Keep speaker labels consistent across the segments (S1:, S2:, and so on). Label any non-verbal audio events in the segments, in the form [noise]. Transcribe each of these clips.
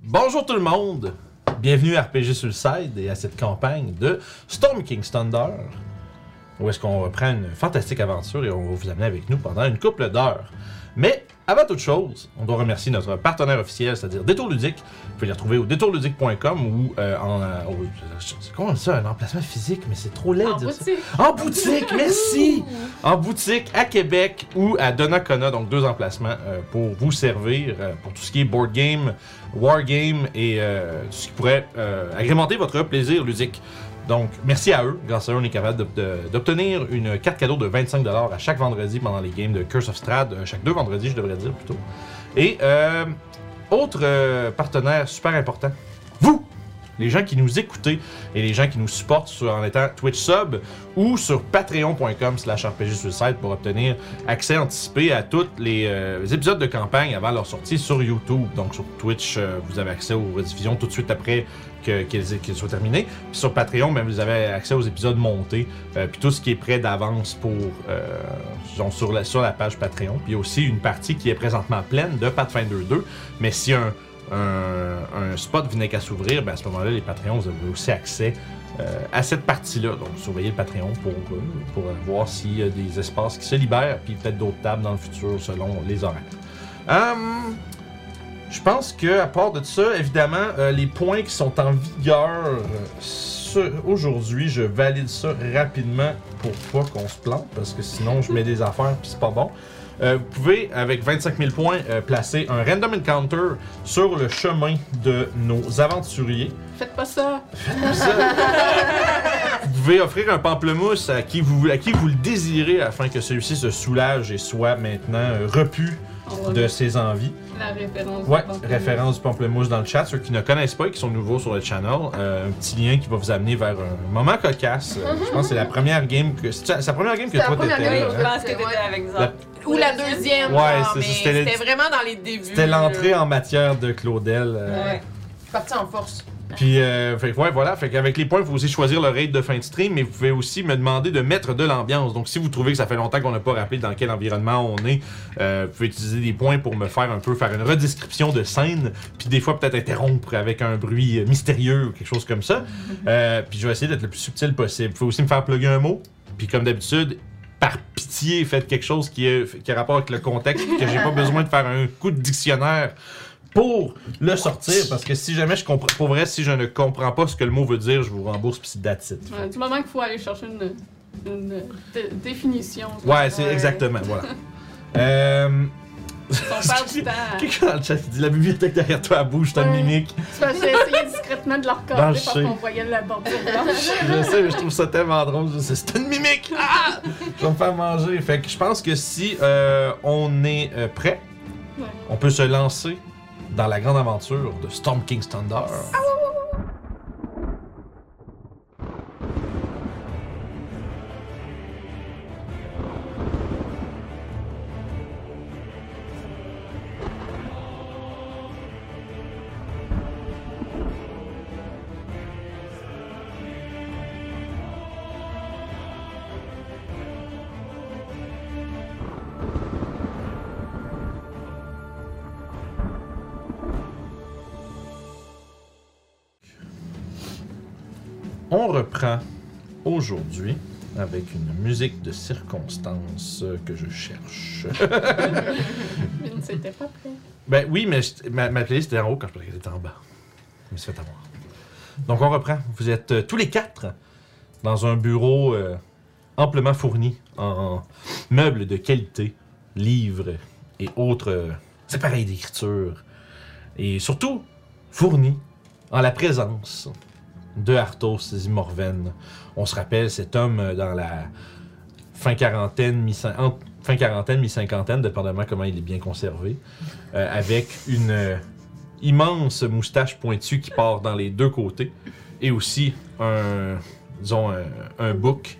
S1: Bonjour tout le monde! Bienvenue à RPG Suicide et à cette campagne de Storm King's Thunder, où est-ce qu'on reprend une fantastique aventure et on va vous amener avec nous pendant une couple d'heures. Mais avant toute chose, on doit remercier notre partenaire officiel, c'est-à-dire Détour Ludique. Vous pouvez les retrouver au détourludique.com ou euh, en. euh, au- c'est quoi ça, un emplacement physique, mais c'est trop laid de
S2: En
S1: dire ça.
S2: boutique.
S1: En boutique, merci! En boutique à Québec ou à Donnacona, donc deux emplacements euh, pour vous servir euh, pour tout ce qui est board game, war game et euh, tout ce qui pourrait euh, agrémenter votre plaisir ludique. Donc, merci à eux. Grâce à eux, on est capable de- de- d'obtenir une carte cadeau de 25$ à chaque vendredi pendant les games de Curse of Strad, euh, chaque deux vendredis, je devrais dire plutôt. Et euh, autre euh, partenaire super important, vous, les gens qui nous écoutez et les gens qui nous supportent sur, en étant Twitch sub ou sur patreon.com slash rpgsuicide pour obtenir accès anticipé à tous les, euh, les épisodes de campagne avant leur sortie sur YouTube. Donc sur Twitch, euh, vous avez accès aux rediffusions tout de suite après que- qu'elles qu'elles soient terminées. Puis sur Patreon, ben, vous avez accès aux épisodes montés, euh, puis tout ce qui est prêt d'avance pour euh, disons, sur, la, sur la page Patreon. Puis aussi une partie qui est présentement pleine de Pathfinder 2, mais si un, un, un spot venait qu'à s'ouvrir, ben, à ce moment-là, les Patreons, vous avez aussi accès euh, à cette partie-là. Donc, surveillez le Patreon pour, euh, pour euh, voir s'il y a des espaces qui se libèrent, puis peut-être d'autres tables dans le futur selon les horaires. Hum, je pense que, à part de ça, évidemment, euh, les points qui sont en vigueur euh, sur- aujourd'hui, je valide ça rapidement pour pas qu'on se plante, parce que sinon, je mets des affaires, puis c'est pas bon. Euh, vous pouvez, avec 25 000 points, euh, placer un random encounter sur le chemin de nos aventuriers.
S2: Faites pas ça.
S1: Vous pouvez offrir un pamplemousse à qui vous, à qui vous le désirez afin que celui-ci se soulage et soit maintenant euh, repu
S2: On va
S1: de ses envies.
S2: mettre la référence.
S1: Ouais,
S2: dans le
S1: référence du pamplemousse dans le chat. Ceux qui ne connaissent pas et qui sont nouveaux sur le channel, euh, un petit lien qui va vous amener vers un moment cocasse. Euh, je pense que c'est la première game que. C'est la première game que
S3: C'est la
S1: toi
S3: première
S1: t'étais là.
S3: game que
S1: hein?
S4: Je
S3: je
S4: pense que t'étais
S3: Ouais.
S4: avec nous
S1: La-
S4: autres.
S2: Ou la deuxième.
S1: Ouais,
S2: genre,
S1: c'est-
S2: mais
S1: c'était le-
S2: C'était vraiment dans les débuts.
S1: C'était
S2: là.
S3: euh.
S1: l'entrée en matière de Claudel. euh,
S4: Ouais.
S3: Je suis parti en force.
S1: Puis, euh, fait que ouais, voilà. Fait qu'avec les points, vous pouvez aussi choisir le raid de fin de stream, mais vous pouvez aussi me demander de mettre de l'ambiance. Donc, si vous trouvez que ça fait longtemps qu'on n'a pas rappelé dans quel environnement on est, euh, vous pouvez utiliser des points pour me faire un peu faire une redescription de scène, puis des fois peut-être interrompre avec un bruit euh, mystérieux ou quelque chose comme ça. Euh, puis, je vais essayer d'être le plus subtil possible. Vous pouvez aussi me faire plugger un mot, puis comme d'habitude, par pitié, faites quelque chose qui, est- qui a rapport avec le contexte, puis que j'ai pas besoin de faire un coup de dictionnaire pour le sortir, parce que si jamais je comprends, pour vrai, si je ne comprends pas ce que le mot veut dire, je vous rembourse pis c'est that's it.
S2: Ouais, du moment qu'il faut aller chercher une, une dé- définition. genre.
S1: Ouais, c'est exactement,
S2: [laughs]
S1: voilà. Euh, [laughs]
S2: On parle du temps.
S1: Quelqu'un dans le chat qui dit la bibliothèque derrière toi elle bouge, t'as une
S2: Ouais.
S1: mimique.
S2: C'est parce que J'ai essayé discrètement de
S1: Dans
S2: leur
S1: le
S2: cadrer parce
S1: chien.
S2: qu'on voyait la bordure
S1: [laughs]
S2: blanche.
S1: Je sais, mais je trouve ça tellement drôle. Je sais, C'est une mimique! Ah! Je vais me faire manger. Fait que je pense que si euh, on est euh, prêt,
S2: Ouais.
S1: on peut se lancer dans la grande aventure de Storm King's Thunder. On reprend aujourd'hui avec une musique de circonstance que je cherche. [laughs]
S2: Mais on s'était pas prêt.
S1: Ben oui, mais je- ma, ma playlist était en haut quand je pensais qu'elle était en bas. Je me suis fait avoir. Donc on reprend. Vous êtes euh, tous les quatre dans un bureau euh, amplement fourni en meubles de qualité, livres et autres euh, appareils d'écriture. Et surtout fourni en la présence de Arthos Zimorven. On se rappelle cet homme euh, dans la fin quarantaine, mi fin quarantaine, mi-cinquantaine, dépendamment comment il est bien conservé euh, avec une euh, immense moustache pointue qui part dans les deux côtés et aussi un, disons, un, un bouc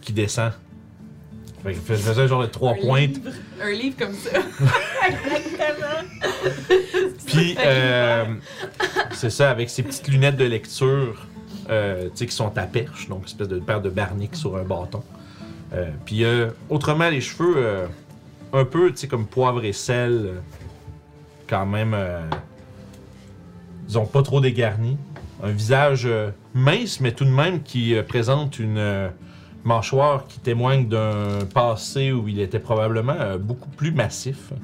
S1: qui descend. Fait que je faisais un genre de trois
S4: Un
S1: pointes.
S4: livre. Un livre comme ça. Exactement.
S1: Puis, euh, c'est ça, avec ses petites lunettes de lecture, euh, tu sais, qui sont à perche, donc espèce de paire de barniques sur un bâton. Euh, puis, euh, autrement, les cheveux, euh, un peu, tu sais, comme poivre et sel, euh, quand même, euh, disons, pas trop dégarni. Un visage euh, mince, mais tout de même qui euh, présente une euh, mâchoire qui témoigne d'un passé où il était probablement euh, beaucoup plus massif.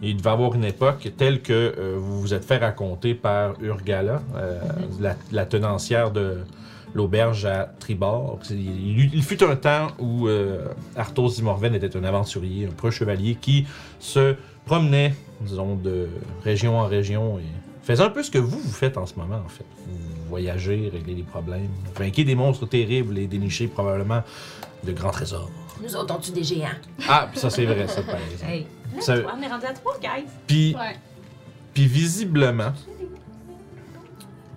S1: Il devait avoir une époque telle que euh, vous vous êtes fait raconter par Urgala, euh, la, la tenancière de l'auberge à Tribord. Il, il- il fut un temps où euh, Arthos Dimorven était un aventurier, un proche chevalier qui se promenait, disons, de région en région et faisait un peu ce que vous, vous faites en ce moment, en fait. Vous voyagez, réglez les problèmes, vainquez des monstres terribles et dénichez probablement de grands trésors.
S3: Nous autres, on tue des géants.
S1: Ah, puis ça c'est vrai, ça par exemple.
S3: Hey.
S4: Là,
S1: Ça-
S4: toi, on est rendu à trois, guys.
S1: Puis
S2: Ouais.
S1: Puis visiblement,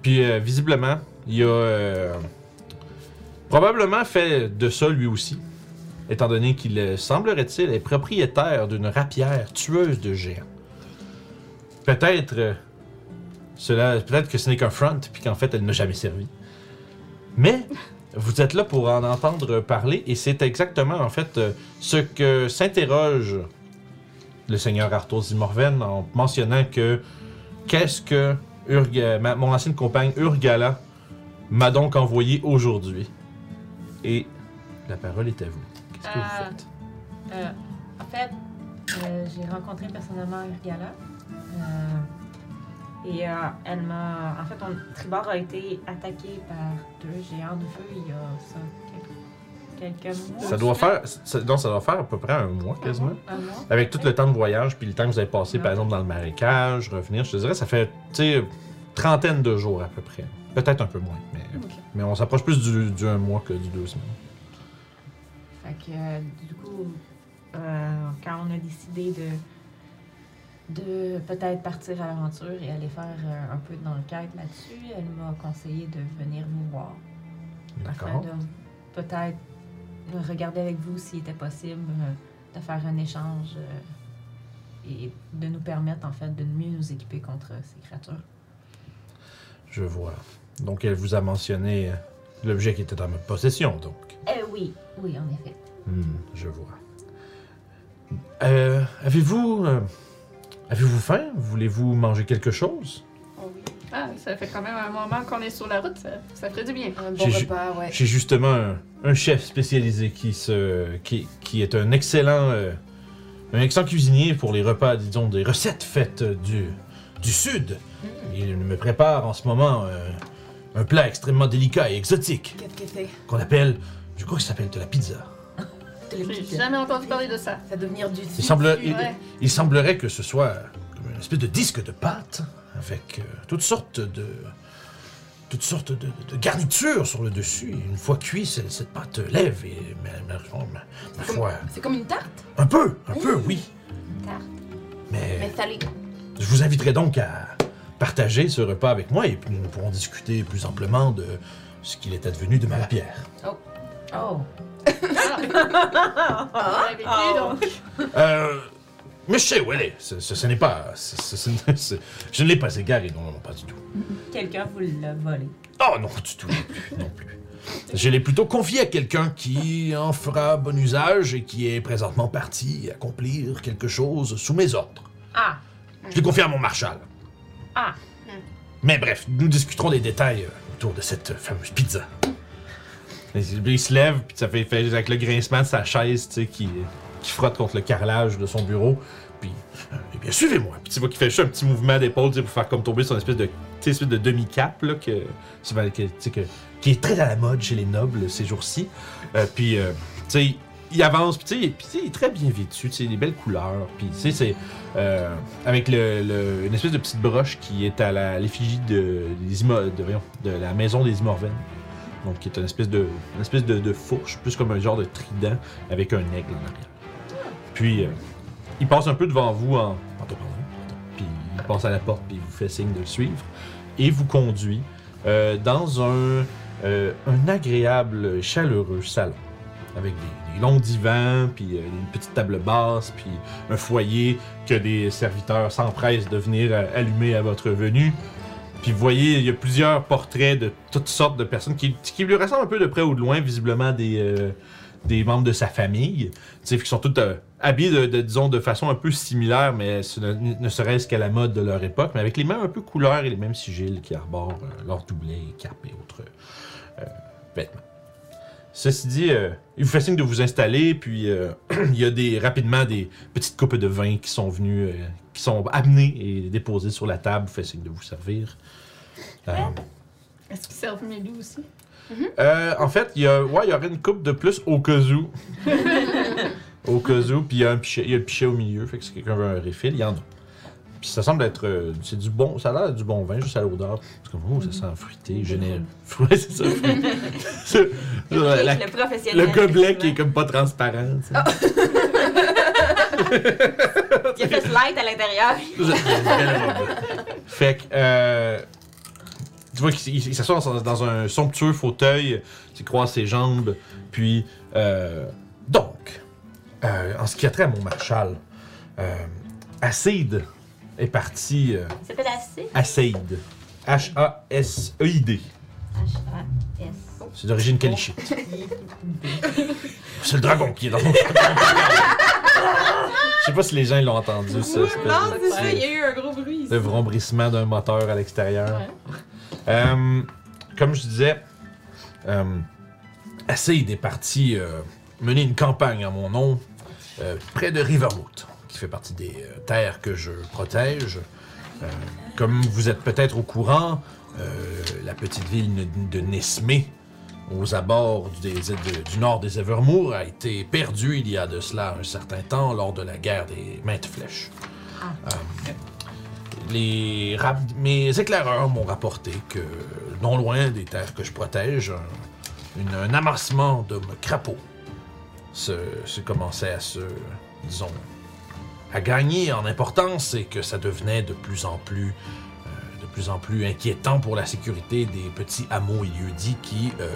S1: puis euh, visiblement, il a euh, probablement fait de ça lui aussi, étant donné qu'il euh, semblerait-il est propriétaire d'une rapière tueuse de géants. Peut-être euh, cela, peut-être que ce n'est qu'un front, puis qu'en fait elle n'a jamais servi. Mais vous êtes là pour en entendre parler, et c'est exactement en fait euh, ce que s'interroge le seigneur Arthur Zimorven en mentionnant que qu'est-ce que Urga- ma- mon ancienne compagne Urgala m'a donc envoyé aujourd'hui. Et la parole est à vous. Qu'est-ce que
S4: Ah.
S1: vous faites?
S4: Euh, en fait, euh, j'ai rencontré personnellement Urgala. euh, et euh, elle m'a. En fait, on... Tribord a été attaqué par deux géants de feu il y a ça, quelques, quelques mois.
S1: Ça doit faire, ça- non, ça doit faire à peu près un mois quasiment.
S4: Un mois.
S1: Avec tout le temps de voyage, puis le temps que vous avez passé, par
S4: Ouais.
S1: exemple, dans le marécage, revenir, je te dirais, ça fait, tu sais, trentaine de jours à peu près. Peut-être un peu moins, mais,
S4: Ok.
S1: mais on s'approche plus du, du un mois que du deux semaines.
S4: Fait que, euh, du coup, euh, quand on a décidé de, de peut-être partir à l'aventure et aller faire euh, un peu d'enquête là-dessus, elle m'a conseillé de venir nous voir. Afin
S1: D'accord?
S4: de euh, peut-être regarder avec vous s'il était possible euh, de faire un échange euh, et de nous permettre, en fait, de mieux nous équiper contre ces créatures.
S1: Je vois. Donc, elle vous a mentionné euh, l'objet qui était en ma possession, donc.
S4: Eh oui, oui, en effet.
S1: Hmm, je vois. Euh, avez-vous. euh, avez-vous faim? Voulez-vous manger quelque chose?
S2: Oh oui. Ah, ça fait quand même un moment qu'on est sur la route, ça, ça ferait du bien.
S4: Ah,
S5: Un bon
S1: J'ai ju-
S5: repas, ouais.
S1: J'ai justement un, un chef spécialisé qui, se, qui, qui est un excellent, euh, un excellent cuisinier pour les repas, disons, des recettes faites euh, du, du Sud.
S5: Hmm.
S1: Il me prépare en ce moment euh, un plat extrêmement délicat et exotique
S5: Qu'est-ce que c'est
S1: qu'on appelle, je crois que ça s'appelle de la pizza.
S5: De la
S2: J'ai
S5: pizza.
S2: jamais entendu parler de ça.
S5: Ça va devenir du
S1: Il,
S5: sud.
S1: semble,
S2: tu-
S1: il,
S2: ouais.
S1: il semblerait que ce soit comme une espèce de disque de pâte avec euh, toutes sortes de toutes sortes de, de- de garnitures sur le dessus. Et une fois cuit, cette, cette pâte lève et ma, ma- ma- ma foi,
S5: C'est comme une tarte,
S1: un peu, un peu, oui.
S4: Tarte.
S5: mais
S1: Mais
S5: salée.
S1: je vous inviterai donc à partager ce repas avec moi et puis nous pourrons discuter plus amplement de ce qu'il est advenu de ma pierre.
S4: Oh! Ah,
S2: On est avec lui, donc.
S1: Euh, mais je sais où elle est. Ce, ce- ce n'est pas, ce- ce- ce- ce- je ne l'ai pas égaré, non, non, non, pas du tout.
S4: Quelqu'un vous l'a volé.
S1: Oh non, du tout, non plus, non plus. Je l'ai plutôt confié à quelqu'un qui en fera bon usage et qui est présentement parti accomplir quelque chose sous mes ordres.
S4: Ah!
S1: Je l'ai confié à mon marshal.
S4: Ah!
S1: Mais bref, nous discuterons des détails euh, autour de cette euh, fameuse pizza. Il se lève, puis ça fait, fait avec le grincement de sa chaise, tu sais, qui, qui frotte contre le carrelage de son bureau. Puis, euh, eh bien, suivez-moi. Puis tu vois qu'il fait juste un petit mouvement d'épaule, tu sais, pour faire comme tomber son espèce de, tu sais, espèce de demi-cap, là, que, c'est mal- que, tu sais, que- qui est très à la mode chez les nobles ces jours-ci. Euh, puis, euh, tu sais, il avance, puis tu sais, puis, tu sais, il est très bien vêtu, tu sais, des belles couleurs. Puis, tu sais, c'est euh, avec le, le- une espèce de petite broche qui est à la- l'effigie de, des Imo- de, voyons, de la maison des Imorven. Donc, qui est une espèce, de, une espèce de, de fourche, plus comme un genre de trident avec un aigle en arrière. Puis, euh, il passe un peu devant vous en. en te parlant, Puis, il passe à la porte, puis il vous fait signe de le suivre. Et vous conduit euh, dans un, euh, un agréable, chaleureux salon. Avec des, des longs divans, puis euh, une petite table basse, puis un foyer que les serviteurs s'empressent de venir euh, allumer à votre venue. Puis vous voyez, il y a plusieurs portraits de toutes sortes de personnes qui, qui lui ressemblent un peu de près ou de loin, visiblement des, euh, des membres de sa famille, tu sais, qui sont tous euh, habillés, de, de- disons, de façon un peu similaire, mais ce ne, ne serait-ce qu'à la mode de leur époque, mais avec les mêmes un peu couleurs et les mêmes sigils qui arborent euh, leur doublet, cap et autres euh, vêtements. Ceci dit, euh, il vous fait signe de vous installer, puis euh, [clears throat] il y a des, rapidement des petites coupes de vin qui sont venues, euh, qui sont amenées et déposées sur la table, il vous fait signe de vous servir. Euh,
S2: Est-ce qu'ils servent mes loups aussi?
S1: euh, en fait, il y a, ouais, il y aurait une coupe de plus au cas [laughs] où. au cas où, puis il y a un pichet, il y a un pichet au milieu, fait que si quelqu'un veut un refill, il y en a. Puis ça semble être, euh, c'est du bon, ça a l'air du bon vin, juste à l'odeur. C'est comme, oh, ça sent fruité, généreux. [laughs] Ouais, c'est ça, fruité. [laughs] C'est- la- la-
S3: le professionnel.
S1: le gobelet qui est comme pas transparent. tu sais.
S3: Il a fait light à l'intérieur.
S4: [laughs]
S1: Je- [laughs] fait que, euh, tu vois qu'il il s'assoit dans, dans un somptueux fauteuil, tu croises ses jambes, puis, euh, donc, euh, en ce qui a trait à mon marshal, euh, Acide est parti, euh,
S3: Ça s'appelle AC.
S1: Acide, H-A-S-E-I-D,
S3: H-A-S.
S1: E c'est d'origine calichite. C'est le dragon qui est dans mon [laughs] Je sais pas si les gens ils l'ont entendu, ça. espèce de
S2: non, c'est
S1: petit-
S2: ça, il y
S4: a eu un gros bruit
S1: le vrombrissement d'un moteur à l'extérieur.
S2: Ouais.
S1: Euh, comme je disais, euh, Acide est parti euh, mener une campagne en mon nom euh, près de Riverwood, qui fait partie des euh, terres que je protège. Euh, comme vous êtes peut-être au courant, euh, la petite ville de- de Nesmé, aux abords du, dés- de- du nord des Evermoor, a été perdue il y a de cela un certain temps lors de la guerre des Maintes Flèches. Euh, les rap- mes éclaireurs m'ont rapporté que, non loin des terres que je protège, un, une- un amassement de me- crapauds se, se commençait à se, disons, à gagner en importance et que ça devenait de plus en plus, euh, de plus en plus inquiétant pour la sécurité des petits hameaux et lieux-dits qui, euh,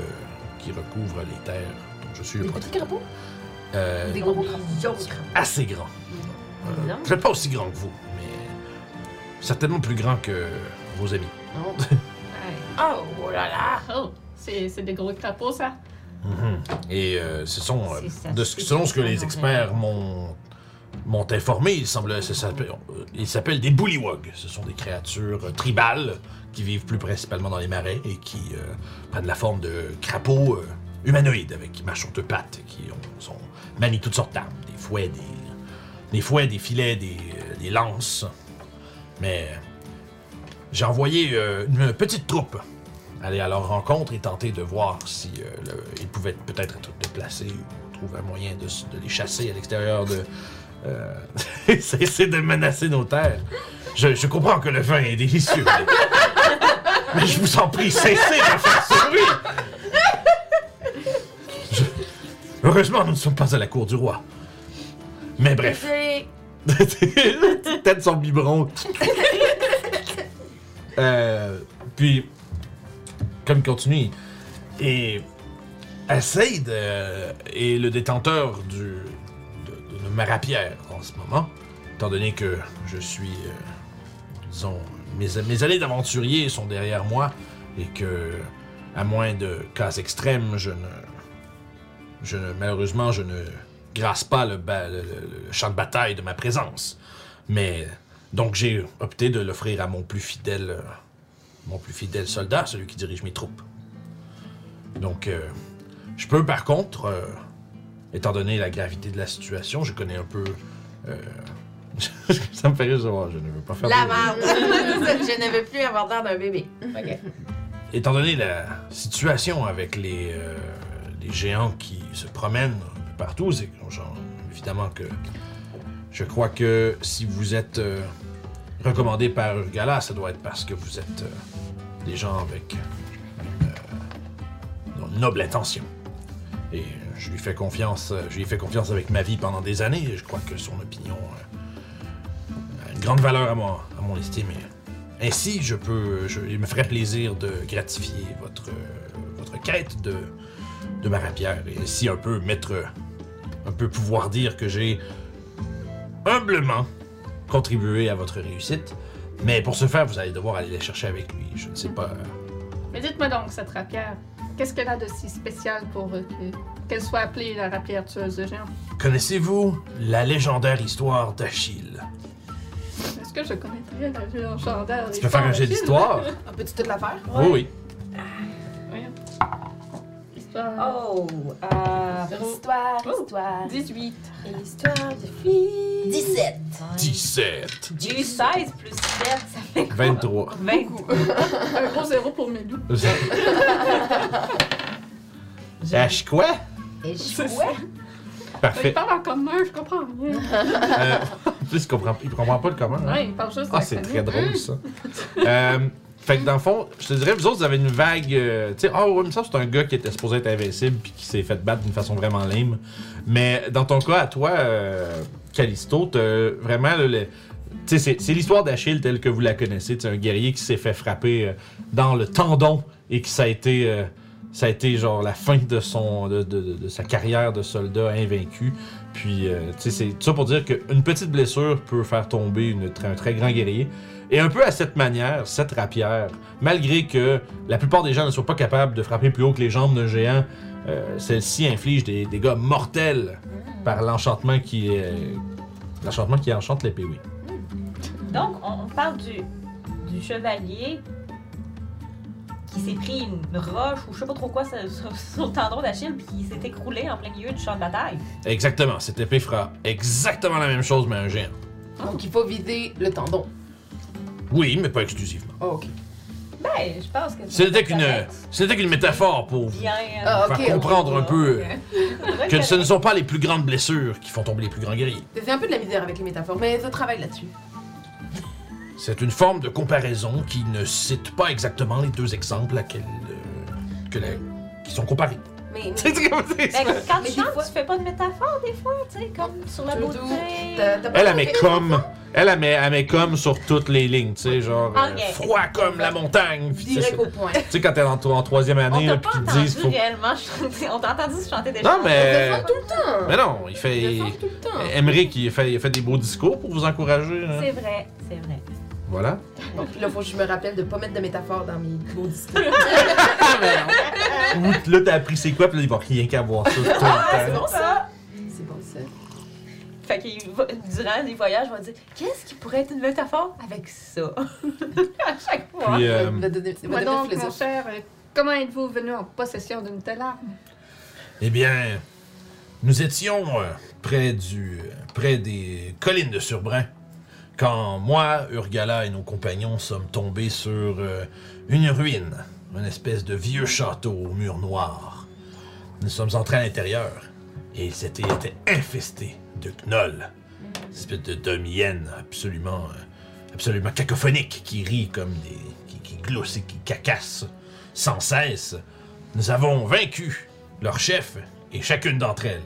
S1: qui recouvrent les terres dont je suis le protecteur. Euh,
S4: Des gros crapauds.
S1: assez grand.
S3: Disons.
S1: Je pas aussi grand que vous, mais certainement plus grand que vos amis.
S3: Oh, oh là là.
S2: Oh, c'est c'est des gros crapauds, ça.
S1: Et euh, ce sont, euh,
S3: C'est ça,
S1: de ce-
S3: c'est
S1: selon ce que
S3: ça,
S1: les
S3: non,
S1: experts m'ont m'ont informé, il semble, ça s'appelle- euh, ils s'appellent des bullywogs. Ce sont des créatures euh, tribales qui vivent plus principalement dans les marais et qui euh, prennent la forme de crapauds euh, humanoïdes avec qui marchent sur deux pattes, et qui ont, sont, manient toutes sortes d'armes, des fouets, des, des fouets, des filets, des, euh, des lances. Mais j'ai envoyé euh, une petite troupe aller à leur rencontre et tenter de voir si euh, le- ils pouvaient peut-être être déplacés ou trouver un moyen de, s- de les chasser à l'extérieur de. euh, [laughs] cesser de menacer nos terres. Je, je comprends que le vin est délicieux. mais, mais je vous en prie, cessez de faire ce bruit! Je- heureusement, nous ne sommes pas à la cour du roi. Mais bref. [laughs] Tête son biberon. Euh, puis, comme il continue, et Asseid euh, est le détenteur du, de, de- de ma rapière en ce moment, étant donné que je suis, euh, disons, mes, mes années d'aventurier sont derrière moi et que, à moins de casse extrême, je ne, je ne- malheureusement, je ne grâce pas le, ba- le- le- le champ de bataille de ma présence. Mais donc j'ai opté de l'offrir à mon plus fidèle, euh, mon plus fidèle soldat, celui qui dirige mes troupes. Donc euh, je peux par contre, euh, étant donné la gravité de la situation, je connais un peu. euh, [laughs] ça me fait rire de voir, je ne veux pas faire.
S4: La
S1: de-
S4: merde!
S5: [laughs]
S4: je ne veux plus avoir l'air d'un bébé.
S1: [laughs] Étant donné la situation avec les, euh, les géants qui se promènent partout, c'est que, genre, évidemment que je crois que si vous êtes euh, recommandé par Urgala, ça doit être parce que vous êtes euh, des gens avec euh, une noble intention. Et je lui fais confiance, euh, je lui ai fait confiance avec ma vie pendant des années et je crois que son opinion euh, a une grande valeur à, moi, à mon estime. et- ainsi, je peux, je, il me ferait plaisir de gratifier votre, euh, votre quête de, de ma rapière et ainsi un peu mettre, euh, un peu pouvoir dire que j'ai humblement contribué à votre réussite. Mais pour ce faire, vous allez devoir aller la chercher avec lui. Je ne sais pas. euh,
S2: Mais dites-moi donc, cette rapière, qu'est-ce qu'elle a de si spécial pour euh, que- qu'elle soit appelée la rapière tueuse de germes.
S1: Connaissez-vous la légendaire histoire d'Achille?
S2: Est-ce que je connaîtrais la vue en chandelle?
S1: Tu peux faire un jet d'histoire?
S3: On peut-tu toute l'affaire?
S1: Oh Oui, oui.
S2: Histoire.
S6: Oh, euh,
S2: Zéro.
S6: histoire,
S2: Oh.
S6: histoire.
S2: 18.
S6: Et l'histoire de fille. 17.
S1: 17.
S6: J'ai eu 16 plus 7, ça fait
S3: [laughs]
S1: 23.
S3: 20.
S2: Un gros zéro pour mes
S1: [laughs]
S2: loups.
S1: H quoi?
S6: Et
S2: C'est
S6: chouette.
S2: ça. Ils
S1: Parfait.
S2: parlent en commun, je comprends rien.
S1: Euh, en plus, il comprend, il comprend pas le commun. hein?
S2: Ouais, ils parlent juste
S1: Ah,
S2: la
S1: c'est
S2: famille.
S1: très drôle ça. Euh, fait que dans le fond, je te dirais, vous autres, vous avez une vague. euh, tu sais, ah ouais, mais ça, c'est un gars qui était supposé être invincible puis qui s'est fait battre d'une façon vraiment lame. Mais dans ton cas, à toi, euh, Callisto, t'as vraiment là, le. Tu sais, c'est- c'est l'histoire d'Achille telle que vous la connaissez. C'est un guerrier qui s'est fait frapper euh, dans le tendon et que ça a été. euh, ça a été genre la fin de son de, de- de- de sa carrière de soldat invaincu. Puis euh, tu sais, c'est tout ça pour dire qu'une petite blessure peut faire tomber une tr- un très grand guerrier. Et un peu à cette manière, cette rapière, malgré que la plupart des gens ne soient pas capables de frapper plus haut que les jambes d'un géant, euh, celle-ci inflige des des dégâts mortels par l'enchantement qui euh, l'enchantement qui enchante l'épée. Oui.
S3: Donc, on, on parle du, du chevalier qui s'est pris une roche ou je sais pas trop quoi sur, sur- sur le tendon d'Achille puis qui s'est écroulé en plein milieu du champ de bataille.
S1: Exactement. Cette épée fera exactement la même chose mais un géant.
S5: Ah. Donc, il faut vider le tendon.
S1: Oui, mais pas exclusivement.
S5: Ah, ok.
S3: Ben, je pense que
S1: Ce n'était
S3: c'est
S1: qu'une euh, ce n'était qu'une métaphore pour vous
S3: Bien. euh,
S5: Ah,
S1: Pour
S5: ok,
S1: faire comprendre un peu que ce ne
S3: Reconnaître.
S1: sont pas les plus grandes blessures qui font tomber les plus grands guerriers.
S5: C'était un peu de la misère avec les métaphores, mais je travaille là-dessus.
S1: C'est une forme de comparaison qui ne cite pas exactement les deux exemples à quel- euh, que la- qui sont comparés. [laughs]
S5: Mais,
S1: C'est comme c'est ça.
S3: Ben, quand
S5: Mais
S3: tu
S5: des
S3: chantes,
S5: fois-
S3: tu fais pas de métaphore des fois, tu sais, comme sur la
S5: Doudou,
S3: beauté.
S5: t'as- t'as pas
S1: Elle, elle
S5: fait-
S1: met comme. Elle, elle met, elle met comme sur toutes les lignes, tu sais, genre euh,
S3: Ok.
S1: froid comme la montagne. Puis Tu sais,
S5: Direct au point.
S1: tu sais, quand t'es en, en troisième
S3: On
S1: année, là,
S3: t'a
S1: puis
S3: pas
S1: qu'ils te
S3: entendu
S1: disent. faut-
S3: réellement [laughs] chanter. On t'a entendu chanter des
S1: Non,
S3: chansons.
S1: mais.
S5: On le tout le temps.
S1: Mais non, il fait.
S5: On le tout le temps.
S1: Emmerich, il fait, il fait des beaux discours pour vous encourager. hein.
S3: C'est vrai, c'est vrai.
S5: [laughs]
S1: Voilà.
S5: Bon, puis là, faut que je me rappelle de pas mettre de métaphores dans mes beaux discours.
S1: Ou là, t'as appris c'est quoi, puis là, il va rien qu'à voir
S5: [laughs]
S1: ça tout le temps.
S5: bon ça. C'est bon ça.
S1: Euh,
S3: Fait qu'il va- durant les voyages, on va dire qu'est-ce qui pourrait être une métaphore avec ça [laughs] À chaque fois.
S1: Puis,
S5: Va-
S1: euh,
S5: va donner- va
S2: Moi
S5: devenir
S2: donc, mon
S5: philosophe.
S2: cher, euh, comment êtes-vous venu en possession d'une telle arme?
S1: Eh bien, nous étions euh, près du, euh, près des collines de Surbrun quand moi, Urgala et nos compagnons sommes tombés sur euh, une ruine, une espèce de vieux château au mur noir. Nous sommes entrés à l'intérieur et c'était était infesté de gnolls, une espèce de demi-hyène absolument, euh, absolument cacophonique qui rit comme des, qui, qui glousse et qui cacasse sans cesse. Nous avons vaincu leur chef et chacune d'entre elles,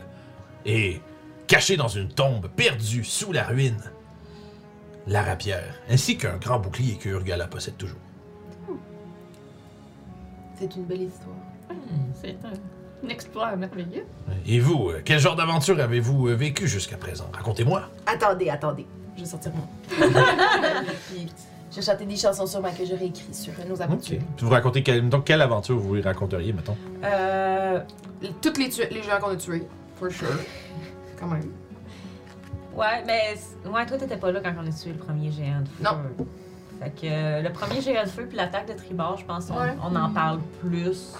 S1: et cachée dans une tombe perdue sous la ruine, la rapière, ainsi qu'un grand bouclier que Urgala possède toujours.
S5: C'est une belle histoire.
S2: C'est un, un exploit merveilleux.
S1: Et vous, euh, quel genre d'aventure avez-vous euh, vécu jusqu'à présent Racontez-moi.
S5: Attendez, attendez. Je vais sortir [laughs] mon. Puis, je vais chanter des chansons sur moi que j'aurais écrites sur nos
S2: Ah,
S5: aventures.
S1: Vous racontez quelle, donc, quelle aventure vous raconteriez, mettons
S5: Euh, toutes les, tu- les gens qu'on a tués, for sure. Quand même.
S3: Ouais, mais c- ouais, toi t'étais pas là quand on a tué le premier géant de feu.
S5: Non.
S3: Fait que euh, le premier géant de feu puis l'attaque de Tribord, je pense, on,
S2: Ouais.
S3: on en parle plus.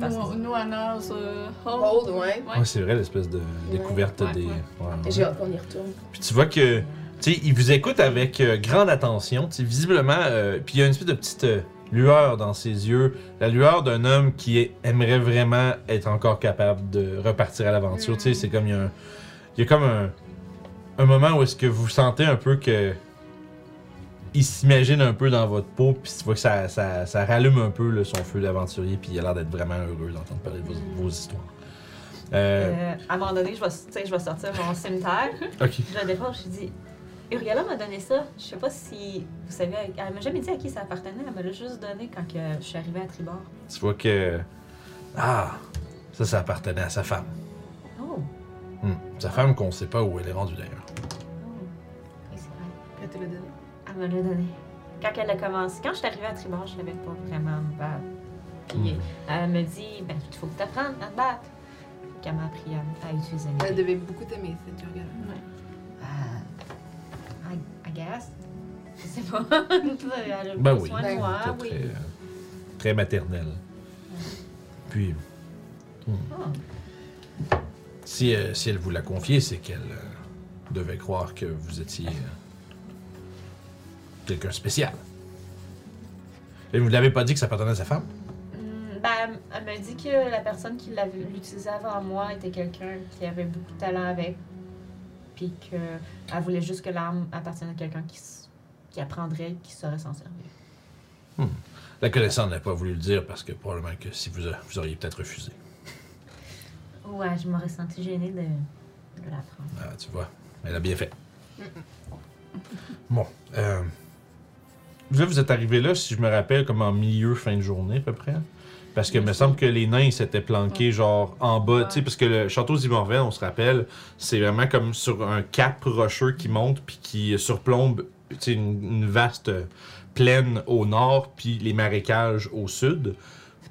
S3: Parce que-
S2: Nous, nous en ours, euh, hold.
S5: Hold, ouais.
S2: Ouais.
S1: c'est vrai, l'espèce de découverte
S2: ouais,
S1: des.
S2: ouais.
S1: ouais, ouais.
S5: J'ai hâte qu'on y retourne.
S1: Puis tu vois que, tu sais, il vous écoute avec euh, grande attention. Tu sais, visiblement, euh, puis il y a une espèce de petite euh, lueur dans ses yeux. La lueur d'un homme qui est- aimerait vraiment être encore capable de repartir à l'aventure. Tu sais, c'est comme il y a un, il y a comme un, un moment où est-ce que vous sentez un peu que. Il s'imagine un peu dans votre peau, puis tu vois que ça, ça, ça rallume un peu là, son feu d'aventurier, puis il a l'air d'être vraiment heureux d'entendre parler de vos, vos histoires. Euh,
S3: Euh, à un moment donné, je vais, tu sais, je vais sortir mon cimetière.
S1: ok.
S3: Je la défends, je dis Urgala m'a donné ça. Je sais pas si vous savez, à- elle m'a jamais dit à qui ça appartenait. Elle me l'a juste donné quand que je suis arrivée à Tribord.
S1: Tu vois que. Ah! Ça, ça appartenait à sa femme.
S3: Oh.
S1: Hmm. Sa femme qu'on sait pas où elle est rendue d'ailleurs.
S3: oh. Et c'est vrai.
S5: Elle te le donne.
S3: Elle me l'a donné. Quand elle a commencé, quand je suis arrivée à Tribord, je l'avais pas vraiment me battre. Puis
S1: Hmm.
S3: elle me dit ben, il faut que tu apprennes à te battre. qu'elle m'a appris à, à utiliser.
S5: Elle devait beaucoup aimer cette Jurgen.
S3: Euh, I, I guess. Je sais pas. [laughs] Elle a
S1: Ben
S3: pris
S1: oui.
S3: soin de moi,
S1: T'es
S3: oui.
S1: Très, euh, très maternel. Puis,
S3: Ah.
S1: si, euh, si elle vous l'a confié, c'est qu'elle euh, devait croire que vous étiez euh, quelqu'un de spécial. Et vous ne l'avez pas dit que ça appartenait à sa femme?
S3: Hmm, Ben, elle m'a dit que la personne qui l'avait l'utilisait avant moi était quelqu'un qui avait beaucoup de talent avec. Puis qu'elle voulait juste que l'arme appartienne à quelqu'un qui, s- qui apprendrait, qui saurait s'en servir.
S1: La connaissance n'a pas voulu le dire parce que probablement que si vous, a- vous auriez peut-être refusé.
S3: Ouais, je m'aurais senti gênée de, de l'apprendre.
S1: Ah, tu vois, elle a bien fait. Bon, euh, là, vous êtes arrivé là, si je me rappelle, comme en milieu fin de journée à peu près. Parce que me semble que les nains ils s'étaient planqués genre en bas, tu sais, parce que le château d'Imorvel, on se rappelle, c'est vraiment comme sur un cap rocheux qui monte puis qui surplombe tu sais, une, une vaste euh, plaine au nord puis les marécages au sud.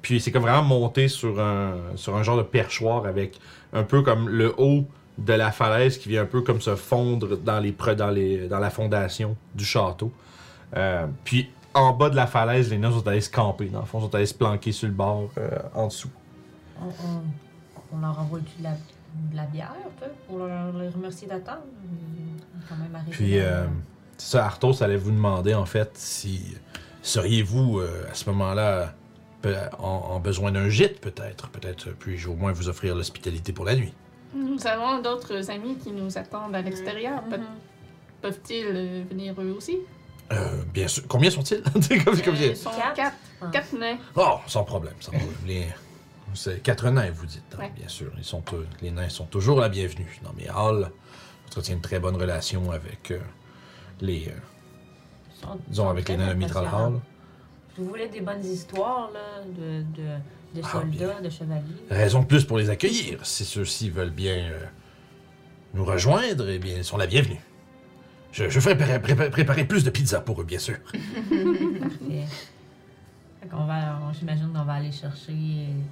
S1: Puis c'est comme vraiment monté sur un, sur un genre de perchoir avec un peu comme le haut de la falaise qui vient un peu comme se fondre dans, les, pre- dans, les, dans la fondation du château. Euh, puis en bas de la falaise, les nains sont allés se camper, dans le fond, sont allés se planquer sur le bord euh, en dessous.
S3: On, on, on leur envoie-tu de la, de la bière, toi, pour leur, les remercier d'attendre? Ils ont quand même arrêté
S1: Puis
S3: dans-
S1: euh, c'est ça, Arthos allait vous demander en fait si seriez-vous euh, à ce moment-là peu- en, en besoin d'un gîte peut-être. Peut-être euh, puis-je au moins vous offrir l'hospitalité pour la nuit.
S2: Nous avons d'autres amis qui nous attendent à l'extérieur. Pe-
S3: Mhm.
S2: Peuvent-ils euh, venir eux aussi?
S1: Euh, bien sûr. Combien sont-ils? [laughs] C'est comme- comme-
S2: Euh, Ils sont
S3: Quatre.
S2: quatre.
S3: Ah.
S2: Quatre nains.
S1: Oh, sans problème, sans problème. Les- C'est quatre nains, vous dites, hein,
S2: Ouais.
S1: bien sûr. Ils sont, euh, les nains sont toujours la bienvenue. Non, mais Hall entretient une très bonne relation avec euh, les, euh,
S3: Ils sont-
S1: disons, avec les
S3: très
S1: nains de Mitral Hall.
S3: Vous voulez des bonnes histoires, là, de, de, de
S1: Ah,
S3: soldats, de chevaliers?
S1: Raison de plus pour les accueillir. Si ceux-ci veulent bien euh, nous rejoindre, eh bien, ils sont la bienvenue. Je, je ferai prépa- prépa- préparer plus de pizza pour eux, bien sûr.
S3: Parfait. Fait qu'on va, on- j'imagine qu'on va aller chercher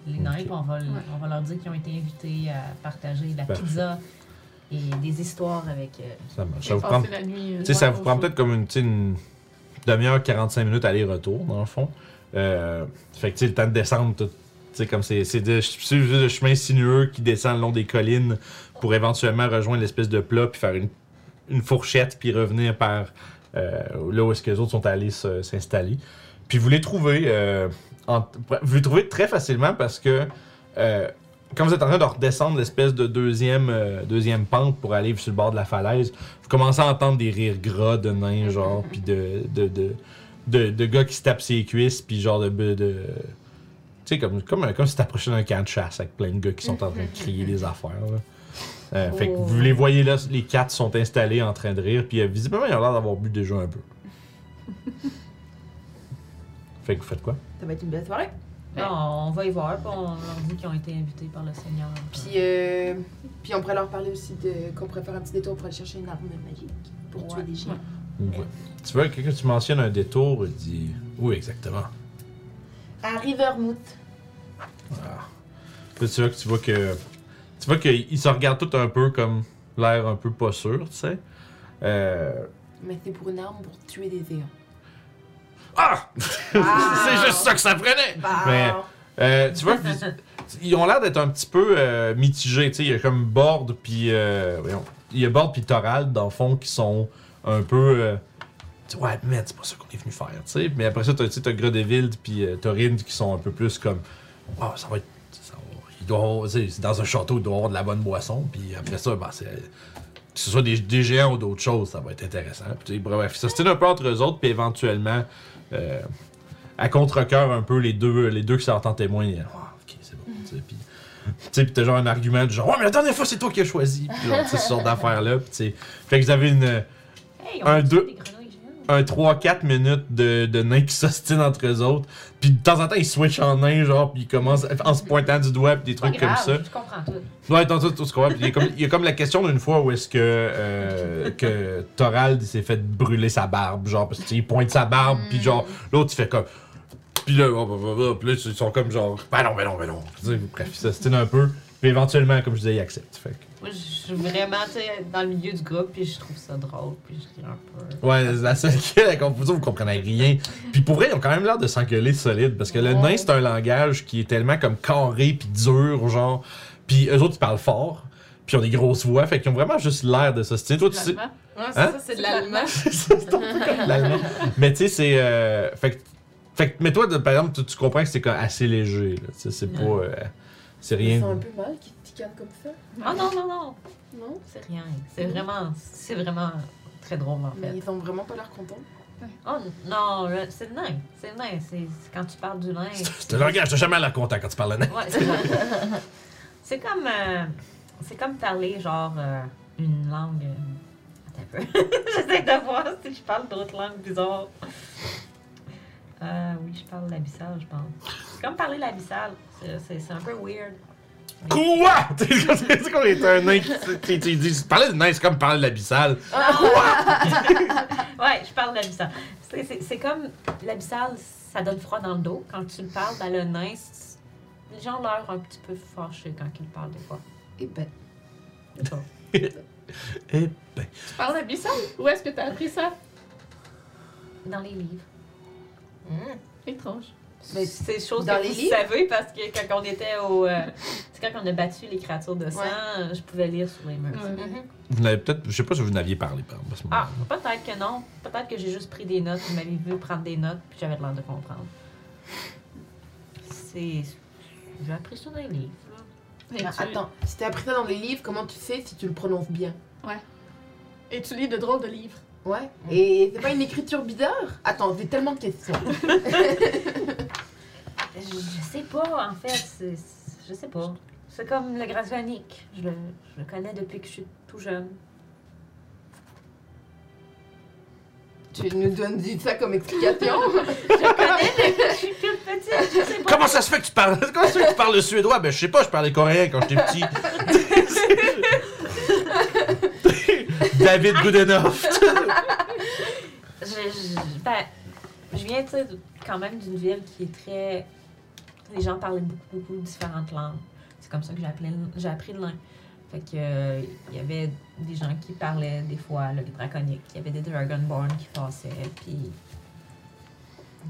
S3: les nains,
S1: Ok.
S3: puis on va, le-
S2: Ouais.
S3: on va leur dire qu'ils ont été invités à partager de la
S1: Parfait.
S3: pizza et des histoires avec. euh,
S1: Ça marche. Ça
S2: J'ai
S1: vous
S2: passé
S1: prend
S2: la nuit, euh,
S1: Tu sais, ça
S2: loin
S1: vous
S2: au
S1: prend
S2: chaud.
S1: peut-être comme une, tu sais, une demi-heure, 45 minutes aller-retour, dans le fond. Euh, fait que, tu sais, le temps de descendre, tout. Tu sais, comme c'est c'est de- c'est juste le chemin sinueux qui descend le long des collines pour éventuellement rejoindre l'espèce de plat, puis faire une, une fourchette, puis revenir par euh, là où est-ce que les autres sont allés se- s'installer. Puis vous les trouvez, euh, en- vous les trouvez très facilement parce que euh, quand vous êtes en train de redescendre l'espèce de deuxième, euh, deuxième pente pour aller sur le bord de la falaise, vous commencez à entendre des rires gras de nains, genre, puis de, de, de, de, de gars qui se tapent ses cuisses, puis genre de. de, de- tu sais, comme, comme, comme si t'approchais d'un camp de chasse avec plein de gars qui sont en train de crier des affaires. Là. Euh, Fait que
S3: Oh.
S1: vous les voyez là, les quatre sont installés en train de rire, puis euh, visiblement, ils ont l'air d'avoir bu déjà un peu. fait que vous faites quoi?
S5: Ça va être une belle soirée.
S2: Ouais.
S3: Non, on va y voir, puis on leur dit qu'ils ont été invités par le Seigneur.
S5: Puis, euh, puis on pourrait leur parler aussi de qu'on pourrait faire un petit détour pour aller chercher une arme magique pour tuer des géants.
S1: Ouais. Tu vois, quelqu'un, tu mentionnes un détour, il dit Où exactement
S5: À Rivermouth.
S1: Là, tu vois que tu vois que. Tu vois qu'ils se regardent tout un peu comme l'air un peu pas sûr, tu sais. Euh,
S5: Mais c'est pour une arme pour tuer des géants.
S1: Ah! C'est juste ça que ça prenait!
S5: Bah.
S1: Mais- Euh, tu vois, vis- ils ont l'air d'être un petit peu euh, mitigés. tu sais, Il y a comme Borde puis. euh, voyons, il y a Borde puis Torald, dans le fond, qui sont un peu. euh, tu sais, ouais, mais c'est pas ça qu'on est venu faire. tu sais. Mais après ça, t'as- tu sais, t'as Gredeville puis euh, Torinde qui sont un peu plus comme. Ah, ça va être. ça va- il doit avoir- tu sais, c'est dans un château, il doit avoir de la bonne boisson. Puis après ça, ben, c'est. Que ce soit des, des géants ou d'autres choses, ça va être intéressant. Puis, tu sais, bref, ça se tient un peu entre eux autres, puis éventuellement. euh, à contre-cœur un peu les deux, les deux qui sortent en témoin. ils disent, Ah, ok, c'est bon. tu sais, Puis tu sais, puis t'as genre un argument du genre, ouais, mais la dernière fois, c'est toi qui as choisi. Puis genre, tu sais, ce genre d'affaires-là. Puis tu sais, fait que vous avez une,
S3: Hey, on
S1: Un,
S3: a tué
S1: deux.
S3: des grenouilles géantes.
S1: un 3-4 minutes de, de nains qui s'ostinent entre eux autres. Puis de temps en temps, ils switchent en nains, genre, puis ils commencent en se pointant du doigt, puis des
S3: Pas
S1: trucs comme
S3: grave,
S1: ça.
S3: Je comprends tout.
S1: Ouais, dans tout, tout ce qu'on voit. Puis Il y, a comme- il y a comme la question d'une fois où est-ce que, euh, que Torald il s'est fait brûler sa barbe, genre, parce qu'il pointe sa barbe, puis genre, l'autre il fait comme. oh, Puis là, oh, bah, bah, bah, puis là, ils sont comme genre, ben non, ben non, ben non. Tu sais, Bref, ça se tient un peu. Puis éventuellement, comme je disais, il accepte. Fait que-
S3: Moi, je suis vraiment tu sais, dans le milieu du groupe, puis je trouve ça drôle, puis je ris un peu.
S1: Ouais, la seule qui est la confusion, vous comprenez rien. Puis pour vrai, ils ont quand même l'air de s'engueuler solide parce que le nain, c'est un langage qui est tellement comme carré puis dur, genre. Puis eux autres, ils parlent fort, puis ils ont des grosses voix, fait qu'ils ont vraiment juste l'air de s'ostiner. Toi, tu sais.
S2: Finalement,
S5: Ouais, c'est
S1: Hein?
S5: ça, c'est de l'allemand.
S1: c'est un peu comme de l'allemand. Mais tu sais, c'est. euh, fait, que- fait que- mais toi, de- par exemple, tu, tu comprends que c'est comme assez léger. là. Tu sais, C'est pas. euh, c'est
S5: Ils
S1: rien.
S5: sont un peu mal qu'ils ticanent comme ça,
S3: Ah non, non, non!
S5: non?
S3: C'est rien. C'est vraiment, c'est vraiment très drôle, en
S5: Mais
S3: fait.
S5: ils ont vraiment pas l'air contents.
S3: Oh non, le- c'est le nain. C'est le nain. C'est c'est quand tu parles du [laughs] nain.
S1: C'est c'est un langage, t'as jamais l'air content quand tu parles de nain.
S3: Ouais, [laughs] c'est comme- c'est comme, euh, c'est comme parler genre euh, une langue. euh, Attends un peu. [laughs] J'essaie de voir si je parle d'autres langues bizarres. Euh, oui, je parle l'abyssal, je pense. C'est comme parler l'abyssal. C'est- C'est c'est un peu weird.
S1: Quoi? [laughs] Tu sais, C'est c'est comme est un nain qui qui- qui dit. Parler de nain, c'est comme parler de l'abyssal.
S3: [laughs] Ouais, je parle l'abyssal. C'est- C'est c'est comme l'abyssal, ça donne froid dans le dos. Quand tu le parles, ben, le nain, c'est- les gens ont l'air un petit peu fâchés quand ils le parlent des fois.
S5: Et ben.
S3: Bon.
S1: Eh ben.
S2: tu parles d'abyssal? Où est-ce que t'as appris ça?
S3: Dans les livres.
S2: Étrange.
S3: Mais c'est des choses
S5: Dans
S3: que
S5: les
S3: vous
S5: livres?
S3: savez parce que quand on était au. euh, c'est quand on a battu les créatures de sang,
S5: Ouais.
S3: euh, je pouvais lire sur les murs.
S2: Ouais.
S1: Vous n'avez peut-être. Je sais pas si vous n'aviez parlé, par exemple, à ce moment-là.
S3: Ah, peut-être que non. Peut-être que j'ai juste pris des notes. Vous m'avez vu prendre des notes, puis j'avais l'air de comprendre. C'est. J'ai appris ça dans les livres. là.
S2: Et,
S5: Ah,
S2: tu,
S5: Attends, si t'as appris ça dans les livres, comment tu sais si tu le prononces bien
S2: et tu lis de drôles de livres.
S5: Ouais. Et c'est pas une écriture bizarre Attends, j'ai tellement de questions.
S3: Je, je sais pas, en fait. c'est- c'est- Je sais pas. C'est comme le Grasvanic. Je le, je le connais depuis que je suis tout jeune.
S5: [laughs] tu nous donnes ça comme explication
S3: Je le connais depuis que je suis toute petite. Je sais pas.
S1: Comment ça se fait que tu parles [laughs] Comment ça se fait que tu parles le suédois Ben je sais pas, je parlais coréen quand j'étais
S5: [laughs]
S1: petit. [laughs] David Goodenough.
S3: Je, je- ben, je viens, tu sais, de- quand même d'une ville qui est très. Les gens parlaient beaucoup, beaucoup de différentes langues. C'est comme ça que j'ai appelé le- j'ai appris le langue. Fait que, euh, il y avait des gens qui parlaient des fois le draconique. Il y avait des Dragonborn qui passaient. Puis,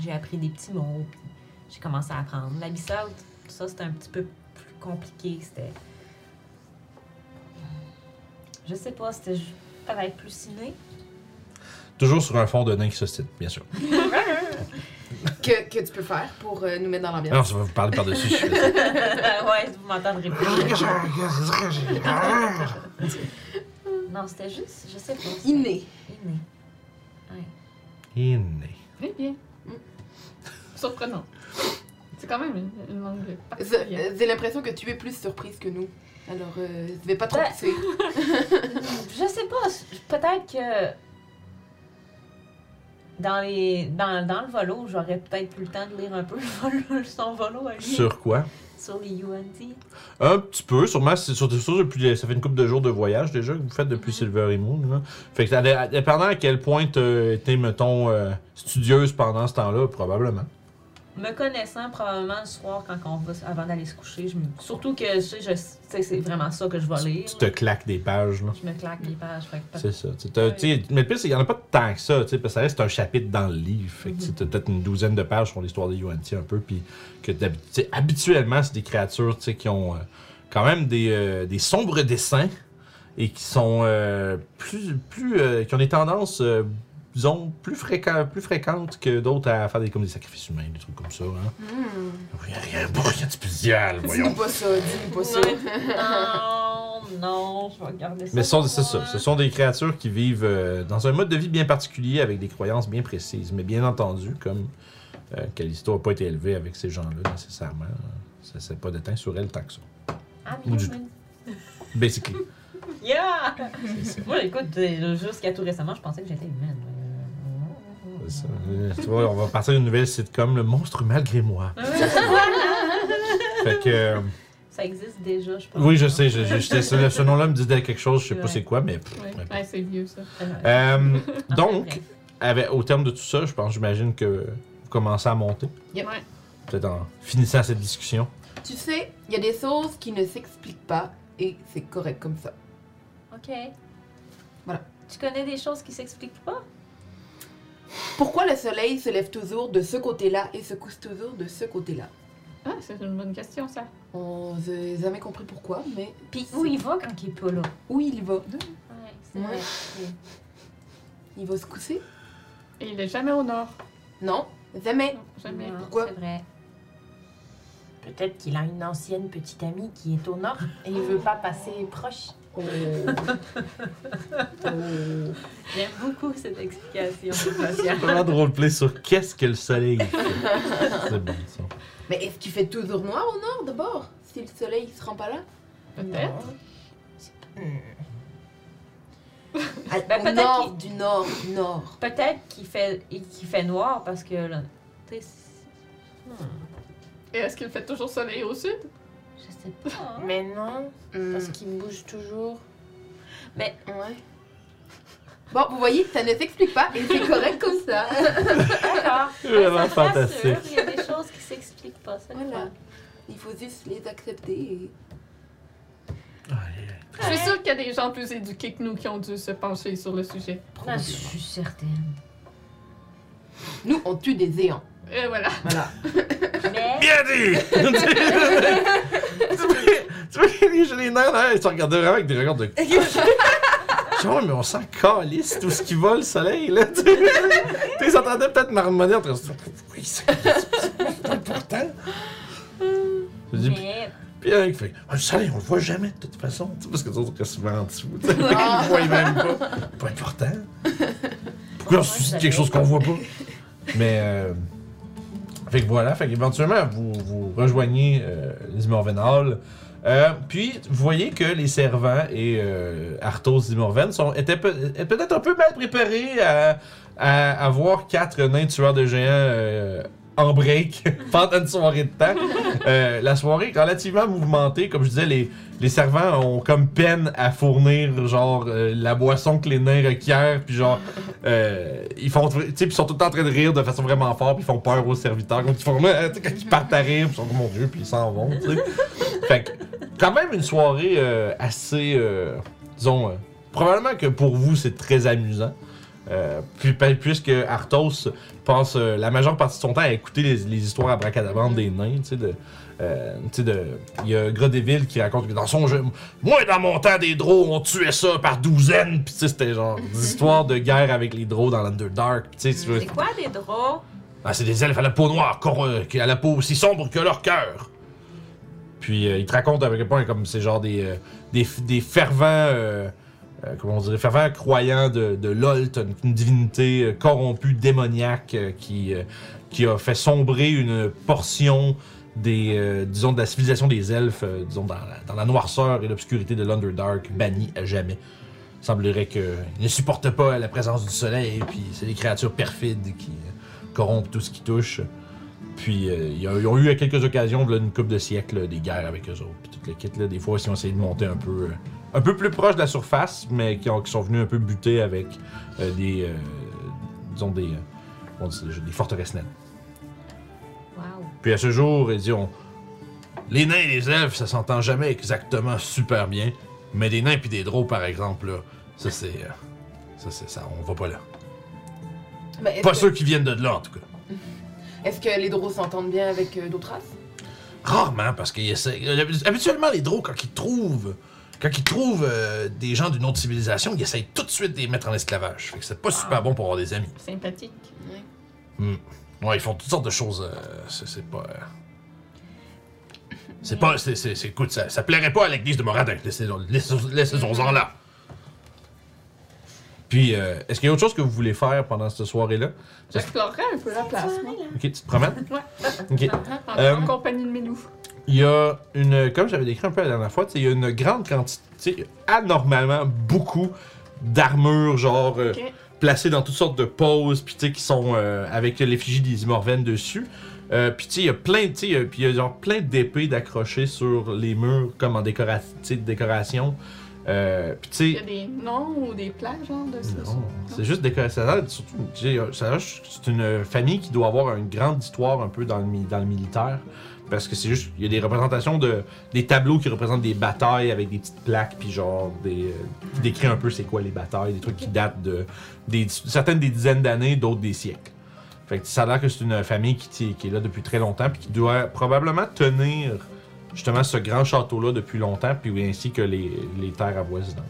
S3: j'ai appris des petits mots. Puis, j'ai commencé à apprendre. L'abyssal, tout ça, c'était un petit peu plus compliqué. C'était. Je sais pas, c'était ju- peut-être plus ciné. [laughs]
S1: Toujours sur un fond de nain qui s'ostine, bien sûr.
S5: [laughs] que, que tu peux faire pour euh, nous mettre dans l'ambiance.
S1: Alors, ça va vous parler par-dessus. je suis désolé.
S3: [laughs] ouais, vous m'entendrez plus. Non, c'était juste, je sais pas. c'était
S5: Inné.
S3: Inné. Ouais.
S1: Inné.
S2: Très bien.
S5: Mm.
S2: Surprenant. C'est quand même une, une langue
S5: Z-
S2: particulière.
S5: euh, J'ai l'impression que tu es plus surprise que nous. Alors, euh, je vais pas trop
S2: Bah.
S3: Ouais.
S5: pousser.
S3: Je sais pas, c- peut-être que dans, les, dans, dans le volo, j'aurais peut-être plus le temps de lire un peu le volo- [laughs] son volo à lui.
S1: Sur quoi
S3: Sur les UNT.
S1: Un petit peu, sûrement. C'est surtout surtout depuis, ça fait une couple de jours de voyage déjà que vous faites depuis Silver et Moon. là. Fait que ça dé- dépendant à quel point t'as été, mettons, euh, studieuse pendant ce temps-là, probablement.
S3: Me connaissant, probablement le soir, quand on va, avant d'aller se coucher, je me- surtout que je sais, je sais, c'est vraiment ça que je vais lire.
S1: Tu te claques des pages, là.
S3: Je me claque les pages. fait que
S1: C'est ça. Tu sais, t'as- tu sais, Mais le pire, c'est qu'il n'y en a pas tant que ça, tu sais, parce que ça reste un chapitre dans le livre. Fait que tu sais, t'as peut-être une douzaine de pages sur l'histoire des Yuan-Ti un peu. Puis que d'habi- tu sais, habituellement, c'est des créatures tu sais, qui ont euh, quand même des, euh, des sombres dessins et qui sont euh, plus. plus euh, qui ont des tendances. euh, disons, plus, fréquent- plus fréquentes que d'autres à faire des, comme des sacrifices humains, des trucs comme ça. Hein.
S2: Hmm.
S5: Mm.
S1: Rien, rien, rien de spécial, voyons.
S5: Dis-nous pas ça, dis-nous pas ça.
S3: Non, non, je vais regarder ça.
S1: Mais ce sont,
S3: pour
S1: c'est ça,
S3: moi.
S1: ce sont des créatures qui vivent euh, dans un mode de vie bien particulier avec des croyances bien précises. Mais bien entendu, comme euh, Callisto n'a pas été élevée avec ces gens-là nécessairement, euh, ça s'est pas déteint sur elle tant que ça.
S3: I'm
S1: Ou du
S3: human.
S1: Basically.
S3: Ah, Yeah!
S1: [laughs] C'est ça.
S3: Moi, écoute, euh, jusqu'à tout récemment, je pensais que j'étais humaine. Euh,
S1: C'est ça. Euh, Tu vois, on va partir d'une nouvelle sitcom, Le monstre malgré moi.
S3: [laughs]
S1: fait que. euh,
S3: Ah Ça existe déjà, je pense.
S1: oui, je sais, je, je- j'étais- ce, ce nom-là me disait quelque chose, je sais pas
S3: Ouais.
S1: c'est quoi, mais. pff,
S2: Ouais.
S1: ouais.
S2: Ouais, c'est vieux ça.
S3: Euh,
S1: Euh, donc,
S3: bref.
S1: avec- au terme de tout ça, je pense, j'imagine que vous commencez à monter.
S2: Ouais.
S1: peut-être en finissant cette discussion.
S5: Tu sais, il y a des choses qui ne s'expliquent pas et c'est correct comme ça.
S3: Ok.
S5: Voilà.
S3: Tu connais des choses qui s'expliquent pas?
S5: Pourquoi le soleil se lève toujours de ce côté-là et se couche toujours de ce côté-là
S2: Ah, c'est une bonne question, ça.
S5: On n'a jamais compris pourquoi, mais
S3: Puis où il va quand il est pas là?
S5: où il va
S3: Ouais, c'est
S5: Ouais.
S3: vrai.
S5: Il va se coucher
S2: Et il est jamais au nord.
S5: Non, jamais.
S2: Non, jamais.
S3: Non,
S5: Pourquoi?
S3: C'est vrai.
S7: Peut-être qu'il a une ancienne petite amie qui est au nord et il veut pas passer proche.
S5: Oh. [laughs]
S3: J'aime beaucoup cette explication.
S1: Vraiment de roleplay sur qu'est-ce que le soleil fait. C'est bon, ça.
S5: Mais est-ce qu'il fait toujours noir au nord d'abord Si le soleil ne se rend pas là
S2: Peut-être.
S5: À-
S7: Bah,
S3: Ben,
S5: Au
S3: peut-être
S5: nord, du nord, du nord.
S3: Peut-être qu'il fait, et qu'il fait noir parce que là, tu sais, c'est-
S2: Et est-ce qu'il fait toujours soleil au sud?
S3: je sais pas. hein.
S7: Mais non,
S5: Hmm.
S7: parce qu'il bouge toujours.
S5: Ouais. Bon, vous voyez, ça ne s'explique pas et c'est correct comme ça.
S7: [laughs]
S3: D'accord.
S1: Vraiment
S3: Ça me rassure,
S1: fantastique.
S3: Il y a des choses qui s'expliquent pas. Ça
S5: Voilà.
S3: voilà.
S5: Il faut juste les accepter et...
S1: Ah,
S2: Je suis sûre qu'il y a des gens plus éduqués que nous qui ont dû se pencher sur le sujet.
S7: Probablement.
S3: je suis certaine.
S5: Nous, on tue des
S7: [laughs]
S5: éants.
S2: Et voilà.
S5: Voilà.
S3: Mais
S1: Bien dit! [laughs] tu vois- tu vois, les- hein? j'ai les nerfs là, ils se regardaient vraiment avec des regards de. Genre, mais on s'en calisse tout ce qui va le soleil, là. Tu sais, ils s'entendaient peut-être marmonner entre eux. Oui, c'est c'est pas important. Je dis, puis-
S3: mais
S1: puis Eric fait Ah, Le soleil, on le voit jamais de toute façon. Tu sais, parce que les autres, sont souvent en dessous. tu sais. Fait
S3: Ah.
S1: qu'ils le voient même pas. Pas important. Pourquoi on suscite quelque chose qu'on voit pas? Mais. Euh, fait que voilà, fait qu'éventuellement, vous, vous rejoignez euh, les Morven Hall. Euh, puis, vous voyez que les servants et euh, Arthos Dimorven sont, étaient pe- étaient peut-être un peu mal préparés à, à, à voir quatre nains tueurs de géants euh, en break [laughs] pendant une soirée de temps. Euh, la soirée est relativement mouvementée. Comme je disais, les, les servants ont comme peine à fournir genre euh, la boisson que les nains requièrent. Puis genre, euh, ils font, tu sais, puis ils sont tout le temps en train de rire de façon vraiment forte, puis ils font peur aux serviteurs, comme ils font, [laughs] euh, tu sais, quand ils partent à rire, puis ils sont comme mon dieu, puis ils s'en vont, tu sais. fait que, quand même une soirée euh, assez, euh, disons, euh, probablement que pour vous c'est très amusant. Euh, puis pa- puisque Arthos passe euh, la majeure partie de son temps à écouter les, les histoires à bracadabrande des nains, tu sais, de, euh, tu sais, de, il y a Grodeville qui raconte que dans son jeu, moi, dans mon temps des drôles, on tuait ça par douzaines. Puis tu sais, c'était genre des histoires de guerre avec les drôles dans l'Underdark. Puis tu sais, tu veux-
S3: c'est quoi des draps?
S1: Ah, c'est des elfes à la peau noire, cor- euh, qui- à la peau aussi sombre que leur cœur. Puis euh, il te raconte à quel point comme c'est genre des, euh, des, f- des fervents, euh, euh, comment on dirait, fervents croyants de, de Lolt, une, une divinité euh, corrompue, démoniaque, euh, qui, euh, qui a fait sombrer une portion des, euh, disons, de la civilisation des elfes, euh, disons, dans la, dans la noirceur et l'obscurité de l'Underdark, bannie à jamais. Il semblerait qu'ils ne supportent pas la présence du soleil, puis c'est des créatures perfides qui... euh, corrompre tout ce qui touche. Puis euh, il y a- ils ont eu à quelques occasions, là, une coupe de siècle, des guerres avec eux autres. Puis tout le kit, là, des fois, si on essayé de monter un peu, euh, un peu plus proche de la surface, mais qui, ont- qui sont venus un peu buter avec euh, des, euh, disons des, euh, on dit, des forteresses naines.
S3: Wow.
S1: Puis à ce jour, ils diront Les nains et les elfes, ça s'entend jamais exactement super bien. Mais des nains puis des drôles, par exemple, là, ça c'est. euh, ça c'est ça, on va pas là.
S5: Mais est-ce
S1: Pas
S5: que-
S1: ceux qui viennent de là, en tout cas.
S5: Est-ce que les drôles s'entendent bien avec euh, d'autres races
S1: Rarement, parce qu'ils essaient. euh, Habituellement, les drôles, quand ils trouvent, quand ils trouvent euh, des gens d'une autre civilisation, ils essayent tout de suite de les mettre en esclavage. Fait que c'est pas super bon pour avoir des amis.
S2: Sympathique.
S1: Ouais, ils font toutes sortes de choses. euh, c'est, c'est pas. euh, C'est pas. C'est, c'est- c'est- écoute, ça, ça plairait pas à l'église de Moradec. Laissez-en laissez-en là. Puis, euh, est-ce qu'il y a autre chose que vous voulez faire pendant cette soirée-là?
S2: J'explorerais un peu la place, moi.
S1: Ok, tu te promènes?
S2: Ouais.
S1: Ok.
S2: En,
S1: Euh,
S2: en compagnie de mes loups.
S1: Il y a une, comme j'avais décrit un peu la dernière fois, tu sais, il y a une grande quantité, tu sais, anormalement beaucoup d'armures, genre euh,
S2: Ok.
S1: placées dans toutes sortes de poses, puis tu sais, qui sont euh, avec l'effigie des Imorvennes dessus. Euh, puis tu sais, il y a plein, de- tu sais, il y a- puis il y a genre plein d'épées d'accrochées sur les murs, comme en décora- tu sais, décoration. Euh, puis
S2: Il
S1: tu
S2: y a
S1: sais,
S2: des noms ou des plages, genre, de ça?
S1: non, c'est juste décoratif. Ça a l'air- surtout, tu sais, ça a l'air- c'est une famille qui doit avoir une grande histoire un peu dans le, mi- dans le militaire. Parce que c'est juste, il y a des représentations de. des tableaux qui représentent des batailles avec des petites plaques, puis genre, des, euh, qui décrit un peu c'est quoi les batailles, des trucs qui datent de. Des, certaines des dizaines d'années, d'autres des siècles. Fait que ça a l'air que c'est une famille qui, t- qui est là depuis très longtemps, puis qui doit probablement tenir justement ce grand château-là depuis longtemps, puis ainsi que les, les terres avoisinantes.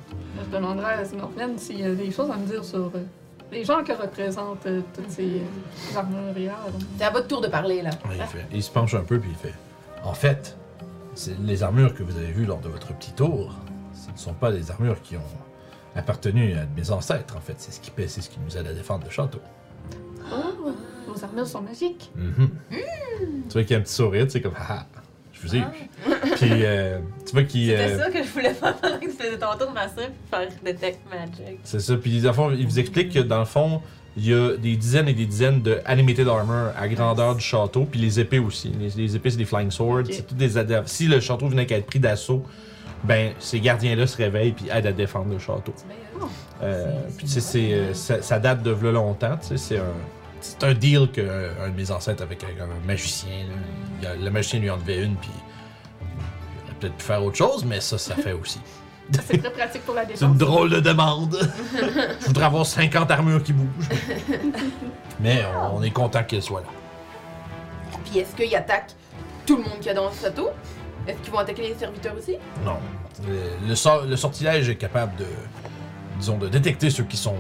S2: Je demanderai à Smurfland s'il y a des choses à me dire sur euh, les gens que représentent euh, toutes ces euh, armurières.
S5: C'est à votre tour de parler, là.
S8: Ouais, il, fait- il se penche un peu puis il fait En fait, c'est les armures que vous avez vues lors de votre petit tour, ce ne sont pas des armures qui ont appartenu à mes ancêtres, en fait. C'est ce qui paie, c'est ce qui nous aide à défendre le château.
S2: Oh, vos armures sont magiques.
S8: Mhm. Tu vois qu'il y a un petit sourire, tu sais, comme Ah, je vous ai eu. Puis euh, tu vois qu'il. euh,
S4: C'est ça que je voulais faire pendant que tu faisais ton tour, ma soeur, puis faire Detect Magic.
S1: C'est ça. Puis, dans le fond, il vous explique que dans le fond, il y a des dizaines et des dizaines de animated armor à grandeur du château, puis les épées aussi. Les, les épées, c'est des flying swords.
S2: Ok.
S1: C'est toutes des adeptes. Si le château venait qu'à être pris d'assaut, ben ces gardiens-là se réveillent puis aident à défendre le château. Euh, puis tu sais, c'est, euh, ça, ça date de v'là longtemps. tu sais, C'est un,
S8: C'est un deal que euh, un de mes ancêtres avec un, un magicien. là. Il a- le magicien lui en devait une, puis il aurait peut-être pu faire autre chose, mais ça, ça fait aussi.
S2: Ça, C'est très pratique pour la
S8: C'est une
S2: défense.
S8: drôle de demande. Je voudrais avoir 50 armures qui bougent. Mais on, on est content qu'elles soient là.
S5: Puis est-ce qu'ils attaquent tout le monde qui est dans le château? Est-ce qu'ils vont attaquer les serviteurs aussi?
S8: Non. Le, le sor- le sortilège est capable de, disons, de détecter ceux qui sont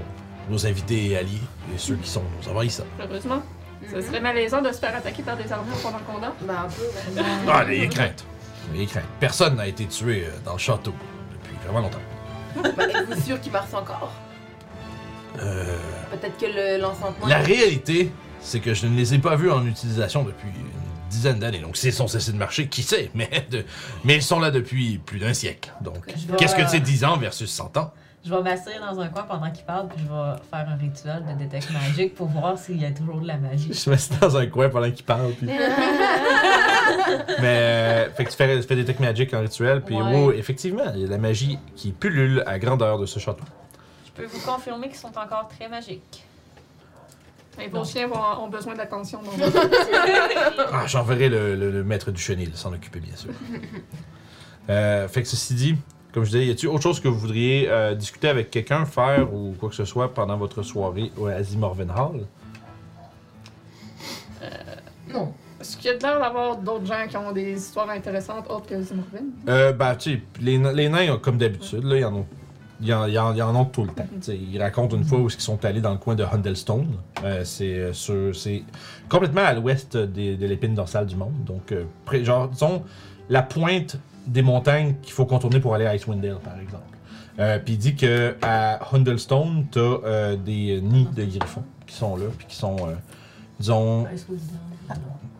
S8: nos invités et alliés et ceux qui sont nos envahisseurs.
S2: Heureusement. Ce serait malaisant de se faire attaquer par des armures pendant qu'on dort.
S5: Mhm. Ben, un peu. ouais.
S8: Ah, les craintes. Les craintes. Personne n'a été tué euh, dans le château depuis vraiment longtemps.
S5: Ben, Êtes-vous sûr qu'ils marchent encore?
S8: Euh,
S5: Peut-être que le- l'enchantement.
S8: la réalité, c'est que je ne les ai pas vus en utilisation depuis une dizaine d'années. Donc, s'ils sont cessés de marcher, qui sait? [laughs] Mais, de- mais ils sont là depuis plus d'un siècle. Donc, qu'est-ce que c'est 10 ans versus 100 ans?
S4: Je vais m'asseoir dans un coin pendant qu'il parle, puis je vais faire un rituel de Detect Magic pour voir s'il y a toujours de la magie.
S1: Je me suis dans un coin pendant qu'il parle. Puis...
S2: [laughs]
S1: Mais, euh, fait que tu fais, tu fais des techs magiques en rituel, puis
S4: Ouais.
S1: wow, effectivement, il y a la magie qui pullule à grandeur de ce château.
S4: Je peux vous confirmer qu'ils sont encore très magiques.
S2: Et vos chiens vont- ont besoin d'attention. donc.
S1: [laughs]
S8: Ah, j'enverrai le, le- le maître du chenil s'en occuper, bien sûr.
S1: Euh, fait que ceci dit, comme je disais, y a-t-il autre chose que vous voudriez euh, discuter avec quelqu'un, faire ou quoi que ce soit pendant votre soirée au Azimorven Hall?
S2: Est-ce qu'il y a de l'air d'avoir d'autres gens qui ont des histoires intéressantes autres que Zimmerman?
S1: Euh, bah, tu sais, les, les nains, euh, comme d'habitude, là, ils en ont. Ils en, ils en- ils en ont tout le temps. Tu sais, ils racontent une fois où ils sont allés dans le coin de Hundelstone. Euh, c'est, euh, sur- c'est complètement à l'ouest des- de l'épine dorsale du monde. Donc, euh, près- genre, disons, la pointe des montagnes qu'il faut contourner pour aller à Icewind Dale, par exemple. Euh, puis il dit que à Hundelstone, t'as euh, des nids de griffons qui sont là, puis qui sont, euh, disons,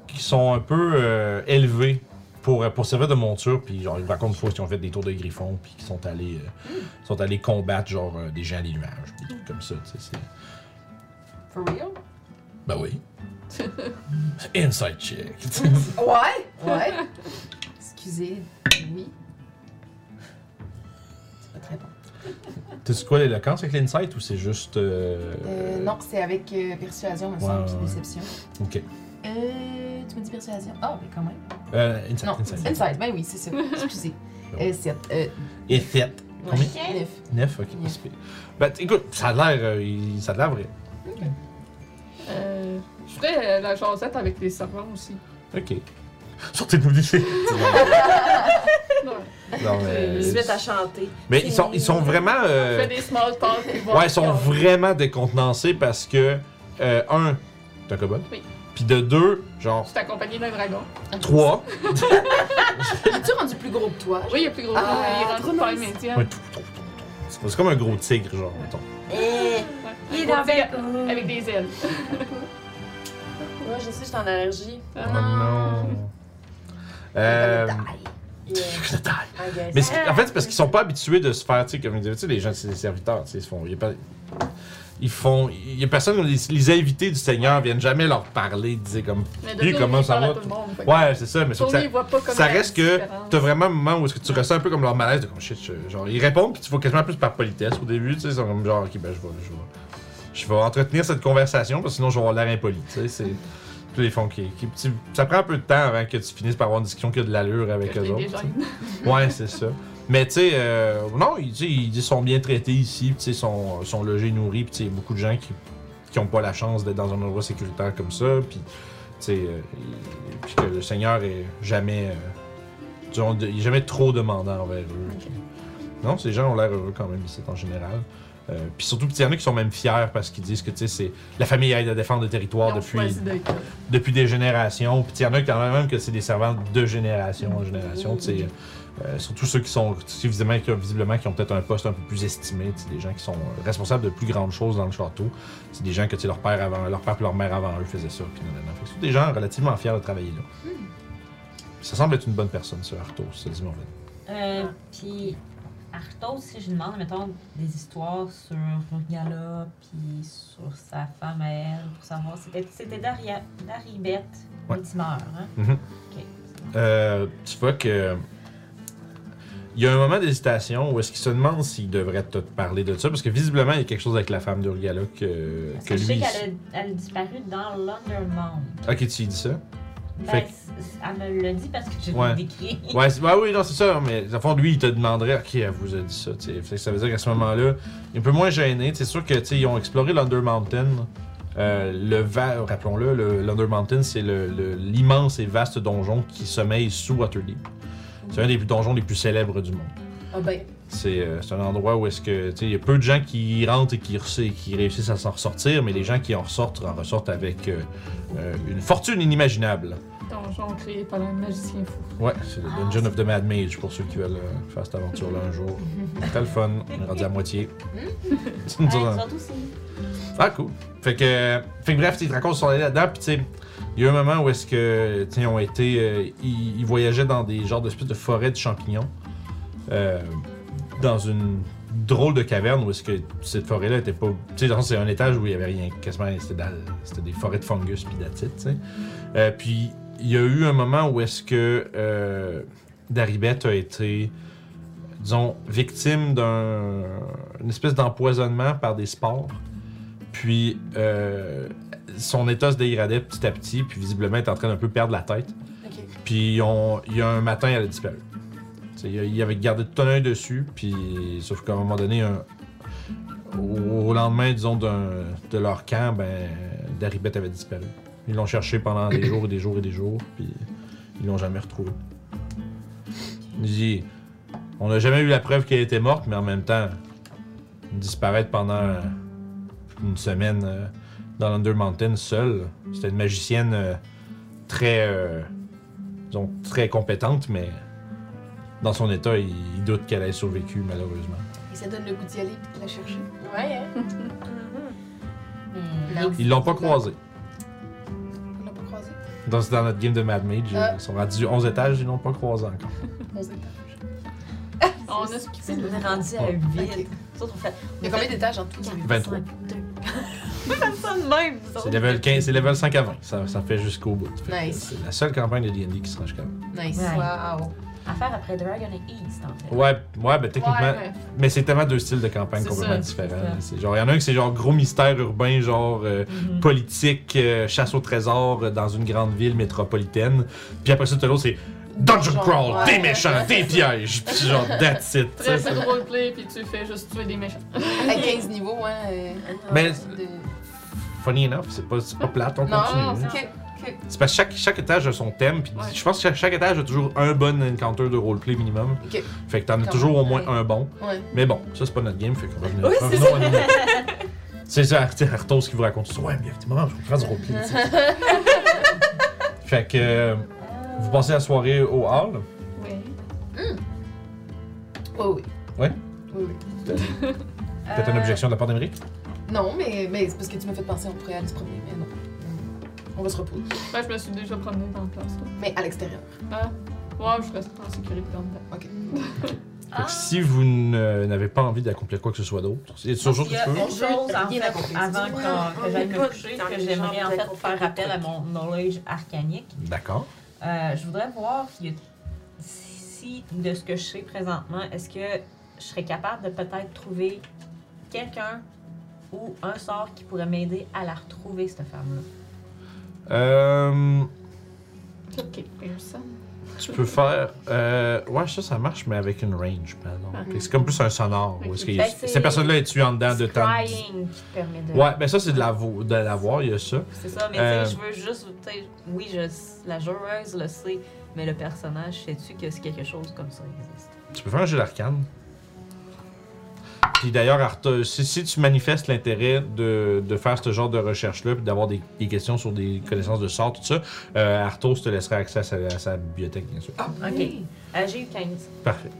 S1: qui sont un peu euh, élevés pour, pour servir de monture. Puis genre, ils me racontent une fois qu'ils ont fait des tours de griffons, puis qu'ils sont allés, euh, sont allés combattre genre euh, des gens des nuages, puis des trucs comme ça. tu sais, c'est-
S4: For real?
S8: Ben oui. Inside
S1: [laughs]
S8: check.
S5: Ouais! Ouais! Excusez. Oui. C'est pas très bon.
S1: T'as c'est quoi l'éloquence avec l'insight ou c'est juste. euh,
S5: Euh, non, c'est avec euh, persuasion, il
S1: Ouais,
S5: me semble,
S1: ouais,
S5: puis
S1: ouais.
S5: déception.
S1: Ok.
S5: Euh, tu me dis persuasion? Ah, mais quand même.
S1: Euh, insight,
S5: Non,
S1: insight.
S5: inside. Ben oui, c'est
S3: [laughs]
S5: ça. Excusez. Euh, 7. Euh,
S1: Et fait. Combien?
S5: ouais, neuf.
S1: 9, ok.
S5: Neuf.
S1: Ben, t- écoute, ça a l'air. euh, il- ça a l'air vrai.
S2: Euh, je ferais euh, la jasette avec les servants aussi.
S1: Ok. Sortez-nous
S5: [laughs]
S1: d'ici!
S2: [laughs] Ouais.
S1: Non,
S3: Euh,
S1: mais.
S7: Ils se mettent à chanter.
S1: Mais ils sont, ils sont vraiment. euh,
S2: Fais des small talk. puis voir
S1: Ouais, ils sont
S2: comment-
S1: vraiment décontenancés parce que, euh, un, t'es un kobold.
S2: Oui.
S1: Puis de deux, genre
S2: Je suis accompagnée d'un dragon.
S1: trois.
S5: Es-tu rendu plus gros que toi?
S2: Oui, il est plus gros.
S5: Ah,
S2: il est
S5: trop
S2: rendu pas
S5: nice.
S2: médian.
S1: Ouais, tout, tout, tout, tout. C'est comme un gros tigre, genre, mettons.
S2: Ouais.
S3: Eh, Il est
S2: Un
S3: dans
S2: gros tigre Avec des ailes.
S7: Moi, je sais, je suis en allergie.
S2: Ah
S1: Euh,
S7: Yeah,
S4: euh,
S8: de taille.
S7: I guess.
S1: mais c'est- en fait, c'est parce qu'ils sont pas habitués de se faire, tu sais, comme ils disaient, tu sais, les gens, c'est des serviteurs, tu sais, ils se font. y a pas- ils font. Il y a personne, les, les invités du Seigneur viennent jamais leur parler, disaient comme.
S2: Mais
S1: Puis,
S2: de
S1: comment
S2: comment
S1: ça
S2: ça
S1: va?
S2: va? Tout le monde, fait que
S1: Ouais, c'est ça, mais sauf que
S2: Tony,
S1: ça,
S2: il voit pas comme
S1: ça
S2: la
S1: reste que
S2: différence.
S1: t'as vraiment un moment où est-ce que tu ressens un peu comme leur malaise de comme shit, je- genre ils répondent puis tu vois quasiment plus par politesse au début, tu sais, ils sont comme genre ok ben je vais, je vais, je vais entretenir cette conversation parce que sinon je vais avoir l'air impoli, tu sais, c'est puis ils font qui, qui- tu- ça prend un peu de temps avant que tu finisses par avoir une discussion qui a de l'allure avec
S2: je
S1: eux
S2: l'ai
S1: autres.
S2: déjà
S1: tu sais. Ouais, c'est ça. Mais tu sais, euh, non, ils, tu sais, ils sont bien traités ici, puis tu sais, ils sont, ils sont logés, nourris, puis tu sais, il y a beaucoup de gens qui qui n'ont pas la chance d'être dans un endroit sécuritaire comme ça, puis tu sais, euh, il- puis que le Seigneur est jamais, euh, disons, de- il est jamais trop demandant envers eux.
S2: Ok.
S1: Non, ces gens ont l'air heureux quand même ici en général. Euh, puis surtout, puis il y en a qui sont même fiers parce qu'ils disent que tu sais, c'est la famille aide à défendre le territoire
S2: Ils ont
S1: depuis
S2: choisi d'être euh, là.
S1: depuis des générations. Puis il y en a quand même que c'est des servants de génération en génération. tu sais, euh, surtout ceux qui sont tu sais, visiblement, qui ont, visiblement, qui ont peut-être un poste un peu plus estimé. tu sais, Des gens qui sont euh, responsables de plus grandes choses dans le château. C'est des gens que tu sais, leur père avant, leur père et leur mère avant eux faisaient ça. Puis, nan, nan, nan. Fait que c'est des gens relativement fiers de travailler là. Ça semble être une bonne personne, ce Arthur, c'est dit Morven.
S3: Euh, Puis, Arthos, si je demande, mettons, des histoires sur Gala, puis sur sa femme à elle, pour savoir. C'était c'était Daria- Daribette
S1: Ouais.
S3: Mortimer, hein?
S1: Euh, tu vois que. Il y a un moment d'hésitation où est-ce qu'il se demande s'il devrait te parler de ça, parce que visiblement, il y a quelque chose avec la femme d'Urgala que,
S3: Parce
S1: que
S3: que je sais
S1: lui.
S3: qu'elle a, elle a disparu dans l'Undermount.
S1: Ok, tu lui dis ça?
S3: Ben,
S1: Fait que-
S3: c- c- elle me l'a dit parce que je
S1: Ouais.
S3: l'ai décrit.
S1: Ouais, c'est- ouais, oui, non, c'est ça, mais au fond, lui, il te demanderait, ok, elle vous a dit ça, tu sais. Fait que Ça veut dire qu'à ce moment-là, il est un peu moins gêné. C'est sûr que, tu sais, ils ont exploré l'Under Mountain. Euh, le va- rappelons-le, le- l'Under Mountain, c'est le- le- l'immense et vaste donjon qui sommeille sous Waterdeep. C'est un des plus- donjons les plus célèbres du monde.
S5: Ah ben,
S1: C'est euh, c'est un endroit où est-ce que tu sais, il y a peu de gens qui y rentrent et qui, re- qui réussissent à s'en ressortir, mais les gens qui en ressortent en ressortent avec euh, euh, une fortune inimaginable.
S2: Donjon créé par un magicien fou.
S1: Ouais, c'est le Dungeon of the Mad Mage pour ceux qui veulent euh, faire cette aventure-là un jour. Très le fun, on est rendu à moitié. [laughs] C'est
S3: [laughs]
S1: une
S3: Ouais,
S1: chose en-
S3: surtout si-
S1: ah, cool. Fait que, fait que bref, tu sais, ils te racontent sont allés là-dedans, puis tu sais, il y a eu un moment où est-ce que, tu sais, ils ont été, euh, ils, ils voyageaient dans des genres d'espèces de forêts de champignons, euh, dans une drôle de caverne où est-ce que cette forêt-là était pas, tu sais, dans le fond, c'est un étage où il y avait rien, quasiment, c'était dalle. c'était des forêts de fungus puis d'atite, tu sais. Euh, puis il y a eu un moment où est-ce que euh, Daribet a été, disons, victime d'un, une espèce d'empoisonnement par des spores. Puis euh, son état se dégradait petit à petit, puis visiblement elle est en train d'un peu perdre la tête.
S5: ok.
S1: Puis on- il y a un matin, elle a disparu. Tu sais, Il il avait gardé tout un œil dessus, puis sauf qu'à un moment donné, un- au, au lendemain, disons, d'un- de leur camp, ben, Daribet avait disparu. Ils l'ont cherché pendant des jours et des jours et des jours, puis ils l'ont jamais retrouvé. Il dit, on n'a jamais eu la preuve qu'elle était morte, mais en même temps, disparaître pendant une semaine euh, dans l'Under Mountain seule, c'était une magicienne euh, très, euh, disons, très compétente, mais dans son état, il, il doute qu'elle ait survécu, malheureusement.
S5: Et ça donne le goût d'y aller et de la chercher.
S7: Ouais, hein?
S3: Mais
S5: Non.
S1: Ils l'ont pas croisée.
S5: On l'a pas croisé.
S1: Dans, dans notre game de Mad Mage,
S2: Euh.
S5: Ah.
S1: ils sont rendus 11 étages, ils l'ont pas croisé encore.
S5: On s'est pas-
S2: On a skippé
S3: on
S2: le
S3: est rendu à
S1: Ouais.
S3: 8.
S5: Ok.
S3: Surtout, on fait.
S5: Il y a combien d'étages en tout?
S1: 23.
S3: ça de même, nous
S1: C'est
S3: autres.
S1: level 15, c'est level 5 à 20. Ça, ça fait jusqu'au bout. Fait que
S5: Nice.
S1: C'est la seule campagne de D&D qui sera jusqu'à
S5: Nice.
S3: Ouais.
S5: Wow.
S3: Affaire après Dragon East, en fait.
S1: Ouais, ouais, ben techniquement,
S2: Ouais, ouais.
S1: Mais c'est tellement deux styles de campagne
S2: C'est
S1: complètement
S2: ça,
S1: différents.
S3: c'est ça.
S1: C'est genre, il y en a un qui c'est genre gros mystère urbain, genre euh,
S3: Mhm.
S1: politique, euh, chasse au trésor euh, dans une grande ville métropolitaine. Puis après ça, t'as l'autre, c'est Dungeon
S5: Genre,
S1: Crawl,
S5: ouais.
S1: des méchants, des pièges. Puis genre, that's it. tu sais.
S2: Très peu de roleplay, puis tu fais juste tuer des méchants.
S5: À 15 niveaux, hein. euh,
S1: Mais-
S5: de-
S1: Funny enough, c'est pas, c'est pas plate, on continue.
S5: Non,
S1: hein.
S5: c'est que.
S1: C'est parce que chaque, chaque étage a son thème. Puis
S2: Ouais.
S1: je pense que chaque, chaque étage a toujours un bon encounter de roleplay minimum.
S5: Ok.
S1: Fait que t'en as
S5: Quand
S1: toujours au
S5: même,
S1: moins
S5: ouais.
S1: un bon.
S5: Ouais.
S1: Mais bon, ça c'est pas notre game, fait qu'on va venir. C'est ça, Arte- Arthos qui vous raconte ça. Ouais, mais effectivement, je comprends du roleplay. tu sais. fait que euh, vous passez la soirée au hall.
S2: Oui.
S5: Ouais, oui.
S1: Ouais?
S5: Oui, oui.
S1: Peut-être
S3: Euh,
S1: une objection de la part d'Amérique.
S3: Ah.
S5: Non, mais, mais c'est parce que tu m'as fait penser, on pourrait aller se promener, mais non. On va se reposer.
S2: Ben, je me suis déjà promenée dans la place. là.
S5: Mais à l'extérieur.
S2: Ah. Ouais, je reste en sécurité dans le temps.
S5: OK.
S1: Fait que si vous ne- n'avez pas envie d'accomplir quoi que ce soit d'autre, c'est toujours
S3: Il y
S1: que
S3: a
S1: tu peux.
S3: une chose en fait, avant qu'on- que j'aille me coucher
S7: Dans
S3: que
S7: les
S3: j'aimerais en
S7: jambes,
S3: fait
S7: vous
S3: faire
S7: avez
S3: appel à mon knowledge arcanique.
S1: D'accord.
S3: Euh, je voudrais voir si, si, de ce que je sais présentement, est-ce que je serais capable de peut-être trouver quelqu'un ou un sort qui pourrait m'aider à la retrouver, cette femme-là.
S1: Euh,
S2: Ok, personne.
S1: tu peux faire. euh, ouais, ça, ça marche, mais avec une range, pardon.
S2: Ah.
S1: Fait que C'est comme plus un sonore. où est-ce que
S3: Ben,
S1: il-
S3: c'est-
S1: Ces personnes-là, est tu en dedans de temps? de-
S3: Scrying qui te permet de...
S1: Ouais, ben ça, c'est de la, vo- de la voir, il y a ça.
S3: C'est ça, mais tu sais,
S1: Euh,
S3: je veux juste... tu sais, Oui, je, la joueuse le sait, mais le personnage, sais-tu que c'est quelque chose comme ça existe?
S1: Tu peux faire un jeu d'arcane. Puis d'ailleurs, Arta, si, si tu manifestes l'intérêt de, de faire ce genre de recherche-là, puis d'avoir des, des questions sur des connaissances de sorts, tout ça, euh, Arthos te laissera accès à sa, à sa bibliothèque, bien sûr.
S3: OK. Euh, J'ai eu 15.
S1: Parfait.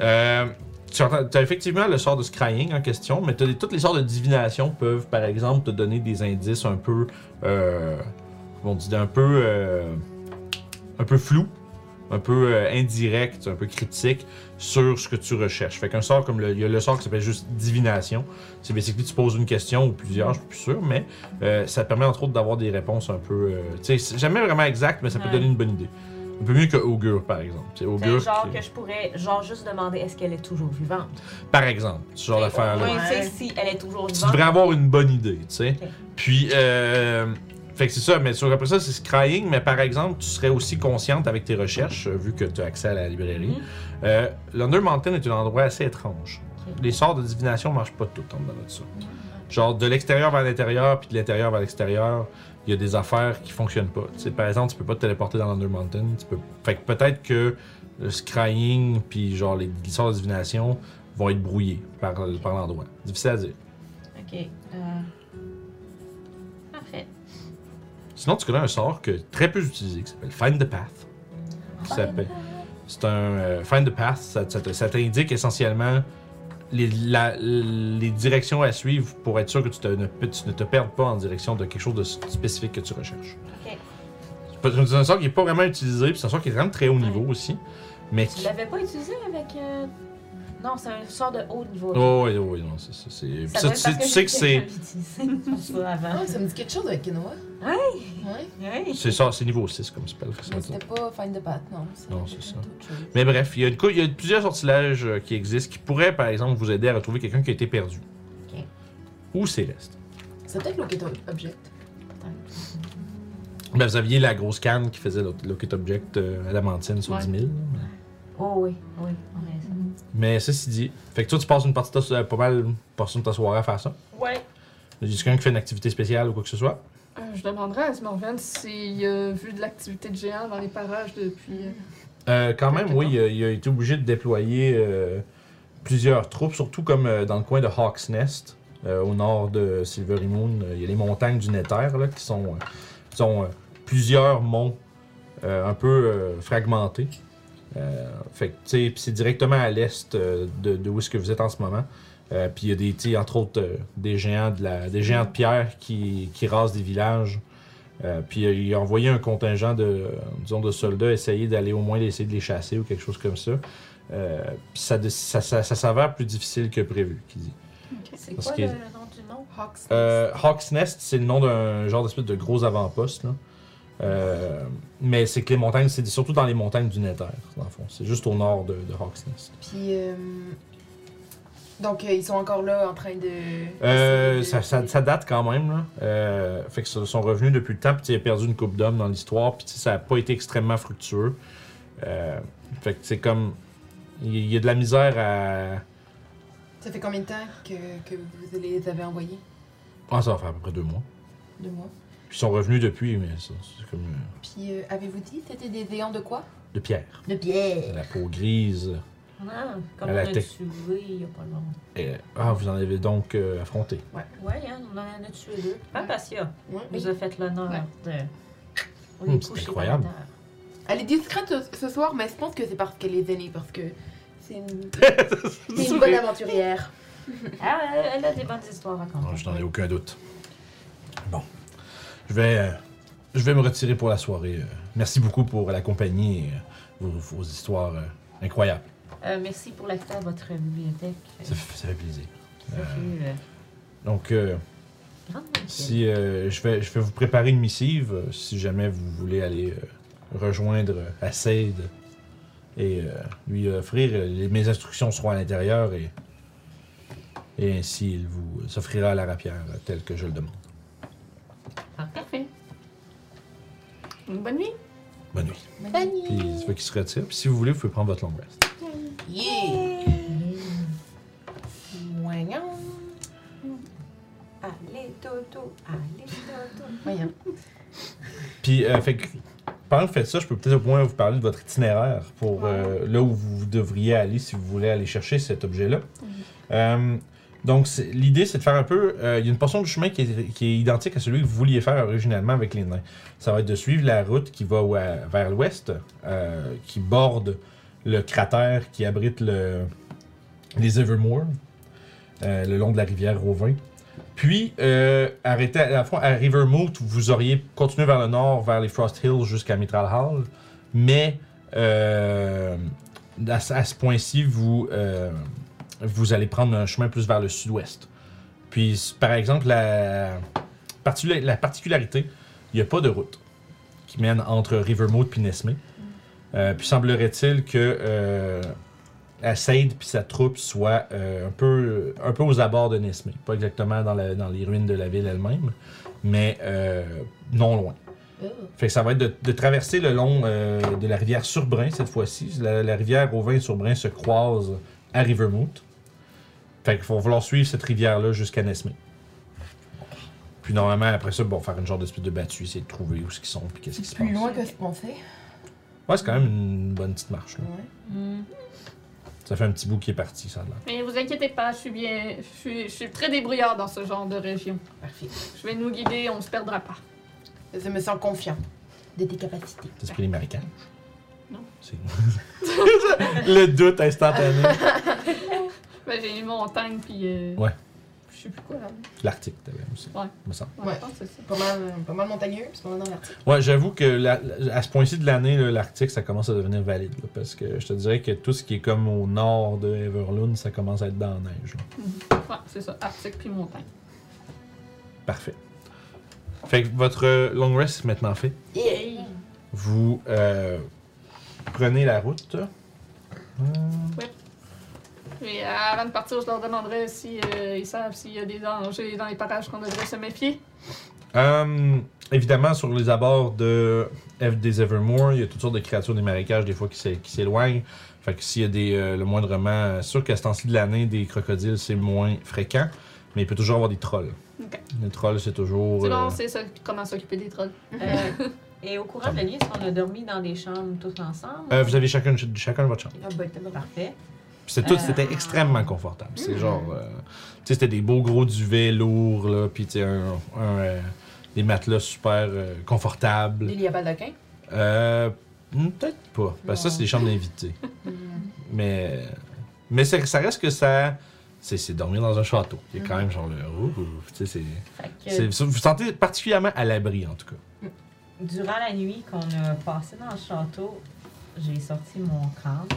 S1: Euh, tu as effectivement le sort de scrying en question, mais t'as des- toutes les sorts de divination peuvent, par exemple, te donner des indices un peu, euh, comment on dit, un peu, euh, un peu flou, un peu euh, indirect, un peu critique sur ce que tu recherches. Fait qu'un sort comme le, il y a le sort qui s'appelle juste divination, c'est basically tu poses une question ou plusieurs, je suis plus sûr, mais euh, ça te permet entre autres d'avoir des réponses un peu, euh, tu sais, c'est jamais vraiment exact, mais ça peut
S3: Ouais.
S1: donner une bonne idée. Un peu mieux que augure par exemple. C'est
S3: C'est le
S1: augure.
S3: genre
S1: qui-
S3: que je pourrais genre juste demander est-ce qu'elle est toujours vivante.
S1: par exemple, ce genre d'affaire là.
S3: Oui, tu sais,
S7: Ouais.
S3: si elle est toujours
S1: Tu
S3: vivante.
S1: devrais avoir une bonne idée, tu sais.
S3: Ok.
S1: Puis, euh, fait que c'est ça, mais sur, après ça, c'est scrying, mais par exemple, tu serais aussi consciente avec tes recherches, euh, vu que tu as accès à la librairie.
S3: Mhm.
S1: Euh, L'Under Mountain est un endroit assez étrange.
S3: Ok.
S1: Les sorts de divination ne marchent pas tout en dedans de ça. Genre, de l'extérieur vers l'intérieur, puis de l'intérieur vers l'extérieur, il y a des affaires qui fonctionnent pas. Tu sais, par exemple, tu peux pas te téléporter dans l'Under Mountain. Tu peux... Fait que peut-être que le scrying, puis genre les, les sorts de divination vont être brouillés par, par l'endroit. Difficile à dire.
S3: Ok. euh, Parfait.
S1: Sinon, tu connais un sort que très peu utilisé qui s'appelle Find the Path. Qui s'appelle- C'est un euh, Find the Path, ça, ça te- ça t'indique essentiellement les, la- les directions à suivre pour être sûr que tu, te- ne, tu ne te perdes pas en direction de quelque chose de spécifique que tu recherches.
S3: Ok.
S1: C'est pas- C'est un sort qui n'est pas vraiment utilisé, puis c'est un sort qui est quand même très haut niveau aussi. Mais
S3: Tu
S1: qui.
S3: l'avais pas utilisé avec. euh, Non, c'est un sort de haut niveau.
S1: Oh, oui, oui, non, c'est. c'est- c'est- puis
S3: Ça
S1: ça,
S3: doit
S1: tu
S3: être
S1: sais,
S3: parce
S1: tu sais que
S3: j'ai
S1: c'est.
S3: utilisé [laughs] ça avant.
S5: Ah, ça me dit quelque chose avec quinoa.
S3: Ouais.
S5: Ouais.
S3: Oui.
S1: C'est ça, c'est niveau 6 comme spell.
S5: Mais c'était pas Find the Path, non.
S1: Non, c'est ça.
S5: autre chose.
S1: Mais bref, il y a, une cou- il y a plusieurs sortilèges euh, qui existent qui pourraient, par exemple, vous aider à retrouver quelqu'un qui a été perdu.
S3: Ok.
S1: Ou céleste.
S5: C'est peut-être Locate Object.
S1: Ben, vous aviez la grosse canne qui faisait le- Locate Object euh, à l'amantine sur
S2: Ouais.
S1: 10 000.
S3: Oh oui, oui. on a ça.
S1: Mais ceci dit, fait que toi, tu passes une partie de ta, euh, pas mal une portion de ta soirée à faire ça.
S3: Ouais.
S1: Y a quelqu'un qui fait une activité spéciale ou quoi que ce soit.
S2: Euh, je demanderais à Smorven s'il a vu de l'activité de géant dans les parages depuis. euh,
S1: Euh, quand même,
S2: D'accord.
S1: oui, il a, il a été obligé de déployer euh, plusieurs troupes, surtout comme euh, dans le coin de Hawk's Nest, euh, au nord de Silvery Moon. Euh, Il y a les montagnes du Nether, là, qui sont, euh, qui sont euh, plusieurs monts euh, un peu euh, fragmentés. Euh, fait que, tu sais, puis c'est directement à l'est euh, de, de où est-ce que vous êtes en ce moment. Euh, puis il y a des, tu sais, entre autres, euh, des géants de la, des géants de pierre qui, qui rasent des villages. Euh, puis euh, il a envoyé un contingent de, euh, disons, de soldats essayer d'aller au moins essayer de les chasser ou quelque chose comme ça. Euh, puis ça, dé- ça, ça- ça s'avère plus difficile que prévu, qui dit.
S7: C'est
S1: Parce
S7: quoi
S1: que-
S7: le, le nom du nom? Hawks.
S1: Euh, Hawk's Nest, c'est le nom d'un genre d'espèce de gros avant-poste. là. Euh, mais c'est que les montagnes, c'est surtout dans les montagnes du Nether, dans le fond. C'est juste au nord de, de Hawk's Nest.
S5: Puis. euh, Donc, euh, ils sont encore là en train de.
S1: Euh,
S5: de-
S1: ça, ça- ça date quand même. Là. Euh, fait que ils sont revenus depuis le temps, puis tu sais, il a perdu une coupe d'hommes dans l'histoire, puis tu sais, ça n'a pas été extrêmement fructueux. Euh, fait que c'est comme. Il y- il y a de la misère à.
S5: Ça fait combien de temps que, que vous les avez envoyés
S1: Ah, ça va faire à peu près deux mois.
S5: Deux mois.
S1: Puis ils sont revenus depuis, mais ça, c'est comme. euh,
S5: Puis, euh, avez-vous dit c'était des déons de quoi
S1: de pierre.
S7: De bière.
S1: La peau grise.
S3: Ah, comme
S1: Elle
S3: on
S1: a
S3: a
S1: été-
S3: tué il n'y a pas longtemps.
S1: Et- ah, vous en avez donc euh, affronté.
S3: Ouais, hein, on en a tué deux. Ah, Passia
S5: Ouais,
S3: nous a fait l'honneur
S2: Ouais.
S3: de.
S1: Hum, c'est incroyable.
S5: Elle est discrète ce- ce soir, mais je pense que c'est parce qu'elle est aînée, parce que
S1: [laughs]
S5: c'est une, c'est une bonne aventurière.
S3: Ah, elle, elle a des bonnes histoires à
S8: Non,
S1: Ah,
S3: raconter.
S8: je n'en ai aucun doute. Bon. Je vais, euh, je vais me retirer pour la soirée. euh. Merci beaucoup pour la compagnie et euh, vos, vos histoires euh, incroyables.
S3: Euh, merci pour l'accès à votre bibliothèque.
S8: Ça, fait- ça fait plaisir.
S3: Ça fait, euh,
S1: Donc, euh,
S3: grande
S1: si euh, je, vais, je vais vous préparer une missive, euh, si jamais vous voulez aller euh, rejoindre euh, Assaid et euh, lui offrir. euh, les- mes instructions seront à l'intérieur et, et ainsi il vous s'offrira à la rapière euh, tel que je le demande.
S2: Parfait. Une bonne nuit.
S1: Bonne nuit. Puis il faut qu'il se retire. Puis si vous voulez, vous pouvez prendre votre long rest.
S5: Yeah!
S7: Moignon.
S3: Allez, Toto, allez, Toto.
S5: Voyons.
S1: Puis, euh, fait que, pendant que vous faites ça, je peux peut-être au moins vous parler de votre itinéraire pour euh, là où vous devriez aller si vous voulez aller chercher cet objet-là. Euh, donc, c'est- l'idée, c'est de faire un peu. euh, Il y a une portion du chemin qui est, qui est identique à celui que vous vouliez faire originalement avec les nains. Ça va être de suivre la route qui va ou- à- vers l'ouest, euh, qui borde le cratère qui abrite le, les Evermore, euh, le long de la rivière Rovin. Puis, euh, arrêtez à la fois à Rivermouth, vous auriez continué vers le nord, vers les Frost Hills jusqu'à Mitral Hall. Mais euh, à, ce- à ce point-ci, vous, euh, vous allez prendre un chemin plus vers le sud-ouest. Puis, s- par exemple, la, particula- la particularité, il n'y a pas de route qui mène entre Rivermouth et Nesme. Euh, puis, semblerait-il que euh, Assaid puis sa troupe soit euh, un, peu, un peu aux abords de Nesmé. Pas exactement dans, la- dans les ruines de la ville elle-même, mais euh, non loin.
S5: Oh.
S1: Fait que ça va être de, de traverser le long euh, de la rivière Surbrun cette fois-ci. La, la rivière Auvin et Surbrun se croise à Rivermouth. Fait qu'il faut vouloir suivre cette rivière-là jusqu'à Nesmé. Puis normalement, après ça, bon, faire une genre d'espèce de battue, essayer de trouver où ce qu'ils sont puis qu'est-ce qui se passe.
S5: Plus loin que ce qu'on fait.
S1: Ouais, c'est quand même une bonne petite marche. là.
S5: Ouais.
S1: Ça fait un petit bout qui est parti, ça a l'air.
S2: Mm. Mais vous inquiétez pas, je suis bien. Je suis, je suis très débrouillard dans ce genre de région.
S5: Parfait.
S2: Je vais nous guider, on se perdra pas.
S5: Je me sens confiant de tes capacités.
S1: C'est ce que les Américains.
S2: Non.
S1: C'est- [laughs] le doute instantané.
S2: Ben, j'ai une montagne, puis. euh,
S1: Ouais.
S2: Je sais plus quoi là.
S1: L'Arctique, t'avais aussi.
S2: Ouais.
S1: me semble.
S2: Ouais,
S5: Ouais.
S2: je pense que c'est ça.
S5: Pas mal, pas mal montagneux, puis pas mal dans l'Arctique.
S1: Ouais, j'avoue que la- la- à ce point-ci de l'année, là, l'Arctique, ça commence à devenir valide. là, parce que je te dirais que tout ce qui est comme au nord de Everlune, ça commence à être dans la neige. là.
S2: Ouais, c'est ça. Arctique puis montagne.
S1: Parfait. Fait que votre euh, long rest est maintenant fait.
S5: Yeah!
S1: Vous euh, prenez la route. Hum.
S2: Mais avant de partir, je leur demanderai si euh, ils savent s'il y a des dangers dans les parages qu'on devrait se méfier.
S1: Euh, évidemment, sur les abords de F des Evermore, il y a toutes sortes de créatures des marécages des fois qui s'é- qui s'éloignent. Fait que s'il y a des, euh, le moindrement, euh, sûr qu'à ce temps-ci de l'année, des crocodiles, c'est moins fréquent, mais il peut toujours avoir des trolls.
S2: Ok.
S1: Les trolls, c'est toujours...
S2: C'est bon,
S1: euh,
S2: on sait ça, comment s'occuper des trolls.
S3: Euh, et au courant de la nuit, est-ce qu'on a dormi dans des chambres tous ensemble? ben,
S1: euh, vous avez chacun, chacun votre chambre.
S7: Ah, bah, t'as pas-
S3: Parfait.
S1: Puis
S2: Euh.
S1: c'est tout, c'était extrêmement confortable.
S2: Mm.
S1: C'est genre, euh, tu sais, c'était des beaux gros duvets lourds, là, puis tu sais, un- un, euh, des matelas super euh, confortables.
S5: Il y a pas de coquin?
S1: Euh, hmm, peut-être pas. Parce que ça, c'est des chambres d'invités.
S5: Mm.
S1: mais mais ça, ça reste que ça. C'est, c'est dormir dans un château. Il y a quand même genre le. ouh, ouh, tu sais, c'est-
S3: Fait que,
S1: c'est- vous vous sentez particulièrement à l'abri, en tout cas. [laughs]
S3: durant la nuit qu'on a passé dans le château, j'ai sorti mon crâne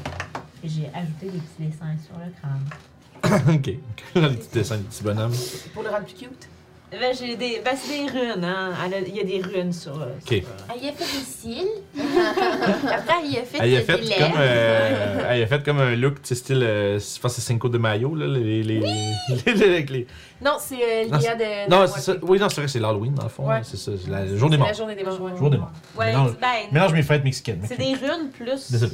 S3: et j'ai ajouté des petits dessins sur le crâne.
S1: ok. le petit dessin du petit bonhomme.
S5: Pour le rendre plus cute.
S3: Ben, j'ai des. Ben, c'est des runes, hein. Elle a- Il y a des runes sur. euh,
S1: Ok.
S7: Ah, il a fait des cils. Après, il a fait,
S1: Elle y Ah, a
S7: des
S1: fait
S7: lèvres.
S1: comme, euh, elle y a fait comme un look, tu sais, style. euh, je pense que c'est Cinco de Mayo, là. Les, les, les- les- avec les-
S5: Non, c'est euh,
S1: Non,
S5: l'IA de.
S1: Non,
S5: de-
S1: c'est ça. Oui, non, c'est vrai, c'est l'Halloween, dans le fond.
S5: Ouais.
S1: là, C'est ça. C'est la- le jour des
S5: C'est
S1: morts.
S5: La journée des morts.
S1: Le jour des morts.
S3: Ouais,
S1: euh, Mélange,
S3: ben,
S1: mélange mes fêtes mexicaines.
S3: c'est des runes plus.
S1: Désolé.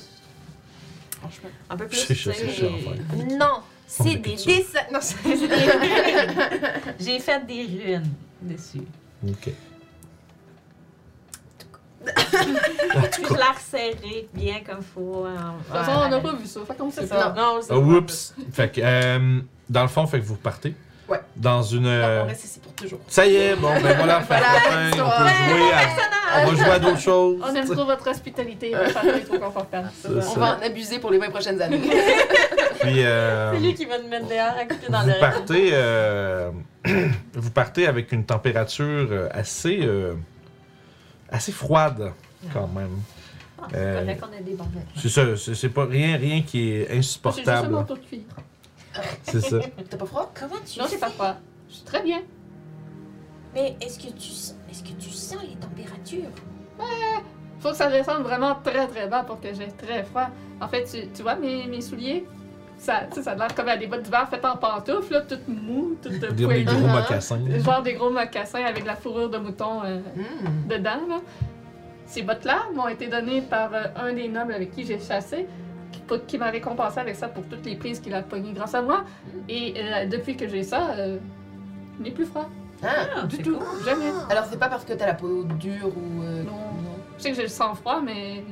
S5: Franchement.
S3: Un peu plus.
S1: C'est chiant, c'est
S3: tu sais,
S1: chiant à faire.
S7: Non, c'est
S1: de
S7: des
S1: culture.
S7: dessins. Non, c'est
S3: c'est des runes. J'ai fait des runes dessus.
S1: Ok.
S3: Puis je la resserré bien comme faut. hein.
S2: De toute façon, on n'a pas vu ça. Fait qu'on sait
S5: C'est
S2: pas.
S5: ça. Non,
S1: Ah, Oups! Fait que, euh, dans le fond, fait que vous repartez.
S5: Ouais.
S1: Dans une. euh,
S5: on reste ici pour toujours.
S1: Ça y est, bon, ben voilà, fin de
S5: Voilà,
S1: fin, on
S5: l'histoire.
S1: peut jouer à. On va jouer à d'autres choses.
S2: On aime trop votre hospitalité, votre accueil trop confortable.
S1: C'est
S5: On
S1: ça.
S5: va en abuser pour les 20 prochaines années.
S1: Puis, euh,
S3: C'est lui qui va nous mettre dehors à couper dans
S1: vous
S3: le
S1: partez, euh, [clears throat] vous partez avec une température euh, assez, euh, assez froide quand même.
S3: Ah, c'est
S1: Euh,
S3: correct qu'on a des bons vêtements.
S1: C'est ça, c'est c'est pas rien, rien qui est
S2: J'ai juste un
S1: insupportable.
S2: manteau de cuir.
S1: C'est ça.
S5: [laughs] [laughs] T'as pas froid? Comment tu.
S2: Non, j'ai pas froid. Je suis très bien.
S7: Mais est-ce que tu sens, est-ce que tu sens les températures
S2: Faut que ça descende vraiment très très bas pour que j'ai très froid. En fait, tu, tu vois mes, mes souliers? Ça, tu sais, ça a l'air comme à des bottes d'hiver faites en pantoufles, là, toutes moues, toutes
S1: Dire des gros
S2: poilues.
S1: mocassins.
S2: Genre des gros mocassins avec de la fourrure de mouton euh,
S5: Hmm.
S2: dedans. Là. Ces bottes-là m'ont été données par euh, un des nobles avec qui j'ai chassé, qui, pour- qui m'a récompensé avec ça pour toutes les prises qu'il a pognées grâce à moi. Et euh, depuis que j'ai ça, euh, je n'ai plus froid.
S3: Ah,
S2: Du
S3: c'est
S2: tout,
S3: cool.
S2: jamais.
S5: Alors, c'est pas parce que t'as la peau dure ou. euh,
S2: Non. Je sais que j'ai le sang froid, mais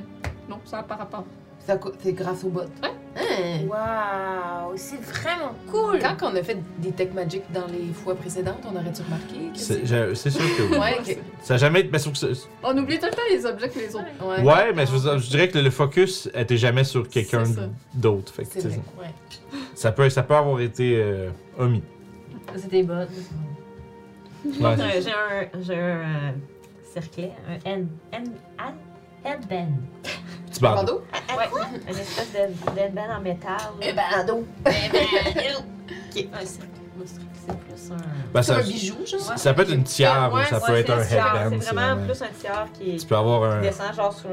S2: non, ça n'a pas rapport.
S5: C'est à co- c'est grâce aux bottes.
S2: Ouais.
S5: Hein.
S7: Waouh, c'est vraiment cool.
S5: Quand on a fait des tech magic dans les fois précédentes, on aurait-tu remarqué? que
S1: C'est je- c'est sûr que oui.
S5: Ouais, que-
S1: Ça a jamais été. mais sauf que ça-
S2: On oublie tout le temps les objets que les autres.
S5: ouais.
S1: Ouais, mais je, veux dire, je dirais que le focus était jamais sur quelqu'un
S2: C'est ça.
S1: d'autre. Fait que,
S5: C'est
S1: tu sais,
S5: vrai. Ouais.
S1: ça, peut, ça peut avoir été euh, omis.
S3: C'était bon.
S1: Ouais.
S3: Euh, J'ai un, j'ai un euh, cerclet, un head, head, head- headband.
S1: Petit bandeau.
S5: Bandeau?
S3: Ben. Ouais, une espèce de- d'headband en métal.
S5: Eh
S7: Euh,
S5: ben,
S3: là.
S5: Ah,
S7: Bando. ben,
S3: Ok, un cercle. Moi, je trouve que C'est plus un.
S1: Ben,
S5: C'est
S1: ça,
S5: un bijou, genre?
S3: Ouais.
S1: ça peut être une tiare ou
S3: Ouais,
S1: Ah, ça
S3: ouais,
S1: peut être
S3: c'est
S1: un
S3: tiare.
S1: headband.
S3: C'est
S1: c'est
S3: vraiment
S1: vraiment-
S3: plus un tiers qui,
S1: Tu peux avoir
S3: qui
S1: un,
S3: descend genre sur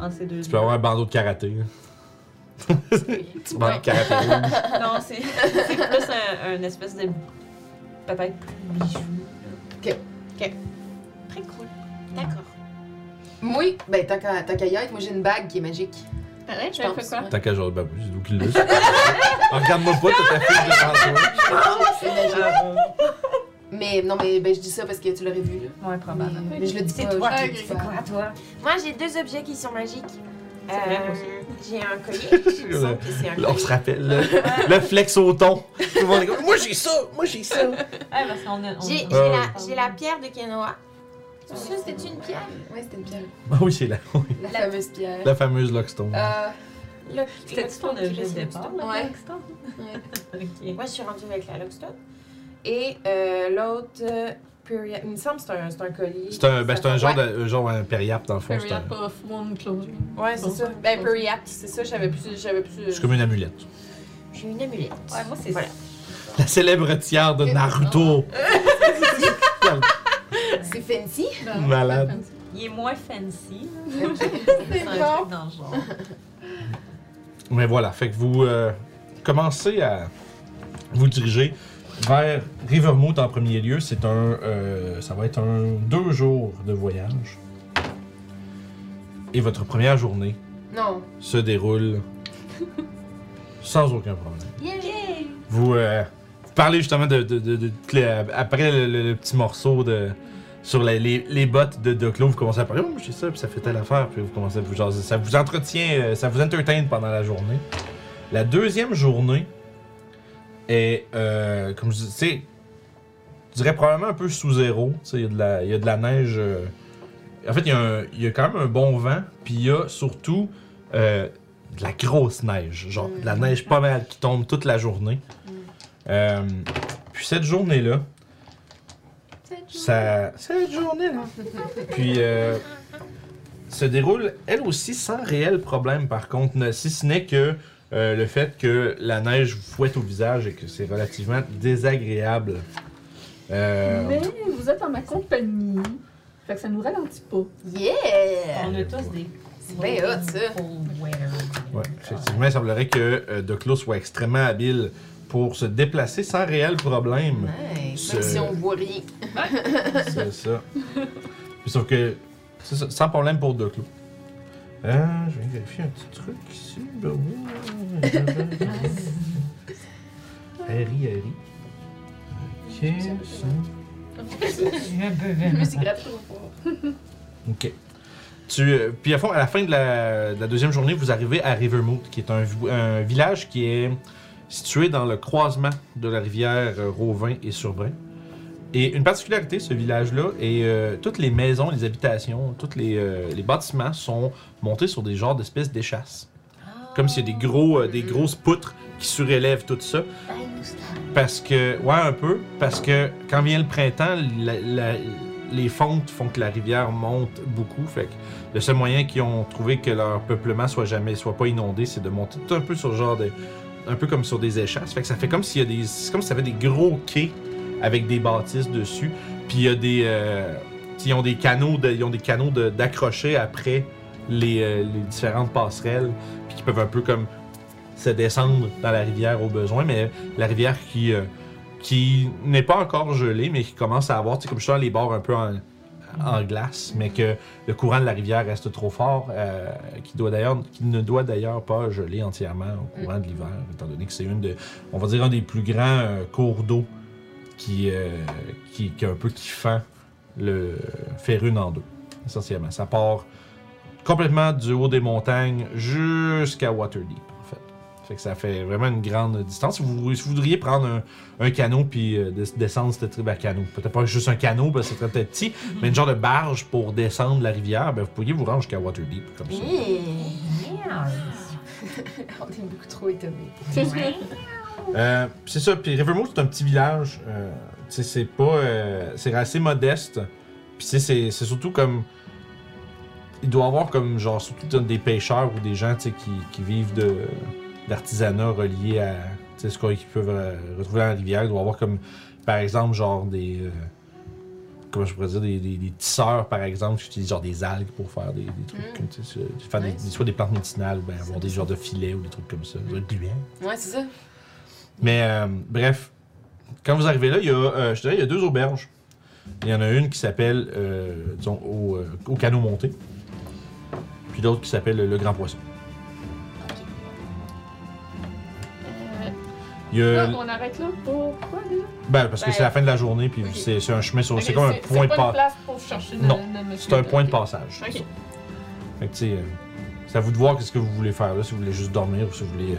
S3: entre ces deux.
S1: tu peux avoir un bandeau de karaté. là. Petit bandeau de karaté. rouge.
S3: Non, c'est c'est plus un, un espèce de peut-être plus bijou. là.
S5: Ok.
S3: Ok. Très cool.
S7: D'accord.
S5: Oui, ben tant qu'à tant qu'à y être, moi j'ai une bague qui est magique. [laughs]
S2: Pareil,
S5: Je
S2: je fais
S5: pense.
S2: quoi?
S1: [laughs] Tant qu'à genre, ben, c'est nous qui l'a. [laughs] Regarde-moi pas, t'as ta fille devant toi.
S5: C'est magique.
S3: Bravo.
S5: Mais non, mais ben, je dis ça parce que tu l'aurais vu, là.
S4: Ouais, probablement.
S5: Mais, mais je le dis
S7: C'est
S5: pas.
S7: toi
S5: je le
S2: qui-
S5: dis
S2: c'est
S5: pas.
S4: Quoi, toi?
S7: Moi, j'ai deux objets qui sont magiques. Euh,
S3: C'est vrai, moi aussi.
S7: J'ai un collier. Il me semble que c'est un
S1: Là, on se
S7: collier.
S1: rappelle, là, le flex au ton. Tout le monde est comme, moi j'ai ça, moi j'ai ça.
S3: Ouais, Ah, parce qu'on a. on-
S7: J'ai Euh. j'ai
S3: on-
S1: Ouais,
S7: la, j'ai la pierre de Kenoa. Tu sais, c'est une pierre.
S5: Ouais, c'était une pierre.
S1: Ah oui, c'est la, oui,
S5: La, fameuse pierre.
S1: la fameuse Lockstone.
S5: Euh,
S7: Le-
S3: C'était-tu ton
S7: le-
S3: objet
S7: le-
S3: de départ, la
S5: Ouais.
S3: Blackstone? [laughs] Ok.
S7: Moi, je suis rendue avec la Lockstone.
S5: et euh, l'autre, euh, Pyria- il me semble que c'est un, c'est un collier.
S1: C'est un, ben, c'est un genre
S5: Ouais.
S1: de, un genre impériable dans le fond. C'est
S2: Fairy
S1: un-
S2: Up of One Closure.
S5: Ouais, c'est ça. Ben, Periapt, c'est ça, j'avais plus. J'avais plus.
S1: c'est comme une amulette. [laughs]
S7: J'ai une amulette.
S3: Ouais, moi, c'est
S7: Voilà.
S1: La célèbre tiare de Naruto.
S5: C'est fancy.
S2: Non,
S1: Malade.
S2: pas Ben, comme ça.
S3: Il est moins fancy. là.
S5: C'est
S3: C'est un
S5: bon.
S3: truc dans le genre.
S1: Mais voilà, fait que vous euh, commencez à vous diriger vers Rivermouth en premier lieu. C'est un, euh, ça va être un deux jours de voyage. Et votre première journée
S5: Non.
S1: se déroule sans aucun problème.
S3: Yay!
S1: Vous, euh, vous parlez justement de, de- de- de- de- le- après le, le- le petit morceau de sur la- les, les bottes de Doclo, vous commencez à parler, oh, c'est ça, puis ça fait telle affaire, puis vous commencez à vous jaser. Ça vous entretient, euh, ça vous entertain pendant la journée. La deuxième journée est, euh, comme je dis- tu sais, je dirais probablement un peu sous zéro. Tu sais, Il y, a de la- il y a de la neige. euh, en fait, il y, a un- il y a quand même un bon vent, puis il y a surtout euh, de la grosse neige, genre de la neige pas mal qui tombe toute la journée. Euh, puis cette journée-là, ça, cette journée-là, puis euh, se déroule elle aussi sans réel problème par contre, ne- si ce n'est que euh, le fait que la neige vous fouette au visage et que c'est relativement désagréable. Euh,
S2: Mais vous êtes en ma compagnie. Fait que ça nous ralentit pas.
S5: Yeah!
S3: On a tous des.
S5: C'est bien hot, ça.
S3: Full-wear.
S1: Ouais, effectivement, il semblerait que euh, Doclo soit extrêmement habile pour se déplacer sans réel problème.
S5: Nice.
S1: Ce-
S5: Même si on voit rien.
S1: C'est ça. Puis Sauf que, c'est ça, sans problème pour Doclo. Euh, je vais vérifier un petit truc ici. Ben oui. Harry, Harry. Ok, ça.
S5: Mais c'est gratuit.
S1: Ok. Tu, euh, puis à fond, à la fin de la, de la deuxième journée, vous arrivez à Rivermouth, qui est un, vi- un village qui est situé dans le croisement de la rivière euh, Rauvin et Surbrun. Et une particularité de ce village-là est euh, toutes les maisons, les habitations, tous les, euh, les bâtiments sont montés sur des genres d'espèces d'échasses. Comme s'il y a des, gros, euh, des grosses poutres qui surélèvent tout ça. Parce que, ouais, un peu, parce que quand vient le printemps, la- la- les fontes font que la rivière monte beaucoup. Fait que le seul moyen qu'ils ont trouvé que leur peuplement soit jamais, soit pas inondé, c'est de monter tout un peu sur genre de, un peu comme sur des échasses. Fait que ça fait comme s'il y a des, c'est comme si ça avait des gros quais avec des bâtisses dessus. Puis il y a des, euh, ils ont des canaux, de- ils ont des canaux de- d'accrocher après les, euh, les différentes passerelles, puis qui peuvent un peu comme se descendre dans la rivière au besoin, mais la rivière qui euh, qui n'est pas encore gelée, mais qui commence à avoir, tu sais, comme je dis, les bords un peu en, en glace, mais que le courant de la rivière reste trop fort, euh, qui, doit d'ailleurs, qui ne doit d'ailleurs pas geler entièrement au courant de l'hiver, étant donné que c'est une de, on va dire, un des plus grands euh, cours d'eau qui, euh, qui, qui un peu qui fend le faire une en deux, essentiellement. Ça part complètement du haut des montagnes jusqu'à Waterdeep, en fait. Fait que ça fait vraiment une grande distance. Si vous, si vous voudriez prendre un, un canot puis euh, des- descendre cette tribu à canot, peut-être pas juste un canot parce que c'est peut-être petit, mais une genre de barge pour descendre la rivière, ben vous pourriez vous rendre jusqu'à Waterdeep comme
S7: Mmh.
S1: ça.
S5: On est Oh, beaucoup trop étonnés.
S1: Euh, pis c'est ça, puis Rivermouth, c'est un petit village. euh, tu sais, c'est pas. euh, c'est assez modeste. Puis tu sais, c'est c'est surtout comme. Il doit y avoir comme, genre, surtout dans des pêcheurs ou des gens tu sais, qui, qui vivent de d'artisanat relié à tu sais, ce qu'on- qu'ils peuvent euh, retrouver dans la rivière. Il doit y avoir comme, par exemple, genre des. euh, comment je pourrais dire, des, des, des tisseurs, par exemple, qui utilisent genre des algues pour faire des, des trucs.
S5: Mm.
S1: comme, tu sais, se- faire des-
S5: Nice.
S1: des- soit des plantes médicinales ou bien avoir des genres de filets ou des trucs comme ça. Des gluants.
S5: Ouais, c'est ça.
S1: Mais euh, bref, quand vous arrivez là, il y a, euh, je dirais, il y a deux auberges. Il y en a une qui s'appelle, euh, disons, au, euh, au canot monté, puis l'autre qui s'appelle le Grand Poisson. Euh. Il y a-
S2: Là, on arrête là pour quoi déjà?
S1: ben, parce que
S2: Ah, ben,
S1: c'est la fin de la journée, puis
S5: ok.
S1: c'est c'est un chemin sur.
S2: Ok,
S1: c'est comme un point de
S2: pas
S1: passage.
S2: une place pour chercher de-
S1: Non,
S2: de monsieur.
S1: C'est un point de
S2: Ok.
S1: passage.
S2: Ok.
S1: ça. Fait que, tu sais, euh, c'est à vous de voir qu'est-ce que vous voulez faire là, si vous voulez juste dormir ou si vous voulez. euh,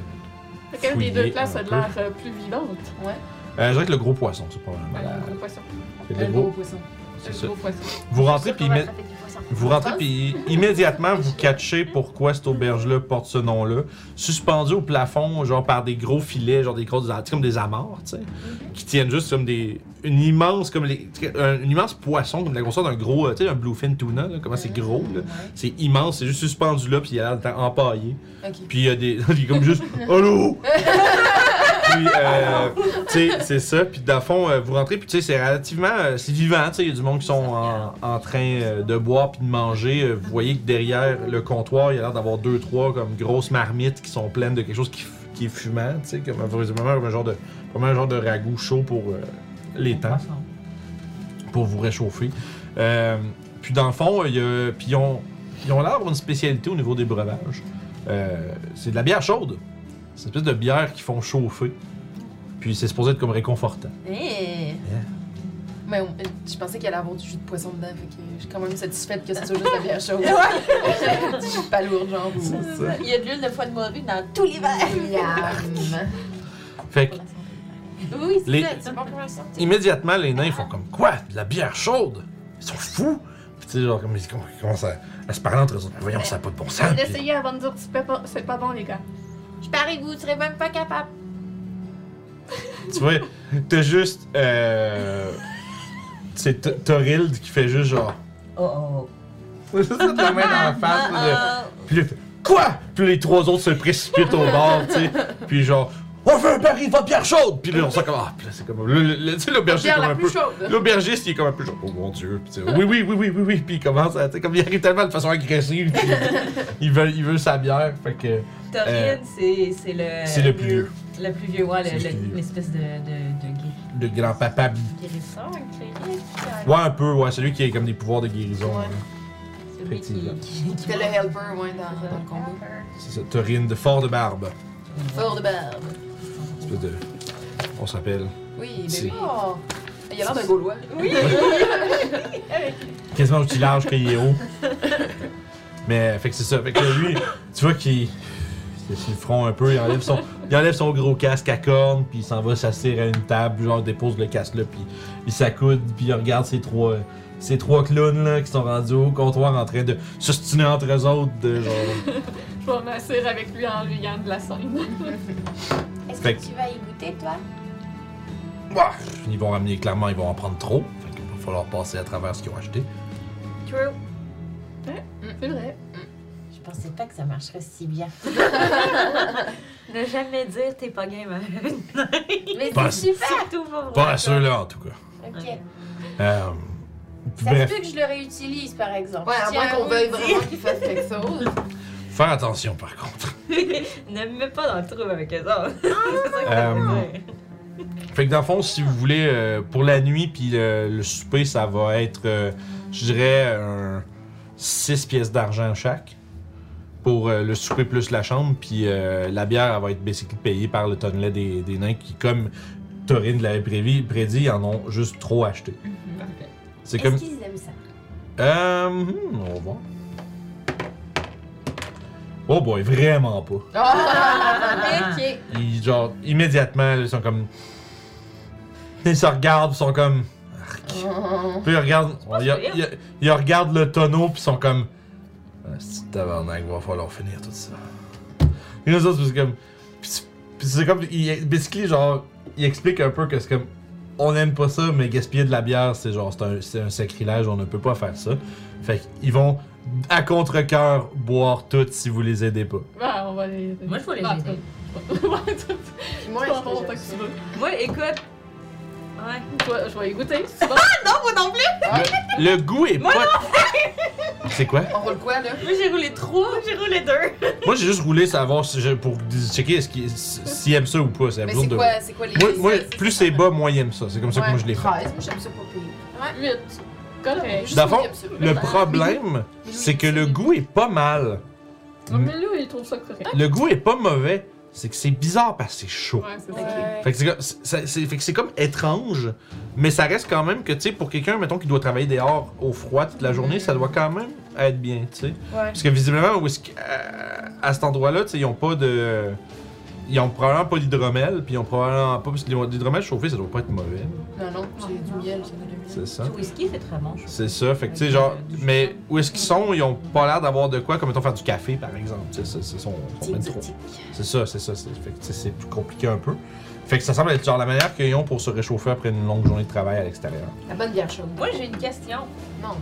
S2: Fait qu'une des
S1: Fouiller
S2: deux places
S1: un
S2: a de l'air euh, plus vivante. Ouais.
S1: euh, je dirais que le gros poisson, c'est probablement
S2: Un
S1: la.
S2: gros poisson.
S1: c'est le
S5: Un
S1: gros-
S5: gros poisson.
S1: c'est
S2: Un
S1: ça.
S2: gros poisson.
S1: Vous rentrez,
S7: Sûr qu'on
S1: puis
S7: va
S1: met-
S7: attraper des poissons.
S1: Vous rentrez, puis immédiatement, vous catchez pourquoi cette auberge-là porte ce nom-là. Suspendu au plafond, genre par des gros filets, genre des grosses, tu sais, comme des amarres, tu sais, qui tiennent juste comme des. Une immense, comme les, un, une immense poisson, comme la grosseur d'un gros, euh, tu sais, un bluefin tuna, là, comment c'est gros, là. C'est immense, c'est juste suspendu là, puis il a l'air d'être empaillé.
S5: Ok.
S1: Puis il y a des. [laughs] Il est comme juste. Allô! puis, euh, tu sais, c'est ça. Puis, dans le fond, euh, vous rentrez, puis, tu sais, c'est relativement. euh, c'est vivant, tu sais. Il y a du monde qui sont en, en train euh, de boire puis de manger. Euh, Vous voyez que derrière le comptoir, il y a l'air d'avoir deux, trois, comme grosses marmites qui sont pleines de quelque chose qui, f- qui est fumant, tu sais, comme, vraisemblablement comme un genre de, comme un genre de ragoût chaud pour euh, les temps pour vous réchauffer. Euh, puis dans le fond, euh, il y a- puis ils ont, ils ont l'air d'avoir une spécialité au niveau des breuvages. Euh, c'est de la bière chaude. C'est une espèce de bière qu'ils font chauffer. Puis c'est supposé être comme réconfortant.
S5: Eh. Mais on- je pensais qu'elle allait avoir du jus de poisson dedans, fait que je suis quand même satisfaite que ce soit juste la bière chaude. [laughs] du jus de palourde, genre. ou-
S7: Il y a de l'huile de foie de morue dans tous les verres.
S5: Miam.
S1: Fait que
S7: Oui, c'est
S1: Les-
S7: ça. C'est bon pour la santé.
S1: immédiatement, les nains font comme quoi De la bière chaude Ils sont fous Puis tu sais, genre, comme ils com- ils commencent à, à se parler entre eux autres. Voyons, ça n'a pas de bon sens. Puis-
S2: L'essayer avant de dire que c'est pas- c'est pas bon, les gars.
S7: Je parie que vous ne serez même pas capable.
S1: tu vois, t'as juste. Euh, c'est T- Torild qui fait juste genre.
S3: Oh
S1: [laughs]
S3: oh.
S1: Juste la main dans la
S3: Ah,
S1: face. là, de- Puis là, il fait, quoi? Puis les trois autres se précipitent au bord, tu sais. Puis genre, on veut un pari, va bière chaude! Puis là, on sent comme, ah, puis là, c'est comme, le- le- le- tu sais, l'aubergiste est
S5: Bière
S1: comme
S5: la
S1: un peu.
S5: plus chaude.
S1: L'aubergiste, il est comme un peu genre, oh mon dieu. Puis tu sais, oui, oui, oui, oui, oui, oui. Puis il commence à, tu sais, comme il arrive tellement de façon agressive. Puis [laughs] il veut, il veut sa bière. Fait que
S3: Taurine, c'est c'est le.
S1: Euh, c'est le plus vieux.
S3: Le plus vieux, ouais,
S1: C'est
S3: le-
S1: le
S3: le-
S1: plus vieux.
S3: l'espèce de, de, de gué-
S1: Le grand-papa.
S3: guérisseur, cléric.
S1: Ouais, un peu, ouais, celui qui a comme des pouvoirs de guérison.
S3: Ouais.
S1: hein.
S3: Celui qui.
S1: Effectivement.
S3: qui- qui-
S5: C'était le helper, ouais, dans, dans le combo.
S1: C'est ça, Taurine de Fort de Barbe.
S5: Fort de barbe.
S1: Espèce de. On s'appelle.
S5: Oui, ben
S7: Mmh.
S1: C'est-
S5: oui. Oh. Il a l'air d'un Gaulois. Oui.
S1: quasiment aussi large qu'il est haut. Mais fait que c'est ça. Fait que lui, tu vois qu'il il se le front un peu, il enlève son, il enlève son gros casque à cornes, puis il s'en va s'asseoir à une table, genre dépose le casque là, puis il s'accoude, puis il regarde ces trois, ces trois clowns là qui sont rendus au comptoir en train de s'ostiner entre eux autres, de genre.
S2: Je vais m'asseoir avec lui en riant de la scène.
S7: Est-ce
S1: Fait
S7: que
S1: que-
S7: tu vas y goûter, toi?
S1: Ouah! Ils vont ramener, clairement, ils vont en prendre trop. Fait que va falloir passer à travers ce qu'ils ont acheté.
S3: True.
S2: C'est vrai.
S7: Je pensais pas que ça marcherait si bien.
S3: [laughs] Ne jamais dire t'es pas game. à-
S7: Mais
S1: Pas,
S3: Surtout pas vrai.
S1: pas à ceux-là, en tout cas.
S7: Ok.
S1: Euh,
S7: Ça se
S1: bref,
S7: peut que je le réutilise, par exemple.
S5: Ouais, à
S7: Je
S5: moins
S7: tiens
S5: qu'on
S7: vous
S5: veuille
S7: le dire.
S5: vraiment qu'il fasse quelque chose.
S1: faire attention, par contre.
S3: ne me mets pas dans le trou avec eux autres.
S1: Euh, Fait que dans le fond, si vous voulez, euh, pour la nuit, puis euh, le souper, ça va être, euh, je dirais, 6 pièces d'argent chaque. Pour euh, le souper plus la chambre, puis euh, la bière, elle va être basically payée par le tonnelet des, des nains qui, comme Torine l'avait prévu, prédit, ils en ont juste trop acheté. C'est
S7: Est-ce
S1: comme.
S7: qu'ils aiment ça?
S1: Euh, hmm, on va voir. Oh boy, vraiment pas.
S5: Ah. ok.
S1: Ils, genre, immédiatement, là, ils sont comme. Ils se regardent, ils sont comme. Arc. Puis ils regardent.
S3: pas
S1: Ils,
S3: pire.
S1: ils- ils regardent le tonneau, puis ils sont comme. Ah, C'est tabarnak, va falloir finir tout ça. Et les autres, c'est comme. Puis c'est- puis c'est comme. Ils, basically, genre, ils expliquent un peu que c'est comme. On n'aime pas ça, mais gaspiller de la bière, c'est genre, c'est un, c'est un sacrilège, on ne peut pas faire ça. Fait qu'ils vont à contre-coeur boire toutes si vous les aidez pas.
S2: [laughs] Bah, on va les.
S3: Moi, je vais les
S2: Bah,
S3: aider.
S2: Ouais, toi,
S5: Puis moi,
S2: tu vas voir
S5: est-ce que
S2: tant
S5: j'aime
S2: que tu veux.
S3: Moi, écoute. Ouais.
S2: Toi, je vais y goûter. c'est bon.
S9: Le goût est pas. C'est quoi?
S5: ça? On roule quoi, là?
S3: Moi, j'ai roulé trois, j'ai roulé deux.
S1: Moi, j'ai juste roulé savoir si je- pour checker est-ce qu'il- s'il aime ça ou pas. C'est
S5: Mais
S1: absurde
S5: c'est
S1: de.
S5: quoi, c'est Ah, quoi les.
S1: Moi, moi, plus c'est bas, moins il aime ça. C'est comme ça que moi je l'ai fait.
S5: 13, moi, j'aime ça pas payer.
S2: Huit. Correct.
S1: Dans le fond, Le problème, c'est que le goût est pas mal.
S2: Mais lui, il trouve ça correct.
S1: Le goût est pas mauvais. C'est que c'est bizarre parce que c'est chaud.
S2: Ouais, c'est ça.
S5: Ouais.
S1: Fait que c'est comme- c'est c'est- fait que c'est comme étrange, mais ça reste quand même que, tu sais, pour quelqu'un, mettons, qui doit travailler dehors au froid toute la journée, ça doit quand même être bien, tu sais. Parce que visiblement, où est-ce que- à, à cet endroit-là, tu sais, ils ont pas de. Ils ont probablement pas d'hydromel, puis ils ont probablement pas. Parce que l'hydromel chauffé, ça doit pas être mauvais.
S5: Non, non, j'ai du miel, j'en ai du miel.
S1: C'est ça.
S3: Du whisky, c'est très bon. je trouve.
S1: C'est ça, fait que tu sais, genre, mais où est-ce qu'ils sont? Ils ont pas l'air d'avoir de quoi, comme mettons faire du café par exemple, tu sais, c'est- c'est son, son
S7: Tic, tic,
S1: 23.
S7: tic.
S1: C'est ça, c'est ça, c'est fait que tu sais, c'est plus compliqué un peu. Fait que ça semble être genre la manière qu'ils ont pour se réchauffer après une longue journée de travail à l'extérieur.
S5: La bonne bière chaude.
S3: Moi, j'ai une question.
S5: Non.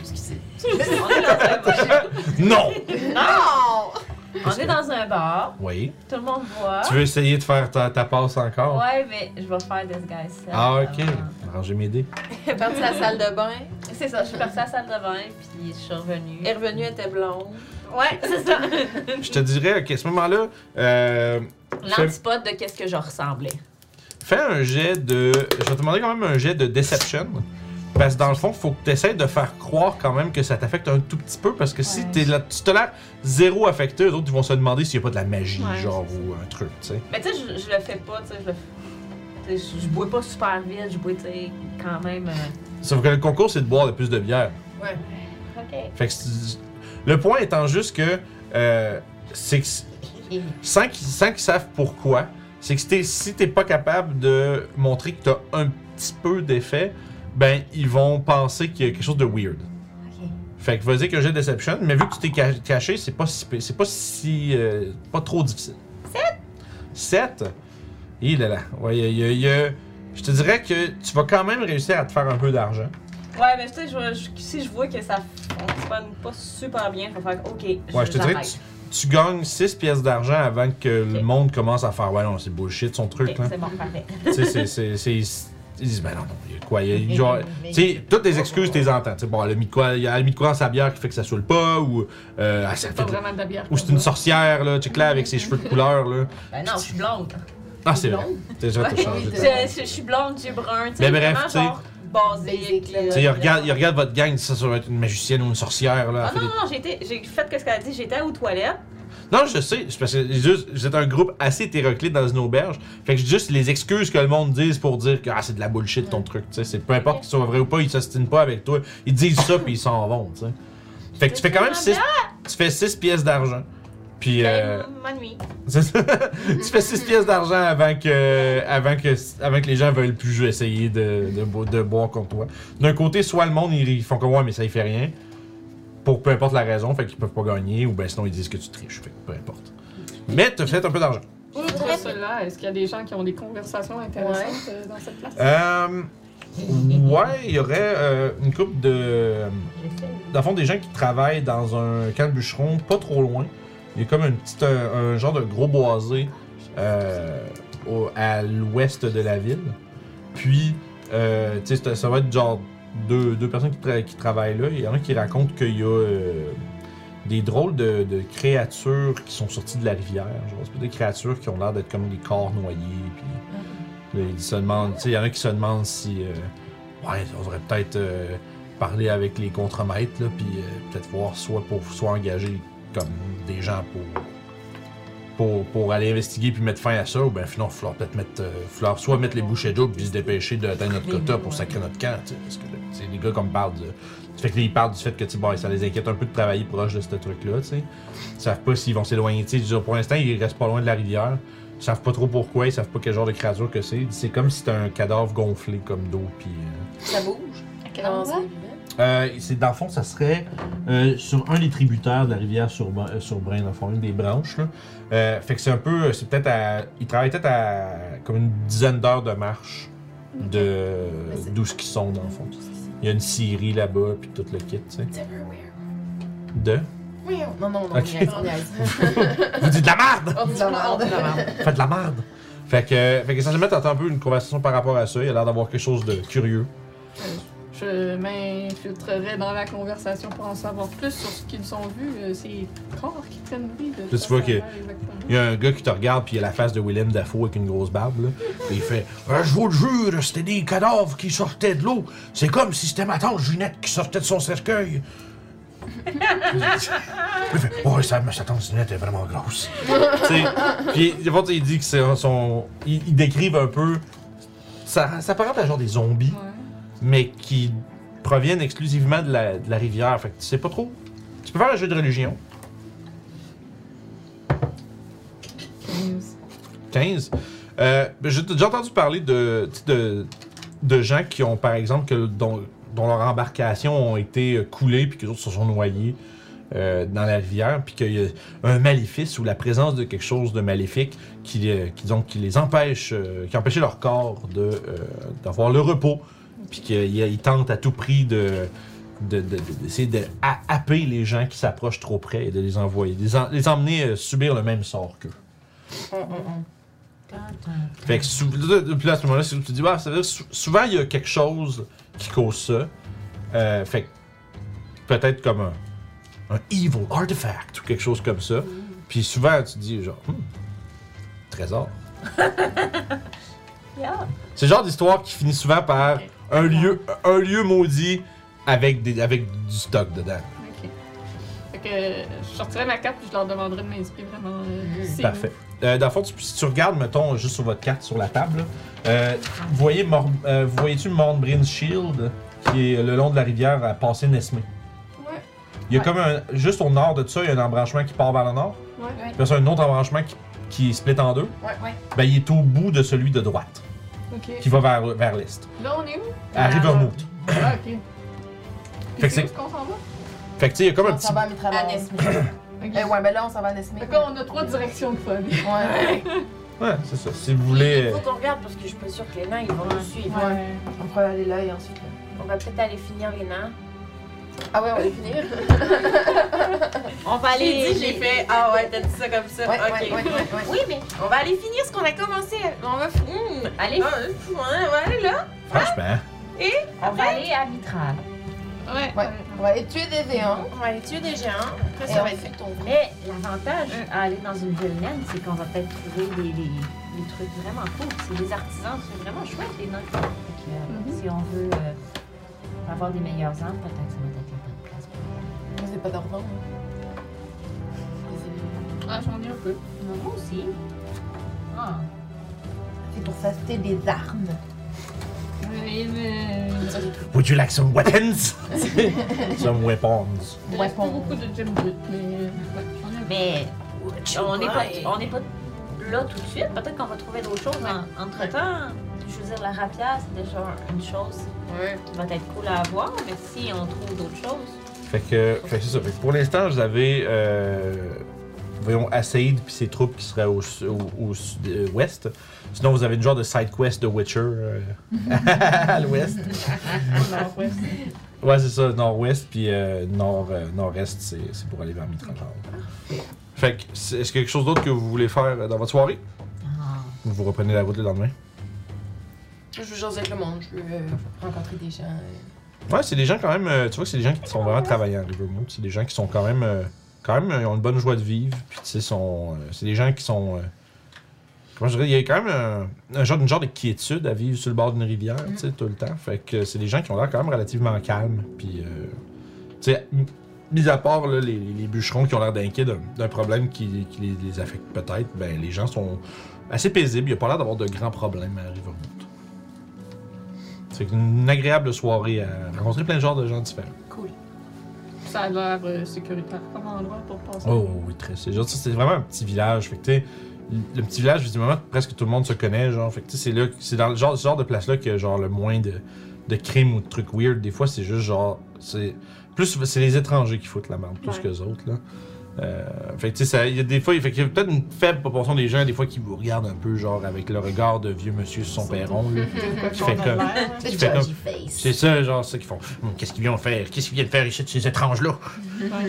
S5: Excusez.
S3: On est dans un bar.
S1: [laughs] Non!
S5: Non!
S3: On est dans un bar.
S1: Oui.
S3: Tout le monde voit.
S1: Tu veux essayer de faire ta, ta passe encore?
S3: Ouais, mais je vais faire This Guy's Self
S1: Ah, ok.
S3: avant.
S1: Rangez mes dés.
S5: Elle est partie à la salle de bain.
S3: C'est ça, je suis partie à la salle de bain, puis je suis revenue.
S5: Elle est revenue, elle était blonde.
S3: Ouais, c'est ça.
S1: Je te dirais, ok, à ce moment-là, euh,
S3: L'antipode de qu'est-ce que je ressemblais.
S1: Fais un jet de. Je vais te demander quand même un jet de deception. Parce que dans le fond, faut que tu essaies de faire croire quand même que ça t'affecte un tout petit peu. Parce que si t'es là, tu te l'air zéro affecté, eux autres, ils vont se demander s'il n'y a pas de la magie,
S3: Ouais,
S1: genre, ou un truc, tu sais.
S3: Mais tu sais, je, je le fais pas, tu sais, je le tu sais, je, je bois pas super vite, je bois, tu sais, quand même. euh,
S1: Sauf que le concours, c'est de boire le plus de bière.
S3: Ok.
S1: Fait que c'est- le point étant juste que. euh, c'est que. Sans qu'ils sans qu'ils savent pourquoi, c'est que si t'es- si t'es pas capable de montrer que t'as un petit peu d'effet, ben, ils vont penser qu'il y a quelque chose de weird.
S3: Ok.
S1: Fait que vas-y que j'ai Deception, mais vu que tu t'es ca- caché, c'est pas si, pi- c'est pas si, euh, pas trop difficile. 7? 7? Il est là. Ouais, il y a- il y a- il y a- Je te dirais que tu vas quand même réussir à te faire un peu d'argent.
S3: Ouais, mais tu sais, je- je- si je vois que ça fonctionne pas super bien, je vais faire OK.
S1: Ouais, je te dirais que
S3: j'arrête.
S1: tu, tu gagnes 6 pièces d'argent avant que le
S3: Ok.
S1: monde commence à faire « Ouais, non, c'est bullshit son truc,
S3: Ok,
S1: là.
S3: c'est bon, parfait. »
S1: Tu sais, c'est- c'est- c'est- Ils disent « Ben non, non, il y a de quoi? Il y a, genre, tu sais, toutes les excuses, t'es entends. Tu sais, bon, elle a mis de quoi, elle a mis de quoi dans sa bière qui fait que ça saoule pas, ou... Euh, ah, ça
S2: C'est
S1: fait
S2: pas
S1: de-
S2: vraiment de la bière.
S1: Ou c'est une sorcière, là, tu là avec ses cheveux de couleur, là.
S3: Ben non, je suis blonde.
S1: Ah, c'est vrai. T'es déjà tout changé.
S3: Je,
S1: t'as-
S3: je- je suis blonde, j'ai brun, tu
S1: Mais
S3: sais,
S1: bref,
S3: vraiment
S1: tu sais-
S3: genre basique.
S5: Basic, là.
S3: là.
S1: Tu sais, il regarde, il regarde votre gang, ça, ça va être une magicienne ou une sorcière, là.
S3: Ah
S1: elle
S3: non,
S1: fait
S3: non, j'ai été- j'ai fait que ce qu'elle a dit, j'étais aux toilettes.
S1: des- Non, je sais, c'est parce que juste, vous êtes un groupe assez hétéroclite dans une auberge. Fait que juste les excuses que le monde dise pour dire que ah, c'est de la bullshit ton truc, tu sais. c'est- Peu importe qu'ils soient vrais ou pas, ils s'ostinent pas avec toi. Ils disent ça puis ils s'en vont, tu sais. Fait que tu fais quand même
S3: C'est
S1: six, tu fais six pièces d'argent. Puis, euh,
S3: Ben, Ma nuit.
S1: C'est ça. [laughs] tu fais 6 pièces d'argent avant que, avant, que, avant que les gens veulent plus jouer- essayer de, de, bo- de boire contre toi. D'un côté, soit le monde, ils, ils font comme ouais, mais ça, il fait rien. Pour peu importe la raison, fait qu'ils peuvent pas gagner, ou ben sinon ils disent que tu triches, fait que peu importe. Mais t'as fait un peu d'argent.
S2: Outre cela, est-ce qu'il y a des gens qui ont des conversations intéressantes euh, dans cette place?
S1: Euh, Ouais, il y aurait euh, une coupe de. dans le fond, des gens qui travaillent dans un camp de bûcherons pas trop loin. Il y a comme une petite, euh, un genre de gros boisé euh, au- à l'ouest de la ville. Puis, euh, tu sais, c'est- ça va être genre deux, deux personnes qui, tra- qui travaillent là. Il y en a qui racontent qu'il y a euh, des drôles de, de créatures qui sont sorties de la rivière. Genre, c'est pas des créatures qui ont l'air d'être comme des corps noyés. Puis, là, ils se demandent, tu sais, il y en a qui se demandent si. euh, ouais, on devrait peut-être. euh, parler avec les contremaîtres, là, puis euh, peut-être voir soit pour soit engager comme des gens pour pour, pour aller investiguer puis mettre fin à ça, ou bien sinon, il va falloir peut-être mettre, euh, il va falloir soit mettre les bouchées doubles puis se dépêcher d'atteindre notre quota pour sacrer notre camp, tu sais, parce que tu sais, les gars comme parlent de... Fait que là, ils parlent du fait que tu sais, bon, ça les inquiète un peu de travailler proche de ce truc-là, tu sais. Ils savent pas s'ils vont s'éloigner, tu sais, je veux dire, pour l'instant, ils restent pas loin de la rivière. Ils savent pas trop pourquoi, ils savent pas quel genre de créature que c'est. C'est comme si c'était un cadavre gonflé comme d'eau, puis... euh,
S5: Ça bouge.
S2: À quel
S5: Comment
S2: endroit?
S5: c'est vivant?
S1: euh, c'est dans le fond, ça serait euh, sur un des tributaires de la rivière sur, euh, sur Brain, dans le fond, une des branches. là. Euh, fait que c'est un peu, c'est peut-être à, il travaille peut-être à comme une dizaine d'heures de marche de
S5: Mais c'est-
S1: d'où ce qu'ils sont dans le fond. Il y a une scierie là-bas puis tout le kit, tu sais.
S5: It's everywhere.
S1: De.
S5: Non, non, non,
S1: Ok.
S5: niaise, [laughs] niaise.
S1: Vous dites de la merde.
S5: Hop, de la merde.
S1: Faites de la merde. Fait que, euh, fait que essentiellement, t'entends un peu une conversation par rapport à ça. Il a l'air d'avoir quelque chose de curieux.
S2: Je m'infiltrerai dans la conversation pour en savoir plus sur ce qu'ils ont vu. Euh, C'est rare qu'ils prennent vie de
S1: tu vois
S2: façon-là,
S1: que-
S2: exactement.
S1: Il y a un gars qui te regarde, puis il a la face de Willem Dafoe avec une grosse barbe, là. Et il fait Ah, Je vous le jure, c'était des cadavres qui sortaient de l'eau. C'est comme si c'était ma tante Ginette qui sortait de son cercueil. [laughs] il fait Ouais, ça, ma sa tante Ginette est vraiment grosse. Tu sais, puis en fait, il dit que c'est son. Ils ils décrivent un peu. Ça, ça apparente à genre des zombies,
S2: Ouais.
S1: mais qui proviennent exclusivement de la, de la rivière. Fait que tu sais pas trop. Tu peux faire un jeu de religion. 15. Euh, ben, J'ai j'ai entendu parler de, tu sais, de, de gens qui ont, par exemple, que, dont, dont leur embarcation ont été euh, coulées puis que d'autres se sont noyés euh, dans la rivière, puis qu'il y a un maléfice ou la présence de quelque chose de maléfique qui, euh, qui, donc, qui les empêche, euh, qui empêchait leur corps de, euh, d'avoir le repos, puis qu'ils tentent à tout prix de de- de- de- d'essayer de, ha- happer les gens qui s'approchent trop près et de les envoyer, les, en- les emmener euh, subir le même sort qu'eux. Fait que sou- là, là, puis là, à ce moment-là, c'est où tu te dis, bah, ça veut dire sou- souvent il y a quelque chose qui cause ça. Euh, fait que peut-être comme un, un evil artifact ou quelque chose comme ça. Puis souvent tu te dis genre, Hmm, trésor. C'est le genre d'histoire qui finit souvent par un lieu, un lieu maudit avec, des, avec du stock dedans.
S2: Ok. Fait que euh, je sortirai ma carte puis je leur demanderai de m'inspirer vraiment. euh, c'est
S1: Parfait. Euh, dans le fond, tu- si tu regardes, mettons, juste sur votre carte, sur la table, là, euh, vous voyez Mor- euh, vous voyez-tu Mornbrin's Shield, qui est le long de la rivière à passer Nesmé?
S2: Ouais.
S1: Il y a comme un. Juste au nord de ça, il y a un embranchement qui part vers le nord.
S2: où. Ouais.
S1: Puis ça, un autre embranchement qui, qui est split en deux.
S5: Ouais, ouais.
S1: Ben, il est au bout de celui de droite,
S2: Ok.
S1: qui va vers, vers l'est.
S2: Là, on est où?
S1: À Rivermouth.
S2: Ah, ok.
S1: Fait que
S2: c'est
S1: c'est-
S2: où ce qu'on s'en va?
S1: Fait que tu sais, il y a comme un
S5: On
S1: petit.
S5: s'en Ah, va à Mitrailleur.
S7: À Nesmith.
S2: Ok.
S5: Eh ouais, mais là, on s'en va à Nesmith.
S2: Fait qu'on a trois directions de fun.
S5: Ouais,
S1: Ouais, c'est ça. Si vous voulez. euh,
S7: Il faut qu'on regarde parce que je suis pas sûre que les nains ils vont nous suivre.
S5: ouais. On pourrait aller là et ensuite là.
S7: On va peut-être aller finir les nains.
S5: Ah ouais, on va les finir.
S3: On va aller.
S7: J'ai dit, j'ai fait. Ah ouais, t'as dit ça comme ça.
S5: Ouais,
S7: ok.
S5: ouais, ouais, ouais, ouais.
S7: Oui, mais on va aller finir ce qu'on a commencé. On va finir.
S3: Allez,
S7: Non, on va aller là.
S1: Franchement.
S3: on va aller à Mitral.
S2: Ouais.
S5: Ouais. On va aller tuer des V1.
S7: On va aller tuer des géants. Après,
S5: Et
S7: ça
S5: on
S7: va être fait.
S3: Mais l'avantage à aller dans une ville naine, c'est qu'on va peut-être trouver des, des- des trucs vraiment cool. C'est des artisans, c'est vraiment chouette les nains. Fait que, euh, Si on veut euh, avoir des meilleures armes, peut-être que ça va être la bonne place. pour nous.
S5: Mais c'est pas hein. d'ordre.
S2: Ah, j'en ai un peu.
S3: Mais Moi aussi. Ah.
S5: C'est pour s'acheter des armes.
S2: Mais, mais... euh,
S1: Would you like some
S5: [laughs]
S1: weapons? some weapons.
S2: Il reste pas beaucoup de gym brut, mais... euh, Ouais, j'en ai un peu.
S3: Mais on n'est pas, on n'est pas là tout de suite. Peut-être qu'on va trouver d'autres choses en- entre-temps. Je veux dire, la rapière, c'est déjà une chose
S5: Ouais.
S3: qui va être cool à avoir, mais si on trouve d'autres choses,
S1: Fait que, fait que c'est ça. Fait que pour l'instant, vous avez. euh, voyons, Assaïd puis ses troupes qui seraient au, su- au- au sud-ouest. Sinon, vous avez une genre de side quest de Witcher euh, [laughs] à l'ouest. Ouais, c'est ça, nord-ouest, puis euh, nord, euh, nord-est, c'est, c'est pour aller vers Mitrajal. Fait que, c'est- est-ce qu'il y a quelque chose d'autre que vous voulez faire euh, dans votre soirée? Ou Vous reprenez la route le lendemain?
S5: Je veux jaser avec le monde, je veux euh, rencontrer des gens. euh.
S1: Ouais, c'est des gens quand même, euh, tu vois que c'est des gens qui sont vraiment travaillants, Rivermouth. C'est des gens qui sont quand même, euh, quand même, euh, ils ont une bonne joie de vivre, puis tu sais, sont, euh, c'est des gens qui sont, euh, comment je dirais, il y a quand même un, un genre, une genre de quiétude à vivre sur le bord d'une rivière, tu sais, tout le temps. Fait que c'est des gens qui ont l'air quand même relativement calmes, puis, euh, tu sais, m- mis à part là, les, les bûcherons qui ont l'air d'inquiets d'un, d'un problème qui, qui les, les affecte peut-être, ben les gens sont assez paisibles. Il n'y a pas l'air d'avoir de grands problèmes à Rivermouth. C'est une agréable soirée à rencontrer plein de genres de gens différents.
S2: Ça a l'air euh, sécuritaire comme endroit pour passer.
S1: Oh oui, très. C'est genre, c'est vraiment un petit village. Fait que, tu sais, le petit village, visiblement, presque tout le monde se connaît, genre. Fait que, tu sais, c'est là, c'est dans le genre, ce genre de place-là qu'il y a, genre, le moins de, de crimes ou de trucs weird. Des fois, c'est juste, genre, c'est... Plus, c'est les étrangers qui foutent la merde, plus
S2: Ouais.
S1: que les autres, là. Euh, fait que, tu sais, ça- il y a des fois, fait qu'il y a peut-être une faible proportion des gens, des fois, qui vous regardent un peu, genre, avec le regard de vieux monsieur sur son perron, [laughs] là. Qui fait comme... qui fait comme- C'est ça, genre, ça qu'ils font. Hum, Qu'est-ce qu'ils viennent faire? Qu'est-ce qu'ils viennent faire ici de ces étranges-là?
S2: Ouais,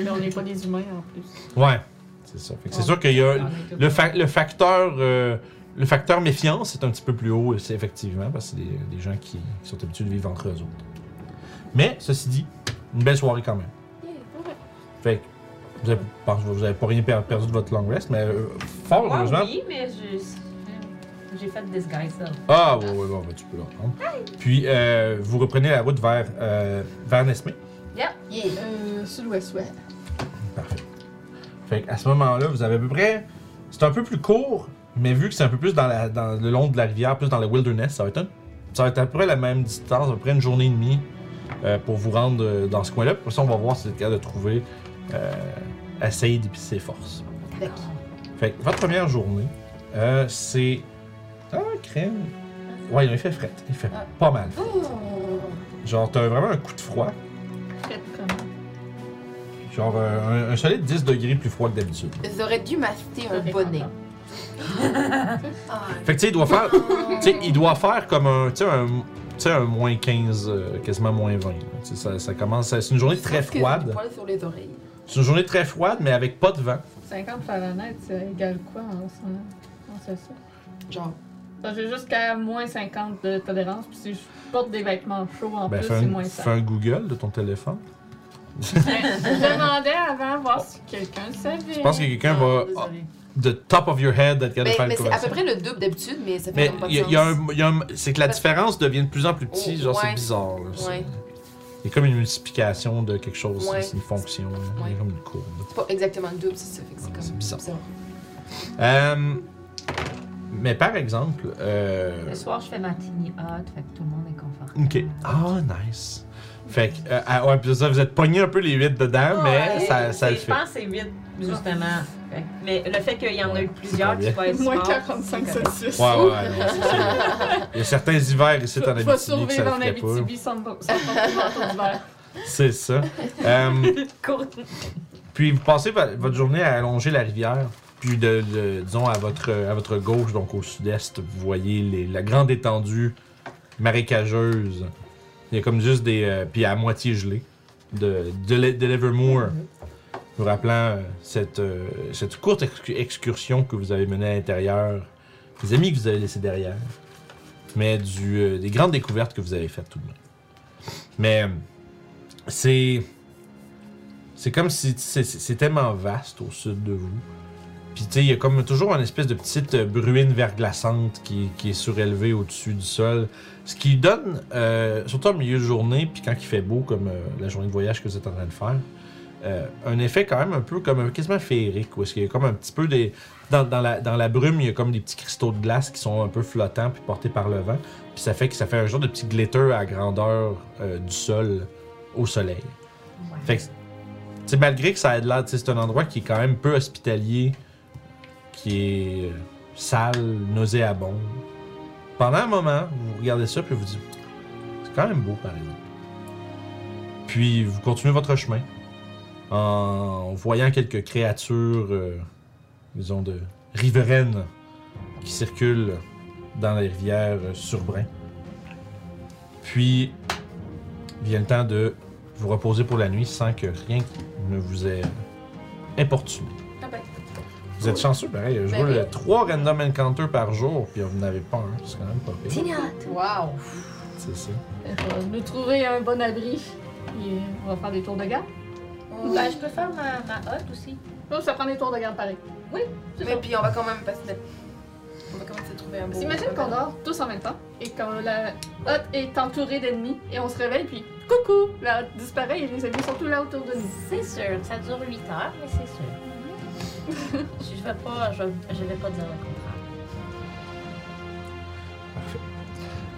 S2: mais on n'est pas des humains en plus.
S1: Ouais, c'est ça. Fait que c'est sûr qu'il y a le, fa- le facteur euh, le facteur méfiance est un petit peu plus haut, c'est effectivement, parce que c'est des, des gens qui, qui sont habitués de vivre entre eux autres. Mais ceci dit, une belle soirée quand même. Fait que vous avez, je pense que vous avez pas rien per- perdu de votre long rest, mais euh, fort
S3: Moi,
S1: heureusement.
S3: oui, mais je- j'ai fait Disguise Self.
S1: Ah ouais, ouais, bon, ben, tu peux le reprendre. Puis euh, vous reprenez la route vers euh, vers Nesmé.
S2: Euh, Sud-ouest, ouais.
S1: Parfait. Fait à ce moment-là, vous avez à peu près. C'est un peu plus court, mais vu que c'est un peu plus dans, la- dans le long de la rivière, plus dans le wilderness, ça va être, un- ça va être à peu près la même distance, à peu près une journée et demie euh, pour vous rendre euh, dans ce coin-là. Pour ça, on va voir si vous êtes capable de trouver euh, Assaïd et ses forces. Fait que votre première journée, euh, c'est. Ah, crème. Ouais, il fait fret. Il fait pas mal. fret. Genre, t'as vraiment un coup de froid.
S2: Faites comme.
S1: Genre, euh, un, un solide 10 degrés plus froid que d'habitude.
S5: J'aurais dû m'acheter un bonnet. Ah,
S1: Fait que tu sais, il doit faire. Tu sais, il doit faire comme un, tu sais, un, tu sais, un moins 15, euh, quasiment moins 20. là. Tu sais, Ça, ça commence. à- C'est une journée très
S5: Parce que
S1: froide.
S5: du poil sur les oreilles.
S1: C'est une journée très froide, mais avec pas de vent.
S2: 50 Fahrenheit, ça égale quoi en en- en Celsius?
S5: Genre,
S2: Parce que J'ai jusqu'à moins 50 de tolérance, puis si je porte des vêtements chauds en
S1: Ben,
S2: plus,
S1: fais,
S2: c'est
S1: un,
S2: moins
S1: fais
S2: 100.
S1: un Google de ton téléphone.
S2: [laughs] Je demandais avant voir si quelqu'un le savait.
S1: Je pense que quelqu'un va.
S5: Ah, désolé.
S1: de top of your head, d'être capable de
S5: Mais,
S1: faire
S5: Ben, mais
S1: une
S5: c'est à peu
S1: conversation.
S5: près le double d'habitude, mais ça fait
S1: Mais
S5: comme pas de
S1: il y a-
S5: sens.
S1: il y a un. il y a un- C'est que la
S5: Parce-
S1: différence devient de plus en plus petit.
S5: Oh,
S1: genre, c'est
S5: ouais.
S1: bizarre. là. C'est-
S5: Ouais.
S1: Il y a comme une multiplication de quelque chose.
S5: Ouais.
S1: C'est une fonction. là. Il y a
S5: Ouais.
S1: comme une courbe.
S5: C'est pas exactement le double, c'est ça. Fait que c'est
S1: Ouais,
S5: comme.
S1: c'est bizarre. Euh, mais par exemple. euh,
S3: Le soir, je fais ma tiny hot, fait que tout le monde est confortable.
S1: Ok. Ah, nice. Fait que, euh, ah, ouais, puis ça, vous êtes pogné un peu les 8 dedans, mais
S3: Ouais,
S1: ça, ça le
S3: Je
S1: fait.
S3: pense que c'est vite, justement. Fait que- Mais le fait qu'il y en a eu plusieurs
S1: c'est
S3: qui vont être
S2: Moins
S3: morts,
S2: 45
S3: c'est correct.
S2: Celsius.
S1: Ouais, ouais, ouais, non, c'est sûr. Il y a certains hivers ici en
S2: Je vais
S1: Abitibi que ça
S2: survivre en
S1: le ferait
S2: Abitibi sans sans porter mon manteau d'hiver.
S1: pas. C'est ça. Euh,
S3: Cool.
S1: Puis vous passez vo- votre journée à allonger la rivière. Puis, de, de- disons, à votre, à votre gauche, donc au sud-est, vous voyez les- la grande étendue marécageuse. Il y a comme juste des. euh, puis à moitié gelée de, de, Le- de Livermore. Vous rappelant euh, cette, euh, cette courte excu- excursion que vous avez menée à l'intérieur, les amis que vous avez laissés derrière, mais du, euh, des grandes découvertes que vous avez faites tout de même. Mais euh, c'est. C'est comme si c'est c'est- c'est tellement vaste au sud de vous. Puis, tu sais, il y a comme toujours une espèce de petite euh, bruine verglaçante qui, qui est surélevée au-dessus du sol. Ce qui donne, euh, surtout en milieu de journée, puis quand il fait beau, comme euh, la journée de voyage que vous êtes en train de faire, euh, un effet quand même un peu comme euh, quasiment féerique. Où est-ce qu'il y a comme un petit peu des. Dans, dans la, dans la brume, il y a comme des petits cristaux de glace qui sont un peu flottants puis portés par le vent. Puis ça fait que ça fait un genre de petit glitter à grandeur euh, du sol au soleil. Fait que tu sais, malgré que ça aide là, c'est un endroit qui est quand même peu hospitalier, qui est euh, sale, nauséabond. Pendant un moment, vous regardez ça puis vous dites, c'est quand même beau par exemple. Puis vous continuez votre chemin en voyant quelques créatures euh, disons, de riveraines qui circulent dans les rivières euh, sur Brin. Puis, vient le temps de vous reposer pour la nuit sans que rien ne vous ait importuné.
S3: Ah ben.
S1: Vous êtes chanceux, pareil. Je
S5: Ben
S1: vois
S5: oui.
S1: euh, trois random encounters par jour, puis vous n'avez pas un. C'est quand même pas pire.
S5: Wow!
S1: C'est ça.
S2: On va Euh, nous trouver un bon abri. Et on va faire des tours de garde.
S3: Ben, je peux faire ma, ma hotte aussi.
S2: Oh, ça prend des tours de garde pareil. C'est
S5: Mais
S2: ça.
S5: puis on va quand même passer. On va quand même se trouver un beau.
S2: S'imagine qu'on dort tous en même temps et quand la hotte est entourée d'ennemis et on se réveille puis coucou, la hotte disparaît et les ennemis sont tous là autour de nous.
S3: C'est sûr, ça dure 8 heures, mais c'est sûr. Mm-hmm. [laughs] je vais pas, je, vais- je vais pas dire le contraire.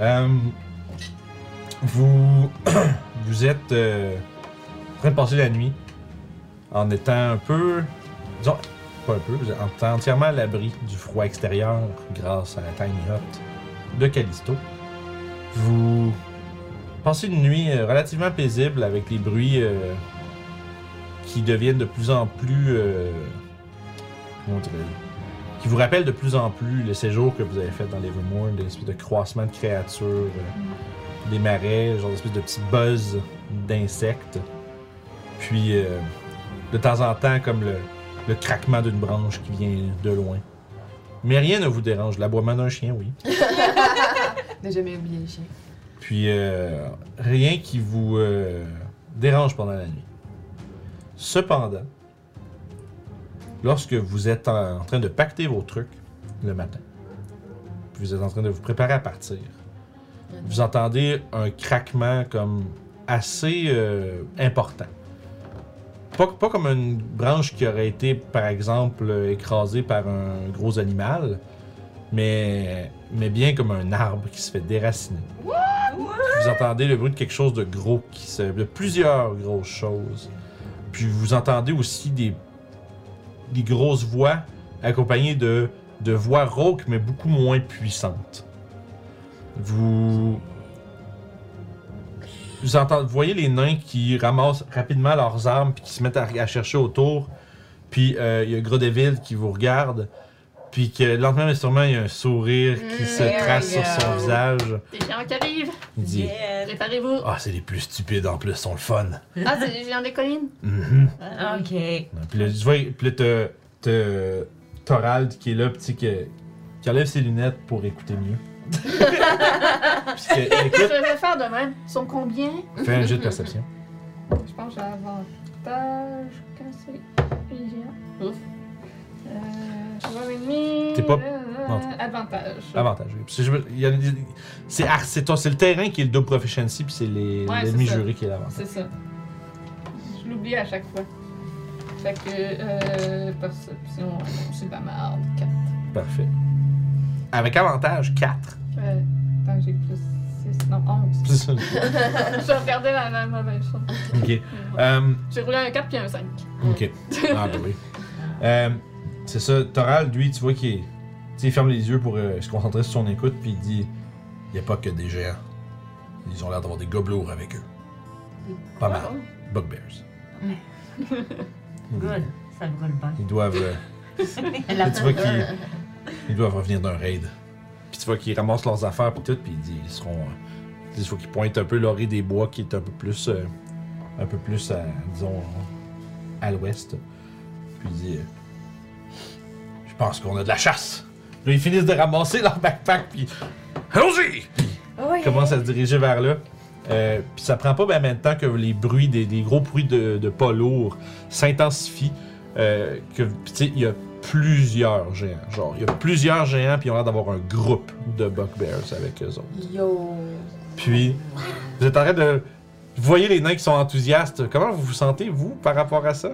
S1: Euh, vous, [clears throat] vous êtes euh, en train de passer la nuit en étant un peu, disons, pas un peu, vous êtes en étant entièrement à l'abri du froid extérieur grâce à la tiny hut de Callisto. Vous passez une nuit euh, relativement paisible avec les bruits euh, qui deviennent de plus en plus, euh, comment dirais-je, qui vous rappelle de plus en plus le séjour que vous avez fait dans l'Evermore, des espèces de croissement de créatures, euh, des marais, genre d'espèce de petits buzz d'insectes. Puis, euh, de temps en temps, comme le, le craquement d'une branche qui vient de loin. Mais rien ne vous dérange. L'aboiement d'un chien, oui.
S5: N'a jamais oublié les chiens.
S1: Puis euh, rien qui vous euh, dérange pendant la nuit. Cependant, lorsque vous êtes en, en train de pacter vos trucs le matin, puis vous êtes en train de vous préparer à partir, vous entendez un craquement comme assez euh, important. Pas, pas comme une branche qui aurait été, par exemple, euh, écrasée par un gros animal, mais, mais bien comme un arbre qui se fait déraciner. Vous entendez le bruit de quelque chose de gros qui se. de plusieurs grosses choses. Puis vous entendez aussi des. des grosses voix accompagnées de, de voix rauques mais beaucoup moins puissantes. Vous. Vous, entendez, vous voyez les nains qui ramassent rapidement leurs armes puis qui se mettent à, à chercher autour. Puis euh, il y a Grodeville qui vous regarde. Puis que lentement mais sûrement, il y a un sourire qui se
S5: There
S1: trace
S5: we
S1: sur son
S5: go.
S1: visage.
S2: Des géants qui arrivent,
S1: Il dit
S3: Yeah.
S2: préparez-vous.
S8: Ah, c'est les plus stupides en plus, sont le fun.
S2: Ah, c'est les géants
S1: [laughs]
S2: des collines.
S8: Mhm.
S2: Ah,
S3: Ok.
S1: Mm-hmm. Puis là, tu vois, puis là, t'as- t'as Thorald qui est là, petit qui, qui enlève ses lunettes pour écouter
S2: [laughs]
S1: mieux. Puis que-
S2: Je
S1: écoute,
S2: vais faire de même. Ils sont combien
S1: fais un jeu de perception.
S2: Je pense que j'ai avantage quand c'est les géants. Ouf. Euh, je suis un ennemi.
S1: T'es pas-
S2: Euh,
S1: non.
S2: Avantage.
S1: Avantage. Puis c'est- je me- il y a- C'est ar- c'est toi- c'est le terrain qui est le double proficiency, puis c'est les-
S2: Ouais,
S1: l'ennemi
S2: c'est ça.
S1: juré qui est l'avantage.
S2: C'est ça. Je l'oublie à chaque fois. Fait que, euh, perception, c'est de la merde. Quatre.
S1: Parfait. Avec avantage, [laughs] 4.
S2: Euh, attends, j'ai plus 6, non, [laughs] 11. J'ai regardé la, la mauvaise chose.
S1: ok. Euh,
S2: J'ai roulé un 4 puis un 5.
S1: Ok. Ah, bah oui. Euh, c'est ça. Toral, lui, tu vois qu'il est- tu sais, il ferme les yeux pour euh, se concentrer sur son écoute, puis il dit
S8: Il a pas que des géants. Ils ont l'air d'avoir des gobelots avec eux.
S1: Ah
S8: Pas
S1: ben.
S8: mal. Bugbears.
S3: [laughs] Good. Ça me brûle bien.
S8: Ils doivent. euh,
S3: La
S1: tu vois qu'il-
S8: ils doivent revenir d'un raid.
S1: Puis tu vois qu'ils ramassent leurs affaires puis tout, puis ils disent ils seront. euh, tu vois qu'ils pointent un peu l'orée des bois qui est un peu plus. euh, un peu plus à, disons, à l'ouest.
S8: Puis il dit, euh, Je pense qu'on a de la chasse.
S1: Là, ils finissent de ramasser leur backpack, puis. Allons-y!
S4: Oui.
S1: commence à se diriger vers là. Euh, puis ça prend pas ben même temps que les bruits, des, des gros bruits de, de pas lourds s'intensifient. Euh, que, puis tu sais, il y a plusieurs géants. Genre, il y a plusieurs géants, puis ils ont l'air d'avoir un groupe de Buckbears avec eux autres.
S5: Yo!
S1: Puis, vous êtes en train de. Vous voyez les nains qui sont enthousiastes. Comment vous vous sentez, vous, par rapport à ça?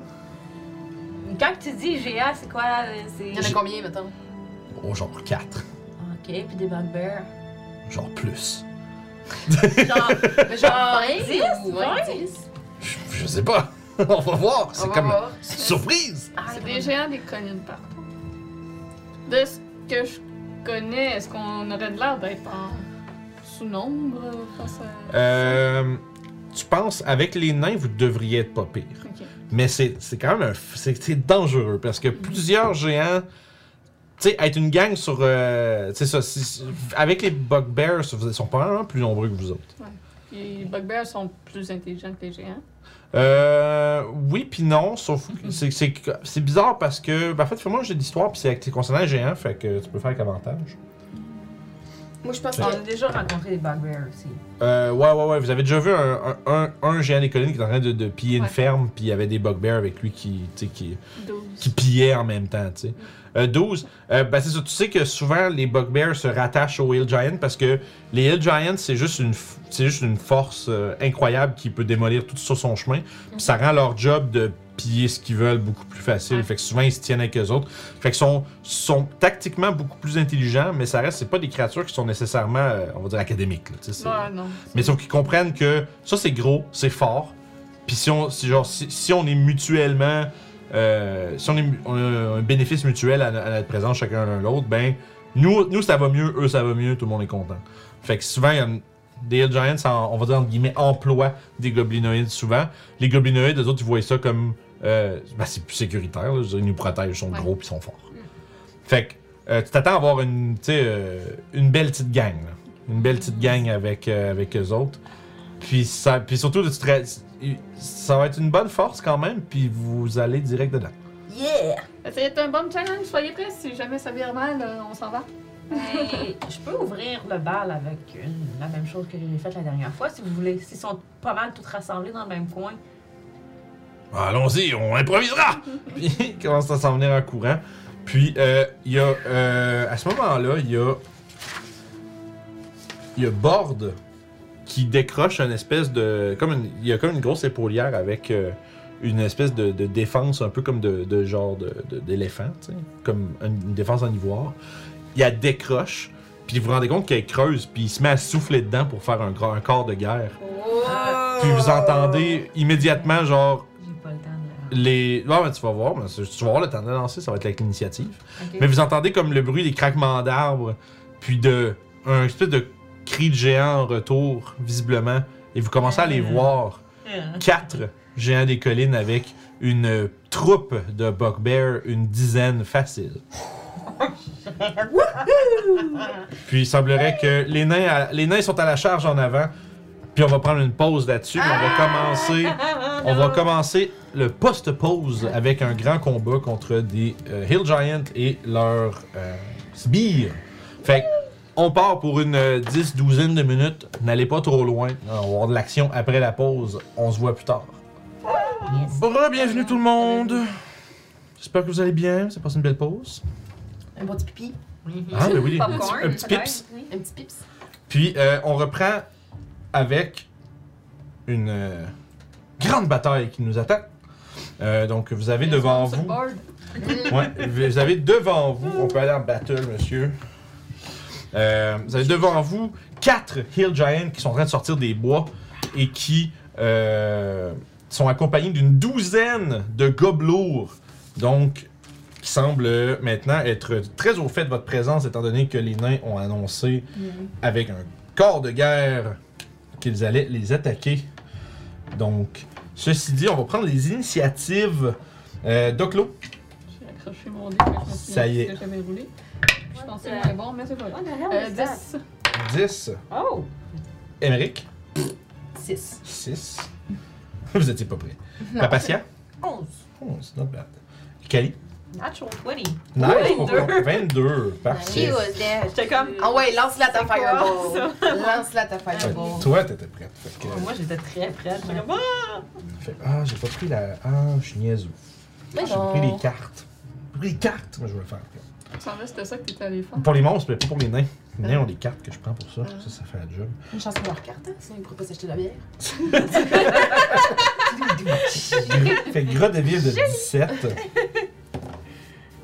S3: Quand tu dis GA, c'est quoi euh, C'est.
S5: Il y en a combien, [laughs] mettons?
S8: Oh, genre 4.
S3: Ok, puis des bugbears.
S8: Genre plus.
S3: Genre,
S5: Mais Ben, genre
S3: 10,
S5: 20 ou
S3: 20?
S5: 10?
S8: Je, je sais
S1: [laughs]
S8: pas. On va voir.
S5: On
S8: C'est
S5: va
S8: comme.
S5: voir.
S8: c'est une Surprise!
S2: C'est des géants des collines, par contre. De ce que je connais, est-ce qu'on aurait de l'air d'être en sous-nombre face à.
S1: Euh, tu penses, avec les nains, vous devriez être pas pire.
S2: Ok.
S1: Mais c'est c'est quand même un f- c'est c'est dangereux parce que plusieurs géants. Tu sais, être une gang sur. euh, tu sais, ça. si- si- avec les bugbears, ils sont probablement plus nombreux que vous autres.
S2: Puis les bugbears sont plus intelligents que les géants.
S1: Euh, oui, puis non, sauf que c'est- c'est c'est bizarre parce que. ben, en fait, fais-moi j'ai d'histoire, puis c'est c'est concernant les géants, fait que tu peux faire avec avantage.
S5: Moi, je pense
S3: On
S5: que.
S3: a déjà rencontré des bugbears aussi.
S1: Euh, ouais, ouais, ouais. Vous avez déjà vu un, un, un- un géant des collines qui est en train de, de piller une
S2: Ouais.
S1: ferme, puis il y avait des bugbears avec lui qui, tu sais, qui,
S2: 12.
S1: qui pillaient en même temps, tu sais. Euh, 12, euh, ben c'est ça, tu sais que souvent les bugbears se rattachent aux Hill Giants parce que les Hill Giants, c'est juste une, f- c'est juste une force euh, incroyable qui peut démolir tout sur son chemin. Puis ça rend leur job de piller ce qu'ils veulent beaucoup plus facile.
S2: Ouais.
S1: Fait que souvent ils se tiennent avec eux autres. Fait que sont, sont tactiquement beaucoup plus intelligents, mais ça reste, c'est pas des créatures qui sont nécessairement, euh, on va dire, académiques. là, tu sais, c'est-
S2: Ouais, non.
S1: mais sauf qu'ils comprennent que ça, c'est gros, c'est fort. Puis si on, si, genre, si, si on est mutuellement. euh, si on, est mu- on a un bénéfice mutuel à, no- à notre présence chacun l'un l'autre, ben, nous, nous, ça va mieux, eux, ça va mieux, tout le monde est content. Fait que souvent, il y a une- des Hill Giants, en- on va dire entre guillemets, emploient des goblinoïdes souvent. Les goblinoïdes, eux autres, ils voient ça comme. euh, ben, c'est plus sécuritaire, là, je veux dire, ils nous protègent, ils sont
S2: Ouais.
S1: gros, puis ils sont forts. Fait que euh, tu t'attends à avoir une, tu sais, euh, une belle petite gang. là. Une belle petite gang avec, euh, avec eux autres. Puis, ça, puis surtout, tu te ra- ça va être une bonne force quand même, puis vous allez direct dedans.
S3: Yeah!
S2: C'est un bon challenge, soyez prêts. Si jamais ça vire mal, euh, on s'en va.
S3: Ben, je peux ouvrir le bal avec une- la même chose que j'ai faite la dernière fois, si vous voulez. S'ils sont pas mal tous rassemblés dans le même coin.
S1: Bah, Allons-y, on improvisera! [laughs] Puis il commence à s'en venir en courant. Puis euh, il y a. euh, à ce moment-là, il y a. Il y a Borde qui décroche une espèce de. Comme une, il y a comme une grosse épaulière avec euh, une espèce de, de défense, un peu comme de, de genre de- de- d'éléphant, tu sais. Comme une, une défense en ivoire. Il la décroche, puis vous vous rendez compte qu'elle est creuse, puis il se met à souffler dedans pour faire un, gra- un corps de guerre. Puis vous entendez immédiatement, genre,
S3: J'ai pas le temps de la.
S1: les. Non, mais tu vas voir, mais c'est- tu vas voir le temps de lancer, ça va être avec l'initiative.
S3: Ok.
S1: Mais vous entendez comme le bruit des craquements d'arbres, puis de. un espèce de cri de géant en retour, visiblement. Et vous commencez à les voir.
S3: Euh,
S1: Quatre géants des collines avec une troupe de bugbears, une dizaine facile. puis il semblerait que les nains, à- les nains sont à la charge en avant. Puis on va prendre une pause là-dessus. mais On va commencer. On va commencer le post-pause avec un grand combat contre des euh, Hill Giants et leurs euh, sbires. Fait que, on part pour une euh, 10 douzaine de minutes. N'allez pas trop loin. On va avoir de l'action après la pause. On se voit plus tard. Bon, bienvenue tout le monde. J'espère que vous allez bien. Ça passe une belle pause.
S5: Un bon petit pipi.
S1: Ah, ben oui. Un
S3: mhm. Popcorn,
S1: petit, un petit
S3: peut-être,
S1: pips.
S3: oui.
S5: Un petit pips.
S1: Puis euh, on reprend avec une euh, grande bataille qui nous attend. Euh, donc vous avez devant
S2: Sur le
S1: vous.
S2: board.
S1: Ouais, vous avez devant vous, on peut aller en battle, monsieur. Euh, vous avez devant vous quatre Hill Giants qui sont en train de sortir des bois et qui euh, sont accompagnés d'une douzaine de gobelours. Donc, qui semblent maintenant être très au fait de votre présence, étant donné que les nains ont annoncé avec un corps de guerre qu'ils allaient les attaquer. Donc, ceci dit, on va prendre les initiatives. Euh, Doclo,
S2: J'ai accroché mon dé. mais je me souviens
S1: Ça y
S2: plus
S1: est.
S2: si j'ai jamais roulé. Je pensais moins bon, mais c'est pas grave.
S3: What the hell
S2: Euh, 10.
S3: is
S1: Dix.
S3: Oh!
S1: Émeric,
S5: 6.
S1: 6. [laughs] Vous étiez pas prêts. Papatia,
S3: 11.
S1: 11, not bad. Oh, Kali,
S3: Natural 20.
S1: 9,
S3: 22.
S1: 22, parfait.
S5: there.
S3: J'étais comme.
S5: Ah ouais, lance-la ta
S3: C'est quoi,
S5: fireball. Lance-la ta
S1: Ouais,
S5: fireball.
S1: Toi, t'étais prête. Fait que,
S3: Moi, j'étais très prête. J'étais comme. Ah!
S1: fait, ah, j'ai pas pris la. Ah, je suis niaiseux.
S5: Mais
S1: J'ai
S5: non.
S1: pris les cartes. J'ai pris les cartes, moi je vais le faire. après.
S2: Il me semblait que c'était ça que t'étais allé faire.
S1: Pour les monstres, mais pas pour les nains. Les nains ont des cartes que je prends pour ça. Ça, ça fait la job.
S5: Euh. Une chance pour leur carte, hein, sinon ils pourraient pas s'acheter de la bière.
S1: Gr- [laughs] fait gras de ville de 17.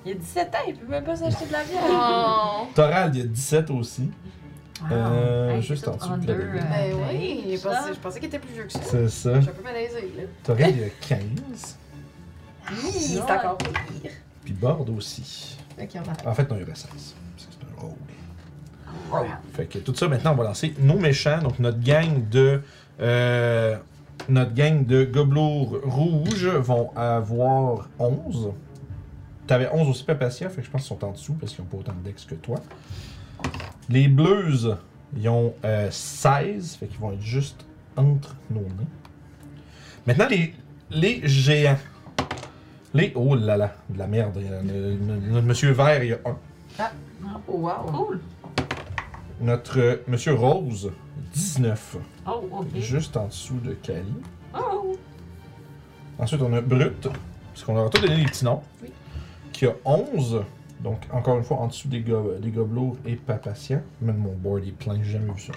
S3: Il y a 17 ans, il peut même pas s'acheter de la bière.
S5: Oh.
S1: Toral, il y a 17 aussi. Euh,
S3: Hey,
S1: juste
S3: c'est
S1: en
S3: tout
S1: dessous de
S3: under,
S1: la
S3: euh,
S5: Ben oui, je
S3: ça.
S5: pensais, je pensais qu'il était plus vieux que ça.
S1: C'est ça.
S5: Je suis un peu malaisée, là.
S1: Toral, il y a 15.
S3: Ah,
S5: Hi, c'est
S3: Non.
S5: encore pire.
S1: Puis Borde aussi.
S5: Ok, on arrête.
S1: En fait, non, il y aurait 16. Parce que c'est un roll. Fait que tout ça, maintenant, on va lancer nos méchants, donc notre gang de. euh, Notre gang de gobelots rouges vont avoir 11. T'avais 11 aussi, Papatia, fait que je pense qu'ils sont en dessous parce qu'ils n'ont pas autant de dex que toi. Les Bleus, ils ont euh, 16, fait qu'ils vont être juste entre nos mains. Maintenant, les, les géants. Les. Oh là là, de la merde. il y en a- le- le- Notre monsieur vert, il y a un.
S5: Oh, wow.
S3: Cool.
S1: Notre euh, monsieur rose, 19.
S3: Oh, ok.
S1: Mhm. Juste en dessous de Cali.
S3: Oh,
S1: Ensuite, on a Brut, parce qu'on leur a tout donné les petits noms, qui a 11, donc encore une fois en dessous des, go- des gobelots et Papatia. Même mon board est plein, j'ai jamais vu ça.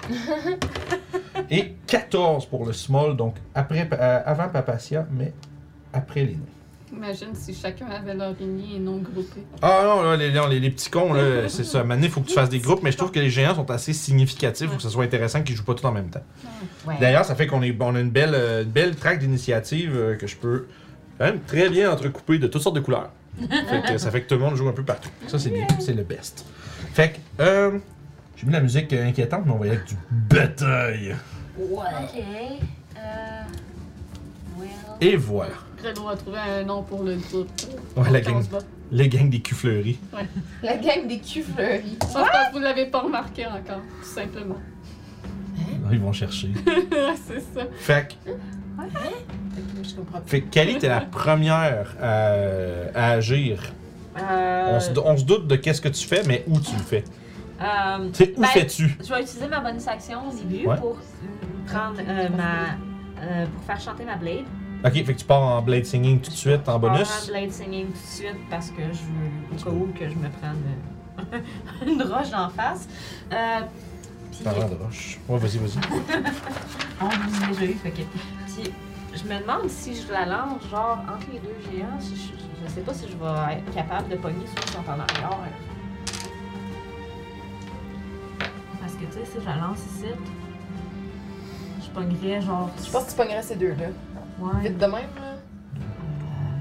S1: et 14 pour le small, donc après, Pa- euh, avant Papatia, mais après les noms.
S2: Imagine si chacun avait leur lignée et non groupée.
S1: Ah non, là, les, non, les, les petits cons, là, c'est ça. Maintenant, il faut que tu fasses des groupes, mais je trouve que les géants sont assez significatifs pour que ce soit intéressant qu'ils jouent pas tout en même temps.
S4: Ouais.
S1: D'ailleurs, ça fait qu'on est, on a une belle, euh, une belle traque d'initiative euh, que je peux quand même très bien entrecouper de toutes sortes de couleurs. Fait que, ça fait que tout le monde joue un peu partout. Ça, c'est bien, c'est le best. Fait que, euh, j'ai mis la musique euh, inquiétante, mais on va y aller avec du bétail.
S3: ok. Euh. Well.
S1: Et voilà.
S2: Gredo a trouvé un nom pour le groupe.
S1: Ouais, la
S2: Quand on
S1: gang,
S2: se bat.
S1: les gangs des culs fleuris.
S5: La gang des culs fleuris.
S2: Je pense que vous l'avez pas remarqué encore, tout simplement. [laughs]
S8: Ils vont chercher.
S2: c'est ça.
S1: Fait que,
S5: Ok, je comprends.
S1: fait que Cali, t'es la première à- à agir
S3: Euh,
S1: On se, on se doute de qu'est-ce que tu fais, mais où tu le fais.
S3: euh,
S1: Tu sais, où
S3: ben,
S1: fais-tu?
S3: Je vais utiliser ma bonus action au début
S1: Ouais.
S3: pour euh, prendre euh, ma. euh, pour faire chanter ma blade.
S1: Ok, fait que tu pars en Blade Singing tout de suite, en
S3: Je
S1: bonus.
S3: vais blade singing tout de suite parce que je veux, au cas où que je me prenne euh, [laughs] une roche d'en face. Euh, puis,
S1: Parlant de roche. Ouais, vas-y, vas-y.
S3: on l'a déjà eu, Ah, fait que- Puis, je me demande si je la lance, genre, entre les deux géants, je, je- je sais pas si je vais être capable de pogner ceux qui sont en arrière. Parce que, tu sais, si je la lance ici, je pognerais, genre...
S5: Je pense que tu pognerais ces deux-là.
S3: Ouais. ben,
S5: Vite de même, là.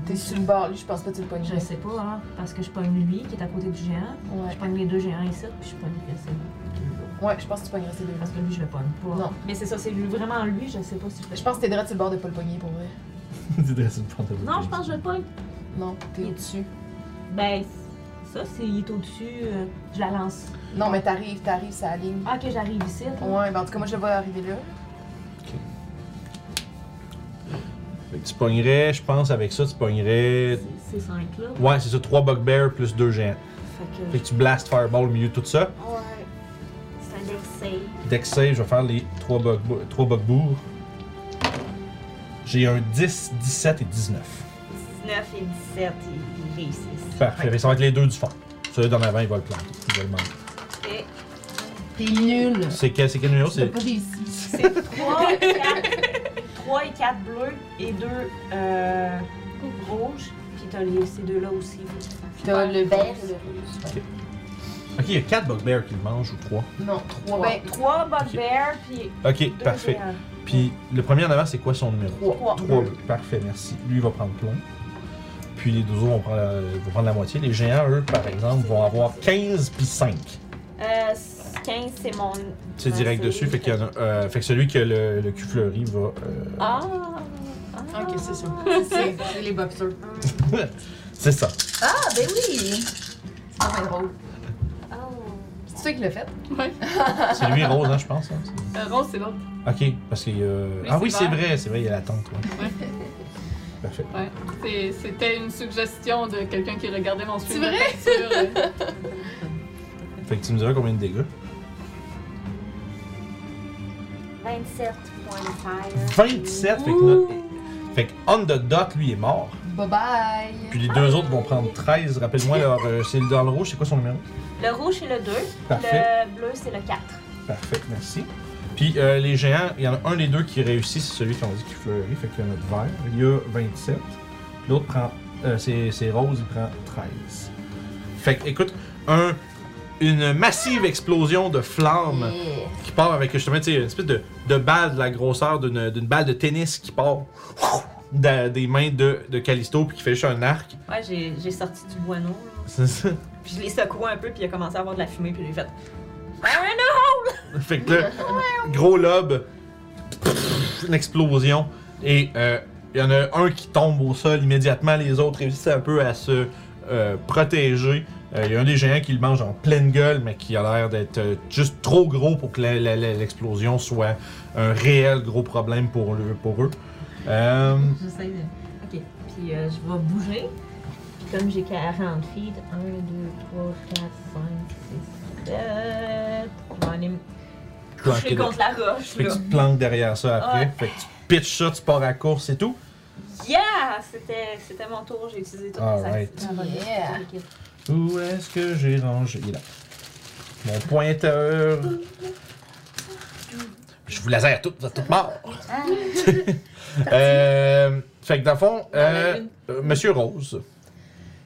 S5: T'es sur le bord, lui, je pense pas que tu le pognerais.
S3: Je sais pas, hein, parce que je pogne lui qui est à côté du géant, je
S5: Ouais.
S3: pogne les deux géants ici, puis je pognerais ces deux-là.
S5: ouais, je pense que tu pognerais ces deux-là.
S3: Parce que lui, je le pogne pas.
S5: Non.
S3: Mais c'est ça, c'est lui- vraiment lui, je sais pas si je le
S5: Je pense que t'es droit sur le bord de pas le pogner, pour vrai.
S8: [laughs] Tu dresses une pantalon.
S3: Non, je pense que je le pogne.
S5: Non, t'es
S3: Il-
S5: au-dessus.
S3: Ben, ça, c'est il est au-dessus. euh, je la lance.
S5: Non, mais t'arrives, t'arrives, ça aligne.
S3: Ah, que j'arrive ici. là.
S5: Ouais, ben en tout cas, moi, je le vois arriver là.
S1: Fait que tu pognerais, je pense, avec ça, tu pognerais.
S3: C'est 5 là.
S1: Ouais, c'est ça, 3 bugbears plus 2 géants.
S3: Fait que.
S1: Fait que tu blast Fireball au milieu de tout ça.
S3: Ouais. C'est un deck save.
S1: Deck save, je vais faire les 3 bugbours. J'ai un 10, 17 et 19.
S3: 19 et 17, ils ils réussissent.
S1: Parfait, Fait que ça va être les deux du fond. Celui d'en avant, il va le planter. Il va le manquer.
S3: Et
S5: T'es nul.
S1: C'est quel, c'est quel numéro?
S5: T'as
S1: C'est
S5: pas réussi.
S3: 3 et 4. 3 et 4 bleus et 2 euh, rouges. Puis t'as les- ces deux-là aussi.
S5: T'as le vert.
S1: Ok, il y a 4 bugbears qui le mangent ou 3.
S5: Non, trois.
S3: Ben, 3 bugbear puis
S1: Ok,
S3: 2
S1: parfait. Puis le premier en avant, c'est quoi son numéro?
S3: 3.
S1: 3 Parfait, merci. Lui va prendre plein. Puis les deux autres vont prendre, la, vont prendre la moitié. Les géants, eux, par exemple, vont avoir 15 puis 5.
S3: Euh, 15, c'est mon.
S1: C'est direct dessus. Fait, qu'il y en a, euh, fait que celui qui a le, le cul fleuri va. euh, [laughs]
S3: Ah! ah.
S5: Ok, c'est ça. C'est c'est les boxeurs.
S1: c'est ça.
S5: Ah, ben oui! C'est pas bien drôle.
S3: Oh.
S5: C'est toi qui l'as fait?
S2: Ouais.
S1: C'est lui rose, hein, je pense. hein.
S2: Euh, Rose, c'est l'autre.
S1: Ok, parce qu'il y a. ah
S2: c'est
S1: oui, c'est
S2: vert.
S1: vrai, c'est vrai, il y a la tente. ouais. Parfait.
S2: Ouais. C'est- C'était une suggestion de quelqu'un qui regardait mon film.
S5: C'est vrai? [laughs]
S2: vrai?
S1: Fait que tu me diras combien de dégâts
S3: 27 points de fire.
S1: 27. Fait que, notre- fait que on the dot, lui, est mort.
S5: Bye bye!
S1: Puis les deux autres vont prendre 13. Rappelle-moi, leur, euh, c'est dans le rouge, c'est quoi son numéro
S3: Le rouge, c'est le 2.
S1: Parfait.
S3: Le bleu, c'est le 4.
S1: Parfait, merci. Puis euh, les géants, il y en a un des deux qui réussit, c'est celui qu'on dit qui fleurit, fait qu'il y en a de vert. Il y a 27. Puis L'autre prend. euh, c'est c'est rose, il prend 13. Fait que, écoute, un, une massive explosion de flammes qui part avec justement tu sais, une espèce de, de balle de la grosseur d'une d'une balle de tennis qui part de- des mains de, de Callisto puis qui fait juste un arc. [laughs]
S3: Ouais, j'ai j'ai sorti du guano. là.
S1: C'est ça.
S3: Puis je l'ai secoué un peu, puis il a commencé à avoir de la fumée, puis j'ai fait. Fire
S1: [laughs]
S3: in the hole!
S1: Fait que là, gros lobe, pff, une explosion. Et euh, il y en a un qui tombe au sol immédiatement, les autres réussissent un peu à se euh, protéger. Euh, Il y a un des géants qui le mange en pleine gueule, mais qui a l'air d'être euh, juste trop gros pour que la- la- la- l'explosion soit un réel gros problème pour, le, pour eux. Euh,
S3: J'essaie de. Ok. Puis euh, je vais bouger. Puis comme j'ai 40 feet, 1, 2, 3, 4, 5, 6, 7. Je vais aller me
S1: planqué
S3: coucher contre la roche,
S1: Fait que
S3: là.
S1: tu te planques derrière ça après.
S3: Ouais.
S1: Fait que tu pitches ça, tu pars à course et tout.
S3: Yeah! C'était c'était mon tour, j'ai utilisé toutes mes Ah,
S1: Alright.
S3: actions. [laughs]
S5: Yeah.
S1: Où est-ce que j'ai rangé? Il est là. Mon pointeur. Je vous laser toutes, vous êtes toutes morts. [laughs] Euh, fait que dans le fond, euh, euh, Monsieur Rose.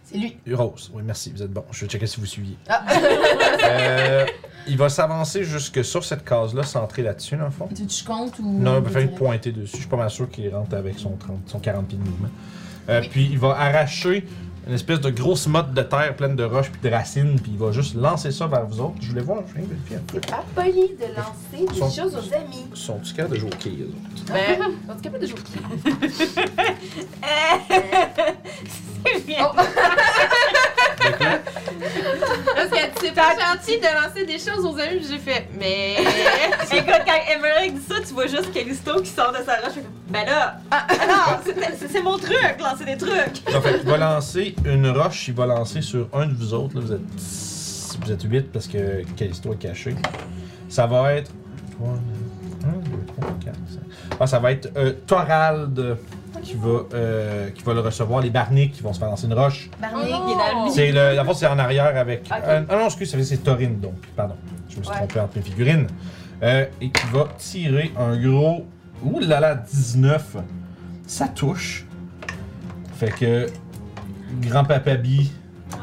S5: C'est lui.
S1: Rose, oui, merci, vous êtes bon. Je vais checker si vous suiviez.
S5: Ah.
S1: Euh, il va s'avancer jusque sur cette case-là, centré là-dessus, dans le fond.
S10: Tu, tu comptes ou.
S1: Non, il va
S10: ou
S1: faire
S10: direct?
S1: pointer dessus. Je suis pas mal sûr qu'il rentre avec son, 30, son 40 pieds de mouvement. Euh, Puis il va arracher une espèce de grosse motte de terre pleine de roches puis de racines, puis il va juste lancer ça vers vous autres. Je voulais voir, je viens de vérifier un peu.
S7: C'est pas poli de lancer des
S1: Son-
S7: choses aux amis.
S1: Sont-ils capables de jouer au quai, eux autres?
S5: Ben, en tout cas, pas de jour.
S3: C'est bien.
S7: [laughs]
S1: Fait que là,
S5: Parce que c'est pas gentil de lancer des choses aux amis, j'ai fait. Mais.
S3: Eh, Écoute, quand Emerald dit ça, tu vois juste Callisto qui sort de sa roche. je fais comme, Ben là, alors, c'était- [laughs] c'est c'est mon truc, lancer des trucs.
S1: Non, fait, il va lancer une roche, il va lancer sur un de vous autres. là. vous êtes vous êtes 8 parce que Callisto est caché. Ça va être. 1, 2, 3, 4, 5. Ah, ça va être euh, Thorald qui va, euh, qui va le recevoir, les Barniques qui vont se faire lancer une roche.
S3: Barney qui est dans
S7: Oh.
S3: le
S1: C'est le, la force, c'est en arrière avec.
S3: Ok.
S1: euh, ah non, excuse, ça fait- c'est Taurine donc, pardon. Je me suis trompé entre mes figurines. Euh, et qui va tirer un gros. Ouh là là, 19. Ça touche. Fait que. Grand-papa Bi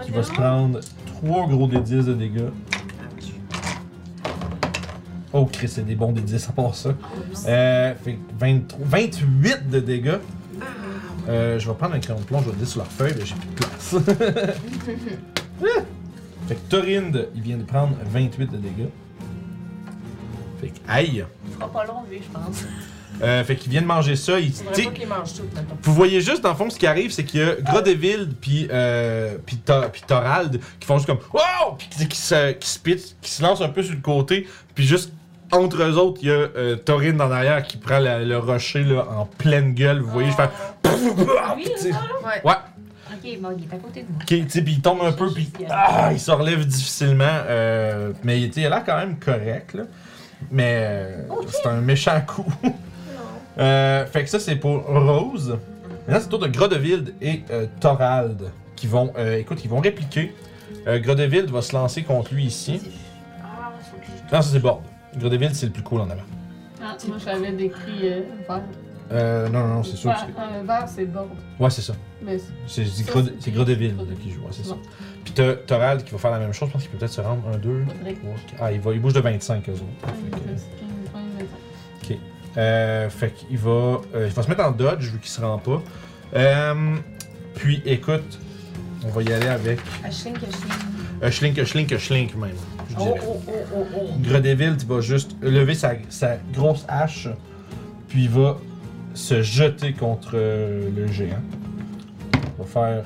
S1: qui va se prendre 3 gros d 10 de dégâts. Oh, Chris, c'est des bons d 10 à part ça. Euh, fait que 23 28 de dégâts. Euh, je vais prendre un crayon de plomb, je vais le dire sur leur feuille, mais j'ai plus de place. [laughs] Fait que Torinde, il vient de prendre 28 de dégâts. Fait que aïe!
S3: Il fera pas long, lui, je pense.
S1: Euh, fait qu'il vient de manger ça. Il,
S7: Faudrait
S1: t'sais,
S7: pas qu'ils mangent tout, maintenant.
S1: vous voyez juste dans le fond ce qui arrive, c'est qu'il y a Grodeville puis euh, puis Thor- puis Thorald qui font juste comme wow puis qui, qui se qui se pitchent, qui se lancent un peu sur le côté, puis juste entre eux autres, il y a euh, Torinde en arrière qui prend la- le rocher là, en pleine gueule. Vous voyez, je fais [laughs]
S3: Lui,
S1: t'sais,
S5: Ouais.
S1: ouais.
S3: Ok, bon, il est à côté de moi.
S1: Qui, tu sais, puis il tombe un peu, puis ah, il se relève difficilement. euh, mais tu sais, il a l'air quand même correct, là. Mais euh, c'est un méchant coup. [laughs] Euh, fait que ça, c'est pour Rose. Maintenant, c'est le tour de Grodevild et euh, Thorald qui vont, euh, écoute, ils vont répliquer. Euh, Grodevild va se lancer contre lui ici. Non, Ah, ça, c'est Bord. Grodevild, c'est le plus cool en avant.
S2: Ah, moi j'avais décrit euh, vert.
S1: Euh, non, non, non, c'est sûr que
S2: Vert, euh, vert, c'est bord.
S1: c'est. Ouais, c'est ça.
S2: Mais c'est-
S1: C'est je dis
S2: Ça,
S1: Grod-
S2: c'est-
S1: c'est Grodeville là, qui joue, ouais, c'est ça.
S2: Bon.
S1: Puis t'as Thorald qui va faire la même chose, je pense qu'il peut peut-être se rendre 1, 2,
S2: Faudrait
S1: 3, 4. Ah, il, va, il bouge de 25 eux autres. Fait
S2: Mhm.
S1: que- euh, fait qu'il va, euh, il va se mettre en dodge vu qu'il se rend pas. Euh, puis écoute, on va y aller avec. Euh, Schlink, schlink, schlink même. Je
S3: Oh,
S1: dirais. oh, Gredeville, tu vas juste lever sa, sa grosse hache, puis il va se jeter contre euh, le géant. Il va faire.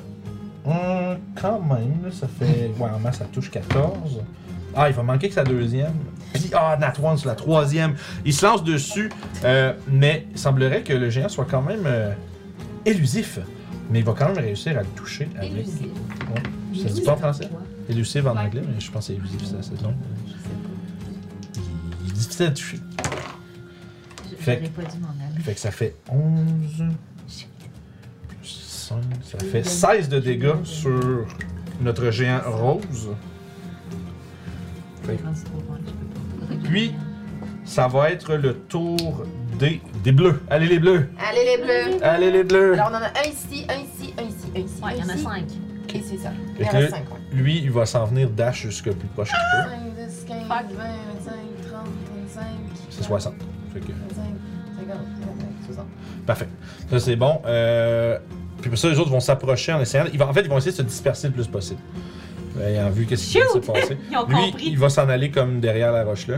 S1: Hum, quand même, là, ça fait. Ouais, en masse, ça touche 14. Ah, il va manquer que sa deuxième. Puis, ah, Nat One sur la troisième. Il se lance dessus, euh, mais il semblerait que le géant soit quand même euh, élusif. Mais il va quand même réussir à le toucher avec.
S3: Élusif.
S1: Ouais. Ça se dit pas en français? Élusive en anglais, mais je pense que c'est élusive, c'est assez long. Il est difficile à toucher.
S4: Je-
S1: Fait
S4: J'aurais pas dû m'en aller.
S1: Fait que ça fait 11 plus 5, ça fait 16 de dégâts sur notre géant rose.
S4: Je suis rendu trop loin, je peux pas.
S1: Puis, ça va être le tour des, des bleus. Allez les bleus!
S5: Allez les bleus.
S1: Allez les bleus!
S5: Alors on en a un ici, un ici, un ici, un ici.
S4: Ouais, il y en a cinq.
S5: Et c'est ça.
S1: Fait
S5: Il y en
S1: que
S5: a
S1: là,
S5: 5, ouais.
S1: lui, il va s'en venir dash jusqu'au plus proche qu'il
S5: 5, 10, 15, 20, 25, 30, 25.
S1: peut. C'est 60. Fait que,
S5: 25, 50, 45, 60.
S1: Parfait. Ça, c'est bon. Euh, puis pour ça, les autres vont s'approcher en essayant. ils vont- en fait, ils vont essayer de se disperser le plus possible. Ayant vu qu'est-ce qui vient de se passer.
S3: Ils ont
S1: Lui,
S3: compris.
S1: il va s'en aller comme derrière la roche là.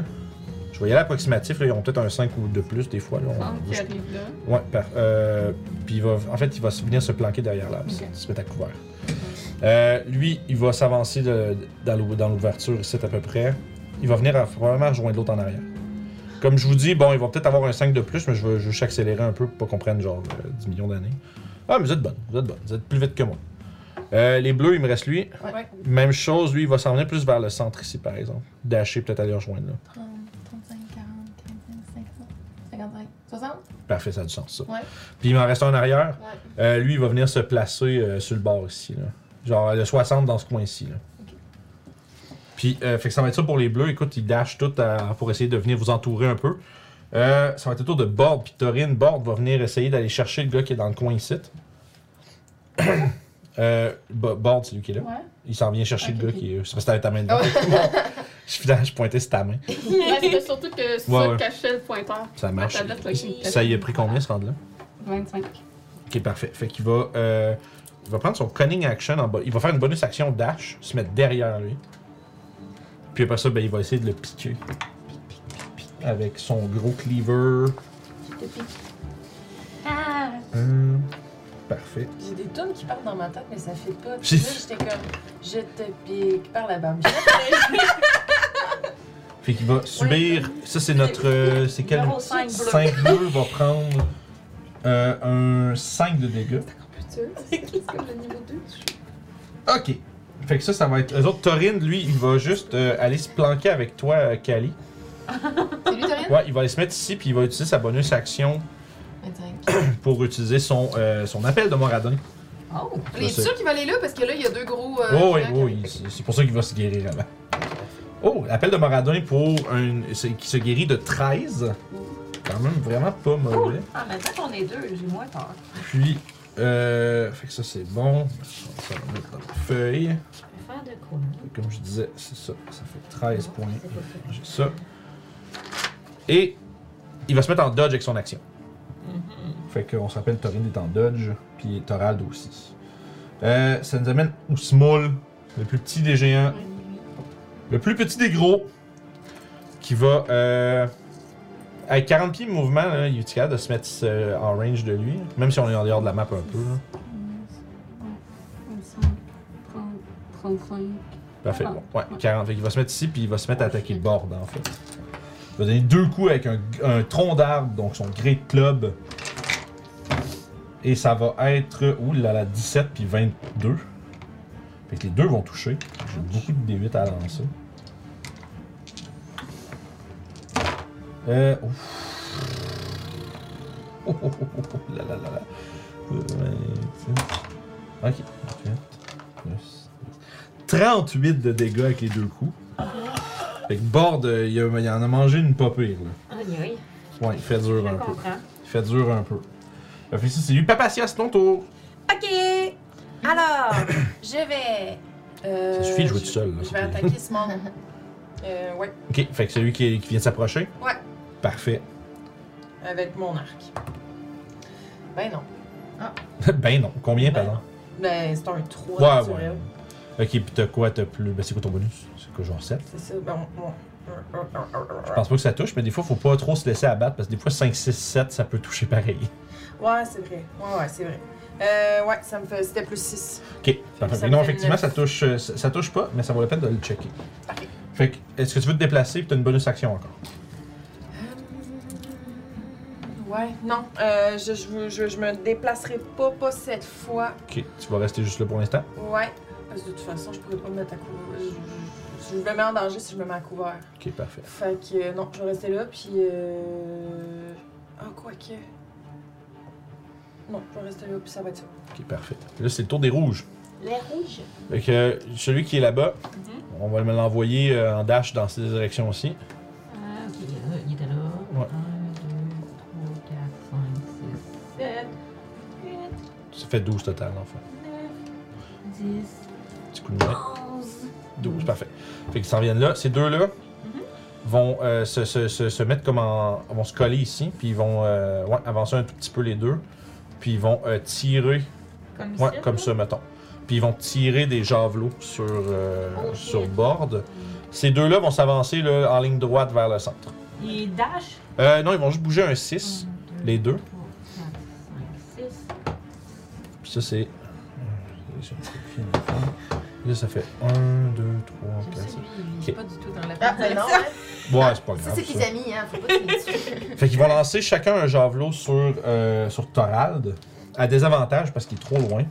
S1: Je vais y aller approximatif, là, ils ont peut-être un 5 ou de plus des fois. Là, on-
S2: Femme qui
S3: euh,
S1: je-
S2: arrive là.
S5: [laughs]
S1: Ouais, par- euh, puis il va, en fait, il va se- venir se planquer derrière l'arbre, il se mettre à couvert. Euh, lui, il va s'avancer de- dans l'ou- dans l'ouverture ici à peu près. Il va venir à, probablement rejoindre l'autre en arrière. Comme je vous dis, bon, il va peut-être avoir un 5 de plus, mais je veux juste accélérer un peu pour pas qu'on prenne genre euh, 10 millions d'années. Ah, mais vous êtes bonne, vous êtes bonne, vous êtes plus vite que moi. Euh, les bleus, il me reste lui.
S5: Ouais.
S1: Même chose, lui, il va s'en venir plus vers le centre ici, par exemple. Dasher, peut-être aller rejoindre là.
S5: 30, 35, 40, 45, 55, 60.
S1: Parfait, ça a du sens, ça.
S5: Ouais.
S1: Puis il m'en reste un en arrière.
S5: Ouais.
S1: Euh, lui, il va venir se placer euh, sur le bord ici. Là. Genre le 60 dans ce coin-ci. Là.
S5: Ok.
S1: Puis, euh, fait que ça va être ça pour les bleus. Écoute, ils dashent tout à- pour essayer de venir vous entourer un peu. Euh, ça va être le tour de Bord. Puis Torine, Bord va venir essayer d'aller chercher le gars qui est dans le coin ici. [coughs] euh, Bo- Bord, c'est lui qui est là.
S5: Ouais.
S1: Il s'en vient chercher
S5: Ok,
S1: le gars
S5: ok.
S1: qui est. euh, C'est parce que t'avais ta main dedans.
S5: Ah
S1: [laughs] je, finalement, je pointais sur ta
S5: [laughs]
S1: main.
S2: Ouais, C'était surtout que ça
S1: Ouais, ouais.
S2: cachait le pointeur.
S1: Ça marche.
S2: Ma tablette, là, qui me
S1: Ça y a pris combien ce round-là?
S2: 25.
S1: Ok, parfait. Fait qu'il va, euh, il va prendre son cunning action en bas. Il va faire une bonus action dash, se mettre derrière lui. Puis après ça, ben, il va essayer de le piquer. Avec son gros cleaver. Hum, parfait.
S7: J'ai des tunes qui partent dans ma tête, mais ça fait pas.
S1: J'ai-
S7: Puis là, j'étais comme, je te pique par la barbe.
S1: Fait qu'il va subir. Ça, c'est notre. euh, c'est quel.
S3: Numéro 5 bleu.
S1: 5 bleus va prendre euh, un 5 de dégâts. Ok. Fait que ça, ça va être. Eux autres, Torin, lui, il va juste euh, aller se planquer avec toi, euh, Kali.
S5: C'est lui, Torine?
S1: Ouais, il va aller se mettre ici, puis il va utiliser sa bonus action
S5: 25.
S1: pour utiliser son, euh, son appel de Moradin.
S5: Oh! Il est
S1: sais.
S5: sûr qu'il va aller là parce que là, il y a deux gros. euh,
S1: Oh, oui,
S5: géants qui
S1: oui, c'est- c'est pour ça qu'il va se guérir avant. Oh, l'appel de Moradin pour un. c'est- qui se guérit de 13. Quand même vraiment pas mauvais.
S3: Ah, maintenant qu'on est deux, j'ai moins peur.
S1: Puis, euh, fait que ça c'est bon. Ça va mettre dans la feuille.
S3: Je vais faire de quoi?
S1: Comme je disais, c'est ça. Ça fait 13 points. J'ai ça. Et il va se mettre en dodge avec son action. Fait qu'on se rappelle, Torin est en dodge, puis Torald aussi. Euh, ça nous amène au Small, le plus petit des géants. Le plus petit des gros. Qui va. Euh, avec 40 pieds de mouvement, là, il est capable de se mettre euh, en range de lui. Même si on est en dehors de la map un peu. là.
S2: 35.
S1: Parfait,
S2: Ah.
S1: bon. Ouais, 40. Fait qu'il va se mettre ici, puis il va se mettre à attaquer Bord, en fait. Il va donner deux coups avec un, un tronc d'arbre, donc son Great Club. Et ça va être. Ouh là là, 17 puis 22. Fait que les deux vont toucher. J'ai beaucoup de D8 à lancer. Euh. Ouf. [laughs] Oh, oh, oh, oh, oh, là là là là. 26. Ok. 28, plus 38 de dégâts avec les deux coups. Fait que Bord, euh, il, a- il en a mangé une pas pire. Là.
S3: Ah, oui.
S1: Ouais, il fait dur
S3: Je
S1: un peu.
S3: comprends.
S1: Il fait dur un peu. Euh, Fait que ça, c'est lui. Papacia, c'est ton tour.
S3: Ok! Alors, je vais.
S5: Euh,
S1: Ça suffit de jouer tout seul, là,
S5: Je
S1: c'est
S5: vais
S1: pas-
S5: attaquer ce [laughs] monde. Euh, ouais.
S1: Ok, fait que c'est lui qui, qui vient de s'approcher.
S5: Ouais.
S1: Parfait. [laughs]
S7: Avec mon arc. Ben non.
S1: ben non. Combien, pardon?
S7: Ben, c'est un 3
S1: Ouais,
S7: naturel.
S1: ouais. Ok, puis t'as quoi? T'as plus. Ben, c'est quoi ton bonus? C'est quoi, genre 7?
S7: C'est ça. Ben, on- on-
S1: Je pense pas que ça touche, mais des fois, faut pas trop se laisser abattre parce que des fois, 5, 6, 7, ça peut toucher pareil.
S7: Ouais, c'est vrai. Ouais, ouais, c'est vrai. Euh, ouais, ça me fait. C'était plus 6.
S1: Ok, parfait.
S7: Ça
S1: non,
S7: me fait
S1: effectivement,
S7: neuf.
S1: ça touche, euh, ça, ça touche pas, mais ça vaut la peine de le checker.
S7: Parfait.
S1: Fait que, est-ce que tu veux te déplacer puis t'as une bonus action encore?
S7: Ouais, non. Euh, je, je, veux- je, je me déplacerai pas, pas cette fois.
S1: Ok, tu vas rester juste là pour l'instant.
S7: Ouais. Parce que de toute façon, je pourrais pas me mettre à couvert. Je, je- je me mets en danger si je me mets à couvert.
S1: Ok, parfait.
S7: Fait que euh, non, je vais rester là, puis. Euh... Ah, quoi que. Non, je vais rester là, puis ça va être ça.
S1: Ok, parfait. Là, c'est le tour des rouges.
S3: Les rouges.
S1: Fait que euh, celui qui est là-bas,
S3: Mhm.
S1: on va me l'envoyer euh, en dash dans ces directions aussi.
S3: Ah, ok, il est là, il était là. 1, 2, 3,
S1: Ouais.
S3: 4, 5, 6, 7,
S1: Ça fait 12 total, en fait.
S3: 8, 10,
S1: Petit coup de main.
S3: 11.
S1: 12, parfait. Fait qu'ils s'en viennent là. Ces deux-là
S3: Mhm.
S1: vont euh, se, se- se- se mettre comme en. vont se coller ici, puis ils vont euh, ouais, avancer un tout petit peu les deux. Puis ils vont euh, tirer.
S3: Comme
S1: Ouais,
S3: ça.
S1: comme ça, mettons. Puis ils vont tirer des javelots sur, euh,
S3: Oh, shit.
S1: sur board. Ces deux-là vont s'avancer là, en ligne droite vers le centre.
S3: Il dash.
S1: Euh, non, ils vont juste bouger un
S3: Mm.
S1: 6, les deux.
S3: 5, 6.
S1: Puis ça, c'est. Là, ça fait 1, 2, 3, 4,
S4: Celui,
S1: 5.
S4: il
S1: Ok.
S4: vit pas du tout dans la
S5: Ah, ben non, hein.
S1: Ouais, c'est pas
S5: ça
S1: grave.
S5: c'est tes
S1: ça.
S5: amis, hein, faut pas que tu les tues.
S1: Fait qu'ils vont lancer chacun un javelot sur, euh, sur Thorald, à désavantage parce qu'il est trop loin.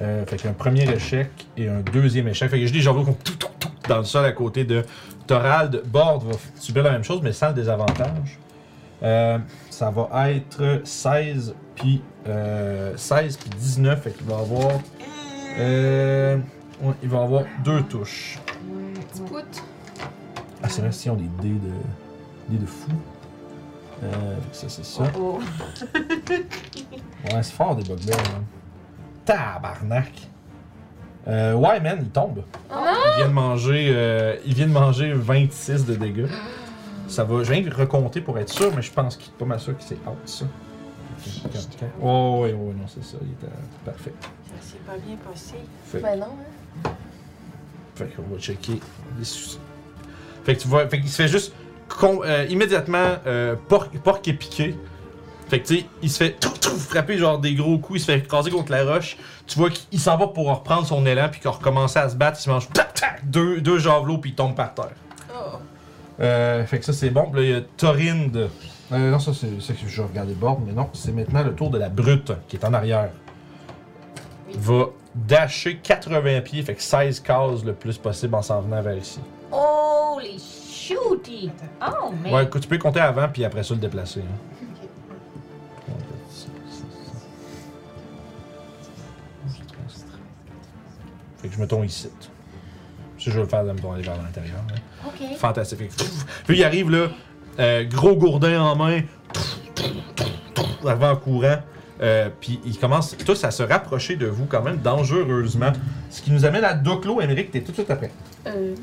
S1: Euh, fait qu'un premier échec et un deuxième échec. Fait que j'ai des javelots qui vont tout, tout, tout dans le sol à côté de Thorald. Bord va f- subir la même chose, mais sans le désavantage. Euh, ça va être 16 puis euh, 16 puis 19. Fait qu'il va avoir. euh, ouais, il va avoir deux touches.
S5: Tu poutes.
S1: Ah, c'est vrai, si on a des dés de, dés de fou. Euh, fait que ça, c'est ça.
S4: Oh,
S1: [laughs] Ouais, c'est fort des bugbears, man. Tabarnak! Euh, ouais, man, il tombe. Il vient de manger, euh, il vient de manger 26 de dégâts. Ça va, je viens de recompter pour être sûr, mais je pense qu'il pas mal sûr que c'est out, ça. Oh, ouais, ouais, non, c'est ça, il était parfait.
S7: Ça s'est pas bien passé.
S1: Fait,
S5: Ben non, hein.
S1: fait qu'on va checker. les sous- Fait que tu vois, fait qu'il se fait juste con- euh, immédiatement euh, porc, porc et piqué. Fait que tu sais, il se fait trou, trou, frapper genre des gros coups, il se fait écraser contre la roche. Tu vois qu'il s'en va pour reprendre son élan puis qu'il recommence à se battre, il se mange tac, tac, deux, deux javelots puis il tombe par terre. Euh, fait que ça c'est bon. Puis Là il y a Torinde. Euh, non ça c'est c'est que je regardais Bord, mais non c'est maintenant le tour de la brute qui est en arrière. Va dasher 80 pieds, fait que 16 cases le plus possible en s'en venant vers ici.
S3: Holy shooty! Oh, mais.
S1: Ouais, écoute, tu peux les compter avant puis après ça le déplacer. hein. Fait que je me tourne ici. Si je veux le faire, je vais me tourner vers l'intérieur. hein.
S3: Ok.
S1: Fantastique. Fait que pff, Puis il arrive là, euh, gros gourdin en main, pff, pff, pff, pff, arrivant en courant. Euh, puis ils commencent tous à se rapprocher de vous quand même dangereusement. Ce qui nous amène à Doclo, Émeric, t'es tout de suite après.
S2: Euh,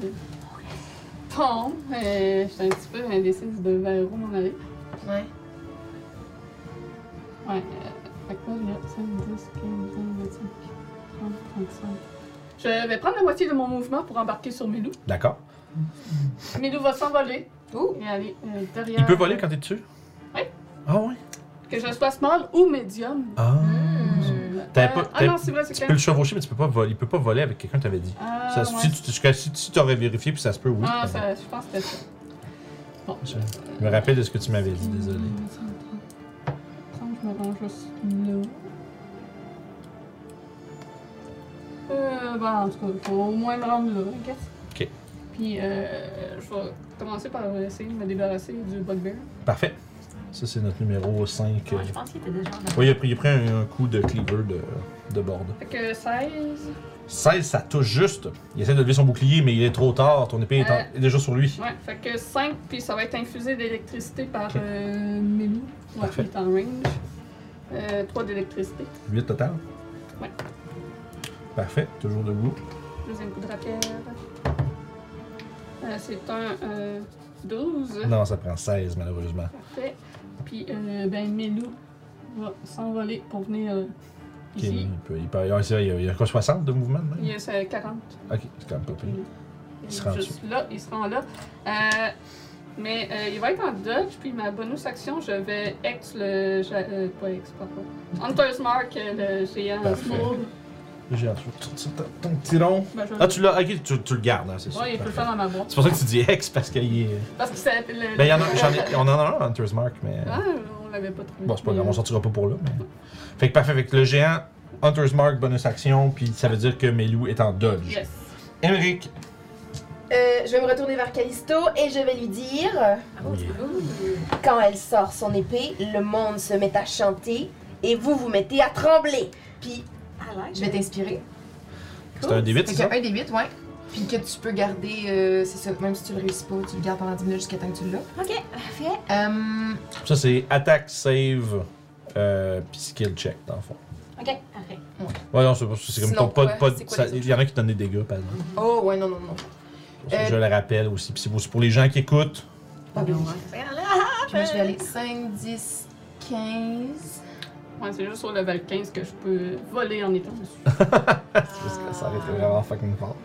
S2: bon, euh, je suis un petit peu indécise de vers où m'en aller.
S5: Ouais.
S2: Ouais, euh, fait que là, il y a 5, 10, 15, 20, 25, 30, 35. Je vais prendre la moitié de mon mouvement pour embarquer sur Milou.
S1: D'accord.
S2: Milou va s'envoler
S5: Ouh.
S2: et aller euh, derrière.
S1: Il peut voler quand t'es dessus?
S2: Oui.
S1: Ah ouais?
S2: Que je sois small ou medium.
S1: Ah. T'avais
S2: Euh,
S1: pas-
S2: ah
S1: t'avais-
S2: non, c'est vrai, c'est
S1: Tu
S2: clair.
S1: peux le chevaucher, mais tu peux pas voler. Il peut pas voler avec quelqu'un, t'avais dit.
S2: Ah,
S1: Ça,
S2: ouais.
S1: si, tu, tu- si tu t'aurais vérifié, puis ça se peut, oui.
S2: Ah, ça, je pense que c'était ça. Bon.
S1: Je me rappelle de ce que tu m'avais dit, désolé.
S2: 30, je me rends juste là. Euh, ben, en tout cas, faut au moins me rendre là, I guess.
S1: Ok.
S2: Puis, euh, je vais commencer par essayer de me débarrasser du bugbear.
S1: Parfait. Ça, c'est notre numéro 5.
S3: Ouais, je pense qu'il était déjà en
S1: Oui, il a pris, il a pris un, un coup de cleaver de, de board.
S2: Fait que 16.
S1: 16, ça touche juste. Il essaie de lever son bouclier, mais il est trop tard. Ton épée est, en-
S2: Euh.
S1: est déjà sur lui.
S2: Ouais, fait que 5, puis ça va être infusé d'électricité par euh, Mélou. Ouais, qui est en range. Euh, 3 d'électricité.
S1: 8 total.
S2: Ouais.
S1: Parfait. Toujours debout.
S2: Deuxième coup de rapière. Euh, c'est un euh, 12.
S1: Non, ça prend 16, malheureusement.
S2: Parfait. Puis, euh, ben, Melou va s'envoler pour venir euh,
S1: Ok,
S2: ici.
S1: il, peut, il, peut- ah, c'est vrai, il y a, il y a quoi, 60 de mouvement? de même?
S2: Il est à 40.
S1: Ok, c'est quand même pas pire.
S2: Il
S1: Il se
S2: est
S1: rend
S2: juste là, il se rend là. Euh, mais euh, il va être en dodge, puis ma bonus action, je vais ex le. ja- euh, pas ex, pardon. Hunter's Mark, euh, le géant
S1: Parfait.
S2: small.
S1: J'ai un truc sur ta- ton petit rond.
S2: Ben, je vais-
S1: Ah, tu l'as. Ok, tu, tu le gardes, hein, c'est sûr.
S2: Ouais, il peut le
S1: Parfait.
S2: faire dans ma boîte.
S1: C'est pour ça que tu dis ex parce qu'il est.
S2: Parce que ça appelle. le-
S1: Ben, y en a, j'en ai- on en a un, Hunter's Mark, mais.
S2: Ah, on l'avait pas trouvé.
S1: Bon, c'est pas
S2: Mais,
S1: grave, on sortira pas pour là. Mais... Fait que parfait, avec le géant, Hunter's Mark, bonus action, puis ça veut dire que Melou est en
S2: euh,
S1: dodge.
S2: Yes.
S1: Emmerich,
S5: Euh, je vais me retourner vers Callisto et je vais lui dire
S3: Oh,
S1: Yeah.
S5: Quand elle sort son épée, le monde se met à chanter et vous vous mettez à trembler. Puis je vais t'inspirer.
S1: c'est un D8,
S5: Fait
S1: c'est
S5: que
S1: ça?
S5: un des huit, ouais. Puis que tu peux garder, euh, c'est ça, même si tu le réussis pas, tu le gardes pendant 10 minutes jusqu'à temps que tu l'as.
S3: Ok, parfait.
S5: Euh,
S1: Ça, c'est attaque, save, euh, puis skill check, dans le fond.
S3: Ok, parfait.
S1: Ouais, non, c'est pas- c'est comme ton-
S5: Sinon,
S1: pas,
S5: quoi?
S1: pas,
S5: C'est quoi
S1: ça-
S5: les autres
S1: Il y en a qui donnent des dégâts, par exemple.
S5: Oh, ouais, non, non, non.
S1: Pour ça,
S5: Euh,
S1: Je le rappelle aussi. Puis c'est pour- c'est pour les gens qui écoutent.
S5: Pas bien.
S3: Puis
S5: Puis moi, je vais aller 5, 10, 15.
S2: Ouais, c'est juste sur le level 15 que je peux voler en étant dessus.
S1: Parce que ça aurait été vraiment fucking fort.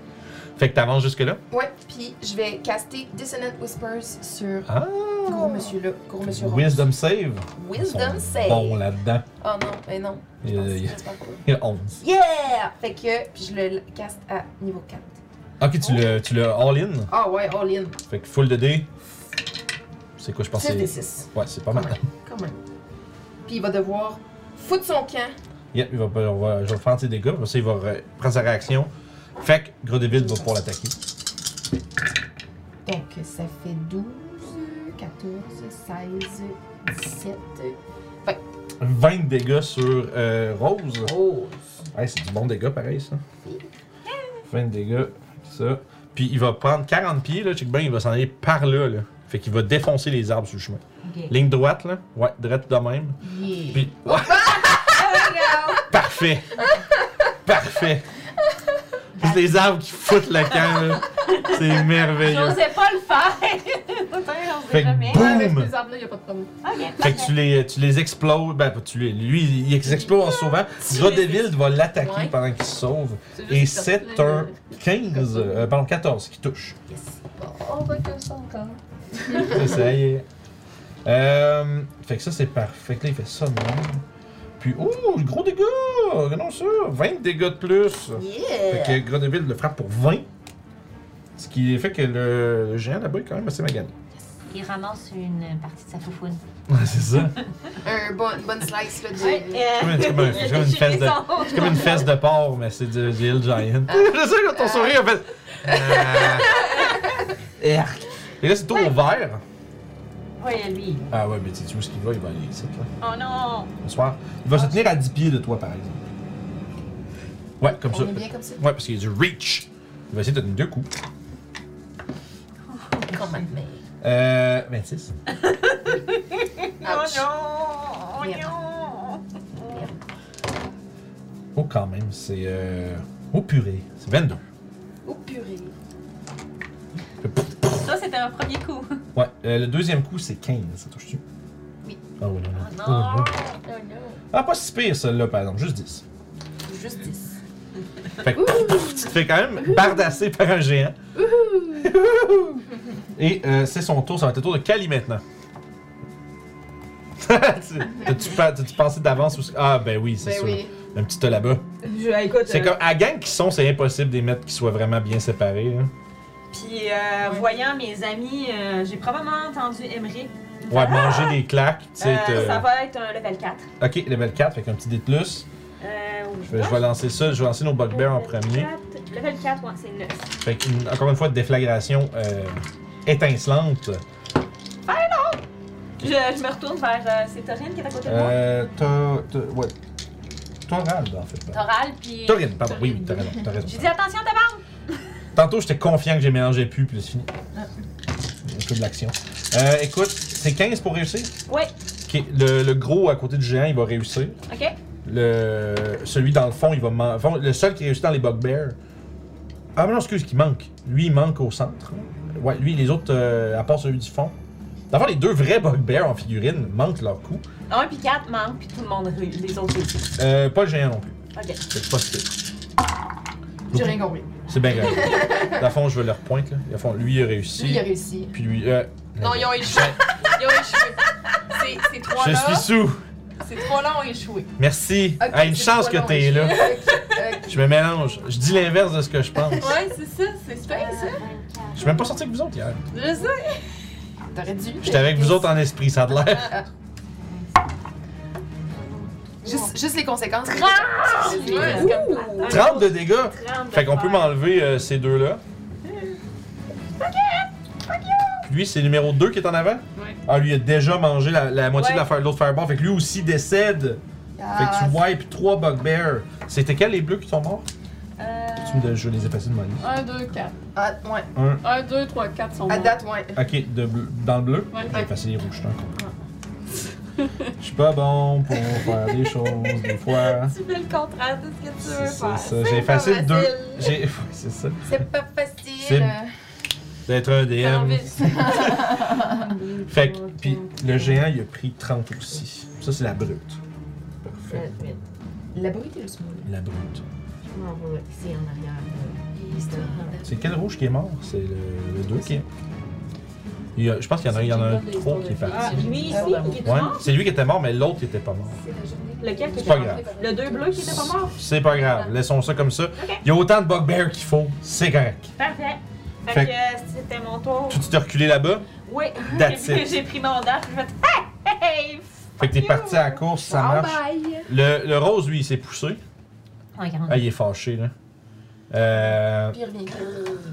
S11: Fait que t'avances jusque-là.
S5: Ouais, puis je vais caster Dissonant Whispers sur
S11: Ah!
S3: Oh.
S5: gros monsieur là, gros monsieur Rose.
S1: Wisdom save.
S5: Wisdom save.
S1: Bon là-dedans.
S5: Oh non, mais non. Je pense-
S1: Euh, y-
S5: j'espère pas.
S1: Il y a 11.
S5: Yeah! Fait que, puis je le caste à niveau 4.
S1: Ok, tu le, tu le all-in.
S5: Ah ouais, all in.
S1: Fait que full de dés. C'est quoi, je pense
S5: 6
S1: que
S5: des
S1: Ah, c'est.
S5: 6.
S1: Ouais, c'est pas mal.
S5: Quand même. Puis il va devoir foutre son camp.
S1: Yeah, il va, pas- on va- je vais faire tes dégâts, parce qu'il va re- prendre euh, sa réaction. Fait que Gros Devil va pouvoir l'attaquer.
S5: Donc ça fait 12, 14, 16, 17.
S1: 20 dégâts sur euh, Rose.
S3: Oh!
S1: Hey, c'est du bon dégât pareil, ça. 20 dégâts, ça. Puis il va prendre 40 pieds, là, check bien, il va s'en aller par là, là. Fait qu'il va défoncer les arbres sur le chemin.
S3: Ok.
S1: Ligne droite, là. Ouais, droite de même.
S5: Yeah.
S1: Puis. Ouais. [laughs] Parfait! Parfait! C'est les arbres qui foutent le camp, là. C'est merveilleux.
S3: J'osais pas le faire! [laughs] Putain,
S1: Fait
S3: j'osais
S1: que
S3: jamais.
S1: boum!
S2: Avec ces arbres-là, il a pas de problème.
S3: Ok,
S1: Fait que tu les, tu les exploses. Ben, pas tu les, lui, il les explose en se sauvant. Grodeville va l'attaquer
S5: Ouais.
S1: pendant qu'il se sauve.
S2: C'est juste
S1: Et
S2: que-
S1: c'est un 15, euh, pardon, 14 qui touche.
S5: Yes.
S2: Oh, On va comme ça encore.
S1: C'est ça, y est. Euh, fait que ça, c'est parfait. Fait que là, il fait ça, non? Puis, oh, gros dégâts! Regardons ça! 20 dégâts de plus!
S5: Yeah!
S1: Fait que Grodeville le frappe pour 20. Ce qui fait que le, le géant là-bas est quand même assez magané.
S3: Il ramasse une partie de sa foufoune.
S1: c'est ça.
S5: Un bon, une bonne slice là, de.
S1: C'est comme, c'est comme un- c'est comme une fesse de, c'est comme une fesse de porc, mais c'est du du Hill Giant. [laughs] Je sais, quand ton sourire, en fait. Ah. Erk. Et là, c'est tout au vert.
S3: Ouais, lui.
S1: Ah ouais, mais tu sais où ce qu'il va, il va aller ici, là.
S3: Oh non!
S1: Bonsoir. Il va
S5: Ah,
S1: se tenir à 10 pieds de toi, par exemple. Ouais, comme ça.
S5: On est bien comme ça.
S1: Ouais, parce qu'il y a du reach. Il va essayer de te donner deux coups.
S5: Oh, Quand même.
S1: Euh. 26.
S5: Ouch.
S3: Oh non! Oh
S5: Merde.
S3: non!
S1: Oh, quand même, c'est. Euh... Oh, purée. C'est 22.
S5: Oh purée.
S3: Ça, c'était un premier coup.
S1: Ouais, euh, le deuxième coup, c'est 15. Ça touche-tu?
S5: Oui.
S1: Ah oui, non, non.
S3: Oh non!
S1: Ah, pas si pire, celle-là, par exemple. Juste 10.
S5: Juste 10.
S1: Fait que pouf, tu te fais quand même bardasser par un géant. Et euh, c'est son tour, ça va être le tour de Kali maintenant. [laughs] T'as-tu pa- t'as-tu pensé d'avance ou... Ah ben oui, c'est
S5: Ben
S1: sûr.
S5: oui.
S1: Un petit tas là-bas.
S3: Je, euh, écoute,
S1: C'est comme, à gang qui sont, c'est impossible de les mettre qui soient vraiment bien séparés. hein.
S3: Puis, euh, voyant mes amis, euh, j'ai probablement entendu Emery.
S1: Ouais, manger des claques, tu sais.
S3: Euh,
S1: t'as-
S3: Ça va être un level 4.
S1: Ok, level 4, fait qu'un petit dé de plus.
S3: Euh,
S1: Je vais, je vais lancer ça, je vais lancer nos bugbears en
S3: Level
S1: premier.
S3: quatre- Level 4, ouais, c'est le.
S1: Fait qu'une- encore une fois, déflagration euh, étincelante.
S3: Je, je me retourne vers. euh, c'est Torine qui est à côté de moi.
S1: Euh, t'as... t'as- Ouais. Torald, en fait.
S3: Toral, puis.
S1: Taurine, pardon. Oui, oui, t'as raison, t'as raison.
S3: J'ai dit attention, ta barbe!
S1: Tantôt, j'étais confiant que j'ai mélangé plus, puis là, c'est fini. Un peu de l'action. Euh, écoute, c'est 15 pour réussir.
S3: Ouais,
S1: Ok, le, le gros à côté du géant, il va réussir.
S3: ok.
S1: Le, celui dans le fond, il va man- fond- Le seul qui réussit dans les bugbears. Ah, mais non, excuse, qui manque. Lui, il manque au centre. Ouais, lui, les autres, euh, à part celui du fond. D'abord, les deux vrais bugbears en figurine manquent leur coup.
S3: 1 puis 4 manquent, puis tout le monde, ré- les autres aussi.
S1: Euh, pas le géant non plus.
S3: Ok.
S1: C'est pas si pire.
S5: J'ai rien compris.
S1: C'est bien grave. Dans fond, je veux leur pointe. Là. Dans fond, lui, il a réussi.
S5: Lui, il a réussi.
S1: Puis lui. Euh,
S5: Non, ils ont échoué. Ils ont échoué. Ces- Ces
S1: Je suis
S5: trois-là,
S1: sous.
S5: ces trois-là ont échoué.
S1: Merci.
S5: Ok,
S1: Ah, une
S5: ces
S1: chance que
S5: trois-là ont
S1: t'es là.
S5: échoué. Ok,
S1: Je me mélange. Je dis l'inverse de ce que je pense.
S5: ok. Ouais, c'est ça, c'est super ça.
S1: Je suis même pas sorti avec vous autres hier.
S5: Je sais. T'aurais dû.
S1: J'étais avec vous autres en esprit, ça a de l'air.
S5: Juste, juste les conséquences.
S3: Ouais.
S5: Ouais.
S1: 30 de dégâts.
S3: Tremble
S1: Fait qu'on
S3: de
S1: peut
S3: fer.
S1: m'enlever euh, ces deux-là. Lui, c'est numéro 2 qui est en avant.
S2: Ouais.
S1: Ah, lui, il a déjà mangé la, la moitié
S3: Ouais.
S1: de la fire- l'autre fireball. Fait que lui aussi décède. Fait que
S5: Ah,
S1: tu wipes 3 bugbears. C'était quels les bleus qui sont morts? Tu me
S3: Euh,
S1: donnes- Je les ai passés de ma liste.
S2: 1, 2, 4.
S5: Ah, ouais.
S2: 1, 2, 3, 4 sont
S5: À
S2: morts.
S5: date, ouais.
S1: Ok, de bleu- dans le bleu.
S2: Ouais.
S1: J'ai effacé les rouges, je suis un con. [laughs] Je suis pas bon pour faire des choses des fois.
S3: Tu fais le contraire de ce que tu
S1: C'est
S3: veux
S1: ça,
S3: faire.
S1: ça. J'ai
S5: pas
S1: effacé deux.
S5: facile.
S1: J'ai. [laughs] ouais, c'est ça.
S5: C'est pas
S1: C'est-
S5: facile.
S1: D'être un
S3: Ah,
S1: DM.
S3: Enlever-
S1: Fait que. Puis le géant, il a pris 30 aussi. Ça, c'est la brute. Parfait.
S3: Euh,
S5: La brute est le small.
S1: La brute.
S12: Je m'en vais ici en arrière. euh,
S5: l'histoire.
S1: C'est quel rouge qui est mort C'est le, 2 qui est. Il y a- je pense qu'il y en a, il y en a un trop qui est
S3: Ah,
S1: parti.
S3: lui ici, il est
S1: Ouais,
S3: mort?
S1: c'est lui qui était mort, mais l'autre qui était pas mort.
S3: Lequel
S1: C'est
S3: qui était
S1: pas
S3: mort?
S1: grave.
S3: Le deux bleu qui était pas mort? Ah.
S1: C'est pas grave, laissons ça comme ça. Il y a autant de bugbears qu'il faut, c'est correct.
S3: Parfait. Fait,
S1: Fait-
S3: que euh, c'était mon tour.
S1: Tu t'es reculé là-bas,
S3: [laughs] Oui,
S1: [laughs] That's
S3: depuis
S1: it.
S3: que j'ai pris mon date, je me suis fait hey, hey, hey,
S1: fait que t'es parti à la course, ça marche. Le, le rose, lui, il s'est poussé. Ah, il est fâché, là. Euh...
S5: Puis il revient.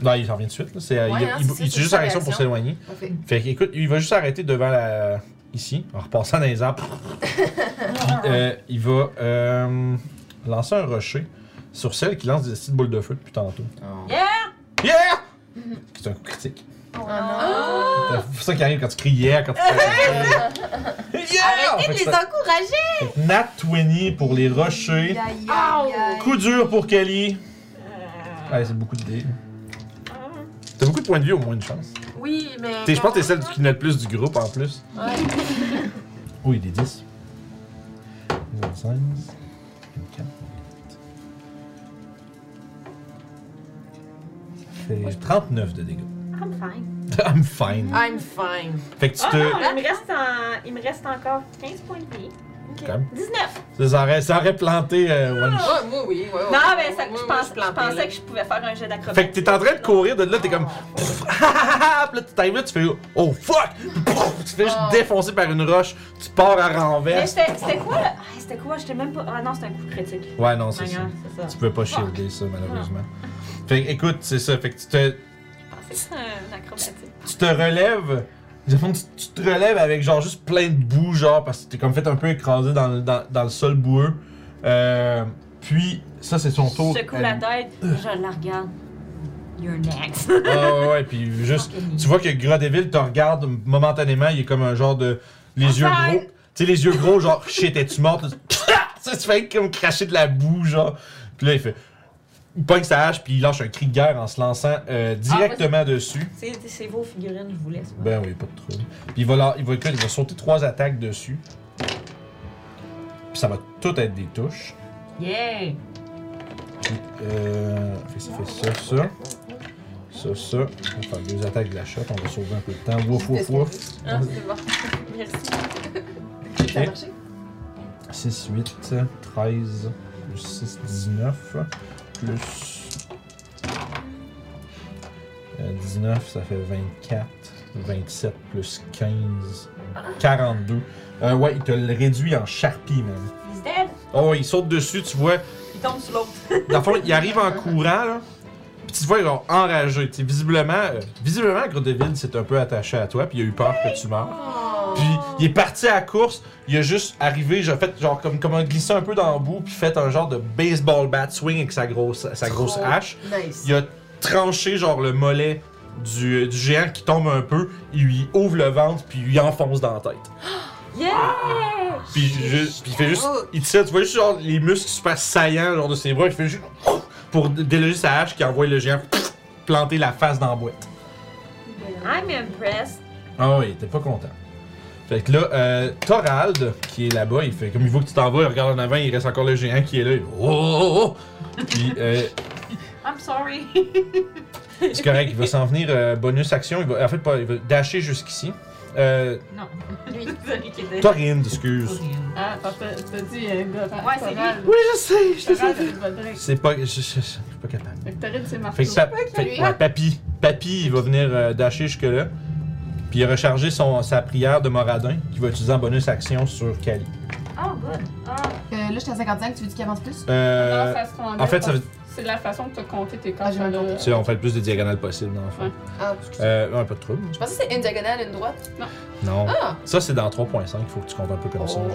S1: Non, il s'en vient de suite. Là. C'est, euh,
S5: Ouais,
S1: il,
S5: hein,
S1: il-
S5: c'est ça,
S1: il
S5: c'est
S1: utilise
S5: sa
S1: sa réaction pour
S5: réaction.
S1: s'éloigner.
S5: Parfait.
S1: Fait que, écoute, il va juste s'arrêter devant la. Ici, en repassant dans les arbres. Puis, euh, il va euh, lancer un rocher sur celle qui lance des petites boules de feu depuis tantôt.
S3: Yeah!
S1: Yeah!
S5: Mhm.
S1: C'est un coup critique.
S5: Oh non!
S1: C'est pour ça qui arrive quand tu cries yeah, quand tu fais.
S5: [laughs]
S1: yeah! Fait que ça-
S13: encourager!
S1: fait que Nat 20 pour les rochers.
S5: Aïe, aïe, aïe.
S1: Coup dur pour Kelly.
S3: Euh,
S1: Ouais, c'est beaucoup de dés. T'as beaucoup de points de vie, au moins une chance.
S7: Oui, mais.
S14: T'es- Je pense que t'es celle qui n'a le plus du groupe en plus.
S1: Oh, il est 10. 25, 24, Ça fait 39 de dégâts.
S3: I'm
S1: [laughs]
S3: fine.
S1: I'm fine.
S7: I'm fine.
S1: Fait que tu
S3: Oh
S1: te.
S3: non, il me, reste en- il me reste encore 15 points de vie.
S1: Quand même.
S3: 19!
S1: Ça aurait, ça aurait planté euh, one shot.
S5: Ouais, moi, oui. ouais, ouais,
S3: non,
S5: ouais,
S3: mais ça,
S5: ouais,
S3: Oh. je,
S5: ouais,
S3: pense-
S5: ouais,
S3: je
S5: plantais, là.
S3: pensais que je pouvais faire un jet d'acrobatie.
S14: Fait que t'es en train de courir de là, t'es comme. Pfff, ah, ah, ah, Puis là, tu t'arrives là, tu fais Oh fuck! Puis, pfff, tu te fais juste
S5: Oh.
S14: défoncer par une roche, tu pars à
S3: Mais
S1: eh.
S14: renverse.
S3: c'était c'était quoi? là? Ah, c'était quoi? J'étais même pas. Ah non, c'était un coup critique.
S1: Ouais, non, c'est ça.
S3: Regarde, C'est Ah. ça.
S1: Tu peux pas shielder ça, malheureusement. Fait que, écoute, c'est ça. Fait que tu te,
S3: Je pensais que c'était un acrobatique.
S1: tu te relèves. dans le fond, tu, tu te relèves avec genre juste plein de boue, genre parce que t'es comme fait un peu écrasé dans, le- dans, dans le sol boueux. Euh, puis, ça, c'est son tour. Euh,
S3: Je secoue la
S1: Elle-
S3: tête, je la regarde. You're next.
S1: Ah ouais, ouais, puis juste, tu vois que Grodeville te regarde momentanément, il est comme un genre de. Les yeux gros. Tu sais, les yeux gros, genre, shit, es-tu morte? [laughs] Là, tu- Ça se fait comme cracher de la boue, genre. Puis là, il fait. Il pogne sa hache, puis il lâche un cri de guerre en se lançant euh, directement dessus.
S3: C'est c'est vos figurines, je vous laisse. moi.
S1: Ben oui, pas de trouble. Puis il va, la- il va, il va sauter trois attaques dessus. Puis ça va tout être des touches.
S3: Yeah!
S1: Puis, euh, fait, ça fait ça, ça. Ça, ça. On va faire deux attaques de la shot, on va sauver un peu de temps. Wouf, wouf, wouf.
S3: Ah, c'est bon. Merci.
S5: Ça a marché?
S1: 6, 8, 13, plus 6, 19, plus euh, 19, ça fait 24, 27, plus 15, 42. Euh, ouais, il te le réduit en charpie, même.
S3: He's dead.
S1: Oh, il saute dessus, tu vois.
S3: Il tombe sur l'autre.
S1: Dans le fond, il arrive en courant, là. Puis tu te vois, genre, enragé. Tu sais, visiblement, euh, visiblement, Grodeville s'est un peu attaché à toi, puis il a eu peur que tu meurs.
S3: Oh.
S1: Puis il est parti à la course, il a juste arrivé, j'ai fait genre comme, comme un glissé un peu dans le bout, puis fait un genre de baseball bat swing avec sa grosse, sa grosse
S5: Trop.
S1: hache.
S5: Nice.
S1: Il a tranché genre le mollet du, du géant qui tombe un peu, il lui ouvre le ventre, puis il lui enfonce dans la tête.
S3: Yeah!
S1: Puis, juste, puis il fait juste, il tire, tu vois juste genre les muscles super saillants genre de ses bras, il fait juste [laughs] pour déloger sa hache qui envoie le géant [laughs] planter la face dans la boîte.
S3: I'm impressed.
S1: Ah oui, il était pas content. Fait que là, euh, Thorald, qui est là-bas, il fait comme il voit que tu t'en vas, il regarde en avant, il reste encore le géant qui est là. il fait, oh, oh, oh! Puis, euh,
S3: I'm sorry. [laughs]
S1: c'est correct, il va s'en venir euh, bonus action. Il va, en fait, pas, il va dasher jusqu'ici. Euh,
S3: non. Lui, celui qui était.
S1: Thorinde, excuse.
S3: Oh,
S2: Ah, parce que t'as dit euh, Goran.
S3: Ouais, c'est
S2: Goran.
S1: Oui, je sais, je te
S2: Goran,
S1: sais.
S2: elle va direct.
S1: C'est pas. Je, je- je- je suis pas capable.
S2: Fait que Toril, c'est
S1: Fait
S2: Marteau.
S1: que, pap- fait que, ouais, papy, papy, il va venir euh, dasher jusque-là. Puis il a rechargé son, sa prière de Moradin, qu'il va utiliser en bonus action sur Kali.
S3: Oh, good. Ah,
S5: Euh, là, j'étais à 55, tu veux qu'il avance plus?
S2: Non,
S1: Euh,
S2: Ah, ça se rendait
S1: en fait, ça
S2: pas.
S1: veut
S2: C'est la façon que t'as compté tes
S5: Ah,
S2: cartes.
S5: j'ai mal compté.
S1: Tu sais, on fait le plus de diagonales possible, dans le fond.
S2: Ouais.
S5: Ah, excuse.
S1: Euh, non, pas de trouble.
S5: Je pensais que c'était une diagonale, une droite.
S1: Non.
S5: Ah! Oh.
S1: Ça, c'est dans 3.5, il faut que tu comptes un peu comme ça. genre.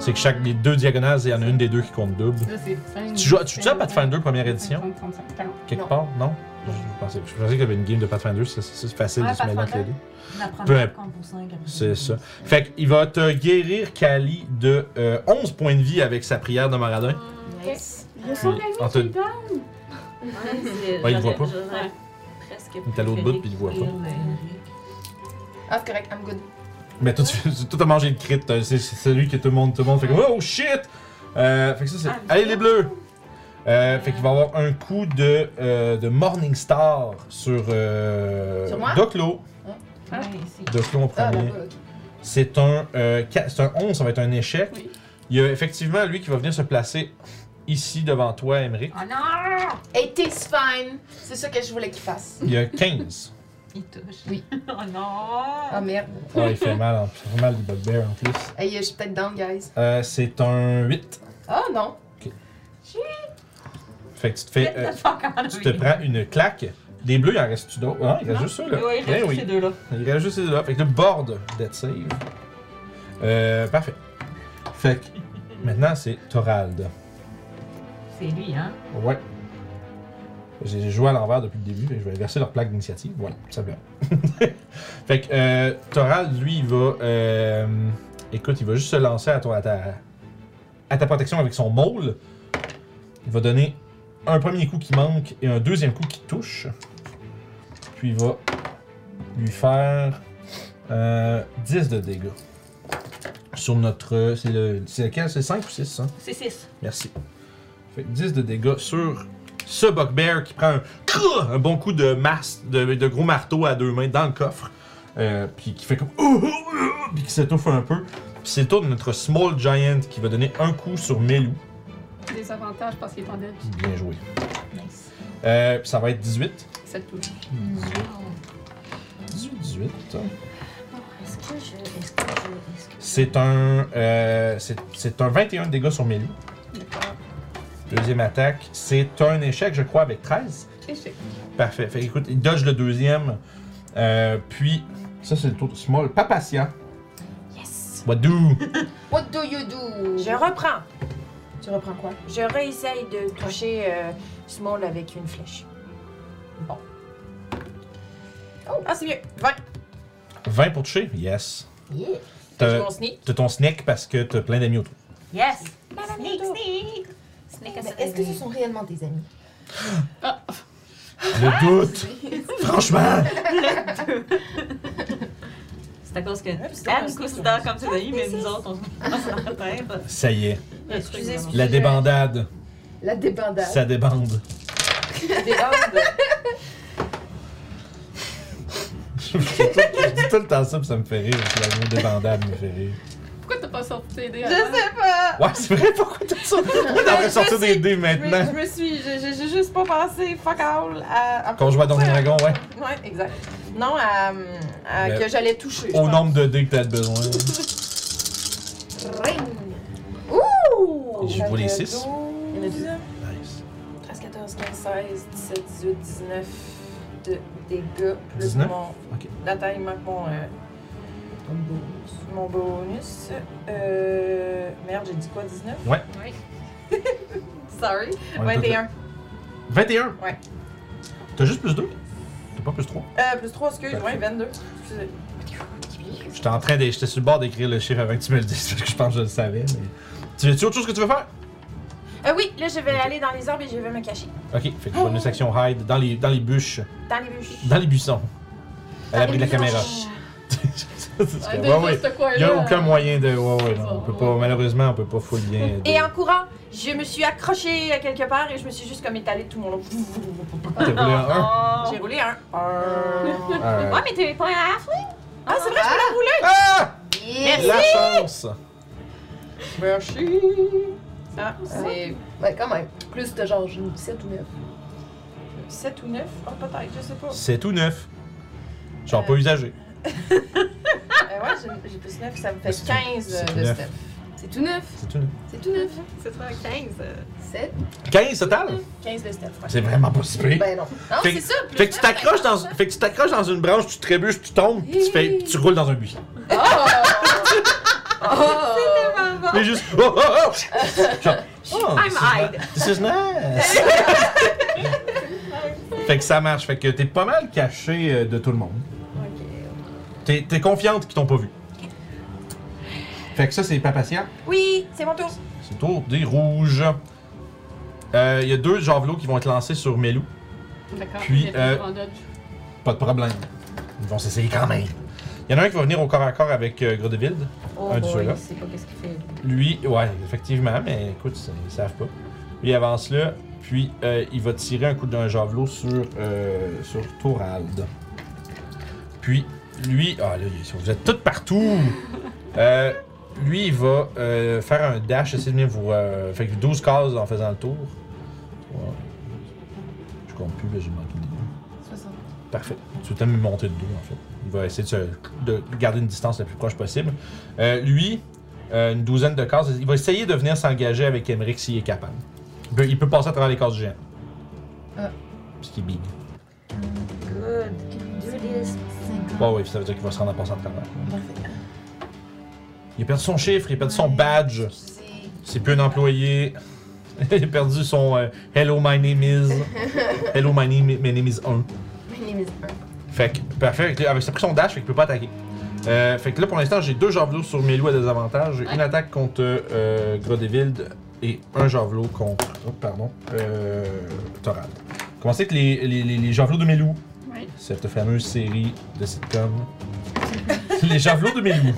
S1: C'est que chaque les deux diagonales, il y en a une des deux qui compte double.
S2: Là, c'est cinq,
S1: Tu joues, tu joues à
S2: cinq,
S1: Pathfinder première
S2: cinq,
S1: édition,
S2: cinq, cinq, cinq, cinq.
S1: quelque
S5: Non.
S1: part, non? Je pensais, je pensais qu'il y avait une game de Pathfinder, c'est c'est- c'est facile
S3: Ouais,
S1: de se mêler entre les
S3: Pathfinder.
S1: deux.
S3: la première
S1: Peu importe.
S3: compte pour cinq, après
S1: C'est ça.
S3: ça.
S1: Fait qu'il va te guérir, Kali, de euh, 11 points de vie avec sa prière de Maradin.
S5: Nice.
S1: Puis, en te- Ouais, il voit pas. Il est à l'autre bout, puis il voit pas.
S5: Ah, c'est correct, I'm good.
S1: Mais toi, tu, tu- toi, t'as mangé le crit. euh, C'est c'est celui que tout le monde, tout le monde fait comme Oh shit! Euh, fait que ça, c'est.
S3: Ah, mais
S1: Allez, les bleus! Euh, fait qu'il va avoir un coup de, euh, de Morning Star sur, euh,
S5: Sur moi?
S1: Doclo. Doclo en
S5: Ah,
S1: premier.
S5: là-bas, ok.
S1: C'est un, euh, qua- c'est un 11, ça va être un échec.
S2: Oui.
S1: Il y a effectivement lui qui va venir se placer ici devant toi, Emery.
S3: Oh non!
S5: It is fine. C'est ça que je voulais qu'il fasse.
S1: Il y a
S3: [laughs]
S1: 15.
S3: Il touche.
S5: Oui.
S3: [laughs] oh
S5: Ah
S3: non!
S5: merde.
S1: Ah, il fait mal, en- il fait mal le bugbear en plus.
S5: Hey, je suis peut-être down, guys.
S1: Euh, c'est un 8.
S5: Ah non.
S1: Fait que tu te fais. euh,
S3: What the fuck, on a
S1: tu te
S3: eu-
S1: prends une claque. Des bleus, il en reste-tu d'autres? Non, il reste
S3: Non.
S1: juste ça, là.
S3: Ouais, il
S1: Eh
S3: reste
S1: oui.
S3: ces deux-là.
S1: Il reste juste ces deux-là. Fait que le board dead save. Euh, parfait. Fait que maintenant, c'est Torald.
S3: C'est lui, hein?
S1: Ouais. J'ai joué à l'envers depuis le début, fait que je vais verser leur plaque d'initiative. Voilà, ça bien. [laughs] fait que euh, Torald, lui, il va. euh, écoute, il va juste se lancer à, toi, à, ta, à ta protection avec son maul. Il va donner un premier coup qui manque et un deuxième coup qui touche. Puis il va lui faire euh, 10 de dégâts. Sur notre. C'est le, c'est lequel C'est 5 ou hein? 6 ça
S3: C'est 6.
S1: Merci. Fait que 10 de dégâts sur ce bugbear qui prend un, crrr, un bon coup de masse, de, de gros marteau à deux mains dans le coffre. Euh, puis qui fait comme. Ouh, ouh, ouh puis qui s'étouffe un peu. Puis c'est le tour de notre Small Giant qui va donner un coup sur Melou.
S2: Des avantages parce qu'il est en dead.
S1: Bien joué.
S3: Nice.
S1: Euh, puis ça va être 18.
S2: C'est tout.
S1: 18, 18.
S3: Est-ce que je. Est-ce que je. Est-ce que.
S1: C'est un. euh, c'est c'est un 21 de dégâts sur Melou.
S2: D'accord.
S1: Deuxième attaque. C'est un échec, je crois, avec 13.
S2: Échec.
S1: Parfait. Fait que, écoute, il dodge le deuxième. Euh, puis, ça c'est le tour de Small. Papatia.
S7: Yes!
S1: Wadou.
S5: What do you do?
S7: Je reprends.
S5: Tu reprends quoi?
S7: Je réessaye de toucher euh, Small avec une flèche. Bon. Ah, c'est mieux. 20.
S1: 20 pour toucher. Yes.
S7: Yeah.
S1: T'as-
S7: Je mon sneak.
S1: T'as ton sneak parce que t'as plein d'amis autour.
S3: Yes!
S7: Sneak, sneak.
S3: Snake Ben,
S5: Mais Est-ce que ce sont réellement tes amis?
S1: Le
S3: [laughs]
S1: doute. Franchement.
S3: C'est à cause que.
S7: c'est
S3: Elle nous considère comme ses amis, mais nous autres, on se passe la tête.
S1: Ça y est.
S7: Excusez,
S3: Excusez-moi.
S1: La débandade.
S5: La débandade. [laughs]
S1: Ça débande.
S7: Des hordes.
S1: je dis tout le temps ça, puis ça me fait rire. Le mot débandade me fait rire.
S2: Pourquoi t'as pas sorti tes dés
S5: Je
S2: avant?
S5: sais pas!
S1: Ouais, c'est vrai. Pourquoi t'as ça? Pourquoi t'aurais sorti des dés
S5: Mais
S1: maintenant?
S5: je me suis. je- je- J'ai juste pas pensé, fuck all, à. à-
S1: Quand je vois dans le dragon, ouais.
S5: Ouais, exact. Non, à. à-
S1: Mais-
S5: que j'allais toucher. je
S1: Au
S5: pense.
S1: nombre de dés que t'as besoin.
S5: Ring!
S1: Et je
S5: Fait
S1: vois les
S5: que
S1: 6.
S5: 12,
S7: Il y en a deux.
S1: Nice.
S5: 13, 14, 15, 16, 17, 18, 19 de dégâts. Plus
S1: 19?
S5: mon.
S1: Ok.
S5: La taille manque mon. euh, mon bonus. Euh, merde, j'ai dit quoi, 19?
S1: Ouais.
S5: Oui. [laughs] Sorry.
S1: On est tout-
S5: 21.
S1: 21?
S5: Ouais.
S1: T'as juste plus 2? T'as pas plus 3?
S5: Euh, plus 3, excuse,
S1: Parfait.
S5: ouais, 22. Excusez.
S1: J'étais en train de. J'étais sur le bord d'écrire le chiffre avant que tu me le dises [laughs] parce que je pense que je le savais. Mais... Tu veux-tu autre chose que tu veux faire?
S7: Euh, oui, là, je vais aller dans les arbres et je vais me cacher.
S1: Ok, fait que bonus action hide dans les, dans les bûches,
S7: Dans les bûches.
S1: dans les buissons. À l'abri de la caméra. C'est ce
S2: Ah,
S1: que-
S2: déjà,
S1: ouais, ouais.
S2: ce coin-là,
S1: Il y a
S2: euh,
S1: aucun moyen de. Ouais, ouais, non. On peut pas, malheureusement, on peut pas fouiller bien.
S7: Et en courant, je me suis accrochée à quelque part et je me suis juste comme étalée tout mon long.
S1: T'as roulé un Euh,
S7: J'ai roulé un.
S1: un.
S3: Ouais, mais t'es pas un half,
S7: Ah, c'est vrai, je peux la rouler.
S1: Ah! La chance!
S5: Merci. Ah, c'est
S4: Ouais, quand même.
S5: plus de genre 7 ou 9. 7 ou 9? Oh, peut-être, je sais pas.
S1: C'est tout neuf. Genre pas usagé.
S5: Euh, ouais, j'ai- j'ai plus 9, ça me fait
S1: C'est tout-
S5: 15
S1: c'est tout
S5: de
S1: neuf.
S5: step.
S4: C'est tout neuf.
S1: C'est tout neuf.
S4: C'est tout neuf.
S3: C'est ça, 15.
S4: 7.
S1: 15 total?
S5: 15 de step, ouais.
S1: C'est vraiment pas si pire.
S5: Ben non.
S4: Non,
S1: Fait-
S4: c'est ça. plus
S1: Fait que tu
S4: neuf,
S1: t'accroches dans, fait que tu t'accroches dans une branche, tu trébuches, tu tombes, puis tu fais, tu roules dans un buisson.
S4: Oh.
S1: Mais juste, oh oh oh! Genre,
S4: [laughs]
S1: oh,
S3: I'm
S1: this is
S3: hide.
S1: ni- This is nice.
S4: [laughs]
S1: fait que ça marche. Fait que t'es pas mal caché euh, de tout le monde. T'es, t'es confiante qu'ils t'ont pas vu. Fait que ça, c'est pas patient.
S7: Oui, c'est mon tour.
S1: C'est le tour des rouges. Euh, Il y a deux javelots qui vont être lancés sur Melou.
S2: D'accord.
S1: Puis,
S2: j'ai fait
S1: euh,
S2: en dodge.
S1: Pas de problème. Ils vont s'essayer quand même. Il y en a un qui va venir au corps à corps avec euh, Grodeville.
S3: Oh,
S1: Un de
S3: boy,
S1: ceux-là.
S3: je sais pas qu'est-ce qu'il fait.
S1: Lui, ouais, effectivement, mais écoute, ça- ils savent pas. Lui, il avance là. Puis euh, il va tirer un coup d'un javelot sur, euh, sur Thorald. Puis lui. Ah là, vous êtes toutes partout! Euh, lui, il va euh, faire un dash, essayer de venir vous. euh, fait que 12 cases en faisant le tour. Ouais. Je compte plus, mais j'ai manqué des deux.
S5: 60.
S1: Parfait. Tu veux même monter de dos, en fait. Il va essayer de, se- de garder une distance la plus proche possible. Euh, lui, euh, une douzaine de cases, il va essayer de venir s'engager avec Emmerich s'il est capable. Il peut, il peut passer à travers les cases du géant.
S5: Ah.
S1: Parce qu'il est big.
S3: Good. Do this.
S1: Bon, oui, ça veut dire qu'il va se rendre à passer à travers.
S5: Parfait.
S1: Il a perdu son chiffre, il a perdu son badge. C'est plus un employé. [laughs] il a perdu son euh, Hello, my name is. Hello, my name, my name is 1.
S5: My name is
S1: Fait que, parfait. Avec, avec, ça a pris son dash, fait qu'il peut pas attaquer. Euh, fait que là, pour l'instant, j'ai deux javelots sur mes loups à désavantage. J'ai une attaque contre euh, Grodevild et un javelot contre. oh, pardon. Euh, Torad. Commencez avec les, les, les, les javelots de mes loups.
S2: Oui.
S1: Cette fameuse série de sitcom. les javelots de mes loups.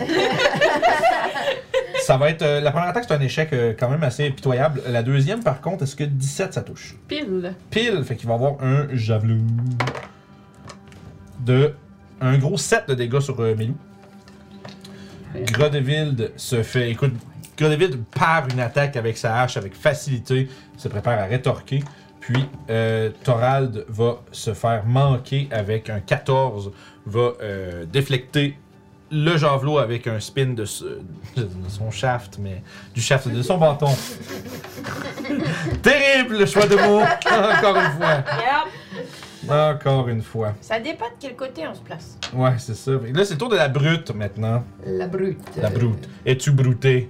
S1: ça va être. euh, la première attaque, c'est un échec euh, quand même assez pitoyable. La deuxième, par contre, est-ce que 17 ça touche?
S2: Pile.
S1: pile. Fait qu'il va avoir un javelot de un gros 7 de dégâts sur euh, Melou. Grodevild se fait. Écoute, Grodevild part une attaque avec sa hache avec facilité, se prépare à rétorquer. Puis euh, Thorald va se faire manquer avec un 14, va euh, déflecter le javelot avec un spin de, ce- de son shaft, mais du shaft de son bâton. Terrible choix de [laughs] mots, encore une fois.
S3: Yep.
S1: Encore une fois.
S7: Ça dépend de quel côté on se place.
S1: Ouais, c'est ça. Fait que Là, c'est le tour de la brute maintenant.
S5: La brute.
S1: La brute. Es-tu brouté?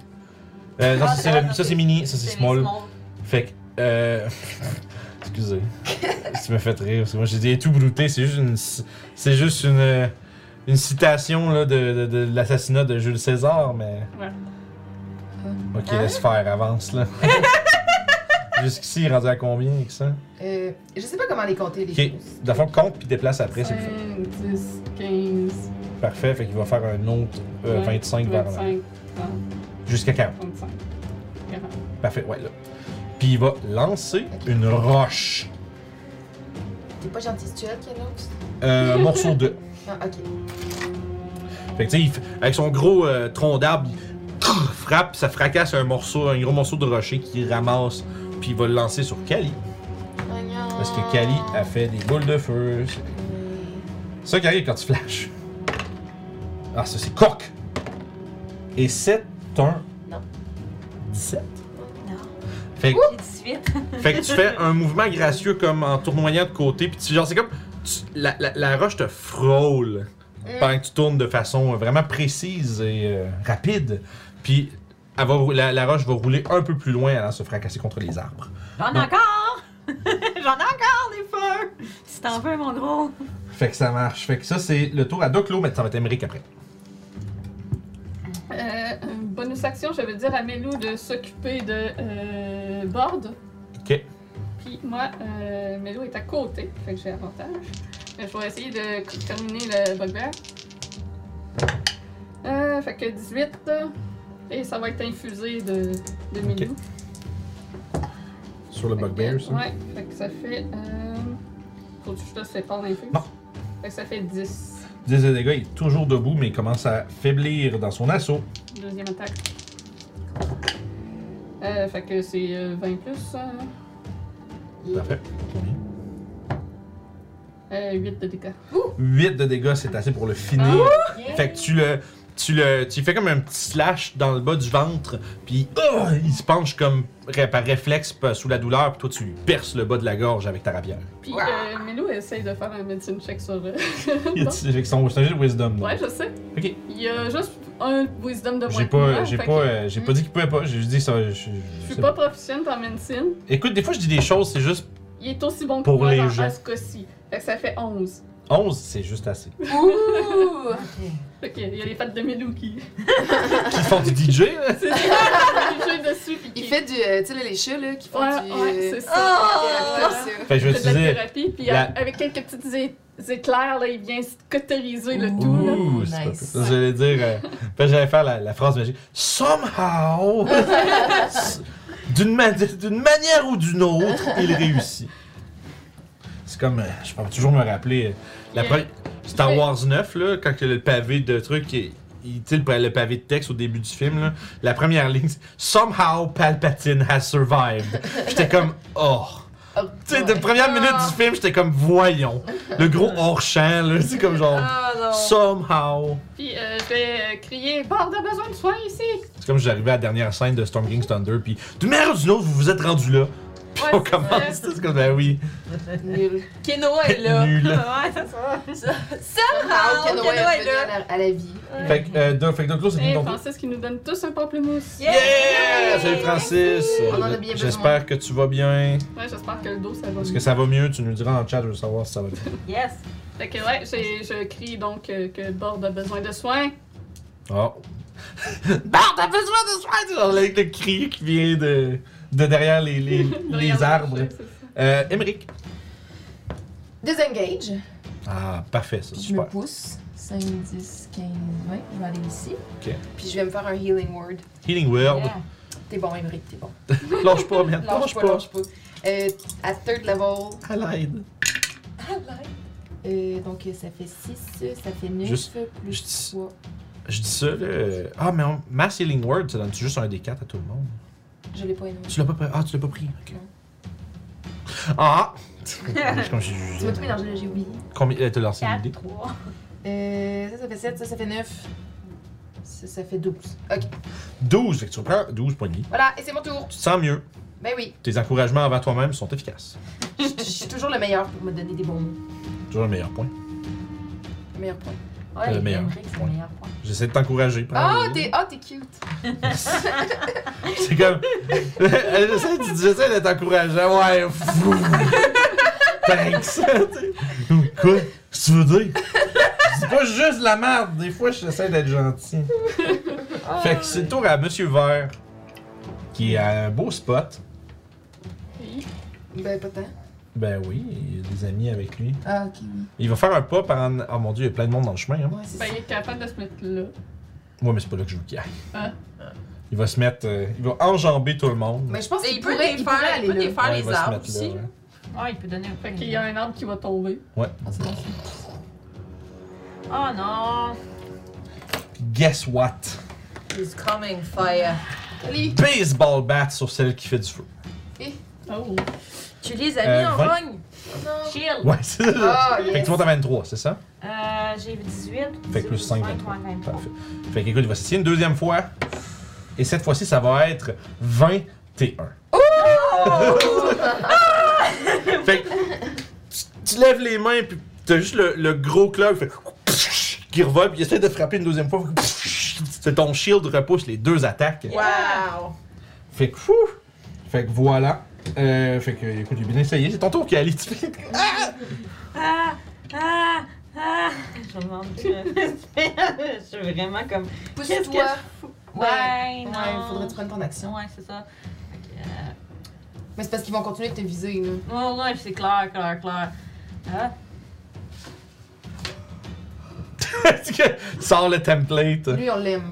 S1: Euh, non, ça, c'est le- ça, c'est mini, ça c'est
S3: Ah, C'est
S1: small.
S3: les small.
S1: Fait que. Euh... [laughs] Excusez. tu me fais rire. Parce que moi, j'ai dit Et tout brouté. C'est juste une. C'est juste une. euh, Une citation là, de, de- de l'assassinat de Jules César, mais.
S2: Ouais.
S1: Ok, laisse faire, avance là. [laughs] Jusqu'ici, rendu à combien hein? avec ça
S5: Euh, je sais pas comment les compter, les
S1: Ok,
S5: choses.
S1: d'abord compte puis déplace après, c'est plus
S2: 5, 10, 15,
S1: parfait. Fait qu'il va faire un autre euh, 25 vers l'avant.
S2: 25, 30,
S1: Jusqu'à 40.
S2: 35, 40.
S1: Parfait, ouais, là. Puis il va lancer une roche.
S5: T'es pas gentil, c'est elle qui est l'autre?
S1: Euh, morceau de.
S5: Ah, ok.
S1: Fait que, tu sais, il f- avec son gros euh, tronc d'arbre, il frappe, ça fracasse un morceau, un gros morceau de rocher qui ramasse, puis il va le lancer sur Kali. Parce
S5: Ah.
S1: que Kali a fait des boules de feu. C'est ça qui arrive quand tu flashes. Ah, ça c'est coq! Et c'est un.
S7: Non.
S1: 17?
S3: Non.
S1: Fait que
S3: J'ai 18.
S1: Fait que tu fais un mouvement gracieux comme en tournoyant de côté, puis tu- genre c'est comme tu- la, la- la roche te frôle
S2: Mm.
S1: pendant que tu tournes de façon euh, vraiment précise et euh, rapide, puis elle va rou- la, la roche va rouler un peu plus loin allant se fracasser contre les arbres.
S3: J'en ai
S1: Non.
S3: encore! [laughs] J'en ai encore des feux! Si t'en veux, mon gros!
S1: Fait que ça marche. Fait que ça c'est le tour à Doclo, mais ça va être Emmerich après.
S2: Euh, bonus action, je vais dire à Melou de s'occuper de euh, Borde.
S1: Ok.
S2: Puis moi, euh, Melou est à côté, fait que j'ai avantage. Mais je vais essayer de c- terminer le bugbear. Euh, fait que 18. euh, Et ça va être infusé de, de Melou.
S1: Sur le
S2: Fait que,
S1: bugbear, ça.
S2: Ouais, fait que ça fait. Euh... Faut que je te laisse faire prendre l'infuse.
S1: Non.
S2: Fait que ça fait 10.
S1: 10 de dégâts, il est toujours debout, mais il commence à faiblir dans son assaut.
S2: Deuxième attaque. Euh, fait que c'est euh, 20 plus. euh,
S1: Parfait.
S2: Euh, 8 de dégâts.
S1: 8 de dégâts, c'est assez pour le finir.
S2: Ah,
S1: Fait que tu le. Tu le. Tu fais comme un petit slash dans le bas du ventre, puis oh, il se penche comme ré- par réflexe p- sous la douleur, puis toi tu lui perces le bas de la gorge avec ta
S2: [laughs]
S1: rapière.
S2: Puis euh, Melou essaye de faire un medicine check sur. euh,
S1: Il a
S2: bon.
S1: dit- Avec son c'est un jeu de wisdom. non?
S2: ouais, je sais.
S1: Ok.
S2: Il y a juste un wisdom de moins.
S1: J'ai
S2: que moi,
S1: pas, j'ai pas,
S2: fait que
S1: euh, j'ai pas dit qu'il pouvait pas. J'ai juste dit ça. je- je-
S2: Je
S1: je
S2: suis
S1: sais
S2: pas
S1: pas.
S2: proficiente en médecine.
S1: Écoute, des fois je dis des choses, c'est juste
S2: Il est aussi bon que
S1: Pour
S2: moi
S1: les
S2: dans
S1: gens.
S2: à ce cas-ci. Fait que ça fait 11.
S1: 11, c'est juste assez.
S5: Ouh!
S2: Ok, il y a les pattes de Melou qui. [laughs]
S1: Qui font du DJ là.
S5: [laughs]
S2: C'est ça, dessus. Puis
S5: Il
S2: qui-
S5: fait du. euh, Tu sais, là, les chats, là, qui font
S2: Ouais,
S5: du. euh,
S2: ouais, c'est ça.
S5: Ah,
S2: Thérapie,
S5: c'est ça.
S1: Fait que Ben, je vais
S2: là. Fait de la
S1: utiliser.
S2: thérapie, puis
S1: la-
S2: avec quelques petites é- éclairs, là, il vient se cauteriser le tout. Là.
S1: Ouh, c'est pas
S7: Nice.
S1: pire. J'allais [laughs] dire. euh, fait que j'allais faire la, la phrase magique. Somehow! [laughs] D'une ma- d'une manière ou d'une autre, il réussit. C'est comme, euh, je peux toujours me rappeler, euh, la
S2: Euh,
S1: pre- Star
S2: je-
S1: Wars 9, là, quand que le pavé de truc, est- il, tu sais, le, le pavé de texte au début du film, là, la première ligne, c'est Somehow Palpatine has survived. J'étais comme, oh. Tu sais, de première minute du film, j'étais comme, voyons. Le gros hors-champ, là, c'est comme genre,
S3: Ah non!
S1: Somehow.
S2: Puis euh, je vais euh, crier Bard a besoin de soins ici.
S1: C'est comme j'arrivais à la dernière scène de Storm King's Thunder, puis d'une manière ou d'une autre, vous vous êtes rendu là. Puis
S3: Ouais,
S1: on
S3: c'est
S1: commence, c'est comme, ben oui,
S5: Nul.
S3: Kenoa est là!
S1: Nul.
S3: [laughs] ouais, c'est ça!
S5: Ah,
S3: Somehow,
S5: Kenoa
S3: Kenoa
S5: est
S3: est
S5: revenu
S3: là!
S5: à la- à la vie.
S1: Fait que, euh, donc- fait que donc là, c'est
S2: Et
S1: une donc-
S2: Francis qui nous donne tous un pamplemousse.
S3: Yeah!
S1: Yeah! Salut Francis!
S5: On en a bien
S1: J'espère que tu vas bien.
S2: Ouais, j'espère que le dos ça va.
S1: Est-ce
S2: mieux.
S1: que ça va mieux? Tu nous diras en chat, je veux savoir si ça va bien.
S3: Yes!
S2: Fait que ouais, j'ai- je crie donc euh, que Bard a besoin de soins.
S5: [laughs]
S1: Oh! Bard a besoin de soins! Alors, Avec le cri qui vient de, de derrière les,
S5: [laughs]
S1: les,
S2: Derrière
S1: les
S2: le
S1: arbres.
S2: rocher, c'est ça.
S1: Euh, Émeric.
S5: Désengage.
S1: Ah, parfait, ça,
S5: Je me
S1: super.
S5: pousse. 5, 10, 15, 20. Je vais aller ici.
S1: Ok.
S5: Puis je vais me faire un healing word.
S1: Healing World.
S3: Yeah.
S5: T'es bon, Emmerich, t'es bon.
S1: Lâche pas, man.
S5: Lâche pas, lâche pas. Euh, à third level.
S1: À l'aide.
S5: Euh, donc ça fait 6, ça fait 9,
S1: Juste-
S5: plus
S1: juste-
S5: 3.
S1: Je dis ça, là. euh, Ah, mais on... Mass Healing Word, ça donne-tu juste un des quatre à tout le monde?
S5: Je l'ai pas énorme.
S1: Tu l'as pas pris? Ah, tu l'as pas pris. Ok. Ah! Je- comme j'ai
S5: Tu
S1: jugé.
S5: m'as tout mélangé, là, j'ai oublié.
S1: Combien. euh, T'as lancé une
S3: 4,
S1: idée?
S3: 3.
S5: Euh, ça, ça fait 7, ça, ça fait 9. Ça, ça fait 12. Ok,
S1: 12, fait que tu reprends 12 poignées.
S5: voilà, et c'est mon tour.
S1: Tu te sens mieux.
S5: Ben oui,
S1: Tes encouragements envers toi-même sont efficaces.
S5: je je suis toujours le meilleur pour me donner des bons mots.
S1: Toujours le meilleur point.
S5: Le meilleur point.
S3: Ouais,
S1: Le meilleur
S3: Emmerich, c'est
S1: point.
S3: le meilleur point.
S1: J'essaie de t'encourager.
S5: Ah,
S1: prends-le.
S5: t'es ah, t'es cute.
S1: [laughs] C'est comme. J'essaie de- j'essaie d'être encourageant. Ouais. [laughs] fou. Thanks. Quoi? Qu'est-ce que tu veux dire? C'est pas juste la merde. Des fois, j'essaie d'être gentil. Fait que c'est le tour à Monsieur Vert, qui a un beau spot.
S2: Oui.
S5: Ben, pas tant.
S1: Ben oui, il a des amis avec lui.
S5: Ah, ok, oui.
S1: Il va faire un pas par en. Oh mon dieu, il y a plein de monde dans le chemin. Hein.
S5: Ouais, c'est
S2: Ben,
S5: ça.
S2: il est capable de se mettre là.
S1: Ouais, mais c'est pas là que je veux qu'il aille.
S2: Ah.
S7: Hein?
S1: Il va se mettre. euh, il va enjamber tout le monde.
S5: Mais je pense
S7: Et
S5: qu'il
S7: il peut
S5: pourrait, il pourrait
S7: défaire,
S5: aller
S7: il peut
S5: là.
S7: défaire
S1: Ouais, il
S7: les
S1: va se
S7: arbres
S1: mettre là,
S7: aussi.
S1: ouais.
S3: Ah, il peut donner un coup.
S2: Fait qu'il y a un arbre qui va tomber.
S5: Ah, c'est bon.
S3: Oh non!
S1: Guess what?
S7: He's coming fire.
S5: Allez,
S1: Baseball bat sur celle qui fait du feu.
S2: Oh.
S7: Tu les as mis
S1: Euh,
S7: en
S1: vingt.
S7: rogne.
S5: non.
S3: Chill!
S1: Ouais, c'est ça.
S5: Ah,
S1: Fait que
S5: yes.
S1: tu montes à 23, c'est ça?
S3: Euh, j'ai 18.
S1: Fait que plus 5, 23.
S3: 23. 23.
S1: Parfait. Fait que écoute, il va s'essayer une deuxième fois. Et cette fois-ci, ça va être 21.
S5: Oh!
S1: [laughs] fait que tu, tu lèves les mains, puis t'as juste le, le gros club fait qui revole, puis il essaie de frapper une deuxième fois. C'est ton shield repousse les deux attaques.
S7: Wow.
S1: Fait que fou! Fait que voilà. Euh, fait que écoute, j'ai bien essayé. C'est ton tour qui a allé. tu fais-
S3: Ah! Ah! Ah! Je me demande. [laughs] Je suis vraiment comme. Qu'est-ce que
S5: Pousse-toi.
S3: je fous? Ouais,
S5: Ouais,
S3: non.
S5: faudrait que tu prennes ton action.
S3: Ouais, c'est ça. Fait que, euh,
S5: Mais c'est parce qu'ils vont continuer de te viser, là.
S3: Ouais, ouais, c'est clair, clair, clair. Ah,
S1: [laughs] Parce que- Sors le template.
S5: Lui, on l'aime.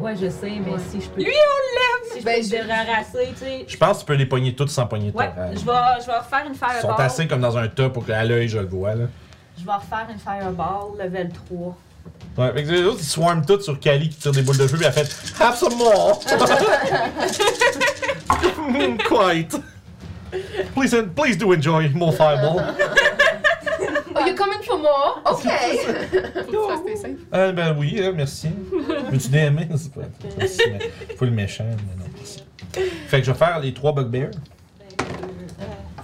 S4: Ouais, je sais, mais
S5: Ouais.
S4: si je peux.
S3: Lui, Si je
S5: Ben,
S3: peux
S5: je-
S3: te rarasser, tu sais.
S1: Je pense que tu peux les pogner toutes sans pogner
S3: Ouais,
S1: ton rage.
S3: je vais, je vais refaire une
S1: Ils sont
S3: fireball.
S1: assez comme dans un tas pour qu'à l'œil je le vois. Là.
S3: Je vais refaire une fireball level 3.
S1: Ouais, fait que les autres ils swarment toutes sur Kali qui tire des boules de feu et elle fait Have some more!
S3: [laughs]
S1: [laughs] Hmm, Quite! Please, please do enjoy more fireball!
S5: Oh, you coming for more? Ok.
S2: Faut
S3: Oh.
S2: que tu fasses tes cinq.
S1: Ah ben oui, hein, merci. Veux-tu DM? C'est pas merci, mais Faut le méchant, mais non. merci. Fait que je vais faire les trois bugbears.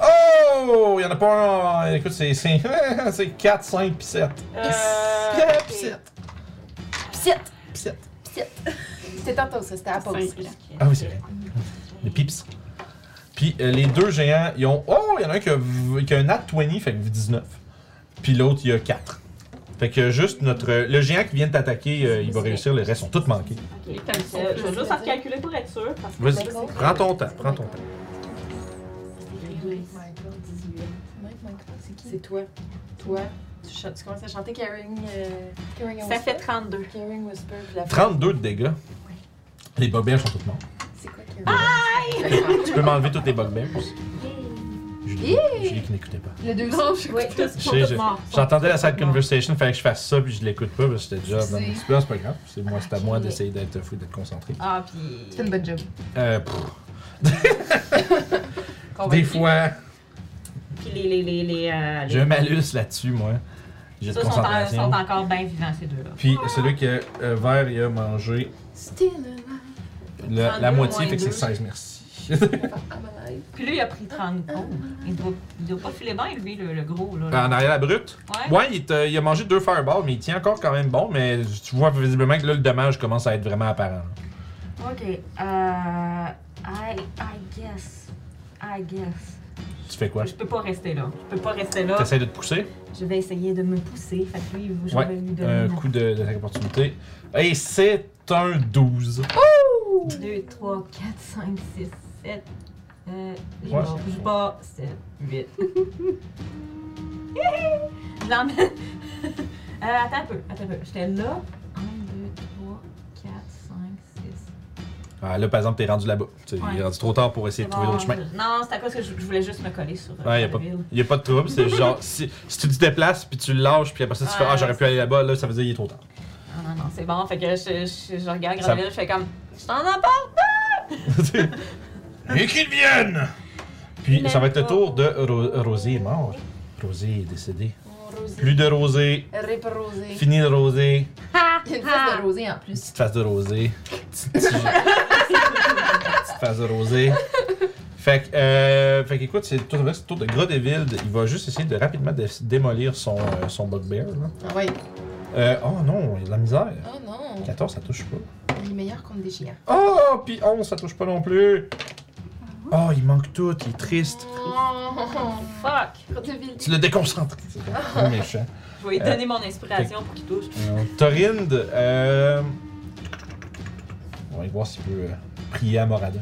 S1: Oh! Il y en a pas un. en- Écoute, c'est [laughs] 4, 5 puis 7.
S3: Euh,
S1: pis 7.
S5: Psiat.
S1: Pis 7.
S5: C'était tantôt, ça. C'était à la pause.
S2: Cinq.
S1: Ah oui, c'est vrai. Les pips. Puis euh, les deux géants, ils ont. Oh, il y en a un qui a, v- qui a un nat 20, fait que 19. Puis l'autre, il a 4. Fait que juste notre. Le géant qui vient de t'attaquer, euh, il va réussir, les restes sont tous manqués.
S2: Les
S3: Ok.
S2: caleçons.
S3: Euh, je vais juste en recalculer pour être sûr. Parce que
S1: Vas-y,
S3: c'est cool.
S1: prends ton temps, prends ton temps.
S5: Mike, Mike, c'est qui? C'est toi. Toi.
S7: Tu, ch- tu commences à chanter Caring, euh,
S5: Carrying on
S3: Ça fait
S5: Whisper.
S3: 32.
S7: Caring Whisper. puis la
S1: 32 de dégâts. Les bobelles sont toutes mortes.
S5: C'est quoi Carrying?
S1: Ils Tu peux m'enlever toutes les bugbears. Julie, Julie qui n'écoutait pas.
S2: Les deux non, je
S3: Oui,
S1: Je
S3: tous
S1: sais,
S3: tous
S1: je-
S3: morts.
S1: J'entendais la side
S3: Complètement.
S1: conversation, fallait que je fasse ça, puis je l'écoute pas, parce que j'étais déjà dans
S5: Excusez.
S1: mon petit plan, c'est pas grave. C'est moi, c'est à moi d'essayer d'être fou, d'être concentré.
S3: Ah, puis.
S5: Tu fais une bonne job.
S1: Euh, pff. Des fois,
S3: Puis les. les, les, les, euh, les-
S1: j'ai un malus là-dessus, moi. J'ai de
S3: Ceux-là sont, en-
S1: concentration.
S3: sont encore bien vivants, ces deux-là.
S1: Puis celui que euh, Vert, il a mangé
S5: Still alive.
S1: la, la
S3: 32
S1: moitié,
S3: moins
S1: fait que c'est
S3: deux.
S1: 16, merci.
S5: I'm alive.
S3: Puis lui, il a pris 30. Oh, il doit, il doit pas filer bien, lui, le, le gros. Là,
S1: en arrière, la brute.
S3: Ouais.
S1: Ouais, il, te- il a mangé deux fireballs, mais il tient encore quand même bon, mais tu vois visiblement que là, le dommage commence à être vraiment apparent.
S3: Ok. Euh. I, I guess. I guess.
S1: Tu fais quoi?
S3: Je peux pas rester là. Je peux pas rester là.
S1: T'essaies de te pousser?
S3: Je vais essayer de me pousser. Fait que lui, je
S1: Ouais, euh,
S3: vais lui
S1: Un
S3: donner
S1: coup de- d'attaque opportunité. Et c'est un 12.
S3: 2, 3, 4, 5, 6, 7. Euh, je
S1: Ouais.
S3: bats, je bats 7,
S1: [laughs]
S3: [laughs] 8. J'en ai. [laughs] Euh, attends un peu, attends un peu. J'étais là. 1, 2, 3, 4, 5, 6.
S1: Ah, là, par exemple, t'es rendu là-bas. Tu sais, Il est
S3: Ouais.
S1: rendu trop tard pour essayer de trouver d'autres chemins.
S3: Non, c'est à cause que je, je voulais juste me coller sur. euh,
S1: Ouais, y a
S3: sur
S1: pas,
S3: la ville.
S1: y a pas de trouble.
S3: [laughs]
S1: C'est genre, si, si tu te déplaces, puis tu le lâches, puis après ça, tu fais
S3: Ouais,
S1: Ah, j'aurais pu aller là-bas, là, ça veut dire qu'il est trop
S3: [laughs]
S1: tard.
S3: Non, non, non, c'est bon. Fait que je, je, je regarde
S1: Ça-
S3: Granville, je fais comme. Je t'en apporte!
S8: Et qu'ils viennent!
S1: puis, ça va être le
S3: pas.
S1: tour de Ro- Rosé est mort. Rosé est décédé.
S5: Oh, Rosie.
S1: Plus de Rosé.
S5: Rip Rosé.
S1: Fini de Rosé.
S5: Il y a une
S3: Ah.
S5: face de Rosé en plus.
S1: Petite face de Rosé. Petite petite face de Rosé. Fait que, euh, fait que, écoute, c'est le tour, c'est le tour de Grodeville. Il va juste essayer de rapidement dé- démolir son, euh, son bugbear. là.
S5: Ah ouais.
S1: Euh, oh non, il y a de la misère.
S5: Oh non.
S1: 14, ça touche pas.
S5: Il est meilleur contre des géants.
S1: Oh, puis 11, ça touche pas non plus. Oh, il manque tout, il est triste.
S5: Oh,
S3: Fuck!
S1: Tu le déconcentres. C'est vraiment méchant.
S3: Je vais lui donner mon inspiration pour qu'il touche.
S1: Euh, Torinde, euh... on va aller voir s'il peut euh, prier à Moradin.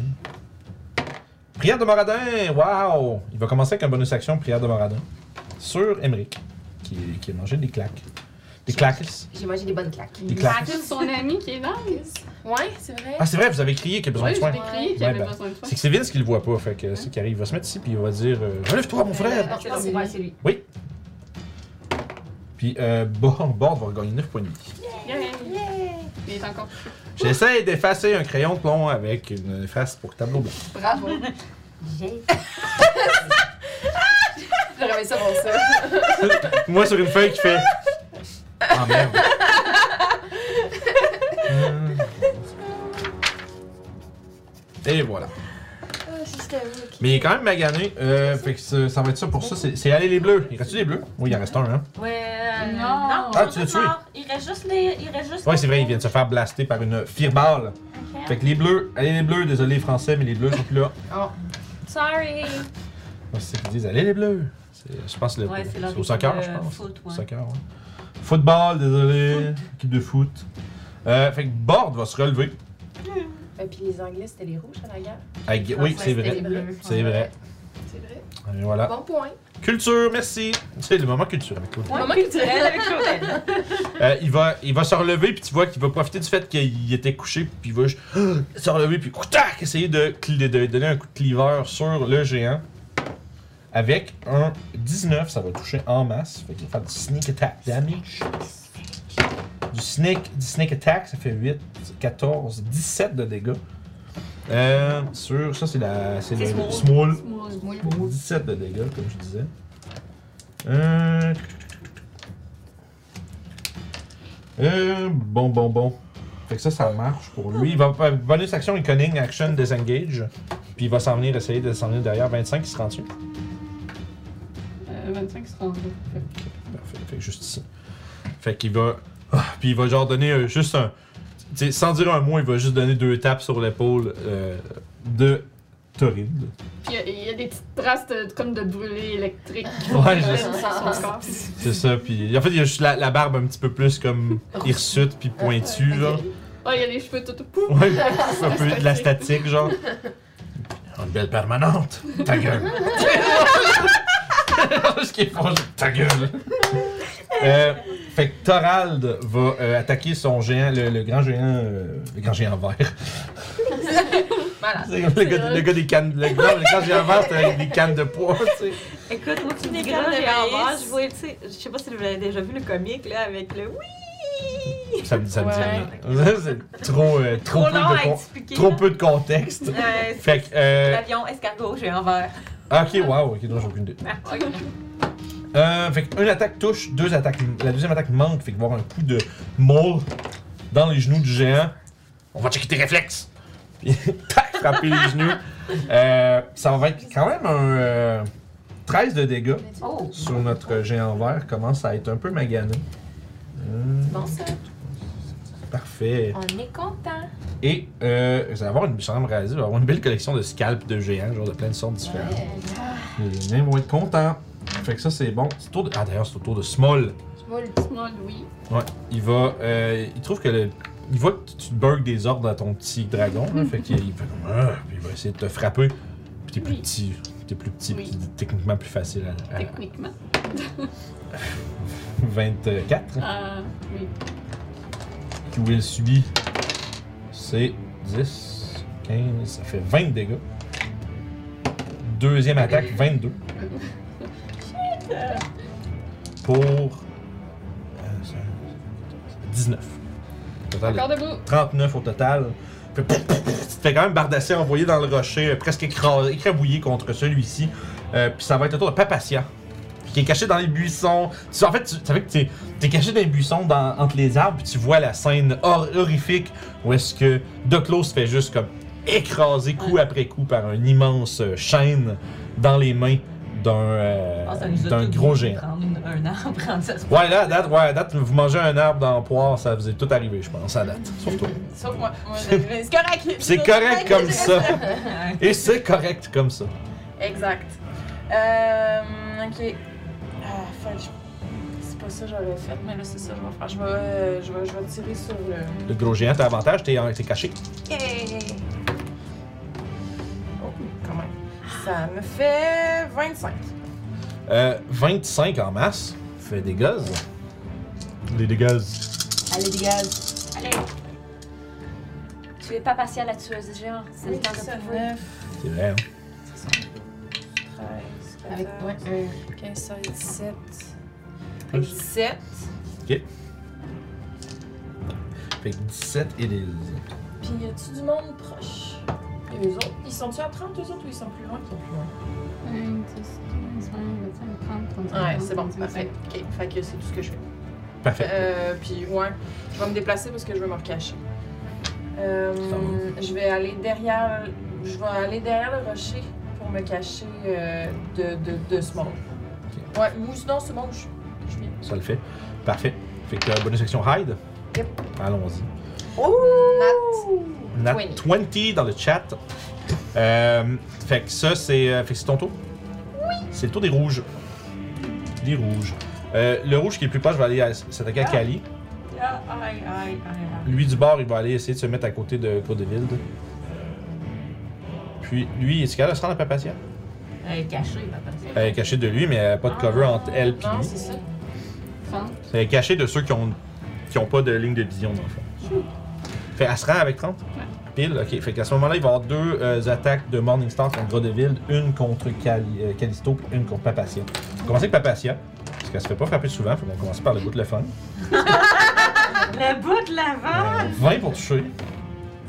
S1: Prière de Moradin, waouh! Il va commencer avec un bonus action, prière de Moradin, sur Emmerich, qui, qui a mangé des claques. Des claques.
S5: J'ai mangé des bonnes claques.
S1: Des claques.
S2: Raconte son ami qui est là.
S5: Ouais, c'est vrai.
S1: Ah, c'est vrai, vous avez crié qu'il a besoin
S2: Oui,
S1: de
S2: je
S1: soins.
S2: l'ai crié qu'il
S1: Ouais,
S2: avait
S1: ben,
S2: besoin de toi.
S1: C'est que c'est Vince qui le voit pas, fait que c'est qu'il arrive, il va se mettre ici, puis il va dire euh, Relève-toi, mon frère!
S5: non,
S3: Ah,
S5: c'est
S3: ouais,
S5: lui.
S3: c'est lui.
S1: Puis euh, Bord, Bord va regagner 9 points de vie.
S2: Yeah. Il est encore plus
S1: J'essaie d'effacer un crayon de plomb avec une efface pour tableau blanc.
S5: Bravo.
S3: J'ai.
S5: J'aurais aimé ça pour ça.
S1: Moi sur une feuille qui fait. Ah [laughs] merde. Euh. Et voilà. Mais il est quand même magané. Euh, fait que ça, ça va être ça pour ça. C'est c'est aller les bleus. Il reste-tu des bleus? Oui, il en reste un, hein?
S3: Ouais. euh,
S2: Non.
S3: non
S1: Ah,
S3: ils
S1: tu
S3: sont
S1: l'as
S3: tous
S1: tué.
S3: morts. Il reste juste les. Il reste juste
S1: Ouais, c'est vrai, il vient de se faire blaster par une fireball.
S3: Ok.
S1: Fait que les bleus, allez les bleus, désolé les français, mais les bleus sont plus là.
S3: Oh, Sorry.
S1: Ouais, C'est qu'ils disent allez les bleus. C'est- Je pense que le-
S3: Ouais, c'est leur
S1: c'est au soccer,
S3: équipe
S1: je
S3: de
S1: pense.
S3: foot, ouais.
S1: Soccer, ouais. Football, désolé. Équipe de foot. Euh, fait que Bord va se relever.
S5: Et puis les Anglais, c'était les rouges à la guerre.
S1: Ah, gu- oui, c'est
S5: c'était
S1: vrai.
S5: les bleus.
S1: C'est vrai. Ah.
S5: C'est vrai.
S1: Et voilà.
S5: Bon point.
S1: Culture, merci. C'est le moment culture avec Claude.
S3: Point
S5: Moment
S3: culturel avec Claudel.
S1: Euh, il, va, il va se relever, puis tu vois qu'il va profiter du fait qu'il était couché, puis il va juste, [gasps] se relever, puis tac, essayer de, cl- de- de donner un coup de cleaver sur le géant. Avec un 19, ça va toucher en masse. Fait qu'il va faire du sneak attack damage. Du sneak, du sneak attack, ça fait 8, 14, 17 de dégâts. Euh, sur ça, c'est la. C'est le
S3: C'est
S1: small.
S3: small.
S2: small.
S1: 17 de dégâts, comme je disais. Euh... Euh, bon, bon, bon. Fait que ça, ça marche pour lui. Il va faire bonus action, cunning action, disengage. Puis il va s'en venir essayer de s'en venir derrière 25, il se rend dessus.
S2: Euh, 25 se rendent.
S1: Parfait, fait que juste ici. Fait qu'il va. Ah, puis il va genre donner euh, juste un. tu sais, sans dire un mot, il va juste donner deux tapes sur l'épaule euh, de Torrid.
S2: Puis il y a- il y a des petites traces de- comme de brûlé électrique.
S1: Ouais,
S2: sur
S1: je-
S2: son
S5: [laughs]
S2: corps.
S1: C'est ça, puis en fait, il y a juste la, la barbe un petit peu plus comme hirsute puis pointue, genre.
S2: Ouais, Ah, il y a les cheveux tout pouf.
S1: Ouais, un peu de la statique, genre.
S8: Une belle permanente! Ta gueule!
S1: [laughs] Ce qui est fort, ta gueule. Euh, fait que Thorald va euh, attaquer son géant, le, le grand géant, euh, le grand géant vert.
S2: malade.
S1: [laughs] C'est comme le, gars, le
S2: vrai.
S1: gars des cannes. Le gars, quand j'ai un verre, c'était euh, avec des cannes de poids, tu sais.
S3: Écoute, moi, tu
S4: Des
S3: dis
S4: grands
S3: grand j'ai
S4: réveillés.
S3: envers, je vois, tu sais, je sais pas si vous avez déjà vu le comique, là, avec le oui,
S1: Ça me, ça me dit
S5: Ouais.
S1: rien. C'est trop, euh, trop,
S3: trop hein,
S1: peu
S3: long
S1: de
S3: à
S1: con-
S3: expliquer.
S1: trop
S3: là.
S1: peu de
S3: [laughs]
S1: contexte.
S3: Euh,
S1: Fait que. Euh,
S3: L'avion, escargot, j'ai envers.
S1: ah, ok, wow, ok, non, j'ai aucune idée. Euh, fait qu'une attaque touche, deux attaques. La deuxième attaque manque, fait que va avoir un coup de maul dans les genoux du géant. On va checker tes réflexes! [laughs] Puis, tac, frapper les genoux. Euh, ça va être quand même un euh, 13 de dégâts
S3: Oh!
S1: sur notre géant vert. Commence à être un peu magané. Hum,
S7: Bon, ça,
S1: parfait.
S7: on est content.
S1: Et euh, vous allez avoir une, je suis en train de réaliser, vous allez avoir une belle collection de scalps de géants, genre de plein de sortes différentes. Les nains vont être contents. Fait que ça, c'est bon. C'est au tour de... Ah, d'ailleurs, c'est au tour de Small.
S2: Tu vois le petit nom de Louis.
S1: Ouais, il va. euh, il trouve que le. Il voit que tu te bugs des ordres à ton petit dragon,
S2: [laughs]
S1: là, fait qu'il il fait comme. Ah, puis il va essayer de te frapper. Puis t'es plus
S2: Oui.
S1: petit. T'es plus petit,
S2: Oui.
S1: puis techniquement plus facile à. à-
S2: Techniquement.
S1: 24.
S2: Euh, oui.
S1: Qui Will subit. C'est 10, 15, ça fait 20 dégâts. Deuxième attaque, 22. Pour. euh, ça- 19. Total de
S2: Encore debout.
S1: 39 au total. Fait pouf, pouf, pouf, Tu te fais quand même bardasser, envoyé dans le rocher, euh, presque écrasé, écrabouillé contre celui-ci. Euh, puis ça va être le tour de Papatia, qui est caché dans les buissons. Tu- en fait, tu, ça fait que t'es es caché dans les buissons dans- entre les arbres, puis tu vois la scène hor- horrifique où est-ce que Doclo se fait juste comme écraser coup après coup par un immense euh, chaîne dans les mains d'un euh,
S3: Ah, ça nous a
S1: d'un
S3: tout
S1: gros
S3: dit
S1: géant.
S3: Prendre un an, [laughs] prendre ça. c'est
S1: Ouais, là, à date, ouais, à date, vous mangez un arbre dans le poire, ça vous est tout arrivé, je pense, à date. Sauf toi.
S5: Sauf moi. Moi, j'avais- c'est correct.
S1: [laughs] C'est correct comme ça.
S3: pas-
S1: Et c'est correct comme ça.
S5: Exact. Euh, ok. Ah, fuck. je- C'est pas ça que j'aurais fait, mais là, c'est ça que je vais faire. Je vais, euh, je vais, je vais tirer sur le.
S1: Le gros géant, t'as avantage, t'es euh, t'es caché.
S5: Oh, quand même. Ça me fait 25.
S1: Euh, 25 en masse. Fais des gaz. Des dégaz.
S5: Allez, dégage.
S3: Allez! Tu es pas patient la tueuse des géants, c'est le temps de prouver.
S5: 9,
S1: C'est vrai, hein?
S5: 13, 14,
S7: Avec ouais, un
S5: 15, 16, 17.
S1: Plus.
S5: 17.
S1: Fait que 17 et des...
S5: Puis y a-tu du monde proche? Et eux autres, ils sont-tu à 30 eux autres ou ils sont plus loin qu'ils plus loin?
S2: 1, 10, 15, 20, 25, 30, 35.
S5: Ouais, c'est bon, parfait. Ok, fait que c'est tout ce que je fais.
S1: Parfait.
S5: Euh, puis ouais, je vais me déplacer parce que je veux me recacher. Euh,
S1: Ça va.
S5: je vais aller derrière, je vais aller derrière le rocher pour me cacher euh, de, de, de ce monde. Ouais, ou sinon ce monde, je, je suis.
S1: Ça le fait. Parfait. Fait que euh, bonus action hide.
S5: Yep.
S1: Allons-y.
S5: Nat.
S1: Nat 20 dans le chat. Euh, fait que ça, c'est euh, fait que c'est ton tour. Oui. C'est le tour des rouges. Des rouges. Euh, le rouge qui est le plus proche va aller à- s'attaquer à Kali.
S3: Ah, aïe, aïe, aïe,
S1: Lui du bord, il va aller essayer de se mettre à côté de Codeville. Puis lui, est-ce qu'il a se rendre à Papatia?
S3: aïe. Euh, Caché, papa.
S1: Elle est cachée de lui, mais elle a pas de cover entre elle et
S5: Non,
S1: lui.
S5: c'est ça.
S1: Elle est cachée de ceux qui ont, qui ont pas de ligne de vision, dans le fond. Fait elle se rend avec 30? Pile, ok. Fait qu'à ce moment-là, il va y avoir deux euh, attaques de Morningstar contre Grodeville, une contre Cali- euh, Callisto puis une contre Papatia. On va commencer avec Papatia, parce qu'elle se fait pas frapper souvent, faut qu'on commence par le bout de le fun.
S3: Le bout de l'avant!
S1: Euh, 20 pour toucher.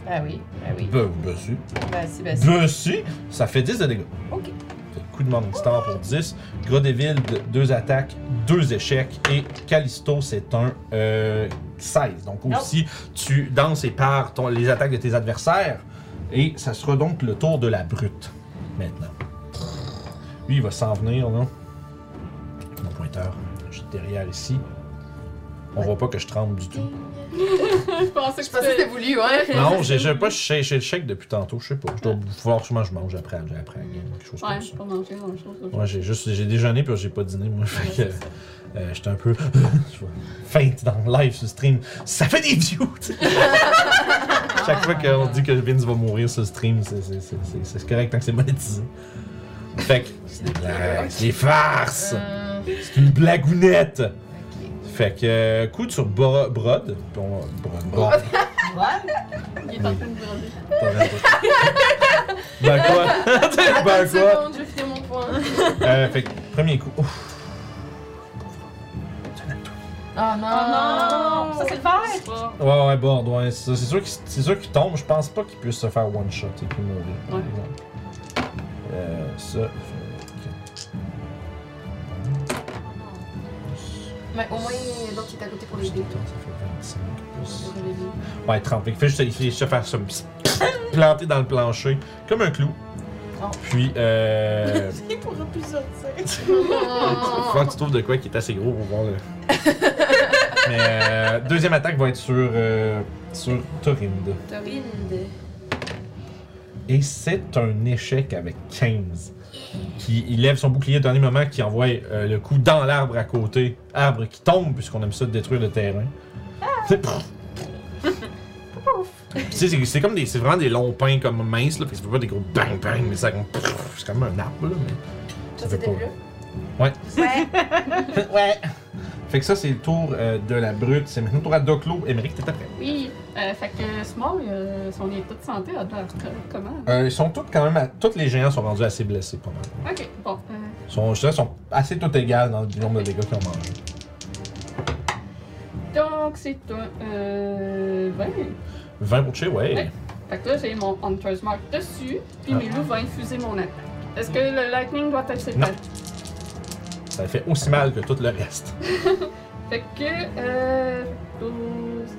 S5: Ben oui, ben oui.
S1: Ben, dessus.
S5: Ben si, ben si.
S1: Dessus, ça fait 10 de dégâts.
S5: Ok.
S1: Fait que Coup de Morning Star pour 10. Grodeville, deux attaques, deux échecs. Et Callisto, c'est un euh, 16. Donc aussi, tu danses et pars ton- les attaques de tes adversaires. Et ça sera donc le tour de la brute maintenant. Lui, il va s'en venir, non? Mon pointeur, je suis derrière ici. On voit pas que je tremble du tout.
S2: Je pensais que
S5: Je pensais que c'était hein.
S2: c'était.
S5: voulu, ouais.
S1: Non, j'ai- je sais pas, je sais le chèque depuis tantôt, je sais pas. Je dois forcément, je mange après, après la game, quelque chose
S2: Ouais,
S1: comme ça.
S2: je pas manger grand chose. aujourd'hui.
S1: Moi, j'ai juste j'ai déjeuné puis j'ai pas dîné moi. Fait que
S2: c'est ça.
S1: euh, j'étais un peu [laughs] je vois, feinte dans le live sur le stream. Ça fait des views. [laughs] tu sais. Chaque fois qu'on dit que Vince va mourir sur le stream, c'est- c'est- c'est c'est- c'est correct tant que c'est monétisé. Fait que c'est des blagues, c'est des farces.
S5: Euh,
S1: C'est une blagounette. Fait que euh, coude sur bro- brode. Bon, brode. brode.
S3: Ouais,
S2: Il est en train de brader.
S1: Ben quoi?
S5: Attends
S1: ben
S5: une
S1: quoi?
S5: seconde, je vais finir mon point.
S1: Euh, fait que, premier coup. Ouf.
S5: Oh Ah, non!
S3: ça c'est le vert.
S8: Ouais, ouais, Bord, ouais. C'est c'est sûr qu'il c'est sûr qu'il tombe. Je pense pas qu'il puisse se faire one shot et puis mourir, par
S2: Ouais.
S8: exemple. Euh, ça. fait
S5: Mais au moins, l'autre qui est à côté pour
S8: que-
S5: l'aider.
S8: Ça fait 25 plus.
S5: Je vais l'aider.
S1: Ouais, 30. Fait que fait juste- il fait se faire se pss- planter dans le plancher, comme un clou.
S5: Oh.
S1: Puis, euh.
S7: Il pourra plus sortir.
S1: [laughs] Faut que tu trouves de quoi qui est assez gros pour voir le. Mais euh, deuxième attaque va être sur, euh, sur Torinde.
S5: Torinde.
S1: Et c'est un échec avec 15. Qui, il lève son bouclier au dernier moment, qui envoie euh, le coup dans l'arbre à côté. Arbre qui tombe, puisqu'on aime ça détruire le terrain. C'est pff, pff. Puis tu sais, c'est c'est comme des, c'est vraiment des longs pins comme minces, là. Fait que c'est pas des gros bang bang, mais ça comme pff, c'est comme un arbre, là. Mais
S5: Ça,
S1: fait
S5: c'était
S1: pas-
S5: bleu.
S1: ouais. Fait que ça, c'est le tour euh, de la brute. C'est maintenant le tour à Doclo. Émeric, t'es après.
S2: Oui, euh, fait que Small, euh, son état de santé a l'air co- comment?
S1: Euh, ils sont tous quand même. à- Tous les géants sont rendus assez blessés, pas mal.
S2: Ok, bon. euh,
S1: Ils sont, je dirais, ils sont assez tous égales dans le nombre de dégâts qu'ils ont mangé.
S2: donc, c'est un. Euh, 20.
S1: 20 pour tuer, ouais.
S2: Ouais. Fait que là, j'ai mon Hunter's Mark dessus, puis
S1: Ah.
S2: mes loups vont infuser mon attaque. Est-ce que le Lightning doit être
S1: Non.
S2: séparé?
S1: Ça fait aussi mal que tout le reste.
S2: Fait que. Euh, 12.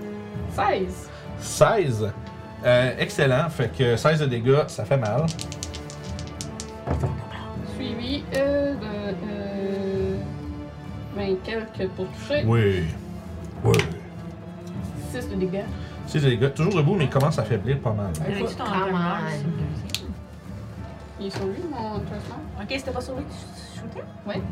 S2: 16.
S1: 16. Euh, excellent. Fait que 16 de dégâts, ça fait mal.
S2: Suivi euh, de. Euh, 20 quelques pour toucher.
S1: Oui. Oui.
S2: 6 de dégâts.
S1: 6 de dégâts. Toujours debout, mais il commence à faiblir pas mal.
S3: Il y avait tout en
S5: Come
S3: intérieur,
S5: on.
S3: sur le deuxième.
S2: Il est sur lui, mon Hunter's Mark?
S3: Ok, c'était pas sur lui que tu shootais?
S1: Ouais,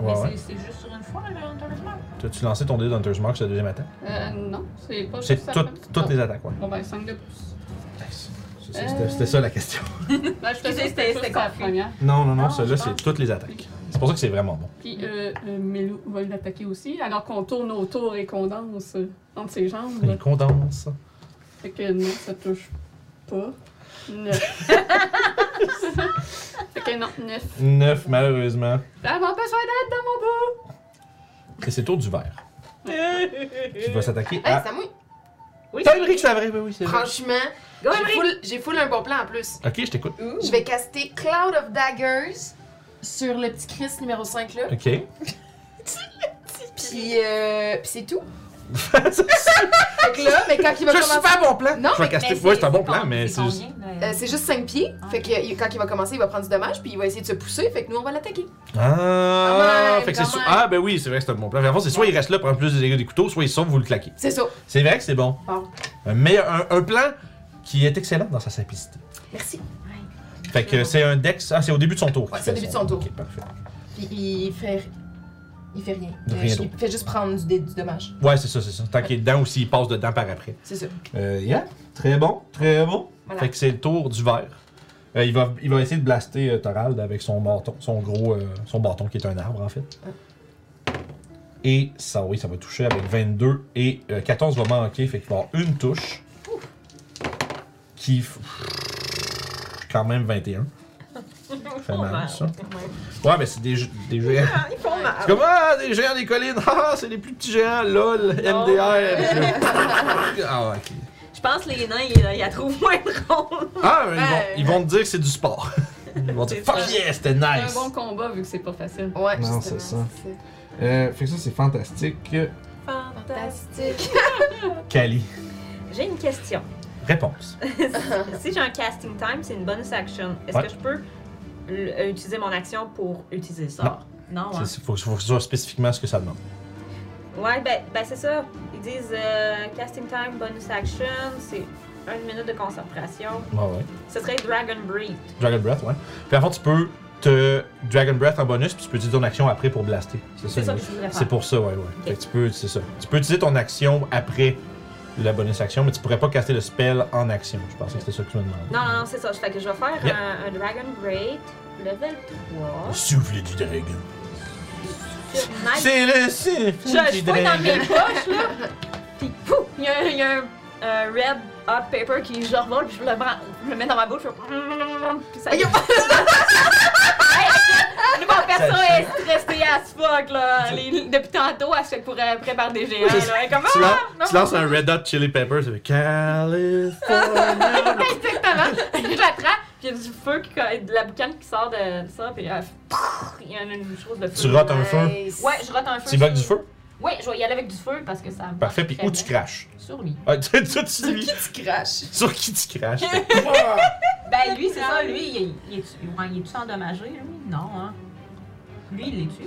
S3: Mais
S1: ouais. Ah,
S3: c'est- c'est juste sur une fois, le Hunter's Mark.
S1: T'as-tu lancé ton dé d'Hunter's Mark sur la deuxième attaque?
S2: Euh, non, c'est pas
S1: C'est
S2: sur sa
S1: toutes-
S2: femme.
S1: toutes
S2: Non.
S1: les attaques, ouais.
S2: Bon, ben 5 de plus.
S1: Nice. C'est-
S2: Euh.
S1: c'est- C'était c'était ça la question.
S2: Ben, je te
S3: Excusez,
S2: dis, c'était
S3: c'était- c'était
S2: juste la
S3: confus.
S2: première.
S1: [laughs] Non, non, non,
S3: Non,
S1: celui-là,
S3: je
S1: c'est
S3: pense.
S1: toutes les attaques. C'est pour ça que c'est vraiment bon.
S2: Puis euh, euh, Melou va l'attaquer aussi, alors qu'on tourne autour et qu'on danse euh, entre ses jambes. là.
S1: Il condense.
S2: Fait que non, ça touche pas. Neuf. fait que non, neuf.
S1: 9, malheureusement.
S2: J'ai vraiment besoin d'aide dans mon dos!
S1: Et c'est le tour du vert. Qui va s'attaquer
S5: Hey,
S1: à.
S5: ça mouille.
S3: Oui,
S1: T'as Émeric, c'est vrai, oui, oui, c'est vrai.
S5: Franchement,
S3: Go,
S5: j'ai full- j'ai full un bon plan en plus.
S1: Ok, je t'écoute.
S5: Je vais caster Cloud of Daggers sur le petit Chris numéro 5 là.
S1: Ok.
S5: Puis, euh, puis c'est tout. Fait que là, mais quand
S1: [laughs]
S5: il va
S1: C'est un
S5: commencer.
S1: super bon plan.
S5: Non,
S1: je vais
S5: mais-
S1: caster.
S3: mais
S1: Ouais, c'est un bon plan,
S3: con-
S1: mais c'est.
S3: combien, mais-
S5: euh, c'est juste 5 pieds. Fait que il- quand il va commencer, il va prendre du dommage, puis il va essayer de se pousser. Fait que nous, on va l'attaquer.
S1: Ah,
S5: Quand même,
S1: fait que c'est
S5: quand
S1: sou-
S5: même.
S1: ah ben oui, c'est vrai que c'est un bon plan. Mais en fait, c'est soit il reste là pour prendre plus de dégâts des couteaux, soit il sauve, vous le claquez.
S5: C'est ça.
S1: C'est vrai que c'est bon.
S5: Bon.
S1: Un, meilleur- un, un plan qui est excellent dans sa simplicité.
S5: Merci.
S1: Fait que c'est un dex. Ah, c'est au début de son tour. qu'il
S5: Ouais,
S1: fait
S5: c'est au début de son tour.
S1: Ok, parfait.
S5: Puis il fait. Il fait rien.
S1: Il fait
S5: Euh,
S1: rien
S5: il fait juste prendre du, dé- du dommage.
S1: Ouais, c'est ça, c'est ça. Tant qu'il est dedans ou s'il passe dedans par après.
S5: C'est ça.
S1: Euh, yeah. Très bon, très bon.
S5: Voilà.
S1: Fait que c'est le tour du vert. Euh, il, va, il va essayer de blaster euh, Thorald avec son bâton, son gros, euh, son bâton qui est un arbre en fait.
S5: Euh.
S1: Et ça, oui, ça va toucher avec 22 et euh, 14 va manquer, fait qu'il va avoir une touche. Qui. f- Quand même 21. Fait mal, ça. Ouais, mais c'est des, jeux- des géants.
S3: Ils font mal.
S1: C'est comme Ah, des géants des collines! Ah, c'est les plus petits géants! LOL! MDR! [laughs] ah, ouais, ok.
S3: Je pense que les nains, ils, ils la trouvent moins [laughs] drôle.
S1: Ah, mais ils, vont,
S5: Ouais.
S1: ils vont te dire que c'est du sport. Ils vont dire
S3: C'est
S1: Fuck
S3: ça.
S1: yeah, c'était
S2: C'est
S1: nice.
S2: un bon combat vu que c'est pas facile.
S5: Ouais,
S1: Non,
S5: justement,
S1: c'est ça. Euh, fait que ça, c'est fantastique.
S3: Fantastique.
S5: Fantastique.
S1: Cali.
S3: J'ai une question.
S1: Réponse.
S3: si j'ai un casting time, c'est une bonus action. Est-ce
S1: Ouais.
S3: que je peux l- utiliser mon action pour utiliser ça? Non.
S1: Il
S3: hein?
S1: faut, faut que ce soit spécifiquement ce que ça demande.
S3: Ouais, ben, ben c'est ça. Ils disent euh, casting time, bonus action, c'est une minute de concentration.
S1: Ouais, Ah, ouais.
S3: Ce serait Dragon Breed.
S1: Dragon Breath, ouais. Puis avant, tu peux te Dragon Breath en bonus, puis tu peux utiliser ton action après pour blaster. C'est
S3: C'est ça
S1: le-
S3: que je voudrais
S1: C'est
S3: faire.
S1: pour ça, ouais, ouais. Fait que tu peux, c'est ça. Tu peux utiliser ton action après la bonus action, mais tu pourrais pas caster le spell en action. Je pensais que c'était ça que tu me demandais.
S3: Non, non, non, c'est ça. Fait que je vais faire
S1: Yep.
S3: un, un Dragon Breed level 3.
S8: Souffle du dragon.
S3: sur Night
S1: C'est le siffle
S3: Je
S1: du
S3: suis pas dans
S1: dragon.
S3: mes poches, là! Puis pouf! Il y, a- il y a un un red hot paper qui je revole puis je le, prends- je le mets dans ma bouche. Je... Puis ça. [laughs] Hey, Mon perso est stressée as fuck là. Les- depuis tantôt, elle se fait pour euh, préparer des géants. Là. Elle est comme,
S1: Tu
S3: Ah,
S1: lances, tu lances un Red Hot Chili Peppers avec California.
S3: Exactement. je l'attrape, puis il y a du feu, qui, co- de la boucane qui sort de ça, puis elle fait- il y en a une chose de
S1: [laughs]
S3: feu.
S1: tu rotes Ah, un feu.
S3: Ouais, je rote un feu.
S1: Tu évoques du
S3: sur-
S1: feu.
S3: Ouais, je vais y aller avec du feu parce que ça. marche
S1: Parfait. Puis
S3: très
S1: où tu
S3: bien.
S1: craches
S3: Sur lui.
S1: Ah, [laughs] tu- tu- tu- lui.
S5: Qui crache?
S1: Sur qui tu craches [laughs]
S3: Ben lui, c'est ça, lui, il, il est-tu ouais, il est-tu endommagé, lui Non, hein. Lui, il l'est-tu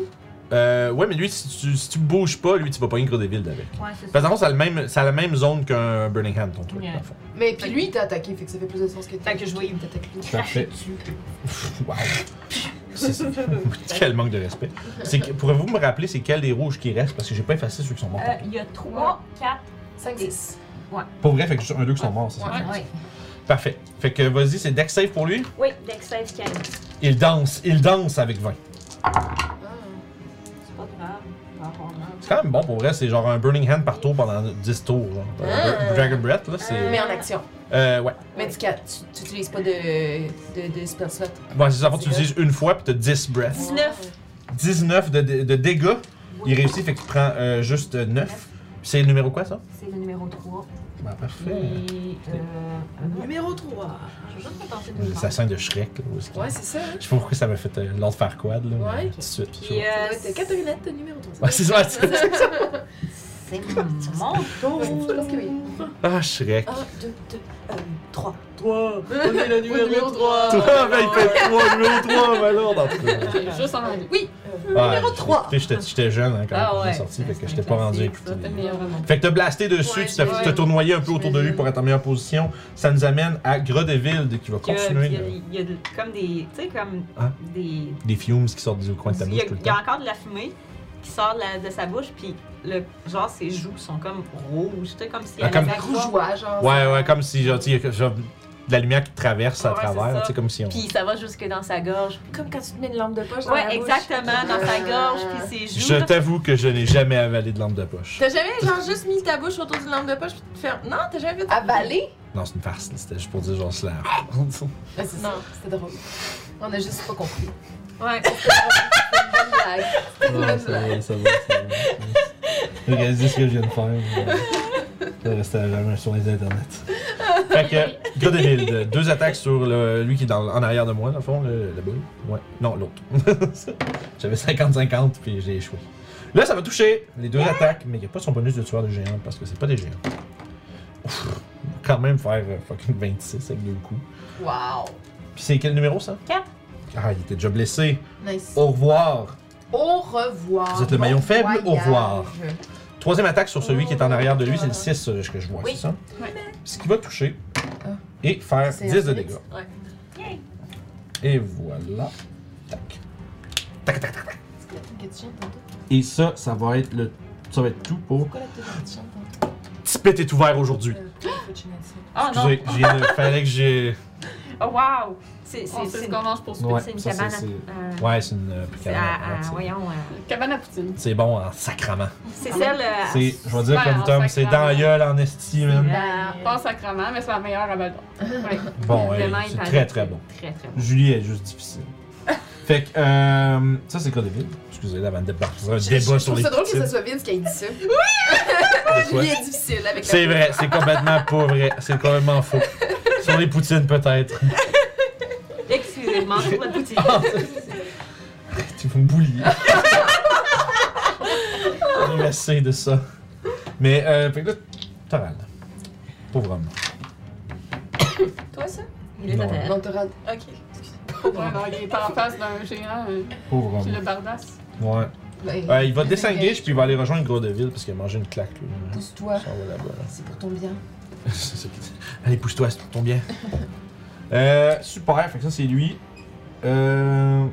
S1: euh, Ouais, mais lui, si tu, si tu bouges pas, lui, tu vas pas une des villes avec.
S3: Ouais, c'est ça.
S1: Parce que dans le fond, ça a le même- ça a la même zone qu'un Burning Hand, ton truc,
S3: Ouais.
S1: dans le fond.
S5: Mais puis lui, il t'a attaqué, fait que ça fait plus de sens que t'as.
S3: Fait que je vois, il
S5: t'attaque
S1: [laughs]
S5: lui.
S8: Parfait. Wow. C'est- c'est-
S1: Quel manque de respect. C'est que- Pourrez-vous me rappeler c'est quel des rouges qui restent parce que j'ai pas effacé ceux qui sont morts.
S3: Euh, il y a 3, 4.
S5: 5, 6.
S8: Pour vrai, fait que juste un deux qui sont morts, c'est ça.
S5: Ouais.
S1: Parfait. Fait que vas-y, c'est deck save pour lui.
S3: Oui, Dex 16 qui arrive.
S1: Il danse, il danse avec 20.
S3: C'est pas grave. Il va avoir mal.
S1: C'est quand même bon pour vrai, c'est genre un Burning Hand par tour pendant 10 tours. genre. Euh,
S5: Ah.
S1: Dragon Breath, là, c'est.
S5: Mais en action.
S1: Euh, ouais.
S5: Mais tu, tu, tu utilises pas de, Euh, de, de spell slot.
S1: Bon, c'est ça, en fait, tu l'utilises une fois puis t'as 10 breaths.
S3: 19.
S1: 19 de, de- de dégâts. Il réussit, fait qu'il prend euh, juste 9. C'est le numéro quoi ça?
S3: C'est le numéro 3.
S1: Bah,
S3: Et.
S1: parfait.
S3: Euh,
S4: Numéro 3.
S3: je vais juste me tenter de
S1: C'est
S3: le
S1: La
S3: faire.
S1: scène de Shrek, là, où est-ce qu'il-
S5: Ouais, c'est ça. hein?
S1: Je sais pas pourquoi ça m'a fait euh, l'autre faire quad, là. mais
S5: Ouais.
S1: Tout de suite. je sais
S3: Puis,
S1: pas.
S5: Ça doit
S3: euh,
S5: être Catherine, le numéro 3.
S1: Ouais, c'est ça, c'est
S3: [laughs]
S1: ça.
S3: c'est mon
S5: Je pense que oui.
S3: tour.
S1: Ah, Shrek.
S5: 1, 2, 2, 3.
S1: Toi!
S5: euh, On est le numéro 3.
S1: Toi, ben, il fait 3, numéro 3, ben lourd, en
S5: [laughs]
S1: tout cas.
S2: J'ai juste en anglais.
S5: Oui,
S1: Numéro 3! J'étais j'étais jeune hein, quand
S3: Ah
S1: il est
S3: ouais.
S1: sorti, fait que
S3: C'est
S1: j'étais pas rendu à
S3: classique,
S1: écouter.
S3: ça,
S2: C'est le meilleur nom.
S1: Fait que t'as blasté dessus,
S5: Ouais,
S1: tu t'as- tu t'as
S5: j'imagine.
S1: tournoyé un peu autour de lui
S5: J'imagine.
S1: pour être en meilleure position. Ça nous amène à Grodeville de- qui va
S3: Il y a,
S1: continuer.
S3: il y a-
S1: de-
S3: il y a de- comme des. Tu sais, comme
S1: Hein?
S3: des.
S1: Des fumes qui sortent du coin de ta
S3: Il y, a,
S1: bouche tout le
S3: il y a
S1: temps.
S3: encore de la fumée qui sort de, la- de sa bouche, puis le, genre ses joues sont comme rouges, tu sais, comme si
S1: Ah, comme-
S5: la rougeoie, genre.
S1: Ouais, ouais, comme si genre, tu sais, il y a genre, de la lumière qui traverse à
S3: Ouais, c'est
S1: travers,
S3: ça.
S1: tu sais, comme si on.
S3: Puis ça va jusque dans sa gorge.
S5: Comme quand tu te mets une lampe de poche dans la
S3: Ouais,
S5: bouche. Euh,
S3: exactement, dans sa gorge, puis ses joues.
S1: Je
S3: là.
S1: t'avoue que je n'ai jamais avalé de lampe de poche.
S7: T'as jamais, genre, juste mis ta bouche autour d'une lampe de poche puis te faire. Non, t'as jamais fait ça.
S5: Avalé?
S1: Non, c'est une farce, c'était juste pour dire genre cela. [laughs]
S5: Ah, c'est ça, c'était drôle. On a juste pas compris.
S3: Ouais.
S1: Ouais, ça va, ça va, ça va. Regardez ce que je viens de faire. Je vais rester à jamais sur les internet. Fait que, Godeville, deux attaques sur le- lui qui est dans- en arrière de moi, dans le fond, le, la boule. Ouais. Non, l'autre. [laughs] J'avais 50-50, puis j'ai échoué. Là, ça va toucher les deux attaques, mais il n'y a pas son bonus de tueur de géant, parce que c'est pas des géants. Ouf, on va quand même faire euh, fucking 26 avec deux coups.
S5: Wow.
S1: Puis c'est quel numéro, ça?
S3: Quatre.
S1: Ah, il était déjà blessé.
S5: Nice.
S1: Au revoir.
S5: Au revoir.
S1: Oh. Vous êtes le maillon
S5: Bon
S1: faible, au
S5: voyage.
S1: revoir. Troisième attaque sur celui qui est en arrière de lui, c'est le 6 euh, que je vois, c'est ça? Ce qui va toucher
S5: Ah.
S1: et faire
S5: C'est
S1: 10 de
S5: un
S1: dégâts.
S5: hit. Ouais.
S1: Et voilà. Tac. Tac, tac, tac, tac.
S5: C'est quoi la tune que tu chantes tantôt?
S1: Et ça, ça va être le. Ça va être tout pour.
S5: C'est quoi la tune que tu chantes tantôt?
S1: Tipette est ouvert aujourd'hui.
S5: Euh, faut que tu mettes ça.
S3: Oh non!
S1: Excusez, j'ai fallait que j'ai.
S3: Oh wow! C'est Ah, c'est-
S2: On sait
S3: c'est
S2: ce
S3: une,
S2: qu'on mange pour souper.
S1: Ouais,
S3: c'est une
S1: ça,
S3: cabane
S1: c'est- c'est-
S3: à. euh,
S1: Ouais, c'est une euh,
S3: c'est
S1: cabane
S3: à-
S1: à-
S3: à-
S1: c'est-
S3: voyons, euh,
S2: Cabane à poutine.
S1: C'est bon en sacrament.
S3: c'est celle. euh,
S1: C'est, je vais dire
S2: super
S1: comme
S2: en
S1: Tom, c'est dans
S2: sacrament.
S1: la gueule en estime.
S3: Ben,
S5: Bah,
S2: Pas sacrament, mais c'est la meilleure à Badon. Ouais.
S1: Bon, ouais,
S3: vraiment, il
S1: c'est
S3: paraît
S1: très très bon.
S3: Très très bon.
S1: Julie est juste
S5: [laughs]
S1: difficile. Fait que, euh, ça c'est Codeville. Excusez, là, avant de débarquer, un débat sur
S5: Je trouve
S1: les
S5: ça drôle que
S1: poutines.
S5: ça soit Vince qui a dit ça.
S1: De quoi?
S5: Julie est difficile avec la
S1: C'est vrai, c'est complètement pas vrai. C'est complètement
S5: [laughs]
S1: faux. Sur les poutines, peut-être.
S3: Excusez-moi pour la boutique.
S1: tu vas me
S5: [laughs]
S1: boulier. On est assez de ça. Mais, euh, fait que là, Toral. Pauvre homme.
S5: Toi, ça?
S3: Il est
S1: Non.
S3: à
S5: Non, Torad.
S7: Ok.
S2: Ouais, non, il est en face d'un géant euh,
S1: Pauvre
S2: qui le
S1: homme.
S2: bardasse.
S1: Ouais.
S5: Ben,
S1: Euh, il va descendre, puis il va aller rejoindre Grodeville parce qu'il a mangé une claque, lui.
S5: Pousse-toi.
S1: Ça va là-bas, là.
S5: C'est pour ton bien.
S1: C'est ça qu'il dit. Allez, pousse-toi, c'est pour ton bien. Euh, super, fait que ça, c'est lui. Euh...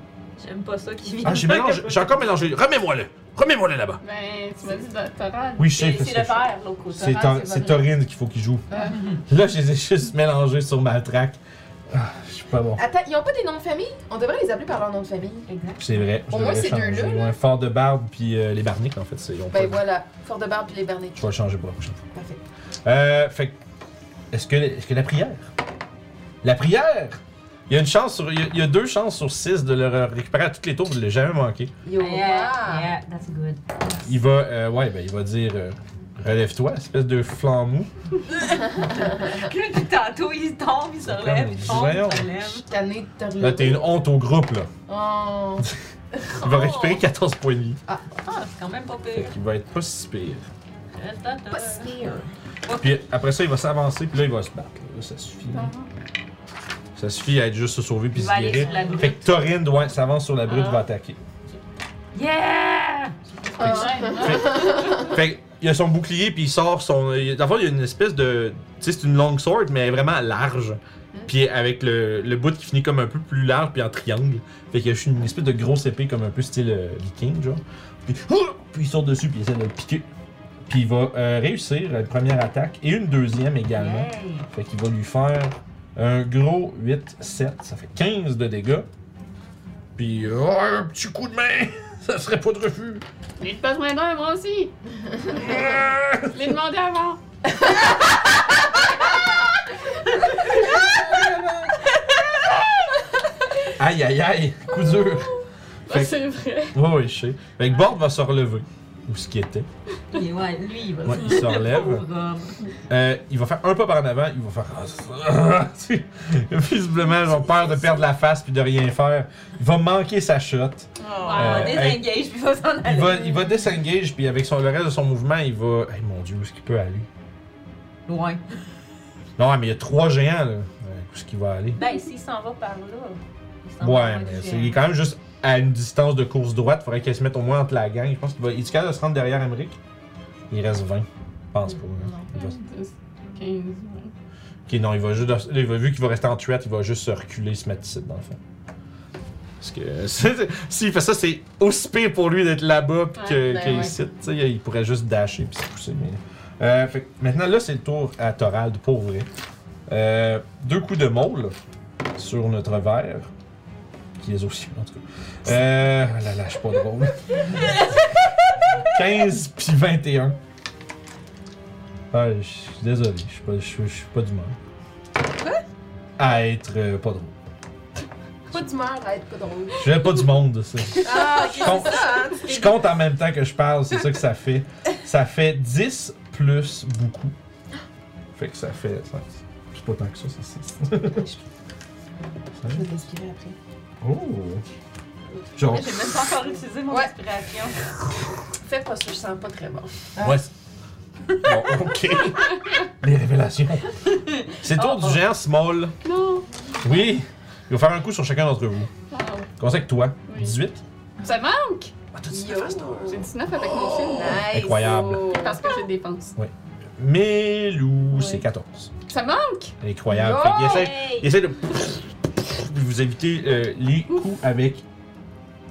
S3: J'aime pas ça qui vit.
S1: Ah, j'ai mélangé- j'ai encore mélangé. Remets-moi-le. Remets-moi-le là-bas.
S2: Ben, tu m'as dit de Torad.
S1: Oui, je sais.
S7: C'est le verre, l'autre côté.
S1: Ah, C'est Ah. Tor- c'est Torine qu'il faut qu'il joue. Là, je les ai juste mélangés sur ma track. Ah, je suis pas bon.
S5: Attends, ils ont pas des noms de famille? On devrait les appeler par leur nom de famille.
S1: C'est vrai. Je
S5: Au moins,
S1: devrais
S5: ces deux-là,
S1: changer.
S5: là.
S1: Ouais, fort de barbe puis euh, les barniques, en fait. c'est- ils ont
S5: Ben
S1: pas-
S5: voilà. Fort de barbe puis les bernets.
S1: Je vais le changer pour la prochaine fois.
S5: Parfait.
S1: Euh, fait que Est-ce que, est que la prière La prière Il y a une chance sur. Il y a, il y a deux chances sur six de le re- récupérer à tous les tours, vous ne l'avez jamais manqué.
S3: Yo.
S7: Ah.
S3: Yeah, yeah, that's good.
S1: Il va. euh, ouais, ben il va dire. euh, Relève-toi, espèce de flanc mou.
S3: Quelqu'un qui tantôt, il tombe, il se relève, il tombe,
S1: Voyons.
S3: il se
S7: Je
S3: relève.
S7: suis tannée de te relever.
S1: Là, t'es une honte au groupe, là.
S7: Oh.
S1: Il va récupérer 14 points de vie.
S3: Ah, c'est quand même pas
S1: Fait
S3: pire.
S1: qu'il va être pas si pire.
S3: Pas si pire.
S1: Puis après ça, il va s'avancer, puis là, il va se battre. Là, ça suffit. Ça suffit à être juste se sauver puis
S3: Il
S1: se
S3: va aller
S1: guérir.
S3: sur la brute.
S1: Fait que Torine doit- s'avance sur la brute,
S3: Ah.
S1: va attaquer.
S3: Yeah!
S5: Ah.
S1: Fait que, il a son bouclier, puis il sort son. il- Dans le fond, il y a une espèce de. Tu sais, c'est une longue sword, mais elle est vraiment large. Puis avec le, le bout qui finit comme un peu plus large, puis en triangle. Fait qu'il y a juste une espèce de grosse épée, comme un peu style euh, viking, genre. Puis, Ah! Puis il sort dessus, puis il essaie de le piquer. Puis il va euh, réussir la première attaque, et une deuxième également.
S3: Yay!
S1: Fait qu'il va lui faire un gros 8-7. Ça fait 15 de dégâts. Puis euh, oh, un petit coup de main! [laughs] Ça serait pas de refus!
S2: J'ai besoin d'un, moi aussi.
S1: Ah!
S2: Je l'ai demandé avant.
S1: Aïe aïe aïe! Coup [laughs] dur! Fait que-
S2: C'est vrai.
S1: Ouais, ouais, Oh, je sais. Fait que Bord va se relever. Ou ce qui était.
S3: Et ouais, lui, il va
S1: Ouais, il se
S3: [laughs] Le
S1: relève.
S3: pauvre homme.
S1: Euh, il va faire un pas par en avant. Il va faire. [laughs] Tu sais, Visiblement, ils ont peur de perdre la face puis de rien faire. Il va manquer sa shot.
S3: Ah,
S1: Euh,
S3: désengage, puis il va s'en
S1: Il
S3: aller.
S1: va, il va disengage puis avec son, le reste de son mouvement, il va. Hey, mon dieu, où est-ce qu'il peut aller?
S3: Loin.
S1: Non, mais il y a trois géants, là. Ouais, Où est-ce qu'il va aller?
S3: Ben, s'il s'en va par là, il s'en va
S1: Ouais,
S3: par
S1: mais
S3: là,
S1: c'est- il est quand même juste à une distance de course droite. Faudrait qu'il se mette au moins entre la gang. Je pense qu'il va. Il est capable de se rendre derrière Emmerich? Il reste 20. Je pense pas. hein. Il va-
S2: 10, 15,
S1: Ok, non, il va juste. là, il va, vu qu'il va rester en threat, il va juste se reculer, se mettre ici, dans le fond. Parce que. euh, [laughs] c'est- c'est- S'il fait ça, c'est aussi pire pour lui d'être là-bas pis que-
S7: Ouais, ben
S1: qu'il
S7: ouais.
S1: ici. Tu sais, il pourrait juste dasher puis se pousser. Mais... Euh, fait que maintenant, là, c'est le tour à Thorald, pour vrai. Euh, deux coups de môle sur notre verre. Qui est aussi, en tout cas. Euh. ah Là, là, je suis pas
S7: [laughs]
S1: drôle. 15 puis 21. Ah, je suis désolé, je suis pas, je suis- je suis pas d'humeur. Quoi? À être euh, pas drôle.
S7: Pas d'humeur à être pas drôle.
S1: Je suis pas du monde, ça.
S7: Ah,
S1: Je compte,
S3: hein.
S1: je compte en même temps que je parle, c'est ça que ça fait. Ça fait 10 plus beaucoup. Fait que ça fait. ça- C'est pas tant que ça, c'est 6.
S7: Je vais t'inspirer après.
S1: Oh! Genre,
S3: [laughs] J'ai même pas encore utilisé mon
S7: Ouais.
S3: inspiration.
S7: Fais pas ça, je sens pas très bon.
S1: ouais. c'est- Bon, ok. Les révélations. C'est le tour du géant Small.
S2: Non.
S1: Oui! Il va faire un coup sur chacun d'entre vous.
S2: Wow.
S1: Commencez avec toi.
S2: Oui.
S1: 18.
S2: Ça manque.
S1: Ah, t'as
S7: Yo.
S2: J'ai 19 avec mon film.
S7: Nice.
S1: Incroyable.
S2: Parce que j'ai défense.
S1: Mélou,
S2: Ouais.
S1: c'est 14.
S2: Ça manque.
S1: Incroyable.
S7: Yo!
S1: Fait qu'il essaie-
S3: Hey!
S1: il essaie de de vous éviter euh, les coups avec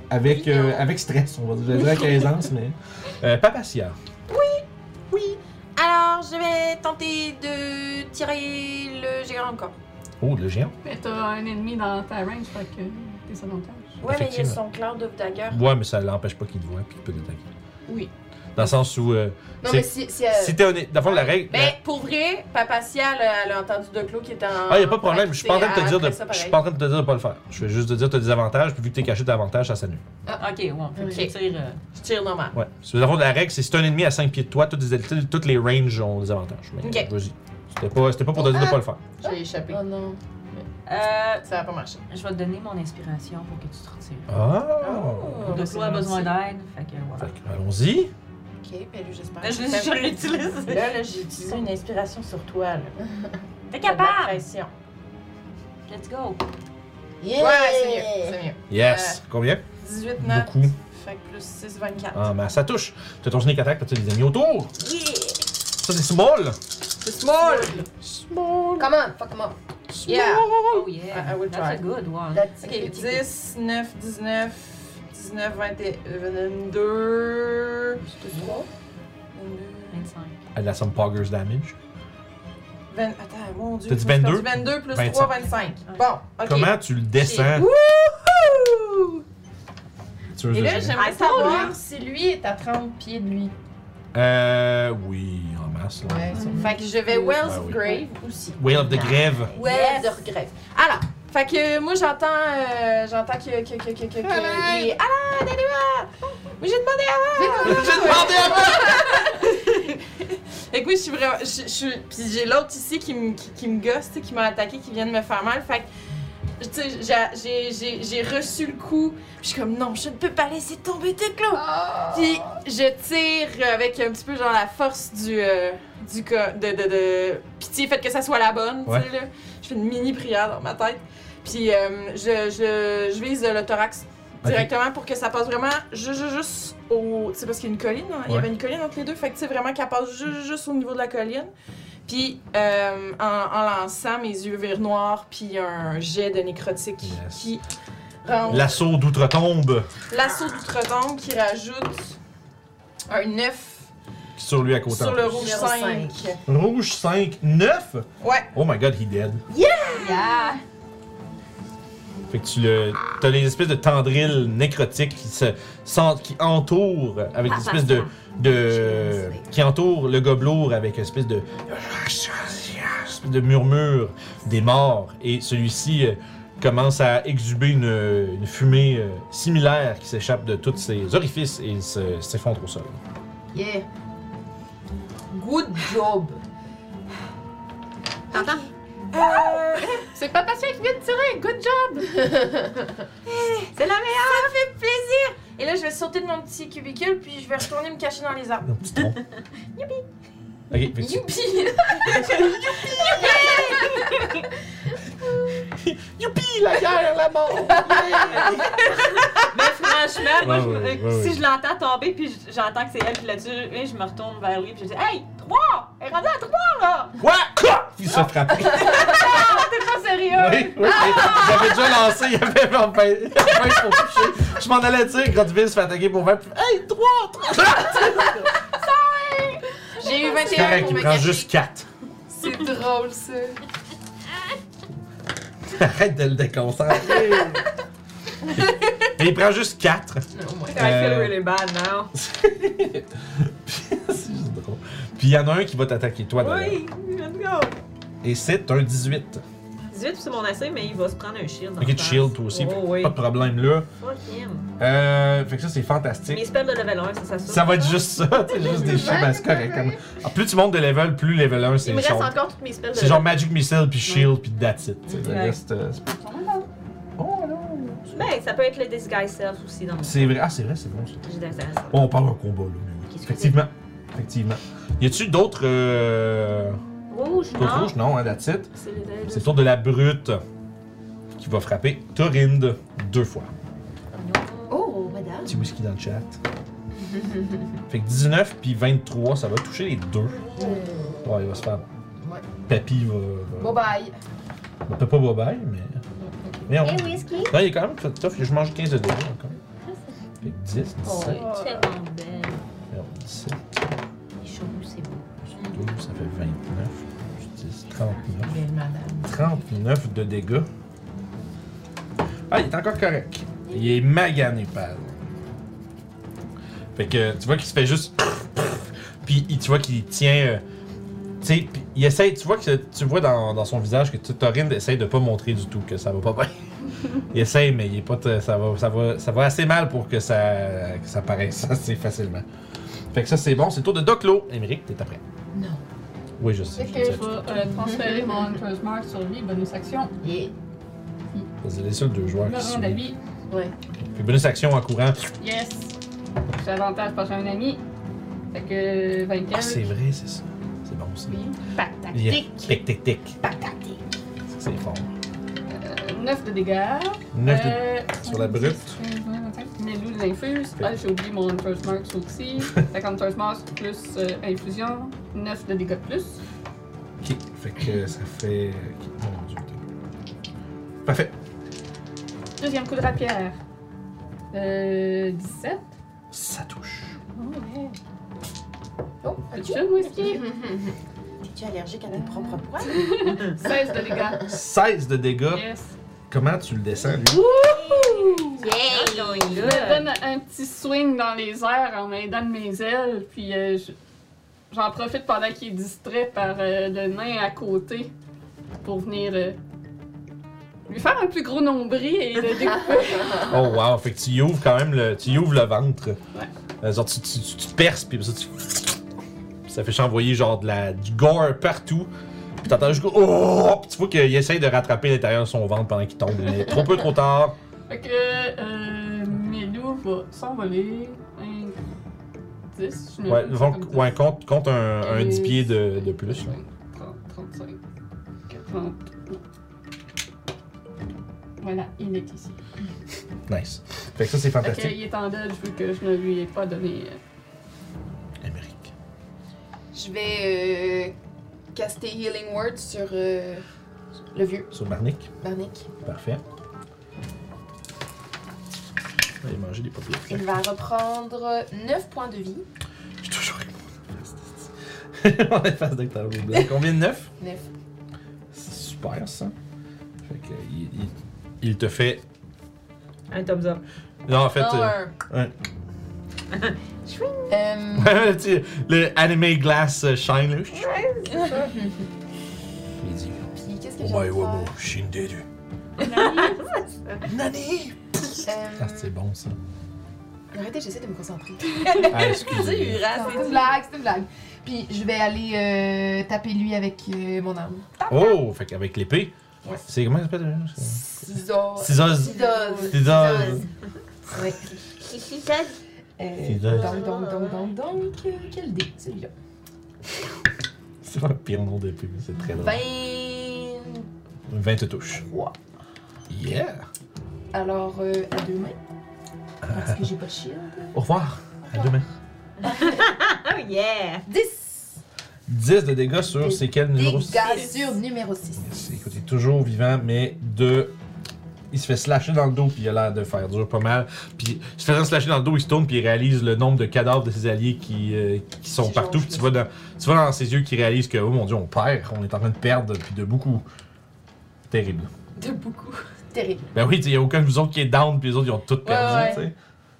S1: avec, euh, avec stress, on va dire. Je vais dire avec aisance, mais. Euh, Papacia.
S5: Oui. Alors, je vais tenter de tirer le géant encore.
S1: Oh, le géant.
S2: Mais t'as un ennemi dans ta range, fait que t'es savantage.
S5: Ouais, mais il y a
S1: Effectivement.
S5: son cloud of dagger.
S1: Ouais, mais ça l'empêche pas qu'il te voit puis qu'il peut t'attaquer.
S5: Oui.
S1: Dans le sens où. euh,
S7: Non,
S1: C'est-
S7: mais si. si
S1: si t'es honnête. Dans le fond, la règle. la-
S7: Ben, pour vrai, Papa Sia, elle, elle a entendu de Clos qui était en.
S1: Ah, y a pas de problème. Je suis pas en train de te
S7: Elle
S1: dire de,
S7: ferait ça
S1: je suis
S7: pareil.
S1: pas en train de te dire de pas le faire. Je vais juste te dire t'as des avantages, puis vu que t'es caché, t'as avantage, ça s'annule.
S3: Ah, ok, ouais, fait que
S7: Ok.
S3: je tire. euh,
S7: Je tire normal.
S1: Ouais. Parce que, dans le fond, la règle, c'est si t'as un ennemi à 5 pieds de toi, toutes les, toutes les ranges ont des avantages. Mais
S5: Ok.
S1: vas-y. C'était pas, c'était pas pour te dire de pas le faire.
S7: J'ai échappé.
S5: Oh non.
S3: Euh,
S7: Ça a pas marché.
S3: je vais te donner mon inspiration pour que tu te retires.
S1: Ah!
S3: De quoi a besoin d'aide, fait que voilà.
S1: Fait que, Allons-y.
S7: Ok, ben lui, j'espère.
S3: Là, je, je l'utilise.
S5: Là, là, j'ai utilisé une inspiration sur toi, là.
S3: T'es
S5: T'as de la
S3: capable!
S5: pression.
S3: Let's go!
S7: Ouais, c'est mieux. C'est mieux.
S1: Yes! Combien?
S7: 18, 9.
S1: Beaucoup.
S7: Fait que plus 6, 24.
S1: Ah, mais ça touche. T'as ton sneak attack, t'as des ennemis autour.
S7: Yeah!
S1: Ça, c'est small.
S7: C'est small!
S1: Small.
S7: Come on, fuck them up.
S1: Small.
S7: Yeah!
S3: Oh yeah!
S7: I- I will
S3: That's
S7: try.
S3: a good one.
S7: That's
S3: Ok,
S7: it.
S3: ok.
S7: 10, 9, 19, 19, 21, 22, 23, 22,
S3: 25.
S1: Elle a some poggers damage.
S7: 20, attends, mon dieu.
S1: T'as dit
S7: moi, j'ai perdu
S1: 22?
S7: 22 plus
S1: 25.
S7: 3, 25.
S3: Ouais.
S7: Bon, ok.
S1: Comment tu le descends?
S7: Wouhou!
S1: Tu veux
S7: Et là,
S1: dire-
S7: j'aimerais savoir si lui est à 30 pieds de lui.
S1: Euh, oui, en masse.
S8: commerce. là.
S5: Ouais, sûrement.
S7: Fait que je vais
S8: Ah
S7: Wells
S8: oui.
S7: Grave aussi.
S1: Way of the Grève.
S7: Wells de Grave. Alors, fait que moi j'entends euh, j'entends que que que que que, que
S2: Alain!
S7: et Ah Alain, allez voir. Moi j'ai demandé
S1: J'ai demandé à moi!
S7: Fait que oui, je suis vraiment. Je, je suis- puis j'ai l'autre ici qui me qui, qui me gosse, tu sais, qui m'a attaqué, qui vient de me faire mal. Fait que. Tu sais, j'ai- j'ai- j'ai- j'ai reçu le coup. Puis je suis comme, non, je ne peux pas laisser tomber tes clous. Puis je tire avec un petit peu, genre, la force du. euh, du co- de, de, de- Pitié, faites que ça soit la bonne, tu sais, là. Je fais une mini prière dans ma tête. Puis euh, je, je, je vise le thorax
S8: Ok.
S7: directement pour que ça passe vraiment ju- ju- juste au. Tu sais, parce qu'il y a une colline, hein? il y avait une colline entre les deux, fait que tu sais, vraiment qu'elle passe ju- ju- juste au niveau de la colline. Puis euh, en, en lançant mes yeux verts noirs, puis un jet de nécrotique
S8: Yes.
S7: qui rend
S1: L'assaut d'outre-tombe
S7: l'assaut d'outre-tombe qui rajoute un 9
S8: Sur lui à côté. en
S7: sur le
S8: plus.
S7: rouge 5.
S8: Rouge 5, 9?
S7: Ouais.
S8: Oh my god, he dead.
S2: Yeah!
S1: Fait que tu le. T'as les espèces de tendrils nécrotiques qui se sentent, qui entourent avec des espèces de. de qui entourent le gobelour avec une espèce de. espèce de murmure des morts. Et celui-ci euh, commence à exhuber une, une fumée euh, similaire qui s'échappe de tous ses orifices et il se- s'effondre au sol.
S5: Yeah.
S3: Good job.
S2: T'entends? C'est pas patient qui vient de tirer! Good job!
S7: C'est la meilleure! Ça fait plaisir! Et là, je vais sauter de mon petit cubicule, puis je vais retourner me cacher dans les arbres.
S8: Un petit
S1: [laughs]
S8: tronc. Youpi! Ok, fait que tu-
S1: Youpi! La guerre, la mort!
S3: Mais Ben, franchement, moi,
S8: Ouais,
S3: je me-
S8: ouais, ouais,
S3: si
S8: ouais.
S3: je l'entends tomber, puis je- j'entends que c'est elle qui l'a tué, et je me retourne vers lui, puis je dis Hey, 3 Elle est rendue à 3 là
S1: Quoi? Quoi? Il se frappe.
S3: T'es pas sérieux
S1: Oui, oui. J'avais déjà lancé, il y avait 20 20 pour toucher. Je m'en allais dire, Grotville se fait attaquer pour 20. puis, Hey, 3, 3!
S7: J'ai eu
S1: C'est
S7: 21
S1: correct,
S7: pour
S1: il
S7: me
S1: prend
S7: cacher.
S1: juste 4.
S5: [laughs] C'est drôle, ça.
S8: Arrête de le déconcentrer.
S1: Et il prend juste 4.
S3: I feel
S1: Euh.
S3: really bad now.
S8: C'est juste drôle.
S1: [laughs] Puis il y en a un qui va t'attaquer, toi, d'ailleurs.
S3: Oui, let's go
S1: Et c'est un 18.
S3: 18, c'est mon essai, mais il va se prendre un shield. dans
S1: Ok,
S3: le
S1: tu
S3: face.
S1: shield, toi aussi.
S3: Ah, Oh, oui.
S1: Pas de problème là.
S3: Fuck him.
S1: Euh, fait que ça, c'est
S3: Mes
S1: fantastique.
S3: spells de level 1, ça, ça saute.
S1: Ça va être juste ça, c'est juste des chiffres, ben, c'est correct. comme- Ah, plus tu montes de level, plus level 1,
S2: Il
S1: c'est
S2: me reste
S1: genre,
S2: encore toutes mes spells de.
S1: c'est genre Magic Missile, puis Shield, puis That's it. tu sais, Le
S3: Ouais.
S1: reste, euh, c'est-
S3: Ben, ça peut être le disguise self aussi dans mon
S1: c'est vrai. Ah, c'est vrai, c'est bon ça.
S3: j'ai d'intérêt.
S8: Bon, on parle en combat, là. mais oui.
S3: Qu'est-ce que
S1: Effectivement. Effectivement. Y a-tu d'autres. Euh,
S3: Rouge,
S1: d'autres
S3: non
S1: rouges? Non, hein, that's it.
S3: C'est le
S1: C'est le tour de la brute qui va frapper Torinde deux fois.
S5: Oh, madame.
S1: Petit whisky dans le chat. [laughs] fait que 19 puis 23, ça va toucher les deux. Ouais, il va se faire.
S5: Ouais.
S1: Papy va.
S5: Bye
S1: va-
S5: bye.
S1: On peut pas bye-bye, mais. Mais on. Non, il est quand même fait tough. Je mange 15 de dégâts encore. Fait que 10,
S3: Oh.
S1: 17.
S3: tellement belle.
S1: merde, 17,
S3: Il est chaud, c'est beau.
S1: 12, ça fait 29. plus 10, 39.
S5: Belle madame.
S1: 39 de dégâts. Ah, il est encore correct. Il est magané, pal. Fait que tu vois qu'il se fait juste. [coughs] Puis il- tu vois qu'il tient. euh, tu sais, puis il essaie. Tu vois, que, tu vois dans, dans son visage que tu- Torinde essaie de pas montrer du tout que ça va pas bien. il essaie, mais il est pas. t- Ça va, ça, va, ça va assez mal pour que ça, que ça paraisse [laughs] assez facilement. Fait que ça, c'est bon. C'est le tour de Doclo. Émeric, t'es après.
S5: Non.
S1: Oui, je sais.
S2: Fait
S1: je
S2: que
S1: sais.
S2: je vais euh, transférer mon Hunter's Mark sur lui, bonus action.
S5: Yeah.
S1: C'est les seuls deux joueurs
S2: Me
S1: qui
S2: rendre à
S1: sont.
S2: lui.
S1: Puis bonus action en courant.
S2: Yes! J'ai avantage parce que j'ai un ami. Fait que 24.
S1: Ah, c'est vrai, c'est ça. C'est bon, ça.
S2: Oui. Pack
S1: Yeah.
S2: tactique.
S1: Tic, tic, tic. C'est fort.
S2: 9 de dégâts.
S1: 9 de...
S2: Euh,
S1: sur la brute.
S2: 15, 20, 25. Nelou de l'infuse. Ah, j'ai oublié mon Hunter's Mark
S1: [laughs]
S2: ça aussi. Fait que Hunter's Mark plus euh, infusion. 9 de dégâts de plus.
S1: Ok, fait que ça fait... ok, mon Dieu, t'as- Parfait.
S2: Deuxième coup de rapière. Euh, 17.
S1: Ça touche.
S5: Oh,
S2: Petit jeune whisky.
S5: [laughs]
S7: T'es-tu allergique à tes propres poils?
S2: 16 de
S1: [laughs]
S2: dégâts.
S1: 16 de dégâts.
S2: Yes.
S1: Comment tu le descends, lui?
S3: Not going
S2: Je me donne un petit swing dans les airs en m'aidant de mes ailes, puis euh, je J'en profite pendant qu'il est distrait par euh, le nain à côté pour venir euh, lui faire un plus gros nombril et le découper.
S1: Oh wow, fait que tu y ouvres quand même le, tu y ouvres le ventre. Euh, genre tu, tu, tu, tu perces puis ça tu... Ça fait envoyer genre de la, du gore partout. Puis t'entends juste oh! Puis tu vois qu'il essaye de rattraper l'intérieur de son ventre pendant qu'il tombe. Mais trop peu, trop tard.
S2: fait que euh, Melou va s'envoler. Un 10, je me
S1: Ouais,
S2: mets ça
S1: donc,
S2: comme
S1: ouais,
S2: 10.
S1: compte, compte un, un
S2: Et-
S1: 10 pieds de, de plus. ouais.
S2: 30, 35, 40. Voilà, il est ici.
S1: Nice. Fait que ça, c'est
S2: Fait que,
S1: fantastique.
S2: il est en dodge vu que je ne lui ai pas donné. euh,
S1: Amérique.
S5: Je vais euh, caster Healing Word sur euh, le vieux,
S1: Sur Marnik.
S5: Barnick.
S1: Parfait. Allez manger des papiers.
S5: Il va reprendre 9 points de vie.
S1: Je suis toujours avec mon [laughs] On est face Docteur Blanc. Combien de 9
S5: 9.
S1: C'est super ça. Fait que, il, il- il te fait.
S3: Un thumbs up.
S1: Non, en fait.
S5: Non,
S2: Ah
S1: euh,
S5: Euh,
S1: [laughs] le petit- le anime glass euh, shine. là. [laughs] Il dit
S5: puis qu'est-ce que j'ai
S8: Omae wa
S5: faire?
S8: mo shinderu.
S1: Nani Ah, c'est
S5: Euh,
S8: bon ça.
S5: Arrêtez, j'essaie de me concentrer.
S8: [laughs]
S1: Ah, excusez.
S5: C'est une blague, c'est une blague. Puis je vais aller euh, taper lui avec euh, mon arme.
S1: Oh, fait qu'avec l'épée. C'est comment ça s'appelle hein? déjà, ça?
S5: Ciseaux.
S1: Ciseaux.
S5: Ciseaux.
S1: Ciseaux.
S5: Ouais.
S1: Ciseaux.
S5: Euh, donc, donc, donc, donc, donc, euh, quel dé, celui-là?
S1: C'est pas le pire nom d'épée, mais c'est très drôle.
S5: 23.
S1: 20 te touches. Yeah
S5: Alors, euh, à deux mains. Parce que j'ai pas de shield.
S1: Au revoir. À demain.
S3: Oh yeah! [laughs]
S5: 10
S1: 10 de dégâts sur c'est quel numéro
S5: dégâts sur numéro 6.
S1: Yes, Écoute, il est toujours vivant, mais de. Il se fait slasher dans le dos, puis il a l'air de faire dur pas mal. Puis, se faisant slasher dans le dos, il se tourne, puis il réalise le nombre de cadavres de ses alliés qui, euh, qui sont
S5: Qui
S1: partout.
S5: changent,
S1: Puis, tu vois, dans, tu vois dans ses yeux qu'il réalise que, oh mon dieu, on perd, on est en train de perdre, puis de beaucoup. Terrible.
S5: De beaucoup. Terrible.
S1: Ben oui, tu sais, il n'y a aucun de vous autres qui est down, puis les autres, ils ont tout perdu,
S5: ouais.
S1: tu sais.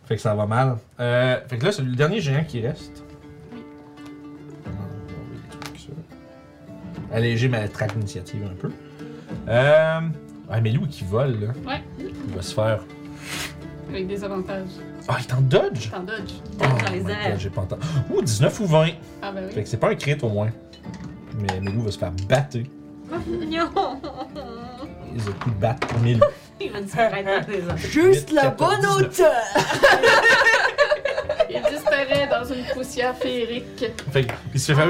S1: Fait que ça va mal. Euh, fait que là, c'est le dernier géant qui reste. Alléger ma traque initiative un peu. Euh... Ah, mais lui qui vole, là,
S2: Ouais,
S1: il va se faire.
S2: avec des avantages.
S1: Ah, il est en dodge!
S2: T'en dodge.
S1: Oh
S3: Dans
S1: my
S3: les
S1: God,
S3: airs.
S1: j'ai pas entendu. Ouh, 19 ou 20!
S2: Ah ben
S1: Fait
S2: oui.
S1: que c'est pas un crit au moins. Mais Melou va se faire battre.
S3: Mignon!
S1: Il a coup de batte pour Melou.
S3: Il va disparaître dans les airs.
S1: Juste la bonne hauteur!
S2: Il disparaît dans une poussière féerique.
S1: Fait qu'il se fait faire.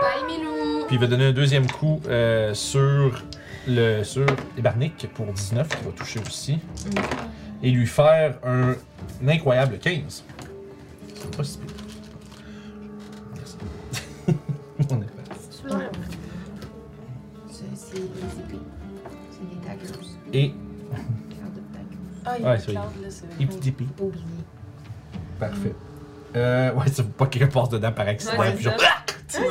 S5: Bye, Milou.
S1: Puis il va donner un deuxième coup euh, sur le sur Ebarnik pour 19, qui va toucher aussi. Et lui faire un, un incroyable 15. C'est pas si pire. Merci. On est parti.
S5: C'est c'est les épées. C'est des daggers.
S1: Et
S5: Cloud of daggers. Ah, il y
S1: Ouais,
S5: a
S1: ça,
S5: des
S1: il-
S5: clouds, là, c'est
S1: il
S3: Ah
S1: petit épée.
S5: Pas oublié.
S1: Parfait. Euh, ouais, ça faut pas que quelqu'un passe dedans par accident.
S3: Ouais,
S1: puis
S3: c'est
S1: genre,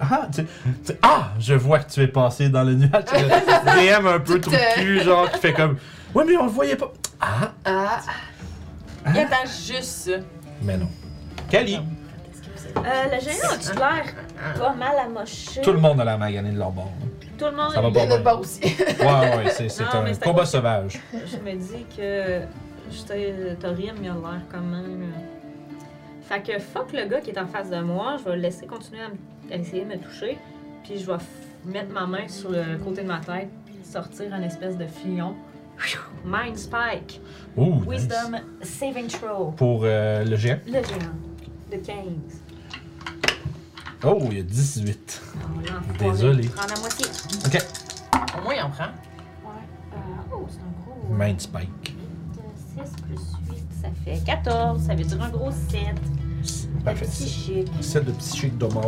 S1: ah, tu, tu- ah, je vois que tu es passé dans le
S3: [laughs]
S1: nuage. Le DM un peu
S5: Tout,
S1: tout cul, genre, qui fait comme. Ouais, mais on le voyait pas. Ah,
S5: Ah,
S7: Il attend juste ça.
S1: mais non.
S3: Ah
S1: Cali,
S3: Euh, le géant a-tu l'air pas mal amoché?
S1: tout le monde a la maganée de leur bord. là.
S3: Tout le monde
S1: Ça va
S5: il y
S1: pas
S5: en a
S1: bien.
S5: pas aussi.
S1: Ouais, ouais, c'est, c'est
S3: Non,
S1: un
S3: mais c'est à
S1: combat
S3: cause-
S1: sauvage.
S3: Je me dis que j'étais Torim, il a l'air quand même. euh, Fait que fuck le gars qui est en face de moi, je vais le laisser continuer à, me- à essayer de me toucher, puis je vais f- mettre ma main sur le côté de ma tête, sortir un espèce de filon. Pfiou! Mind Spike,
S1: Ouh, nice.
S3: Wisdom Saving Throw,
S1: Pour euh, le géant.
S3: le géant, de 15.
S1: Oh, il y a 18.
S3: Oh, l'enfoiré.
S1: Désolé.
S3: Prends la moitié.
S1: Ok.
S7: Au moins, il en prend.
S3: Euh, oh, c'est un gros.
S1: Mind Spike.
S3: 6 plus 8, ça fait 14, ça veut dire un gros 7.
S1: Parfait.
S3: Psychique.
S1: C'est de psychique dommage.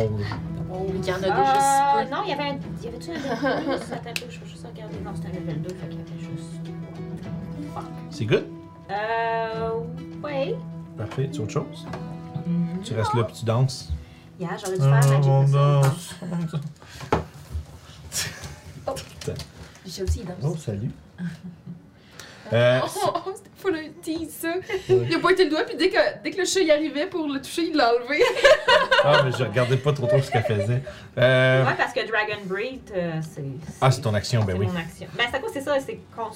S5: Oh, il y en a
S3: Euh,
S7: Ah!
S5: déjà si
S3: non, il y avait un. Il y avait-tu un [laughs] level 2 Attends, un peu, je vais juste regarder. Non, c'était un level 2, fait qu'il y avait juste.
S1: C'est good?
S3: Euh. Ouais.
S1: Parfait. Tu as autre chose?
S5: Mm-hmm.
S1: Tu restes là puis tu danses.
S3: Yeah, j'aurais dû faire
S1: Ah,
S3: Magic
S1: on
S3: Missile, je pense.
S1: danse.
S5: peu. J'ai aussi dans
S1: Oh, salut. [laughs] Euh,
S5: Euh,
S7: Oh, [laughs] c'était pas le tease, ça. Il a pointé le doigt, puis dès que, dès que le chat y arrivait pour le toucher, il l'a enlevé.
S1: ah, mais je regardais pas trop trop ce qu'elle faisait. Euh,
S3: Ouais, parce que Dragon Breath, euh, c'est.
S1: Ah, c'est ton action, ben
S3: c'est
S1: oui.
S3: mon action. Ben, c'est à cause, c'est ça, c'est cons-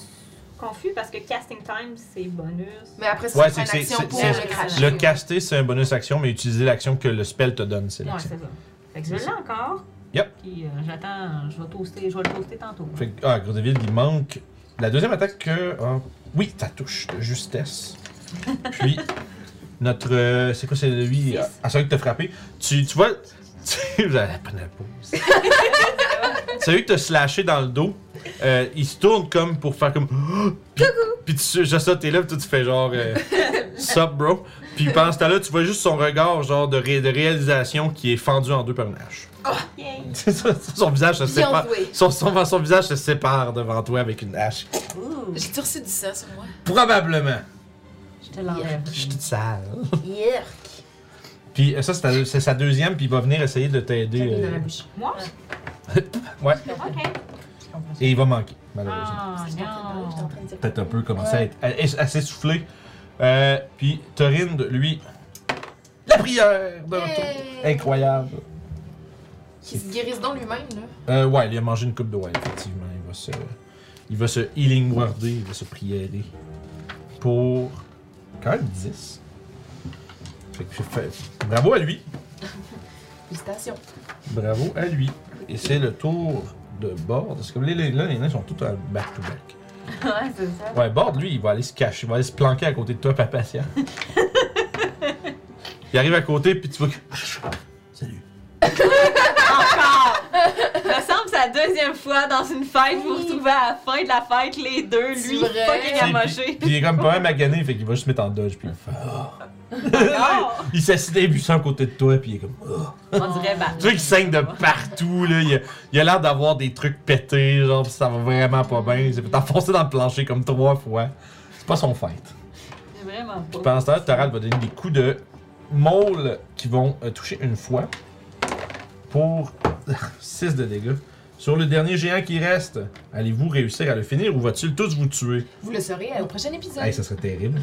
S3: confus parce que casting time, c'est bonus.
S5: Mais après, si
S1: Ouais,
S5: tu prends
S1: c'est-
S5: une action
S1: c'est-
S5: pour
S1: c'est-
S5: le cracher.
S1: Le caster, c'est un bonus action, mais utiliser l'action que le spell te donne, c'est
S3: ouais,
S1: l'action.
S3: c'est ça. Fait que je l'ai encore.
S1: Yep.
S3: Puis euh, j'attends, je vais toaster, je vais le toaster tantôt.
S1: Fait que, ah, Grodeville, il manque. La deuxième attaque que. ah, oui, ta touche de justesse. Puis, notre. euh, c'est quoi, c'est lui ah, À celui que t'as frappé. Tu, tu vois. [laughs] Tu, vous allez prendre la pause. celui que t'as slashé dans le dos, euh, il se tourne comme pour faire comme. oh, Puis, puis tu juste ça, t'es là, puis toi, tu fais genre. euh, Sup, bro. Puis pendant ce temps-là, tu vois juste son regard, genre de, ré- de réalisation qui est fendu en deux par une hache.
S3: Yay!
S1: [laughs] son visage se
S5: Bien
S1: sépare.
S5: joué.
S1: Son, son, son visage se sépare devant toi avec une hache.
S3: Ouh!
S5: J'ai torcé du sang sur moi.
S1: Probablement.
S3: Je te l'enlève.
S1: Je suis toute sale.
S5: Yeah.
S1: Puis euh, ça, c'est ta- c'est sa deuxième, puis il va venir essayer de t'aider. euh,
S3: Moi?
S1: [laughs] Ouais.
S3: Ok.
S1: et il va manquer, malheureusement.
S7: Oh,
S3: Ah, non.
S8: Peut-être un peu commencer
S1: Ça va être à- à s'essouffler. Euh, puis Torinde, lui. La prière de retour. Incroyable.
S5: Qui se guérisse dans lui-même, là.
S1: Euh, ouais, il a mangé une coupe d'eau, ouais, effectivement. Il va se. Il va se healing warder, il va se priérer. Pour. quand même 10. Fait que je fais- Bravo à lui!
S5: Félicitations.
S1: Bravo à lui. Et c'est le tour de Bord. Parce que là, les, là, les nains sont tous en back-to-back.
S3: Ouais, c'est ça.
S1: Ouais, Bord, lui, il va aller se cacher. Il va aller se planquer à côté de toi, papa patient. il arrive à côté, puis tu vois que. Salut.
S3: [laughs] Encore! Me semble c'est la deuxième fois dans une fête, vous vous retrouvez à la fin de la fête, les deux,
S5: C'est
S3: lui,
S5: vrai.
S3: fucking
S1: Puis,
S3: amoché.
S1: puis il est comme pas mal magané, fait qu'il va juste se mettre en dodge, puis il fait. Ah.
S3: Encore!
S1: [laughs] Il s'assit des buissons à côté de toi, puis il est comme. Ah.
S3: On dirait, bah.
S1: Tu vois qu'il saigne de partout, là. Il a- il a l'air d'avoir des trucs pétés, genre, puis ça va vraiment pas bien. Il s'est fait enfoncer dans le plancher comme trois fois. C'est pas son fight.
S3: C'est vraiment
S1: Puis
S3: pas.
S1: pendant ce temps-là, Torad va donner des coups de maul qui vont euh, toucher une fois pour [laughs] 6 de dégâts. Sur le dernier géant qui reste, allez-vous réussir à le finir ou va-t-il tous vous tuer?
S5: Vous le saurez euh, au prochain épisode.
S1: Hey, ça serait terrible.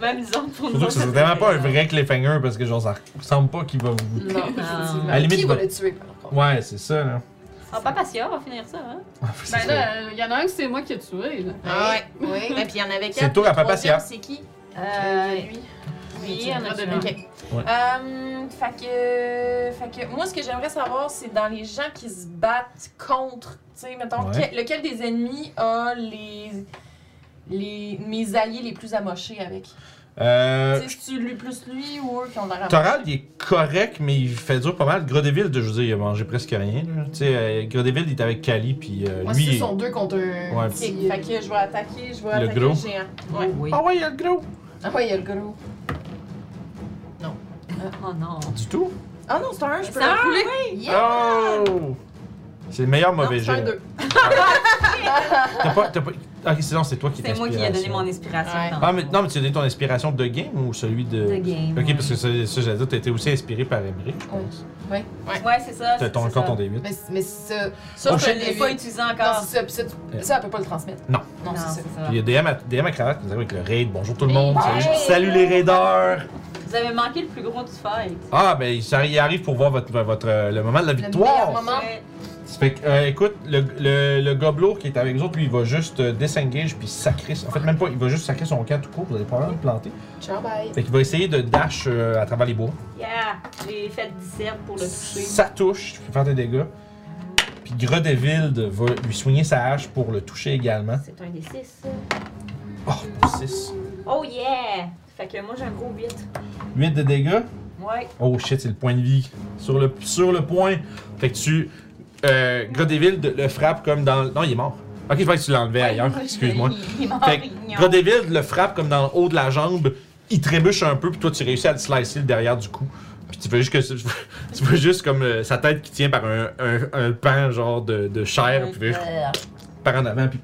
S3: Même disons pour nous.
S1: Surtout que ce serait vraiment pas un vrai cliffhanger parce que genre ça ressemble pas qu'il va vous.
S5: Non,
S3: À
S5: effectivement.
S1: la limite,
S5: Qui va
S1: va-
S5: le tuer, par contre?
S1: Ouais, c'est ça, là. [laughs]
S3: Ah, pas patient, on va finir ça, hein?
S1: Ça
S2: Ben
S1: serait-
S2: là, il y en a un que c'est moi qui ai tué, là.
S7: Ouais.
S5: Oui.
S7: Et puis il y en avait quatre.
S1: C'est le tour à
S7: puis le
S1: Papa Sia.
S7: troisième, C'est qui
S3: Euh.
S5: lui.
S3: Oui, on a
S7: Ok.
S2: Ah.
S3: deux.
S1: Ouais.
S7: Euh, fait que, fait que moi, ce que j'aimerais savoir, c'est dans les gens qui se battent contre, tu sais, mettons,
S1: Ouais.
S7: quel- lequel des ennemis a les, les mes alliés les plus amochés avec.
S1: Euh,
S7: Tu sais, c'est-tu lui plus lui ou eux qui ont l'air
S1: Torald, il est correct, mais il fait dur pas mal. Grodeville, je veux dire, il a mangé presque rien. là. Tu sais, euh, Grodeville, il est avec Kali, puis euh,
S5: Moi,
S1: lui.
S5: c'est
S1: il-
S5: sont deux contre un.
S1: Ouais.
S7: Ok, Fait que je vais attaquer, je vais
S1: Le
S7: attaquer
S1: gros.
S7: le géant. Ouais.
S3: Oui.
S1: Ah ouais, il y a le gros!
S5: Ah ouais, il y a le gros.
S3: Oh non.
S1: Du tout?
S7: Ah non, c'est un, je
S3: C'est
S7: peux le
S3: un,
S7: couler.
S5: Yeah!
S1: Oh! C'est le meilleur
S7: Non,
S1: mauvais
S7: c'est un
S1: jeu.
S7: deux.
S1: T'as pas, t'as pas... ah, Ok, sinon c'est toi qui
S3: C'est moi qui ai donné mon
S1: inspiration.
S3: inspiration.
S5: Ouais.
S3: dans
S1: Ah,
S3: le
S1: mais non, mais tu as donné ton inspiration de game ou celui de.
S3: De game.
S1: Ok,
S3: ouais.
S1: parce que ça, ça j'allais dire, t'as été aussi inspiré par Emmerich, je pense.
S3: Ouais, c'est ça.
S1: T'as
S3: c'est-
S1: ton,
S3: c'est
S1: encore
S3: ça.
S1: ton D8.
S5: Mais, mais ça, non,
S3: Ça, je
S5: prochain
S3: l'ai
S5: début.
S3: pas utilisé
S5: c'est
S3: encore.
S5: ça, puis ça, tu- ça, elle peut pas le transmettre.
S1: Non.
S5: Non, c'est ça.
S1: Puis il y a DM à, DM à cravate qui nous arrive avec le raid. Bonjour tout le monde.
S3: Hey!
S1: Salut- Salut les raiders!
S3: Vous avez manqué le plus gros du fight.
S1: Ah, ben il s'arri- il arrive pour voir votre, votre, euh, le moment de la
S5: meilleur
S1: victoire.
S5: moment. Maman.
S3: Ouais.
S1: Ça Fait que, euh, écoute, le, le, le gobelot qui est avec nous autres, lui, il va juste euh, disengage puis sacrer. En fait, même pas, il va juste sacrer son camp tout court. Vous allez probablement le planter.
S5: Ciao, bye.
S1: Fait qu'il va essayer de dash euh, à travers les bois.
S3: Yeah! J'ai fait 17 pour le toucher.
S1: Ça touche, tu peux faire des dégâts. Puis Gredeville va lui soigner sa hache pour le toucher également.
S3: C'est un des 6.
S1: Oh, pour 6.
S3: Oh yeah! Fait que moi j'ai un gros 8.
S1: 8 de dégâts.
S3: Ouais. [laughs]
S1: Oh shit, c'est le point de vie. Sur le, sur le point. Fait que tu. Euh, Grodeville de- le frappe comme dans. Non, il est mort. Ok, je crois que tu l'enlevais ailleurs. Excuse-moi.
S3: Il m'a
S1: Fait que Grodeville le frappe comme dans le haut de la jambe, il trébuche un peu, puis toi tu réussis à le slicer le derrière du cou. Puis tu vois juste que [laughs] tu vois juste comme euh, sa tête qui tient par un, un, un pan genre de, de chair, puis par en avant, puis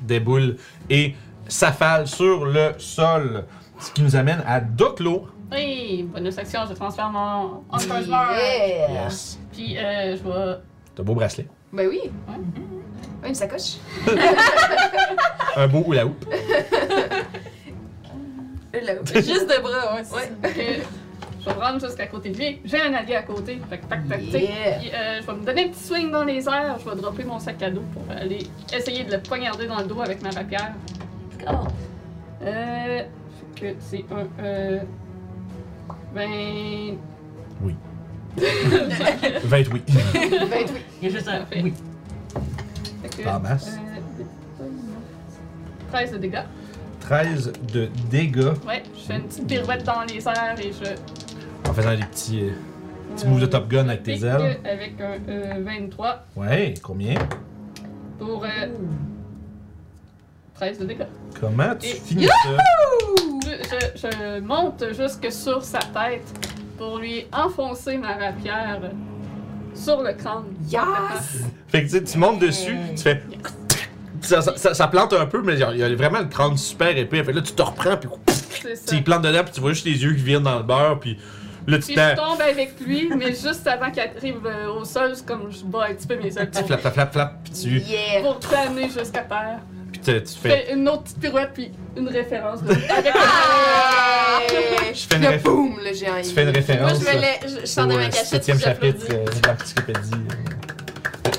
S1: déboule et s'affale sur le sol. Ce qui nous amène à Doclo.
S2: Oui, bonus action, je transfère mon Hunter's Mark.
S5: Yeah!
S1: Yes.
S2: Puis euh, je vais.
S5: Bah
S1: T'as beau bracelet.
S5: Ben oui. [laughs]
S2: Ouais.
S5: Ouais, une sacoche.
S1: un beau hula hoop.
S7: Juste de bras, ouais.
S2: [laughs]
S7: c'est
S2: Ouais.
S7: ça.
S2: Fait que je vais me rendre jusqu'à côté de lui. J'ai un allié à côté. Fait que tac, tac, tu sais.
S5: Yeah.
S2: Puis, euh, je vais me donner un petit swing dans les airs. Je vais dropper mon sac à dos pour aller essayer de le poignarder dans le dos avec ma rapière. Euh, fait que c'est un. Euh, 20.
S8: Oui. 20, oui.
S1: [laughs]
S5: Ben
S3: Il y a juste un.
S2: Parfait.
S3: Oui.
S2: Fait que,
S8: Pas en masse.
S2: euh, 13 de dégâts.
S8: 13 de dégâts
S2: Ouais, je fais une petite pirouette dans les airs et je.
S8: en faisant des petits, euh, petits moves de Top Gun avec tes
S2: pique
S8: ailes.
S2: Avec un euh, 23
S8: Ouais, combien
S2: pour euh, 13 de dégâts.
S8: Comment tu
S2: Et-
S8: finis ça
S2: Je, je- je monte jusque sur sa tête pour lui enfoncer ma rapière sur le crâne.
S5: Yes!
S1: Fait que tu sais, tu montes dessus, tu fais. [laughs] Ça, ça- ça- ça plante un peu, mais il y a- il y, a vraiment le crâne super épais. Fait que là, tu te reprends, puis [laughs]
S2: C'est ça.
S1: tu y plantes dedans, puis tu vois juste les yeux qui virent dans le beurre, puis là, tu
S2: Puis je
S1: t'en.
S2: tombe avec lui, mais juste avant qu'il arrive euh, au sol, c'est comme je bats un petit peu mes ailes
S1: Tu
S2: pour,
S1: flappes, flappes, flappes, flappes, puis tu,
S5: Yeah!
S2: pour t'amener jusqu'à terre.
S1: puis tu, tu
S2: Je
S1: fais.
S2: fais une autre petite pirouette, puis une référence. là. Avec-
S5: Hey!
S1: Tu fais une
S5: Le
S1: réf-
S5: boom, le géant.
S1: Tu fais une
S7: Moi,
S1: référence.
S7: je me lève, je, je sors de
S1: au
S7: ma
S1: euh,
S7: cachette.
S1: septième
S7: puis j'applaudis.
S1: chapitre euh, de l'encyclopédie. euh.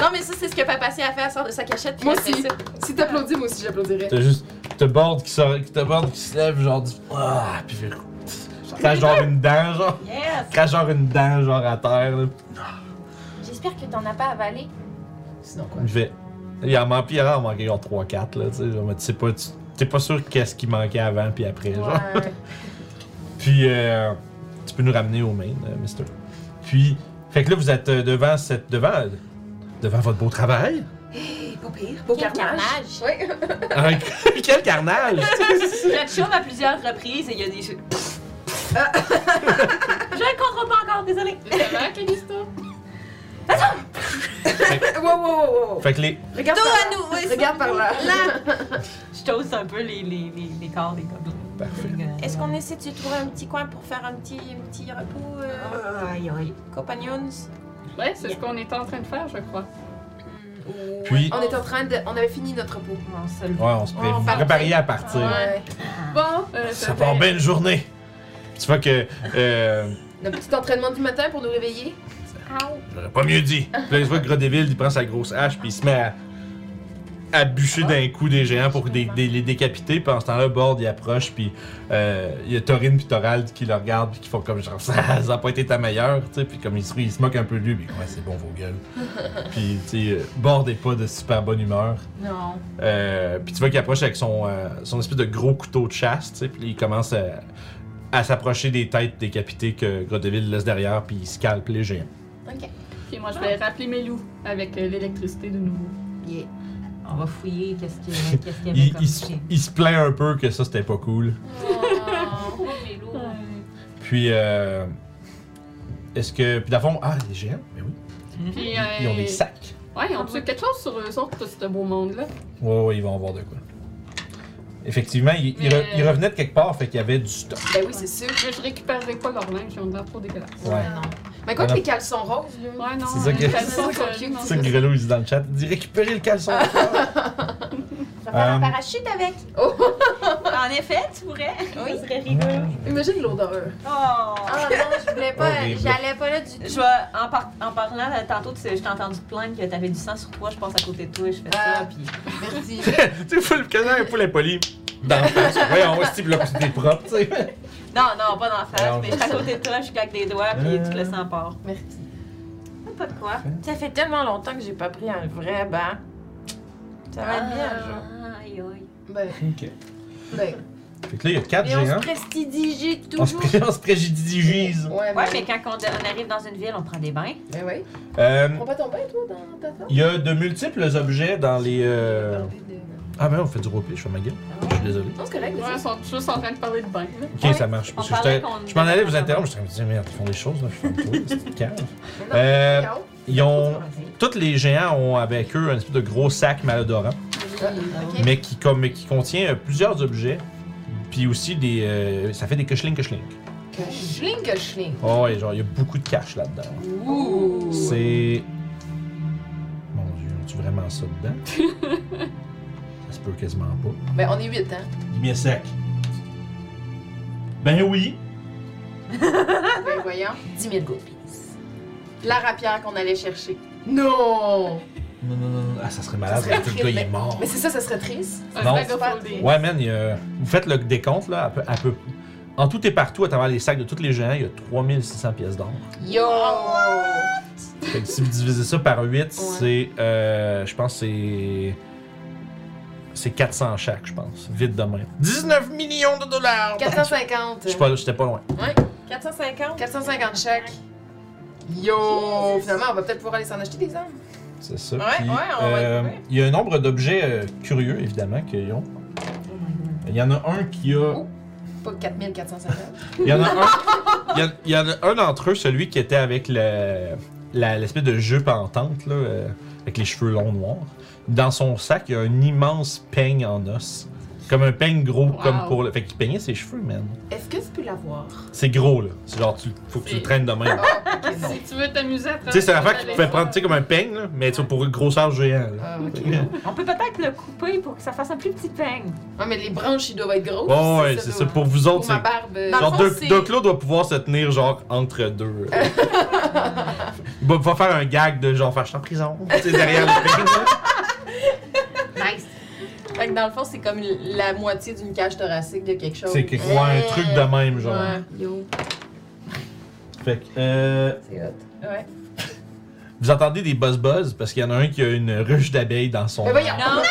S7: Non, mais ça, c'est ce que Papa Sia a fait. Elle sort de sa cachette. puis
S5: Moi
S7: elle fait
S5: aussi.
S7: ça.
S5: Si t'applaudis, moi aussi j'applaudirais.
S8: T'as juste. T'as Borde qui, sort- t'as Borde qui se lève, genre. du- Ah, puis fait. Crache genre une dent, genre.
S3: Yes!
S8: Crache genre une dent, genre à terre, là.
S4: J'espère que t'en as pas avalé.
S5: Sinon quoi?
S1: Je vais. Il en manque, il en manquait genre 3-4, là, tu sais. genre, mais Tu sais pas, tu- t'es pas sûr qu'est-ce qui manquait avant, puis après, genre.
S4: Ouais.
S1: Puis, euh, tu peux nous ramener au Maine, euh, Mister. Puis, fait que là, vous êtes euh, devant cette. devant. euh, devant votre beau
S5: [laughs]
S1: travail.
S5: Pas pire, pas
S4: Quel carnage!
S5: Ouais.
S1: Un- Hein? [laughs] Quel carnage!
S5: [laughs]
S3: Notre chum à plusieurs reprises et il y a des. [laughs] Je le contrôle pas encore, désolé.
S2: C'est vrai, Callisto?
S5: Wow, wow, wow, wow.
S1: fait que les.
S5: Regarde
S7: Dos
S5: par
S7: à nous, ouais,
S5: Regarde par là.
S3: Je toast un peu les, les, les, les corps des gobelins.
S1: Parfait.
S3: Euh,
S7: Est-ce qu'on essaie de trouver un petit coin pour faire un petit, un petit repos, euh,
S3: Aïe, aïe.
S4: Ah.
S7: compagnons?
S2: Ouais, c'est ce qu'on était en train de faire, je crois.
S4: Mm.
S1: Puis, Ah.
S5: On était en train de. On avait fini notre repos.
S3: On se lève.
S8: Ouais, on se pré-
S5: On
S8: vous
S5: partait.
S8: prépariez à partir.
S5: Ouais.
S2: Bon, euh,
S8: Ça
S2: fait-
S8: part bien une journée. Tu vois que. euh,
S5: Notre petit entraînement du matin pour nous réveiller.
S1: J'aurais pas mieux dit. Puis là, tu vois que Grodeville, il prend sa grosse hache, puis il se met à, à bûcher d'un coup des géants pour des- des- les décapiter. Puis en ce temps-là, Bord, il approche, puis euh, il y a Torin puis Torald qui le regardent, puis qui font comme genre, [laughs] ça n'a pas été ta meilleure, tu sais. Puis comme il se, rit, il se moque un peu de lui, puis ouais, c'est bon, vos gueules. puis, tu sais, euh, Bord est pas de super bonne humeur.
S4: Non.
S1: Euh, puis tu vois qu'il approche avec son, euh, son espèce de gros couteau de chasse, tu sais, puis il commence à, à s'approcher des têtes décapitées que Grodeville laisse derrière, puis il scalpe les géants.
S2: Puis moi, je vais rappeler mes loups avec euh, l'électricité de nouveau.
S3: On va fouiller qu'est-ce qu'il y a- qu'est-ce qu'il y avait
S1: Il,
S3: comme
S1: il se-
S3: chien.
S1: il se plaint un peu que ça c'était pas cool.
S4: Oh,
S1: Puis, euh, est-ce que. Puis, dans le fond, ah, les géants, mais oui.
S2: Puis,
S1: Ils, ils ont des
S2: euh,
S1: sacs.
S2: Ouais, on peut quelque chose sur eux autres, tout ce beau monde-là.
S1: Ouais, ouais, ils vont avoir de quoi. Effectivement, ils, ils re-
S2: Mais-
S1: ils revenaient de quelque part, fait qu'il y avait du stock.
S5: Ben oui, c'est sûr.
S2: Mais je récupérerai pas leur linge, ils ont de l'air trop dégueulasse.
S1: Ouais.
S5: Mais quoi que
S1: On a-
S5: les caleçons roses, là.
S2: Ouais, non,
S1: C'est ça
S2: euh,
S1: que-
S2: t'as le sens,
S5: c'est ça
S2: euh,
S5: qui est cute,
S2: non,
S1: C'est ça que Grelot, il dit dans le chat. Il dit récupérer le caleçon.
S4: Ça va faire un
S1: Euh,
S4: parachute avec.
S3: Ah, En effet, tu pourrais. Oui. Ça serait rigolo.
S1: Ouais.
S5: Imagine l'odeur.
S3: Oh.
S4: Ah non, je voulais pas.
S1: Horrible.
S4: J'allais pas là du tout.
S3: Je vois, en, par- en parlant là, tantôt, tu sais, je t'ai entendu te plaindre que t'avais du sang sur toi, je passe à côté de toi et je fais ça,
S5: Ah.
S3: puis
S5: Merci.
S1: [laughs] tu sais, faut le canard, faut l'impoli. Dans le face. Ouais, on va se là, c'était propre, tu sais.
S3: Non, non, pas d'en
S1: Ouais,
S3: face,
S1: on
S3: mais
S1: fait
S3: je suis à côté de toi, je claque des doigts, puis
S8: Euh.
S3: tu te le sens part.
S5: Merci.
S3: Ah, Pas de quoi.
S4: Ça fait tellement longtemps que j'ai pas pris un vrai bain. Ça va être bien, genre.
S3: Ah, Aïe, aïe.
S5: Ben,
S1: Ok.
S5: ben.
S1: Fait que là, il y a quatre
S4: Mais on se
S1: géants.
S4: prestidigie
S1: On se,
S4: toujours.
S1: pré- on se préjudice.
S5: Ouais,
S3: Ouais, mais
S5: mais.
S3: quand on, on arrive dans une ville, on prend des bains.
S5: Ben ouais.
S1: Euh,
S5: Prends pas ton bain, toi, dans ta tente.
S1: il y a de multiples objets dans les. euh, Ah, ben, on fait du roleplay, je fais ma gueule. Je suis désolé.
S5: Non, c'est correct.
S2: Ouais, ils
S5: vas-y.
S2: sont juste en train de parler de bain. là.
S1: Ok, ça marche.
S3: On
S1: Parce que
S3: parlait
S1: j'étais-
S3: qu'on-
S1: je m'en allais vous interrompre, je me disais, merde, ils font des choses, là, je suis un peu c'est calme.
S5: Non,
S1: Euh,
S5: non.
S1: Ils ont. Tous les géants ont avec eux un espèce de gros sac malodorant,
S5: Ok.
S1: mais qui, comme, mais qui contient euh, plusieurs objets, puis aussi des. euh, ça fait des cuchlings cuchlings.
S5: Que schling, que schling.
S1: Oh, et genre, il y a beaucoup de cash là-dedans.
S5: Ouh.
S1: C'est. Mon dieu, tu vraiment ça dedans?
S5: [laughs]
S1: ça se peut quasiment pas.
S5: Ben, on est 8, hein?
S1: Dis-moi sec. Ben oui!
S5: Ben, voyons. 10 000 goupies. La rapière qu'on allait chercher. Non!
S1: Non, non, non, non. Ah, ça serait
S5: Ça
S1: malade,
S5: serait
S1: le gars il est mort.
S5: Mais c'est ça, ça serait triste.
S2: Un
S1: Non.
S2: vagabondé.
S1: Ouais, man, il y a- vous faites le décompte, là, à peu, à peu- En tout et partout, à travers les sacs de tous les géants, il y a 3600 pièces d'or.
S5: Yo!
S1: Fait que si vous divisez ça par 8, c'est. euh, je pense que c'est. C'est 400 chaque, je pense. Vite de même. 19 millions de dollars!
S5: 450.
S1: Je suis pas- J'étais pas loin.
S7: 450?
S5: 450 chaque. Yo! Finalement, on va peut-être pouvoir aller s'en acheter des armes.
S1: C'est ça.
S7: Ouais,
S1: Puis,
S7: ouais, on va
S1: euh,
S7: le trouver.
S1: Il y a un nombre d'objets euh, curieux, évidemment, qu'ils ont.
S3: Oh
S1: Il y en a un qui a.
S5: Pas 4450.
S1: Il y en a un. Il y, en- il y en a un d'entre eux, celui qui était avec le- la- l'espèce de jupe en tente, là, euh, avec les cheveux longs noirs. Dans son sac, il y a un immense peigne en os. Comme un peigne gros,
S2: Wow.
S1: comme pour le. Fait qu'il peignait ses cheveux, man.
S5: Est-ce que tu peux l'avoir?
S1: C'est gros, là. C'est genre, tu, faut que tu le traînes de même.
S5: Ok, non.
S2: Si tu veux t'amuser à
S1: Tu sais, c'est l'affaire
S2: prendre
S1: que tu pouvais prendre, tu sais, comme un peigne, là, mais tu sais, pour une grosseur géant, là.
S5: Ah, ok.
S4: On peut peut-être le couper pour que ça fasse un plus petit peigne.
S5: Ouais, Ah, mais les branches, ils doivent être grosses.
S1: Ouais, ouais, c'est ça.
S5: doit-
S1: Pour vous autres,
S5: Pour ma
S1: c'est.
S5: barbe. euh,
S1: Genre,
S7: Dans le fond,
S1: deux,
S7: c'est-
S1: deux clous doit pouvoir se tenir, genre, entre deux. euh. Il va pouvoir faire un gag de genre, faire je suis en prison. Tu sais, derrière le peigne, là.
S4: Nice.
S7: Fait que dans le fond, c'est comme la moitié d'une cage thoracique de quelque chose.
S1: C'est quelque ouais, un truc de même, genre.
S7: Ouais.
S1: Fait que, euh,
S7: Ouais.
S1: vous entendez des buzz buzz parce qu'il y en a un qui a une ruche d'abeilles dans son.
S5: Mais voyons.
S7: Non,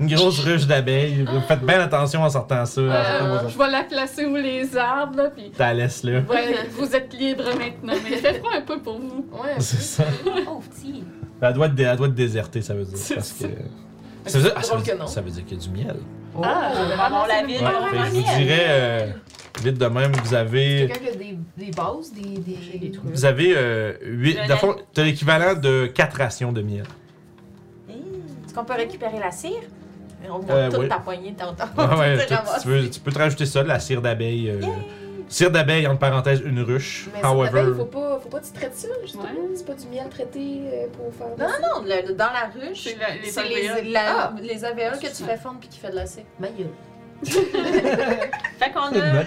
S1: Une grosse ruche d'abeilles. Faites bien attention en sortant ça. en sortant vos
S2: Euh, je vais la placer où les arbres, là, puis...
S1: Ta laisse
S2: [laughs]
S1: là.
S2: Ouais, vous êtes libre maintenant, mais faites-moi un peu pour vous.
S5: Ouais.
S1: C'est ça.
S4: Oh, petit.
S1: Elle doit, être dé- elle doit être désertée, ça veut dire.
S2: C'est
S1: Parce que.
S2: ça.
S1: Ça veut, dire,
S5: C'est
S1: ah, ça,
S5: drôle
S1: veut dire,
S5: que non.
S1: ça veut dire qu'il y a du miel.
S2: Ah,
S3: on la vide.
S1: Oh. Ouais, fait que je vous dirais, euh, vite de même, vous avez.
S5: Quelqu'un qui a des, des bases, des, des... des trucs.
S1: Vous avez euh, huit-
S3: Le
S1: dans le fond, t'as l'équivalent de 4 rations de miel.
S7: Est-ce qu'on peut récupérer la cire? On va
S1: Euh,
S7: toute
S1: oui.
S7: ta poignée, t'as
S1: Ah ouais, toi, tu,
S7: ramasser.
S1: veux- tu peux te rajouter ça, de la cire d'abeille. euh, Cire d'abeille, entre parenthèses, une ruche.
S5: Mais c'est
S1: However,
S5: faut pas, faut pas que tu traites ça, justement. C'est pas du miel traité euh, pour faire...
S7: Non, non, le- dans la ruche,
S2: C'est la- les
S7: c'est
S2: alvéoles.
S7: les, la-
S5: Ah.
S7: les alvéoles que tu fais fondre puis qui fait de la cire.
S5: Ma gueule.
S3: Fait qu'on a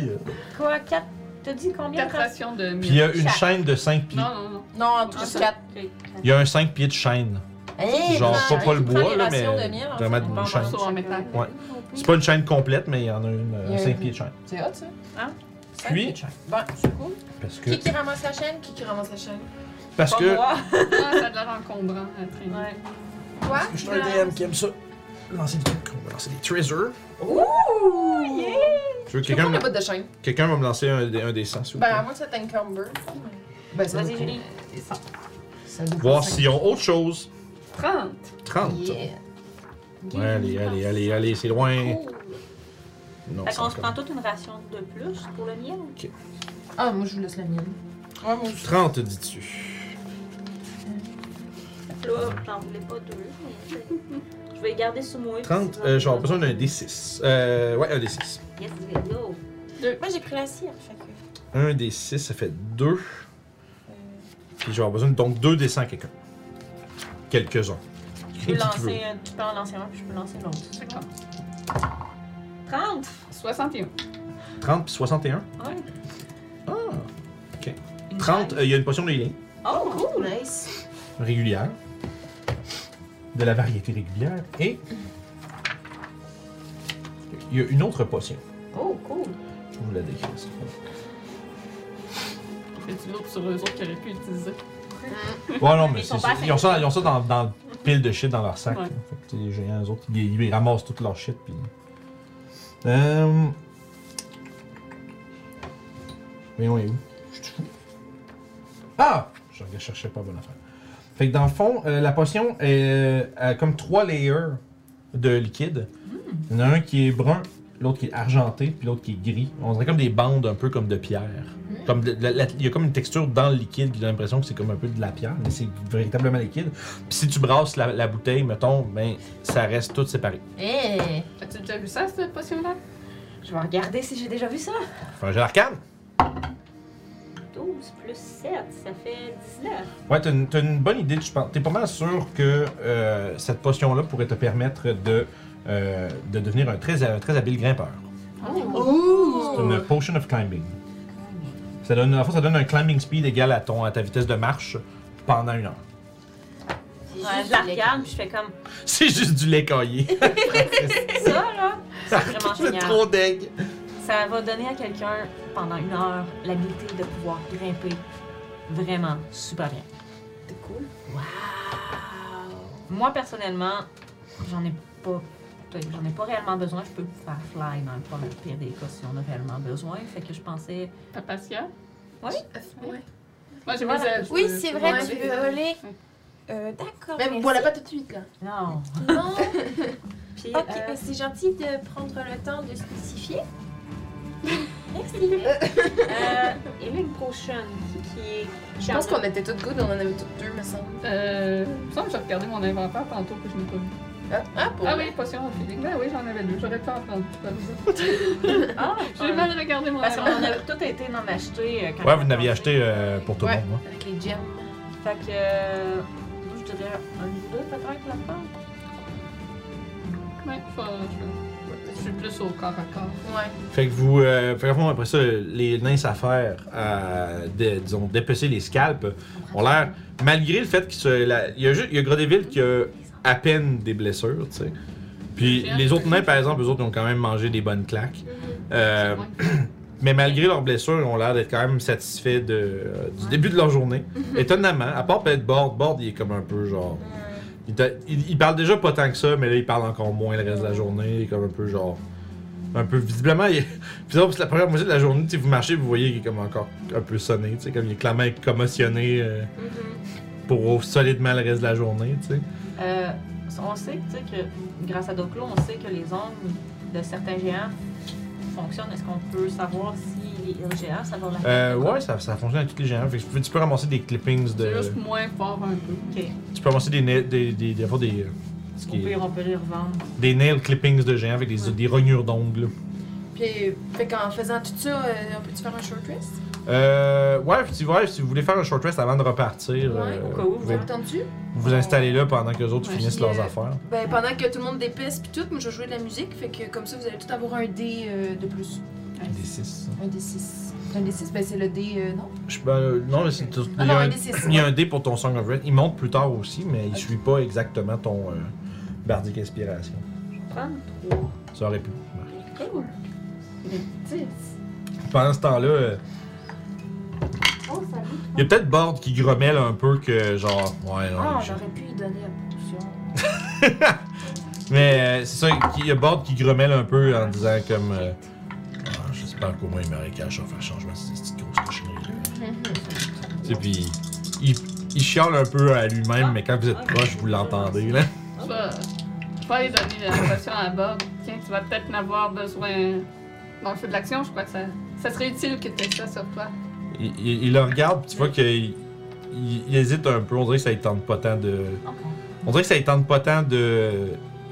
S3: quoi, 4. T'as dit combien de
S2: Quatre
S3: races?
S2: rations de
S1: Puis il y a
S2: miel.
S1: une chaîne de 5 pieds.
S2: Non, non, non.
S7: Non, en tout
S2: Ah, ça.
S7: cas, quatre.
S1: Il y a un 5 pieds de chaîne.
S7: Hey,
S1: Genre,
S7: prends-
S1: pas, pas le
S7: prends les
S1: bois, là, mais
S7: rations de miel,
S1: vraiment
S7: en fait, on
S1: une
S7: va en
S1: chaîne.
S2: Morceau en métal.
S1: C'est pas une chaîne complète, mais il y en a une, euh,
S5: Il y a
S1: 5
S5: une-
S1: pieds de chaîne.
S5: C'est hot, ça.
S1: Puis,
S7: Bon, c'est cool.
S1: parce que,
S7: Qui qui ramasse la chaîne? Qui qui ramasse la chaîne?
S1: parce
S3: Pas
S1: que
S3: moi.
S2: Ah, ça a de l'air encombrant à traîner.
S7: Quoi?
S8: Je suis un DM qui aime ça. Lancer des trucs, on va lancer des treasures.
S1: je veux que
S5: Je peux
S1: quelqu'un
S5: prendre le bout de chaîne.
S1: quelqu'un va me lancer un, dé- un des 100, s'il vous
S7: Ben, à
S1: plaît.
S7: moins que ça t'encumber.
S5: Ben, ça
S3: Vas-y,
S5: doit-
S3: Julie.
S5: ça doit-
S1: Voir s'ils ont autre chose.
S2: 30.
S1: 30.
S5: Yeah.
S1: Ouais, allez, allez, allez, allez, c'est loin. Non,
S3: Fait
S1: ça
S3: qu'on se
S1: encore.
S3: prend toute une ration de plus pour le miel.
S5: Ah, moi, je vous laisse la mienne.
S7: Ouais, moi aussi.
S1: 30, dis-tu.
S3: Là, j'en voulais pas deux. mais Je vais les garder sous moi.
S1: 30, euh, j'aurais besoin d'un D6. Euh, ouais, un D6.
S3: Yes, hello.
S7: Moi, j'ai pris la cire, fait que...
S1: Un des 6, ça fait 2. Puis j'aurai besoin de- donc 2 des 100 quelqu'un. Quelques-uns.
S3: Je
S1: Qui
S3: peux
S1: tu
S3: lancer, un- tu peux en lancer un, puis je peux lancer l'autre. 30!
S2: 61.
S1: 30 puis 61.
S3: Ouais.
S1: Ah, ok. 30, euh, il y a une potion de healing
S3: Oh, cool!
S7: Nice.
S1: régulière. De la variété régulière. Et. Il y a une autre potion.
S3: Oh, cool!
S1: Je vais vous la décrire. ça.
S2: On fait du lourd sur eux autres qui auraient pu utiliser.
S3: [laughs]
S1: Ouais, non, mais
S3: Ils sont
S1: c'est
S3: pas
S1: ça. Ils ont ça, ils ont ça dans, dans le pile de shit dans leur sac.
S2: Ouais.
S1: là. Fait que, tu sais, les géants, eux autres, ils, ils ramassent tout leur shit. Puis... Euh... Mais on est où Je suis fou. Ah Je ne cherchais pas bonne affaire. Fait que dans le fond, euh, la potion euh, a comme trois layers de liquide.
S3: Hmm.
S1: Il y en a un qui est brun, l'autre qui est argenté, puis l'autre qui est gris. On dirait comme des bandes un peu comme de pierre. Comme de- la- la- il y a comme une texture dans le liquide qui donne l'impression que c'est comme un peu de la pierre, mais c'est véritablement liquide. Puis si tu brasses la, la bouteille, mettons, ben ça reste tout séparé.
S3: Eh!
S2: As-tu déjà vu ça, cette potion-là?
S3: Je vais regarder si j'ai déjà vu ça.
S1: Fais un jeu d'arcane.
S3: 12. 12 plus 7, ça fait 19.
S1: Ouais, t'as une, t'as une bonne idée, je pense. T'es pas mal sûr que euh, cette potion-là pourrait te permettre de, euh, de devenir un très, un très habile grimpeur.
S3: Oh.
S1: C'est une potion of climbing. Ça donne, en fait, ça donne un climbing speed égal à, ton, à ta vitesse de marche pendant une heure. [laughs]
S3: Ouais, je la regarde, puis je fais comme
S1: C'est juste du lait caillé.
S3: ça, là. C'est
S1: [laughs]
S3: vraiment
S1: C'est
S3: génial.
S1: trop deg.
S3: Ça va donner à quelqu'un, pendant une heure, l'habilité de pouvoir grimper vraiment super bien.
S5: C'est cool.
S3: Moi, personnellement, j'en ai pas. peut-être que J'en ai pas réellement besoin, je peux faire fly dans le pas mal pire des cas si on a réellement besoin. Fait que je pensais.
S2: T'as patience?
S3: Oui.
S2: Ouais. Moi, j'ai mes
S3: Voilà.
S2: ailes.
S10: Oui, c'est vrai,
S5: Ouais,
S10: tu
S5: c'est
S10: veux
S5: vrai.
S10: voler.
S3: Mm.
S10: Euh, D'accord.
S5: Mais
S10: merci.
S5: voilà pas tout de suite, là.
S3: Non.
S5: [laughs]
S10: Non.
S3: Puis,
S10: Ok,
S3: euh,
S10: mais c'est gentil de prendre le temps de spécifier.
S3: euh, et là, une potion qui, qui est.
S5: Je pense qu'on était toutes good, on en avait toutes deux, me semble.
S2: Euh, il me semble que j'ai regardé mon inventaire tantôt que je n'ai pas vu.
S5: Ah, ah, pour
S2: Ah
S5: vrai?
S2: oui, potion en feeling. Ben oui, j'en avais deux. J'aurais pu en prendre.
S3: Ah,
S2: J'ai mal regardé mon
S3: Parce qu'on
S2: inventaire.
S3: a tout été en acheter. euh, quand
S1: Ouais,
S3: on
S1: vous
S3: a
S1: n'aviez
S3: commencé.
S1: acheté euh, pour tout le
S5: Ouais.
S1: monde.
S5: Avec les gems.
S3: Fait que. euh, moi, je dirais un ou deux peut-être là-dedans.
S2: Ouais, faut- je- Je suis plus au corps à corps.
S5: Ouais.
S1: hein. Fait que vous, euh, fait que bon, après ça, les nains s'affairent à, dé- euh, disons, dépecer les scalps. Ont l'air, malgré le fait qu'il se- la- il y a juste, il y a Grodeville qui a à peine des blessures, tu sais. Puis les autres nains, par exemple, eux autres ils ont quand même mangé des bonnes claques. Euh, Mais malgré leurs blessures, ils ont l'air d'être quand même satisfaits de, euh, du début de leur journée. Étonnamment, à part peut-être Bord, Bord il est comme un peu genre. Il, t'a- il- il parle déjà pas tant que ça, mais là il parle encore moins le reste de la journée. Il est comme un peu genre. Un peu visiblement, il est- puis donc, c'est la première moitié de la journée, tu sais, vous marchez, vous voyez qu'il est comme encore un peu sonné, tu sais, comme il est clairement commotionné euh, pour solidement le reste de la journée, tu sais.
S3: Euh, on sait tu sais, que, grâce à Doclo, on sait que les ondes de certains géants fonctionnent. Est-ce qu'on peut savoir si les géants, ça va la
S1: Euh, ouais, ça, ça fonctionne avec tous les géants. Fait que tu peux- tu peux ramasser des clippings de.
S2: C'est juste moins fort un peu.
S3: Ok.
S1: Tu peux ramasser des. na- des, des, des, des, euh, ce
S3: Au
S1: qui est-
S3: pire, on peut les revendre.
S1: des nail clippings de géants avec des, des rognures d'ongles.
S5: Puis, fait qu'en faisant tout ça, euh, on peut-tu faire un short rest?
S1: Euh, ouais, si, ouais, si vous voulez faire un short rest avant de repartir,
S5: Ouais,
S1: euh,
S3: au cas où,
S1: vous pouvez
S3: ouais.
S5: T'entends-tu?
S1: vous installer là pendant que les autres
S2: Ouais,
S1: finissent
S5: puis,
S1: leurs
S5: euh,
S1: affaires.
S5: Ben, pendant que tout le monde dépaisse puis tout, moi, je vais jouer de la musique. Fait que comme ça, vous allez tout avoir un dé euh, de plus.
S1: Des 6.
S5: Un dé 6. Un dé 6, ben, c'est le dé, euh, non?
S1: Je, ben, euh, non, mais c'est tout-
S5: Ah
S1: il, y
S5: non,
S1: a
S5: un
S1: un,
S5: dé 6.
S1: il y a un dé pour ton Song of Red. Il monte plus tard aussi, mais il suit pas exactement ton euh, Bardic Inspiration.
S3: 33.
S1: Ça aurait pu.
S3: Cool.
S2: Mais 10.
S1: Pendant ce temps-là, euh,
S3: Oh, ça va.
S1: il y a peut-être Bord qui grommelle un peu que genre. Ouais, non,
S3: Ah,
S1: je-
S3: j'aurais pu y donner la potion.
S1: Mais euh, c'est ça, il y a Bord qui grommelle un peu en disant comme. euh,
S8: Ah, J'espère qu'au moins il m'arrête à faire un changement de cette petite grosse cochonnerie.
S1: Tu sais, puis il, il chiale un peu à lui-même, mais quand vous êtes proche, vous l'entendez, là.
S2: Je vais, je vais aller donner la potion à Bob. Tiens, tu vas peut-être en avoir besoin dans le feu de l'action. Je crois que ça, ça serait utile que tu aies ça sur toi.
S1: Il, il- il le regarde, puis tu vois qu'il il, il hésite un peu. On dirait que ça lui tente pas tant de. On dirait que ça lui tente pas tant de.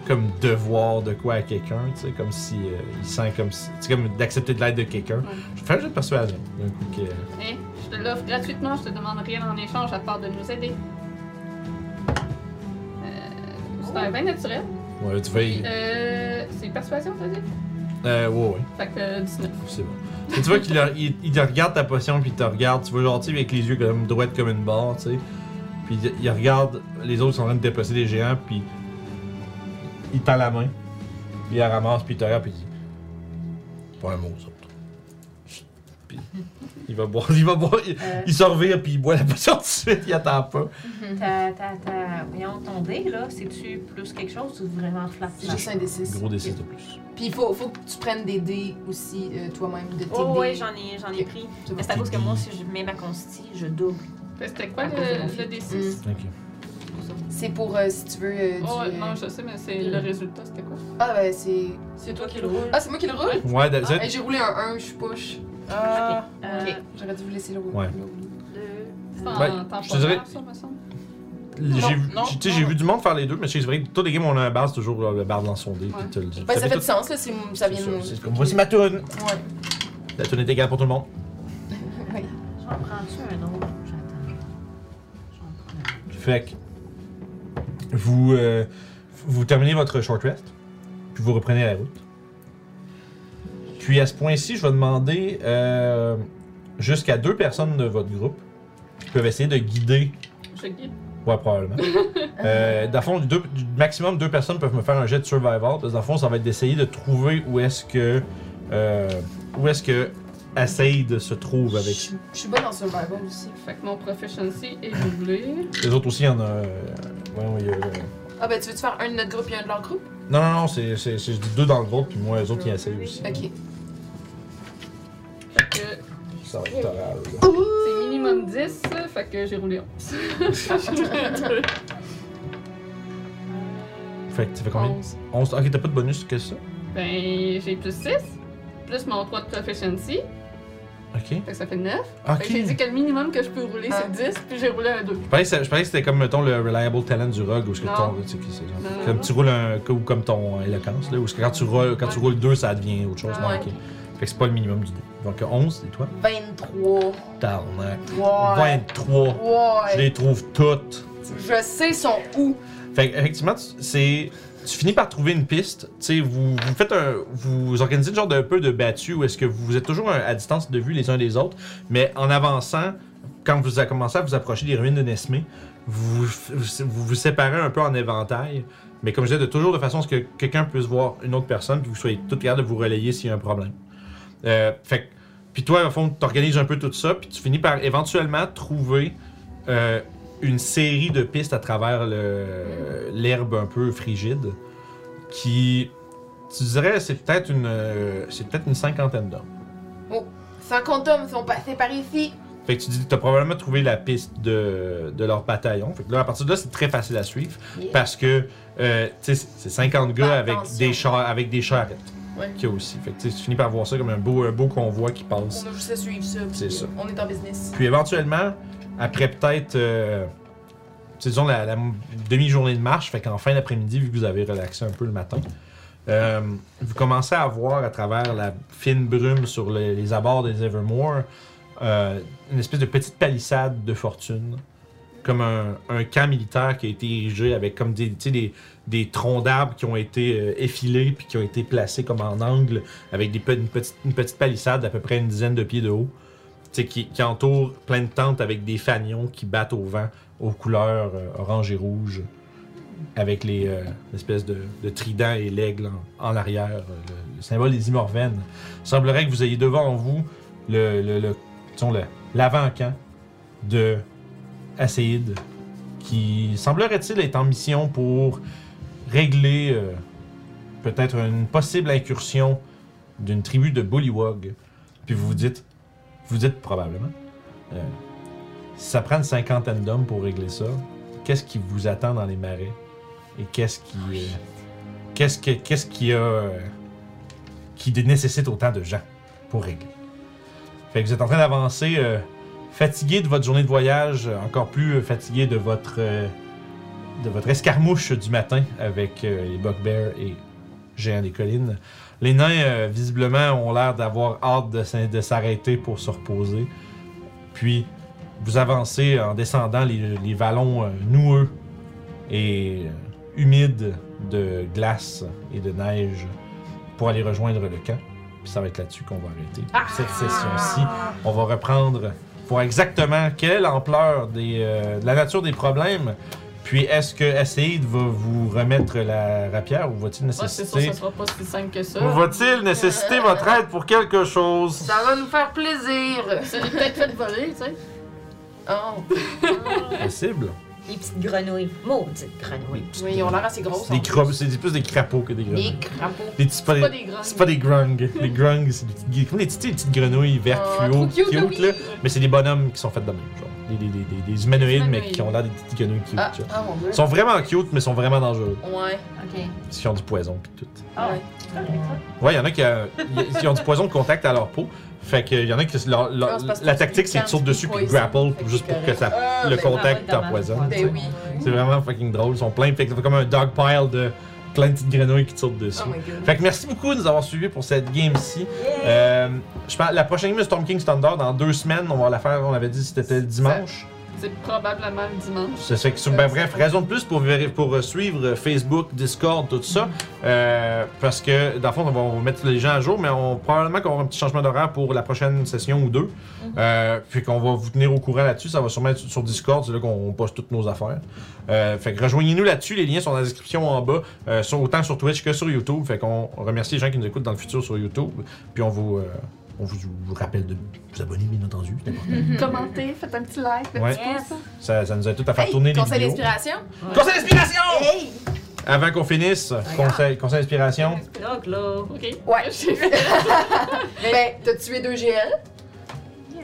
S1: Comme devoir de quoi à quelqu'un, tu sais, comme si. euh, il sent comme si. Tu sais, comme d'accepter de l'aide de quelqu'un. Je vais faire un jeu de persuasion. d'un coup que-
S2: Hein? Je te l'offre gratuitement, je te demande rien en échange à part de nous aider. Euh, C'est
S1: Oh.
S2: un vin naturel.
S1: Ouais, tu vois, il-
S2: Euh, c'est persuasion, t'as dit?
S1: euh, ouais, ouais.
S2: Fait que euh, 19.
S1: C'est bon. Mais tu vois qu'il leur- il, il te regarde ta potion, puis il te regarde, tu vois, genre, tu sais, avec les yeux comme droits comme une barre, tu sais. Puis il, il regarde les autres qui sont en train de déposer des géants, puis il tend la main, puis il la ramasse, puis il te regarde, puis il dit
S8: Pas un mot aux autres.
S1: il va boire, il va boire, il,
S3: Euh.
S1: il se revire, puis il boit la potion tout de suite, il attend pas.
S3: Ta, ta, ta. Voyons, ton dé, là, c'est-tu plus quelque chose ou vraiment flat?
S5: C'est juste un dé 6.
S1: Gros décès de plus.
S5: Puis, il faut, faut que tu prennes des dés aussi euh, toi-même de tes
S3: Oh,
S5: dés.
S3: ouais, j'en ai, j'en ai pris.
S5: C'est bon.
S3: Mais c'est à cause que moi, si je mets ma consti, je double.
S2: Fait que C'était quoi
S3: À
S2: le,
S3: cause de mon fils.
S2: le D6?
S1: Ok.
S5: C'est pour, euh, si tu veux, euh, du,
S2: Oh, ouais,
S5: euh,
S2: non, je sais, mais c'est le résultat, c'était quoi?
S5: Ah, ben, c'est...
S3: C'est toi qui le roule.
S5: Ah, c'est moi qui le roule?
S1: Ouais,
S5: Ah,
S1: that's it.
S5: hey, j'ai roulé un 1, je suis push.
S7: Ah,
S3: Euh,
S5: Ok, j'aurais dû vous laisser le rouler.
S1: Ouais.
S2: C'est en
S1: Ben,
S2: temps
S1: je te dirais-
S2: temporaire, ça, me semble.
S1: J'ai
S7: Non,
S1: vu-
S7: non,
S1: j'ai- tu sais,
S7: non,
S1: j'ai
S7: non.
S1: vu du monde faire les deux, mais c'est vrai que tous les games, on a un bar, c'est toujours là, le bar dans son dé,
S2: Ouais.
S1: puis tu le
S5: Ben, ça fait
S1: tout-
S5: du sens, là, c'est- ça vient de nous.
S1: C'est comme voici ma tourne.
S5: Ouais.
S1: La tourne est égale pour tout le monde.
S3: Je vais en prendre prends-tu un autre? J'attends. J'en prends un autre.
S1: Fait que vous, euh, vous terminez votre short rest, puis vous reprenez la route. Puis à ce point-ci, je vais demander euh, jusqu'à deux personnes de votre groupe qui peuvent essayer de guider.
S2: Je guide.
S1: Ouais, probablement. euh, dans le fond, deux- du maximum deux personnes peuvent me faire un jet de survival. Parce que dans le fond, ça va être d'essayer de trouver où est-ce que. euh, où est-ce que Asseid se trouve avec
S5: Je je suis bonne en survival aussi.
S2: Fait que mon proficiency est doublé.
S1: les autres aussi. Il y en a. euh, voyons, il y a, euh,
S5: Ah, ben, tu veux-tu faire un de notre groupe et un de leur groupe?
S1: Non, non, non, c'est, c'est, c'est- je dis deux dans le groupe, puis moi, les autres, ils essayent aussi.
S5: Ok.
S2: Fait que
S1: Ça va être toral.
S2: c'est minimum 10, fait que j'ai roulé 11.
S1: Fait que ça fait
S2: [laughs]
S1: combien
S2: Oh.
S1: 11. Ok, t'as pas de bonus que ça.
S2: Ben, j'ai plus 6, plus mon 3 de proficiency,
S1: Ok.
S2: fait que ça fait 9. Fait que
S1: Ok.
S2: Ben, j'ai dit que le minimum que je peux rouler,
S5: Ah.
S2: c'est 10, puis j'ai roulé un 2.
S1: Je pensais que ça- je pensais que c'était comme, mettons, le reliable talent du rug, ou ce que
S2: Non.
S1: ton. Tu sais, qui c'est, genre.
S2: Non.
S1: Comme tu roules un. Ou comme ton euh, éloquence, là. Ou ce que quand tu roules, quand tu roules deux, ça devient autre chose.
S2: Ah,
S1: Non,
S2: ouais.
S1: ok. Fait que c'est pas le minimum du dé. Donc 11, c'est toi.
S5: 23. Ouais.
S1: Tarnac.
S5: Ouais.
S1: 23. Je les trouve toutes.
S5: Je sais son où.
S1: Fait que, effectivement, tu- c'est. Tu finis par trouver une piste. Tu sais, vous, vous faites un. Vous organisez le genre de peu de battu où est-ce que vous êtes toujours un- à distance de vue les uns des autres, mais en avançant, quand vous avez commencé à vous approcher des ruines de Nesmé, vous vous, vous vous séparez un peu en éventail. Mais comme je disais, de toujours de façon à ce que quelqu'un puisse voir une autre personne, puis vous soyez toutes capables de vous relayer s'il y a un problème. Euh, fait que- Puis toi, au fond, t'organises un peu tout ça, puis tu finis par éventuellement trouver euh, une série de pistes à travers le- l'herbe un peu frigide qui, tu dirais, c'est peut-être une, euh, c'est peut-être une cinquantaine d'hommes.
S5: 50 hommes sont passés par ici.
S1: Fait que tu dis, t'as probablement trouvé la piste de, de leur bataillon. Fait que là, à partir de là, c'est très facile à suivre
S5: Yeah.
S1: parce que, euh, tu sais, c'est 50 gars
S5: Faire
S1: avec
S5: attention.
S1: des, char avec des charrettes
S5: Ouais.
S1: qu'il y a aussi. Fait que tu sais, tu finis par voir ça comme un beau, un beau convoi qui passe.
S5: On a juste à suivre ça. puis euh,
S1: C'est ça.
S5: On est en business.
S1: Puis éventuellement, après peut-être, euh, tu sais, disons, la, la demi-journée de marche, fait qu'en fin d'après-midi, vu que vous avez relaxé un peu le matin, euh, vous commencez à voir à travers la fine brume sur le- les abords des Evermore euh, une espèce de petite palissade de fortune. Comme un, un camp militaire qui a été érigé avec comme des, tu sais, des, des troncs d'arbres qui ont été euh, effilés puis qui ont été placés comme en angle avec des, pe- une, petite, une petite palissade d'à peu près une dizaine de pieds de haut tu sais, qui, qui entoure plein de tentes avec des fanions qui battent au vent aux couleurs euh, orange et rouge, avec les euh, espèces de, de trident et l'aigle en, en arrière, euh, le, le symbole des Imorvennes. Il semblerait que vous ayez devant vous le, le, le- disons, le- l'avant-camp de Acéide, qui semblerait-il être en mission pour régler euh, peut-être une possible incursion d'une tribu de Bullywog. Puis vous vous dites, vous dites probablement. euh, si ça prend une cinquantaine d'hommes pour régler ça, qu'est-ce qui vous attend dans les marais? Et qu'est-ce qui. euh, qu'est-ce que- qu'est-ce qui a. euh, qui dé- nécessite autant de gens pour régler? Fait que vous êtes en train d'avancer, euh, fatigué de votre journée de voyage, euh, encore plus euh, fatigué de votre. euh, de votre escarmouche du matin avec euh, les Bugbears et Géants des Collines. Les nains, euh, visiblement, ont l'air d'avoir hâte de, s'in- de s'arrêter pour se reposer. Puis, vous avancez en descendant les, les vallons euh, noueux et euh, humides de glace et de neige pour aller rejoindre le camp. Puis ça va être là-dessus qu'on va arrêter cette session-ci. On va reprendre pour exactement quelle ampleur des, euh, de la nature des problèmes. Puis, est-ce que Asséide va vous remettre la rapière ou va-t-il
S2: Moi, Ah, c'est
S1: nécessiter...
S2: sûr que ça sera pas si simple que ça.
S1: Va-t-il nécessiter votre aide pour quelque chose?
S5: Ça va nous faire plaisir.
S2: Ça l'est peut-être fait voler, tu sais.
S5: Oh.
S1: Possible.
S3: Les petites grenouilles. Maudites grenouilles.
S5: Oui, ils ont l'air assez grosses.
S1: C'est des
S5: en plus.
S1: crop- c'est des- plus des crapauds que des
S3: Les
S1: grenouilles.
S3: crapauds.
S1: Des petits-
S2: Pas
S1: pas des-
S2: des grands.
S1: C'est pas des grungs. Les grungs, c'est des petites, comme des petites, des petites grenouilles vertes
S5: Oh,
S2: Ah,
S1: fluo,
S2: trop cute, oui.
S1: là. Mais c'est des bonhommes qui sont faits de même, genre. Des, des- des- des- des humanoïdes,
S2: Des
S1: mais qui ont l'air des petites grenouilles cute,
S5: Ah,
S1: genre.
S5: ah, mon dieu.
S1: Ils sont vraiment cute, mais sont vraiment dangereux.
S5: Ouais.
S3: Ok.
S1: Parce qu'ils ont du poison, pis tout.
S3: Ah.
S5: Ouais.
S1: Ouais, il y en a qui, euh, y- qui ont du poison de contact à leur peau. Fait que y en a qui. leur- leur-
S5: Non, Ah, c'est parce que
S1: la
S5: tu
S1: tactique, c'est que
S5: cannes
S1: tu sautes
S5: du
S1: dessus puis
S5: poison.
S1: grapple
S5: Fait que
S1: juste
S5: c'est
S1: pour que
S5: correct.
S1: ça,
S5: Ah,
S1: le
S5: ben,
S1: contact
S3: ah ouais, dommage.
S1: t'empoisonne. tu sais.
S5: Ben oui.
S1: C'est vraiment fucking drôle. Ils sont pleins. Fait que ça fait comme un dog pile de plein de petites grenouilles qui tirent dessus.
S5: Oh my god.
S1: Fait que merci beaucoup de nous avoir suivis pour cette game-ci. Euh, je pense- la prochaine game de Storm King Thunder, dans deux semaines, on va la faire, on avait dit c'était le dimanche.
S2: C'est probablement le dimanche.
S1: Ça fait que, sur- ben, bref, raison de plus pour, vér- pour euh, suivre euh, Facebook, Discord, tout ça. Euh, parce que, dans le fond, on va, on va mettre les gens à jour, mais on, probablement qu'on aura un petit changement d'horaire pour la prochaine session ou deux. Euh, puis qu'on va vous tenir au courant là-dessus. Ça va sûrement être sur Discord, c'est là qu'on on poste toutes nos affaires. Euh, fait que rejoignez-nous là-dessus. Les liens sont dans la description en bas, euh, sur, autant sur Twitch que sur YouTube. Fait qu'on remercie les gens qui nous écoutent dans le futur sur YouTube. Puis on vous, euh, on vous, vous rappelle de vous abonner, bien
S2: [laughs]
S1: entendu. c'est important.
S2: Commentez, faites un petit like, un
S1: Ouais.
S2: petit pouce.
S1: Ça, ça nous aide tout à faire
S5: Hey,
S1: tourner les
S5: conseil
S1: vidéos.
S5: d'inspiration. Eh!
S1: Conseil d'inspiration!
S5: Hey!
S1: Avant qu'on finisse, conseil, conseil d'inspiration.
S3: Donc là,
S2: Ok.
S5: Ouais.
S2: J'ai fait
S5: Ben, t'as tué deux GL.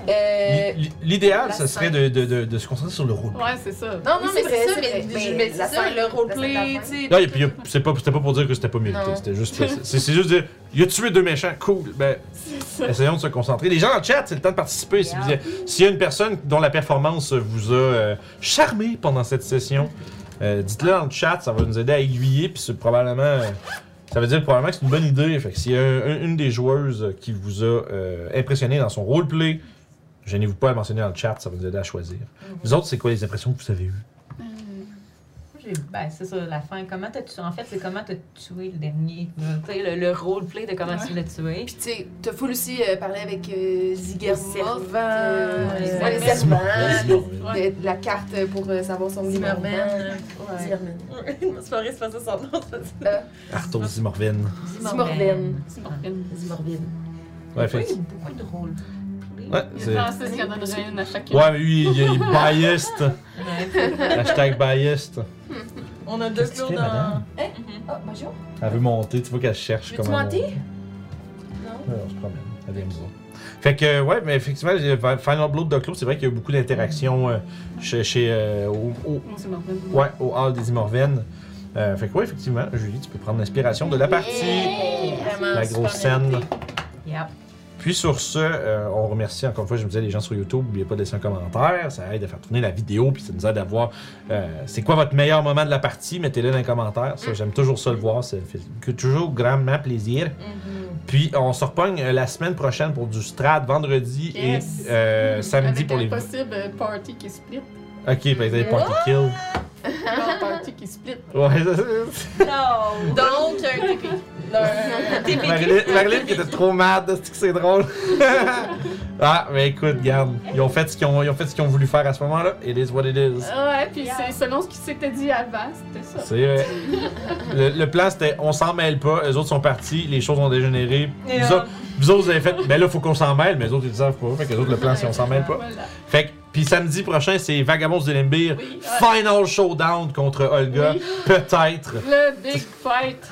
S5: Euh.
S8: L'i- L'idéal,
S5: la
S8: ce serait de, de- de- de se concentrer sur le rôle.
S2: Ouais, c'est ça.
S5: Non, non,
S7: Oui,
S5: mais c'est
S7: c'est vrai,
S5: ça,
S7: c'est
S5: mais,
S7: vrai.
S5: mais
S7: Mais
S5: la
S7: c'est
S5: scène,
S7: ça, le
S5: la scène de
S7: roleplay,
S5: la fin.
S7: tu sais.
S1: Non, et puis y a- c'est pas, c'était pas pour dire que c'était pas mérité.
S5: Non.
S1: C'était juste, c'est c'est juste dire, il a tué deux méchants, cool. Ben, essayons de se concentrer. Les gens en chat, c'est le temps de participer. Si vous- S'il y a une personne dont la performance vous a euh, charmé pendant cette session, euh, dites-le dans le chat, ça va nous aider à aiguiller. Puis c'est probablement, euh, ça veut dire probablement que c'est une bonne idée. Fait que s'il y a un- une des joueuses qui vous a euh, impressionné dans son roleplay, gênez-vous pas à le mentionner dans le chat, ça va nous aider à choisir.
S5: Mm-hmm.
S1: Vous autres, c'est quoi les impressions que vous avez eues?
S2: Euh,
S3: j'ai- ben, c'est ça, la fin. Comment t'as tué En fait, c'est comment t'as tué le dernier. là. Tu sais, le, le roleplay de comment tu l'as tué.
S5: Puis, tu sais, t'as full aussi euh, parlé avec euh, Ziger
S7: Les servants,
S5: Moff,
S7: euh,
S5: euh,
S3: les
S5: ouais, les
S8: Zimmerman.
S5: servants,
S2: Ouais.
S5: de- de la carte pour euh, savoir son
S7: Zimmerman.
S5: Zimmerman. Ouais. [laughs]
S7: Zimmerman. C'est pas vrai, c'est pas ça son nom. c'est ça.
S1: Arthur Zimorven.
S5: Zimmerman.
S2: Morgane.
S1: Ouais,
S3: Oui,
S1: fait que-
S3: beaucoup de rôles. [laughs]
S1: ouais, c'est-
S2: Francis, il y en donnerait une à chacune.
S1: Ouais, mais lui, il est biased. Hashtag biased.
S7: On a deux
S1: Qu'est-ce que tu
S7: tours
S1: fais,
S7: dans.
S1: madame? Mhm.
S5: Ah, bonjour.
S1: Elle veut monter, tu vois qu'elle cherche
S5: Veux-tu
S1: comment.
S5: monter?
S1: Ouais, on se promène. Elle vient nous voir. Fait que, euh, ouais, mais effectivement, les Fi- Final Blood de Clos, c'est vrai qu'il y a eu beaucoup d'interactions
S5: Mm.
S1: euh, chez. chez euh, au, au-
S2: Moi, c'est Morgane.
S1: ouais, au Hall des Imorvennes. Euh, fait que, ouais, effectivement, Julie, tu peux prendre l'inspiration de la partie.
S5: Vraiment
S1: La
S5: super
S1: grosse scène.
S5: [laughs] mérité.
S3: Yep.
S1: Puis sur ce, euh, on remercie encore une fois, je me disais, les gens sur YouTube, n'oubliez pas de laisser un commentaire, ça aide à faire tourner la vidéo, puis ça nous aide à voir euh, c'est quoi votre meilleur moment de la partie, mettez-le dans les commentaires,
S2: Mm.
S1: ça j'aime toujours ça le voir, ça me fait que- toujours grandement plaisir.
S2: Mm-hmm.
S1: Puis on se repogne euh, la semaine prochaine pour du Strad, vendredi
S2: Yes.
S1: et euh, samedi
S2: Avec
S1: pour
S2: un
S1: les...
S2: possible euh, party qui split.
S1: Ok, fait que des party kill.
S2: Non, party qui split.
S1: Ouais, [laughs] ça, ça-
S3: No!
S7: Donc, un TP. Un TP.
S1: Marilyn, Marilyn qui était trop mad, c'est que c'est
S2: [laughs]
S1: drôle. ah, mais écoute, garde, ils ont fait ce qu'ils ont, ils ont fait ce qu'ils ont voulu faire à ce moment-là, it is what it is.
S2: Ah, Ouais, puis c'est selon ce qui s'était dit avant, c'était ça.
S1: C'est vrai. Le, le plan, c'était on s'en mêle pas, les autres sont partis, les choses ont dégénéré. Vous,
S7: Yeah.
S1: autres-
S2: euh,
S1: vous autres, vous avez fait, ben là, faut qu'on s'en mêle, mais les autres, ils le savent pas. Fait que les autres, le plan, c'est on s'en mêle pas.
S2: Voilà.
S1: Fait que, puis samedi prochain, c'est Vagabonds de Limbir,
S2: Oui, ouais.
S1: Final Showdown contre Olga,
S2: Oui.
S1: peut-être.
S2: Le big fight.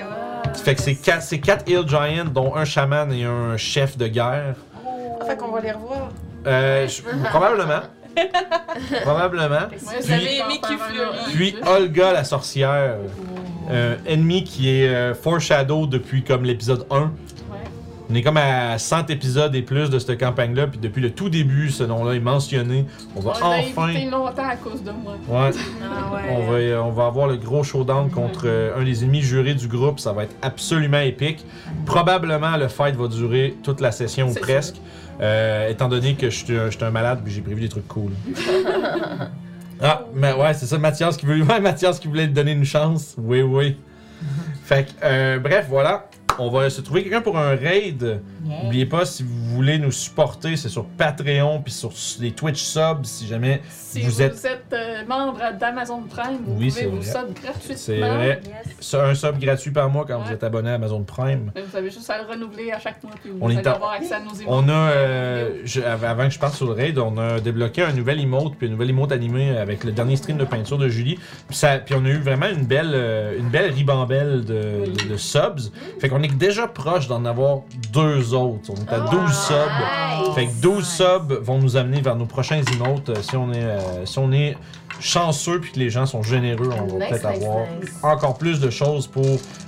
S2: Ah.
S1: Fait que c'est quatre, c'est quatre Hill Giants, dont un chaman et un chef de guerre.
S5: [laughs]
S7: Ah, Fait qu'on va les revoir.
S1: Euh, je- probablement.
S2: [laughs]
S1: probablement.
S2: Moi,
S1: Puis-
S2: je savais qu'on
S7: Mickey
S2: parlait d'un
S7: Fleury.
S2: autre.
S1: Puis Olga la sorcière, euh, ennemie qui est euh, foreshadow depuis comme l'épisode 1.
S2: Ouais.
S1: On est comme à 100 épisodes et plus de cette campagne-là, puis depuis le tout début, ce nom-là est mentionné. On
S2: On
S1: va
S2: l'a
S1: enfin...
S2: évité longtemps à cause de moi.
S1: Ouais,
S5: Ah ouais.
S1: on va, euh, on va avoir le gros showdown contre euh, un des ennemis jurés du groupe. Ça va être absolument épique. Probablement, le fight va durer toute la session ou
S2: C'est
S1: presque, euh, étant donné que je suis un- je suis un malade puis j'ai prévu des trucs cool. ah, mais ouais, c'est ça, Mathias qui, veut, [laughs] ouais, Mathias qui voulait te donner une chance. Oui, oui. fait que, euh, bref, voilà. On va se trouver quelqu'un pour un raid. N'oubliez pas, si vous voulez nous supporter, c'est sur Patreon puis sur les Twitch subs, si jamais
S2: Si
S1: Vous
S2: vous,
S1: êtes-
S2: êtes, euh, membre d'Amazon Prime, vous
S1: Oui, c'est
S2: pouvez vous
S1: vrai.
S2: sub gratuitement.
S1: c'est vrai. C'est un sub gratuit par mois quand vous
S2: Ouais.
S1: êtes abonné à Amazon Prime.
S2: Mais Vous avez juste à le renouveler à chaque mois, puis vous
S1: On est
S2: allez
S1: en-
S2: avoir accès à nos émissions.
S1: On a, euh, je- av- avant que je parte sur le raid, on a débloqué un nouvel emote, puis une nouvelle emote animée avec le dernier stream de peinture de Julie. Puis, ça, puis on a eu vraiment une belle, euh, une belle ribambelle de, de- de subs. Fait qu'on est déjà proche d'en avoir deux autres. On
S7: Ah.
S1: est à 12
S5: Ah,
S1: subs. Fait que 12 subs vont nous amener vers nos prochains emotes. Euh, Si on est, euh, si on est chanceux puis que les gens sont généreux, on va
S5: Nice,
S1: peut-être
S5: nice,
S1: avoir
S5: nice.
S1: encore plus de choses pour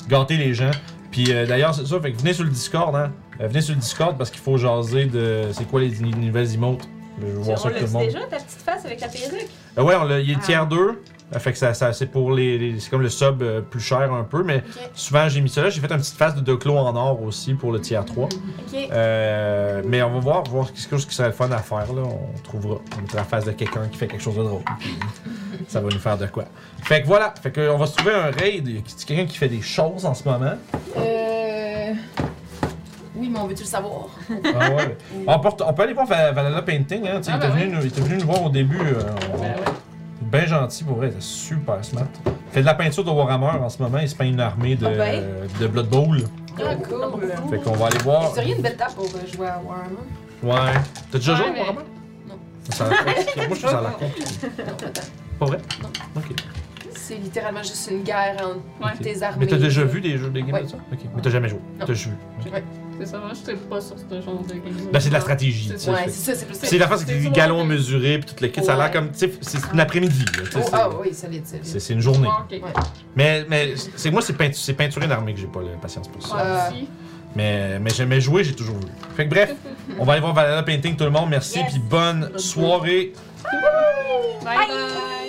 S1: gâter les gens. Puis euh, d'ailleurs, c'est ça, fait que venez sur le Discord, hein. Euh, venez sur le Discord parce qu'il faut jaser de c'est quoi les, les nouvelles emotes. Je veux voir ça
S3: On
S1: avec tout
S3: le
S1: le
S3: dit
S1: monde.
S3: déjà, ta petite face avec la perruque.
S5: Ah.
S1: Euh, ouais, on l'a- il est tier 2. Euh, Fait que ça, ça- c'est pour les, les- c'est comme le sub euh, plus cher un peu, mais
S5: Ok.
S1: souvent j'ai mis ça là. J'ai fait une petite face de Doclo en or aussi pour le tiers 3.
S5: Ok.
S1: Euh, mais on va voir, voir quelque chose qui serait le fun à faire. Là. On trouvera. On mettra la face de quelqu'un qui fait quelque chose de drôle. Puis, ça va nous faire de quoi. Fait que voilà. Fait que on va se trouver un raid. Y a quelqu'un qui fait des choses en ce moment.
S5: Euh... Oui, mais on veut-tu le savoir?
S1: Ah ouais. on, porte- on peut aller voir Va- Valhalla Painting. Hein, tu sais, il,
S2: Ah
S1: était
S2: bah
S1: venu, nous- il était venu nous voir au début. euh, on-
S2: Ben ouais.
S1: Bien gentil pour vrai, c'est super smart. Fait de la peinture de Warhammer en ce moment, il se peint une armée de,
S7: Ah ben.
S1: de Blood Bowl.
S5: Ah, cool.
S1: Fait qu'on va aller voir.
S5: Vous auriez une belle table pour euh, jouer à Warhammer?
S1: Ouais. T'as déjà joué
S2: Ouais,
S1: au
S2: mais-
S1: Warhammer?
S5: Non.
S1: Ça a l'air compliqué. Moi je trouve ça a l'air compliqué.
S5: Non, pas [laughs] tant.
S1: Pas vrai?
S5: Non.
S1: Ok.
S5: C'est littéralement juste une guerre entre
S2: Ouais.
S5: tes armées. euh,
S1: Mais t'as déjà vu des jeux des games
S5: Ouais.
S1: de ça? Ok. Mais t'as jamais joué.
S5: Non.
S1: T'as juste vu. Ok.
S2: C'est ça, moi je suis pas sur ce genre de game.
S1: Là Ben, c'est de la stratégie.
S2: C'est
S1: tu sais,
S5: Ouais,
S1: fait-
S5: c'est ça, c'est plus ça.
S1: C'est la face
S2: c'est
S1: du
S2: ça.
S1: galon mesuré puis toute le kit, ça a l'air
S5: Ouais.
S1: comme. tu sais, C'est c'est une après-midi. là, tu sais,
S5: Oh,
S1: c'est-
S5: ah oui, ça l'est dit.
S1: C'est c'est une journée.
S2: Ah, ok.
S5: Ouais.
S1: Mais, mais c'est moi, c'est peintu- c'est peinturer une armée que j'ai pas la patience pour ça.
S5: Euh,
S2: Ah, si.
S1: Mais, mais j'aimais jouer, j'ai toujours voulu. Fait que bref, on va aller voir Valhalla Painting, tout le monde. Merci,
S3: Yes.
S1: puis bonne soirée.
S2: Bye bye.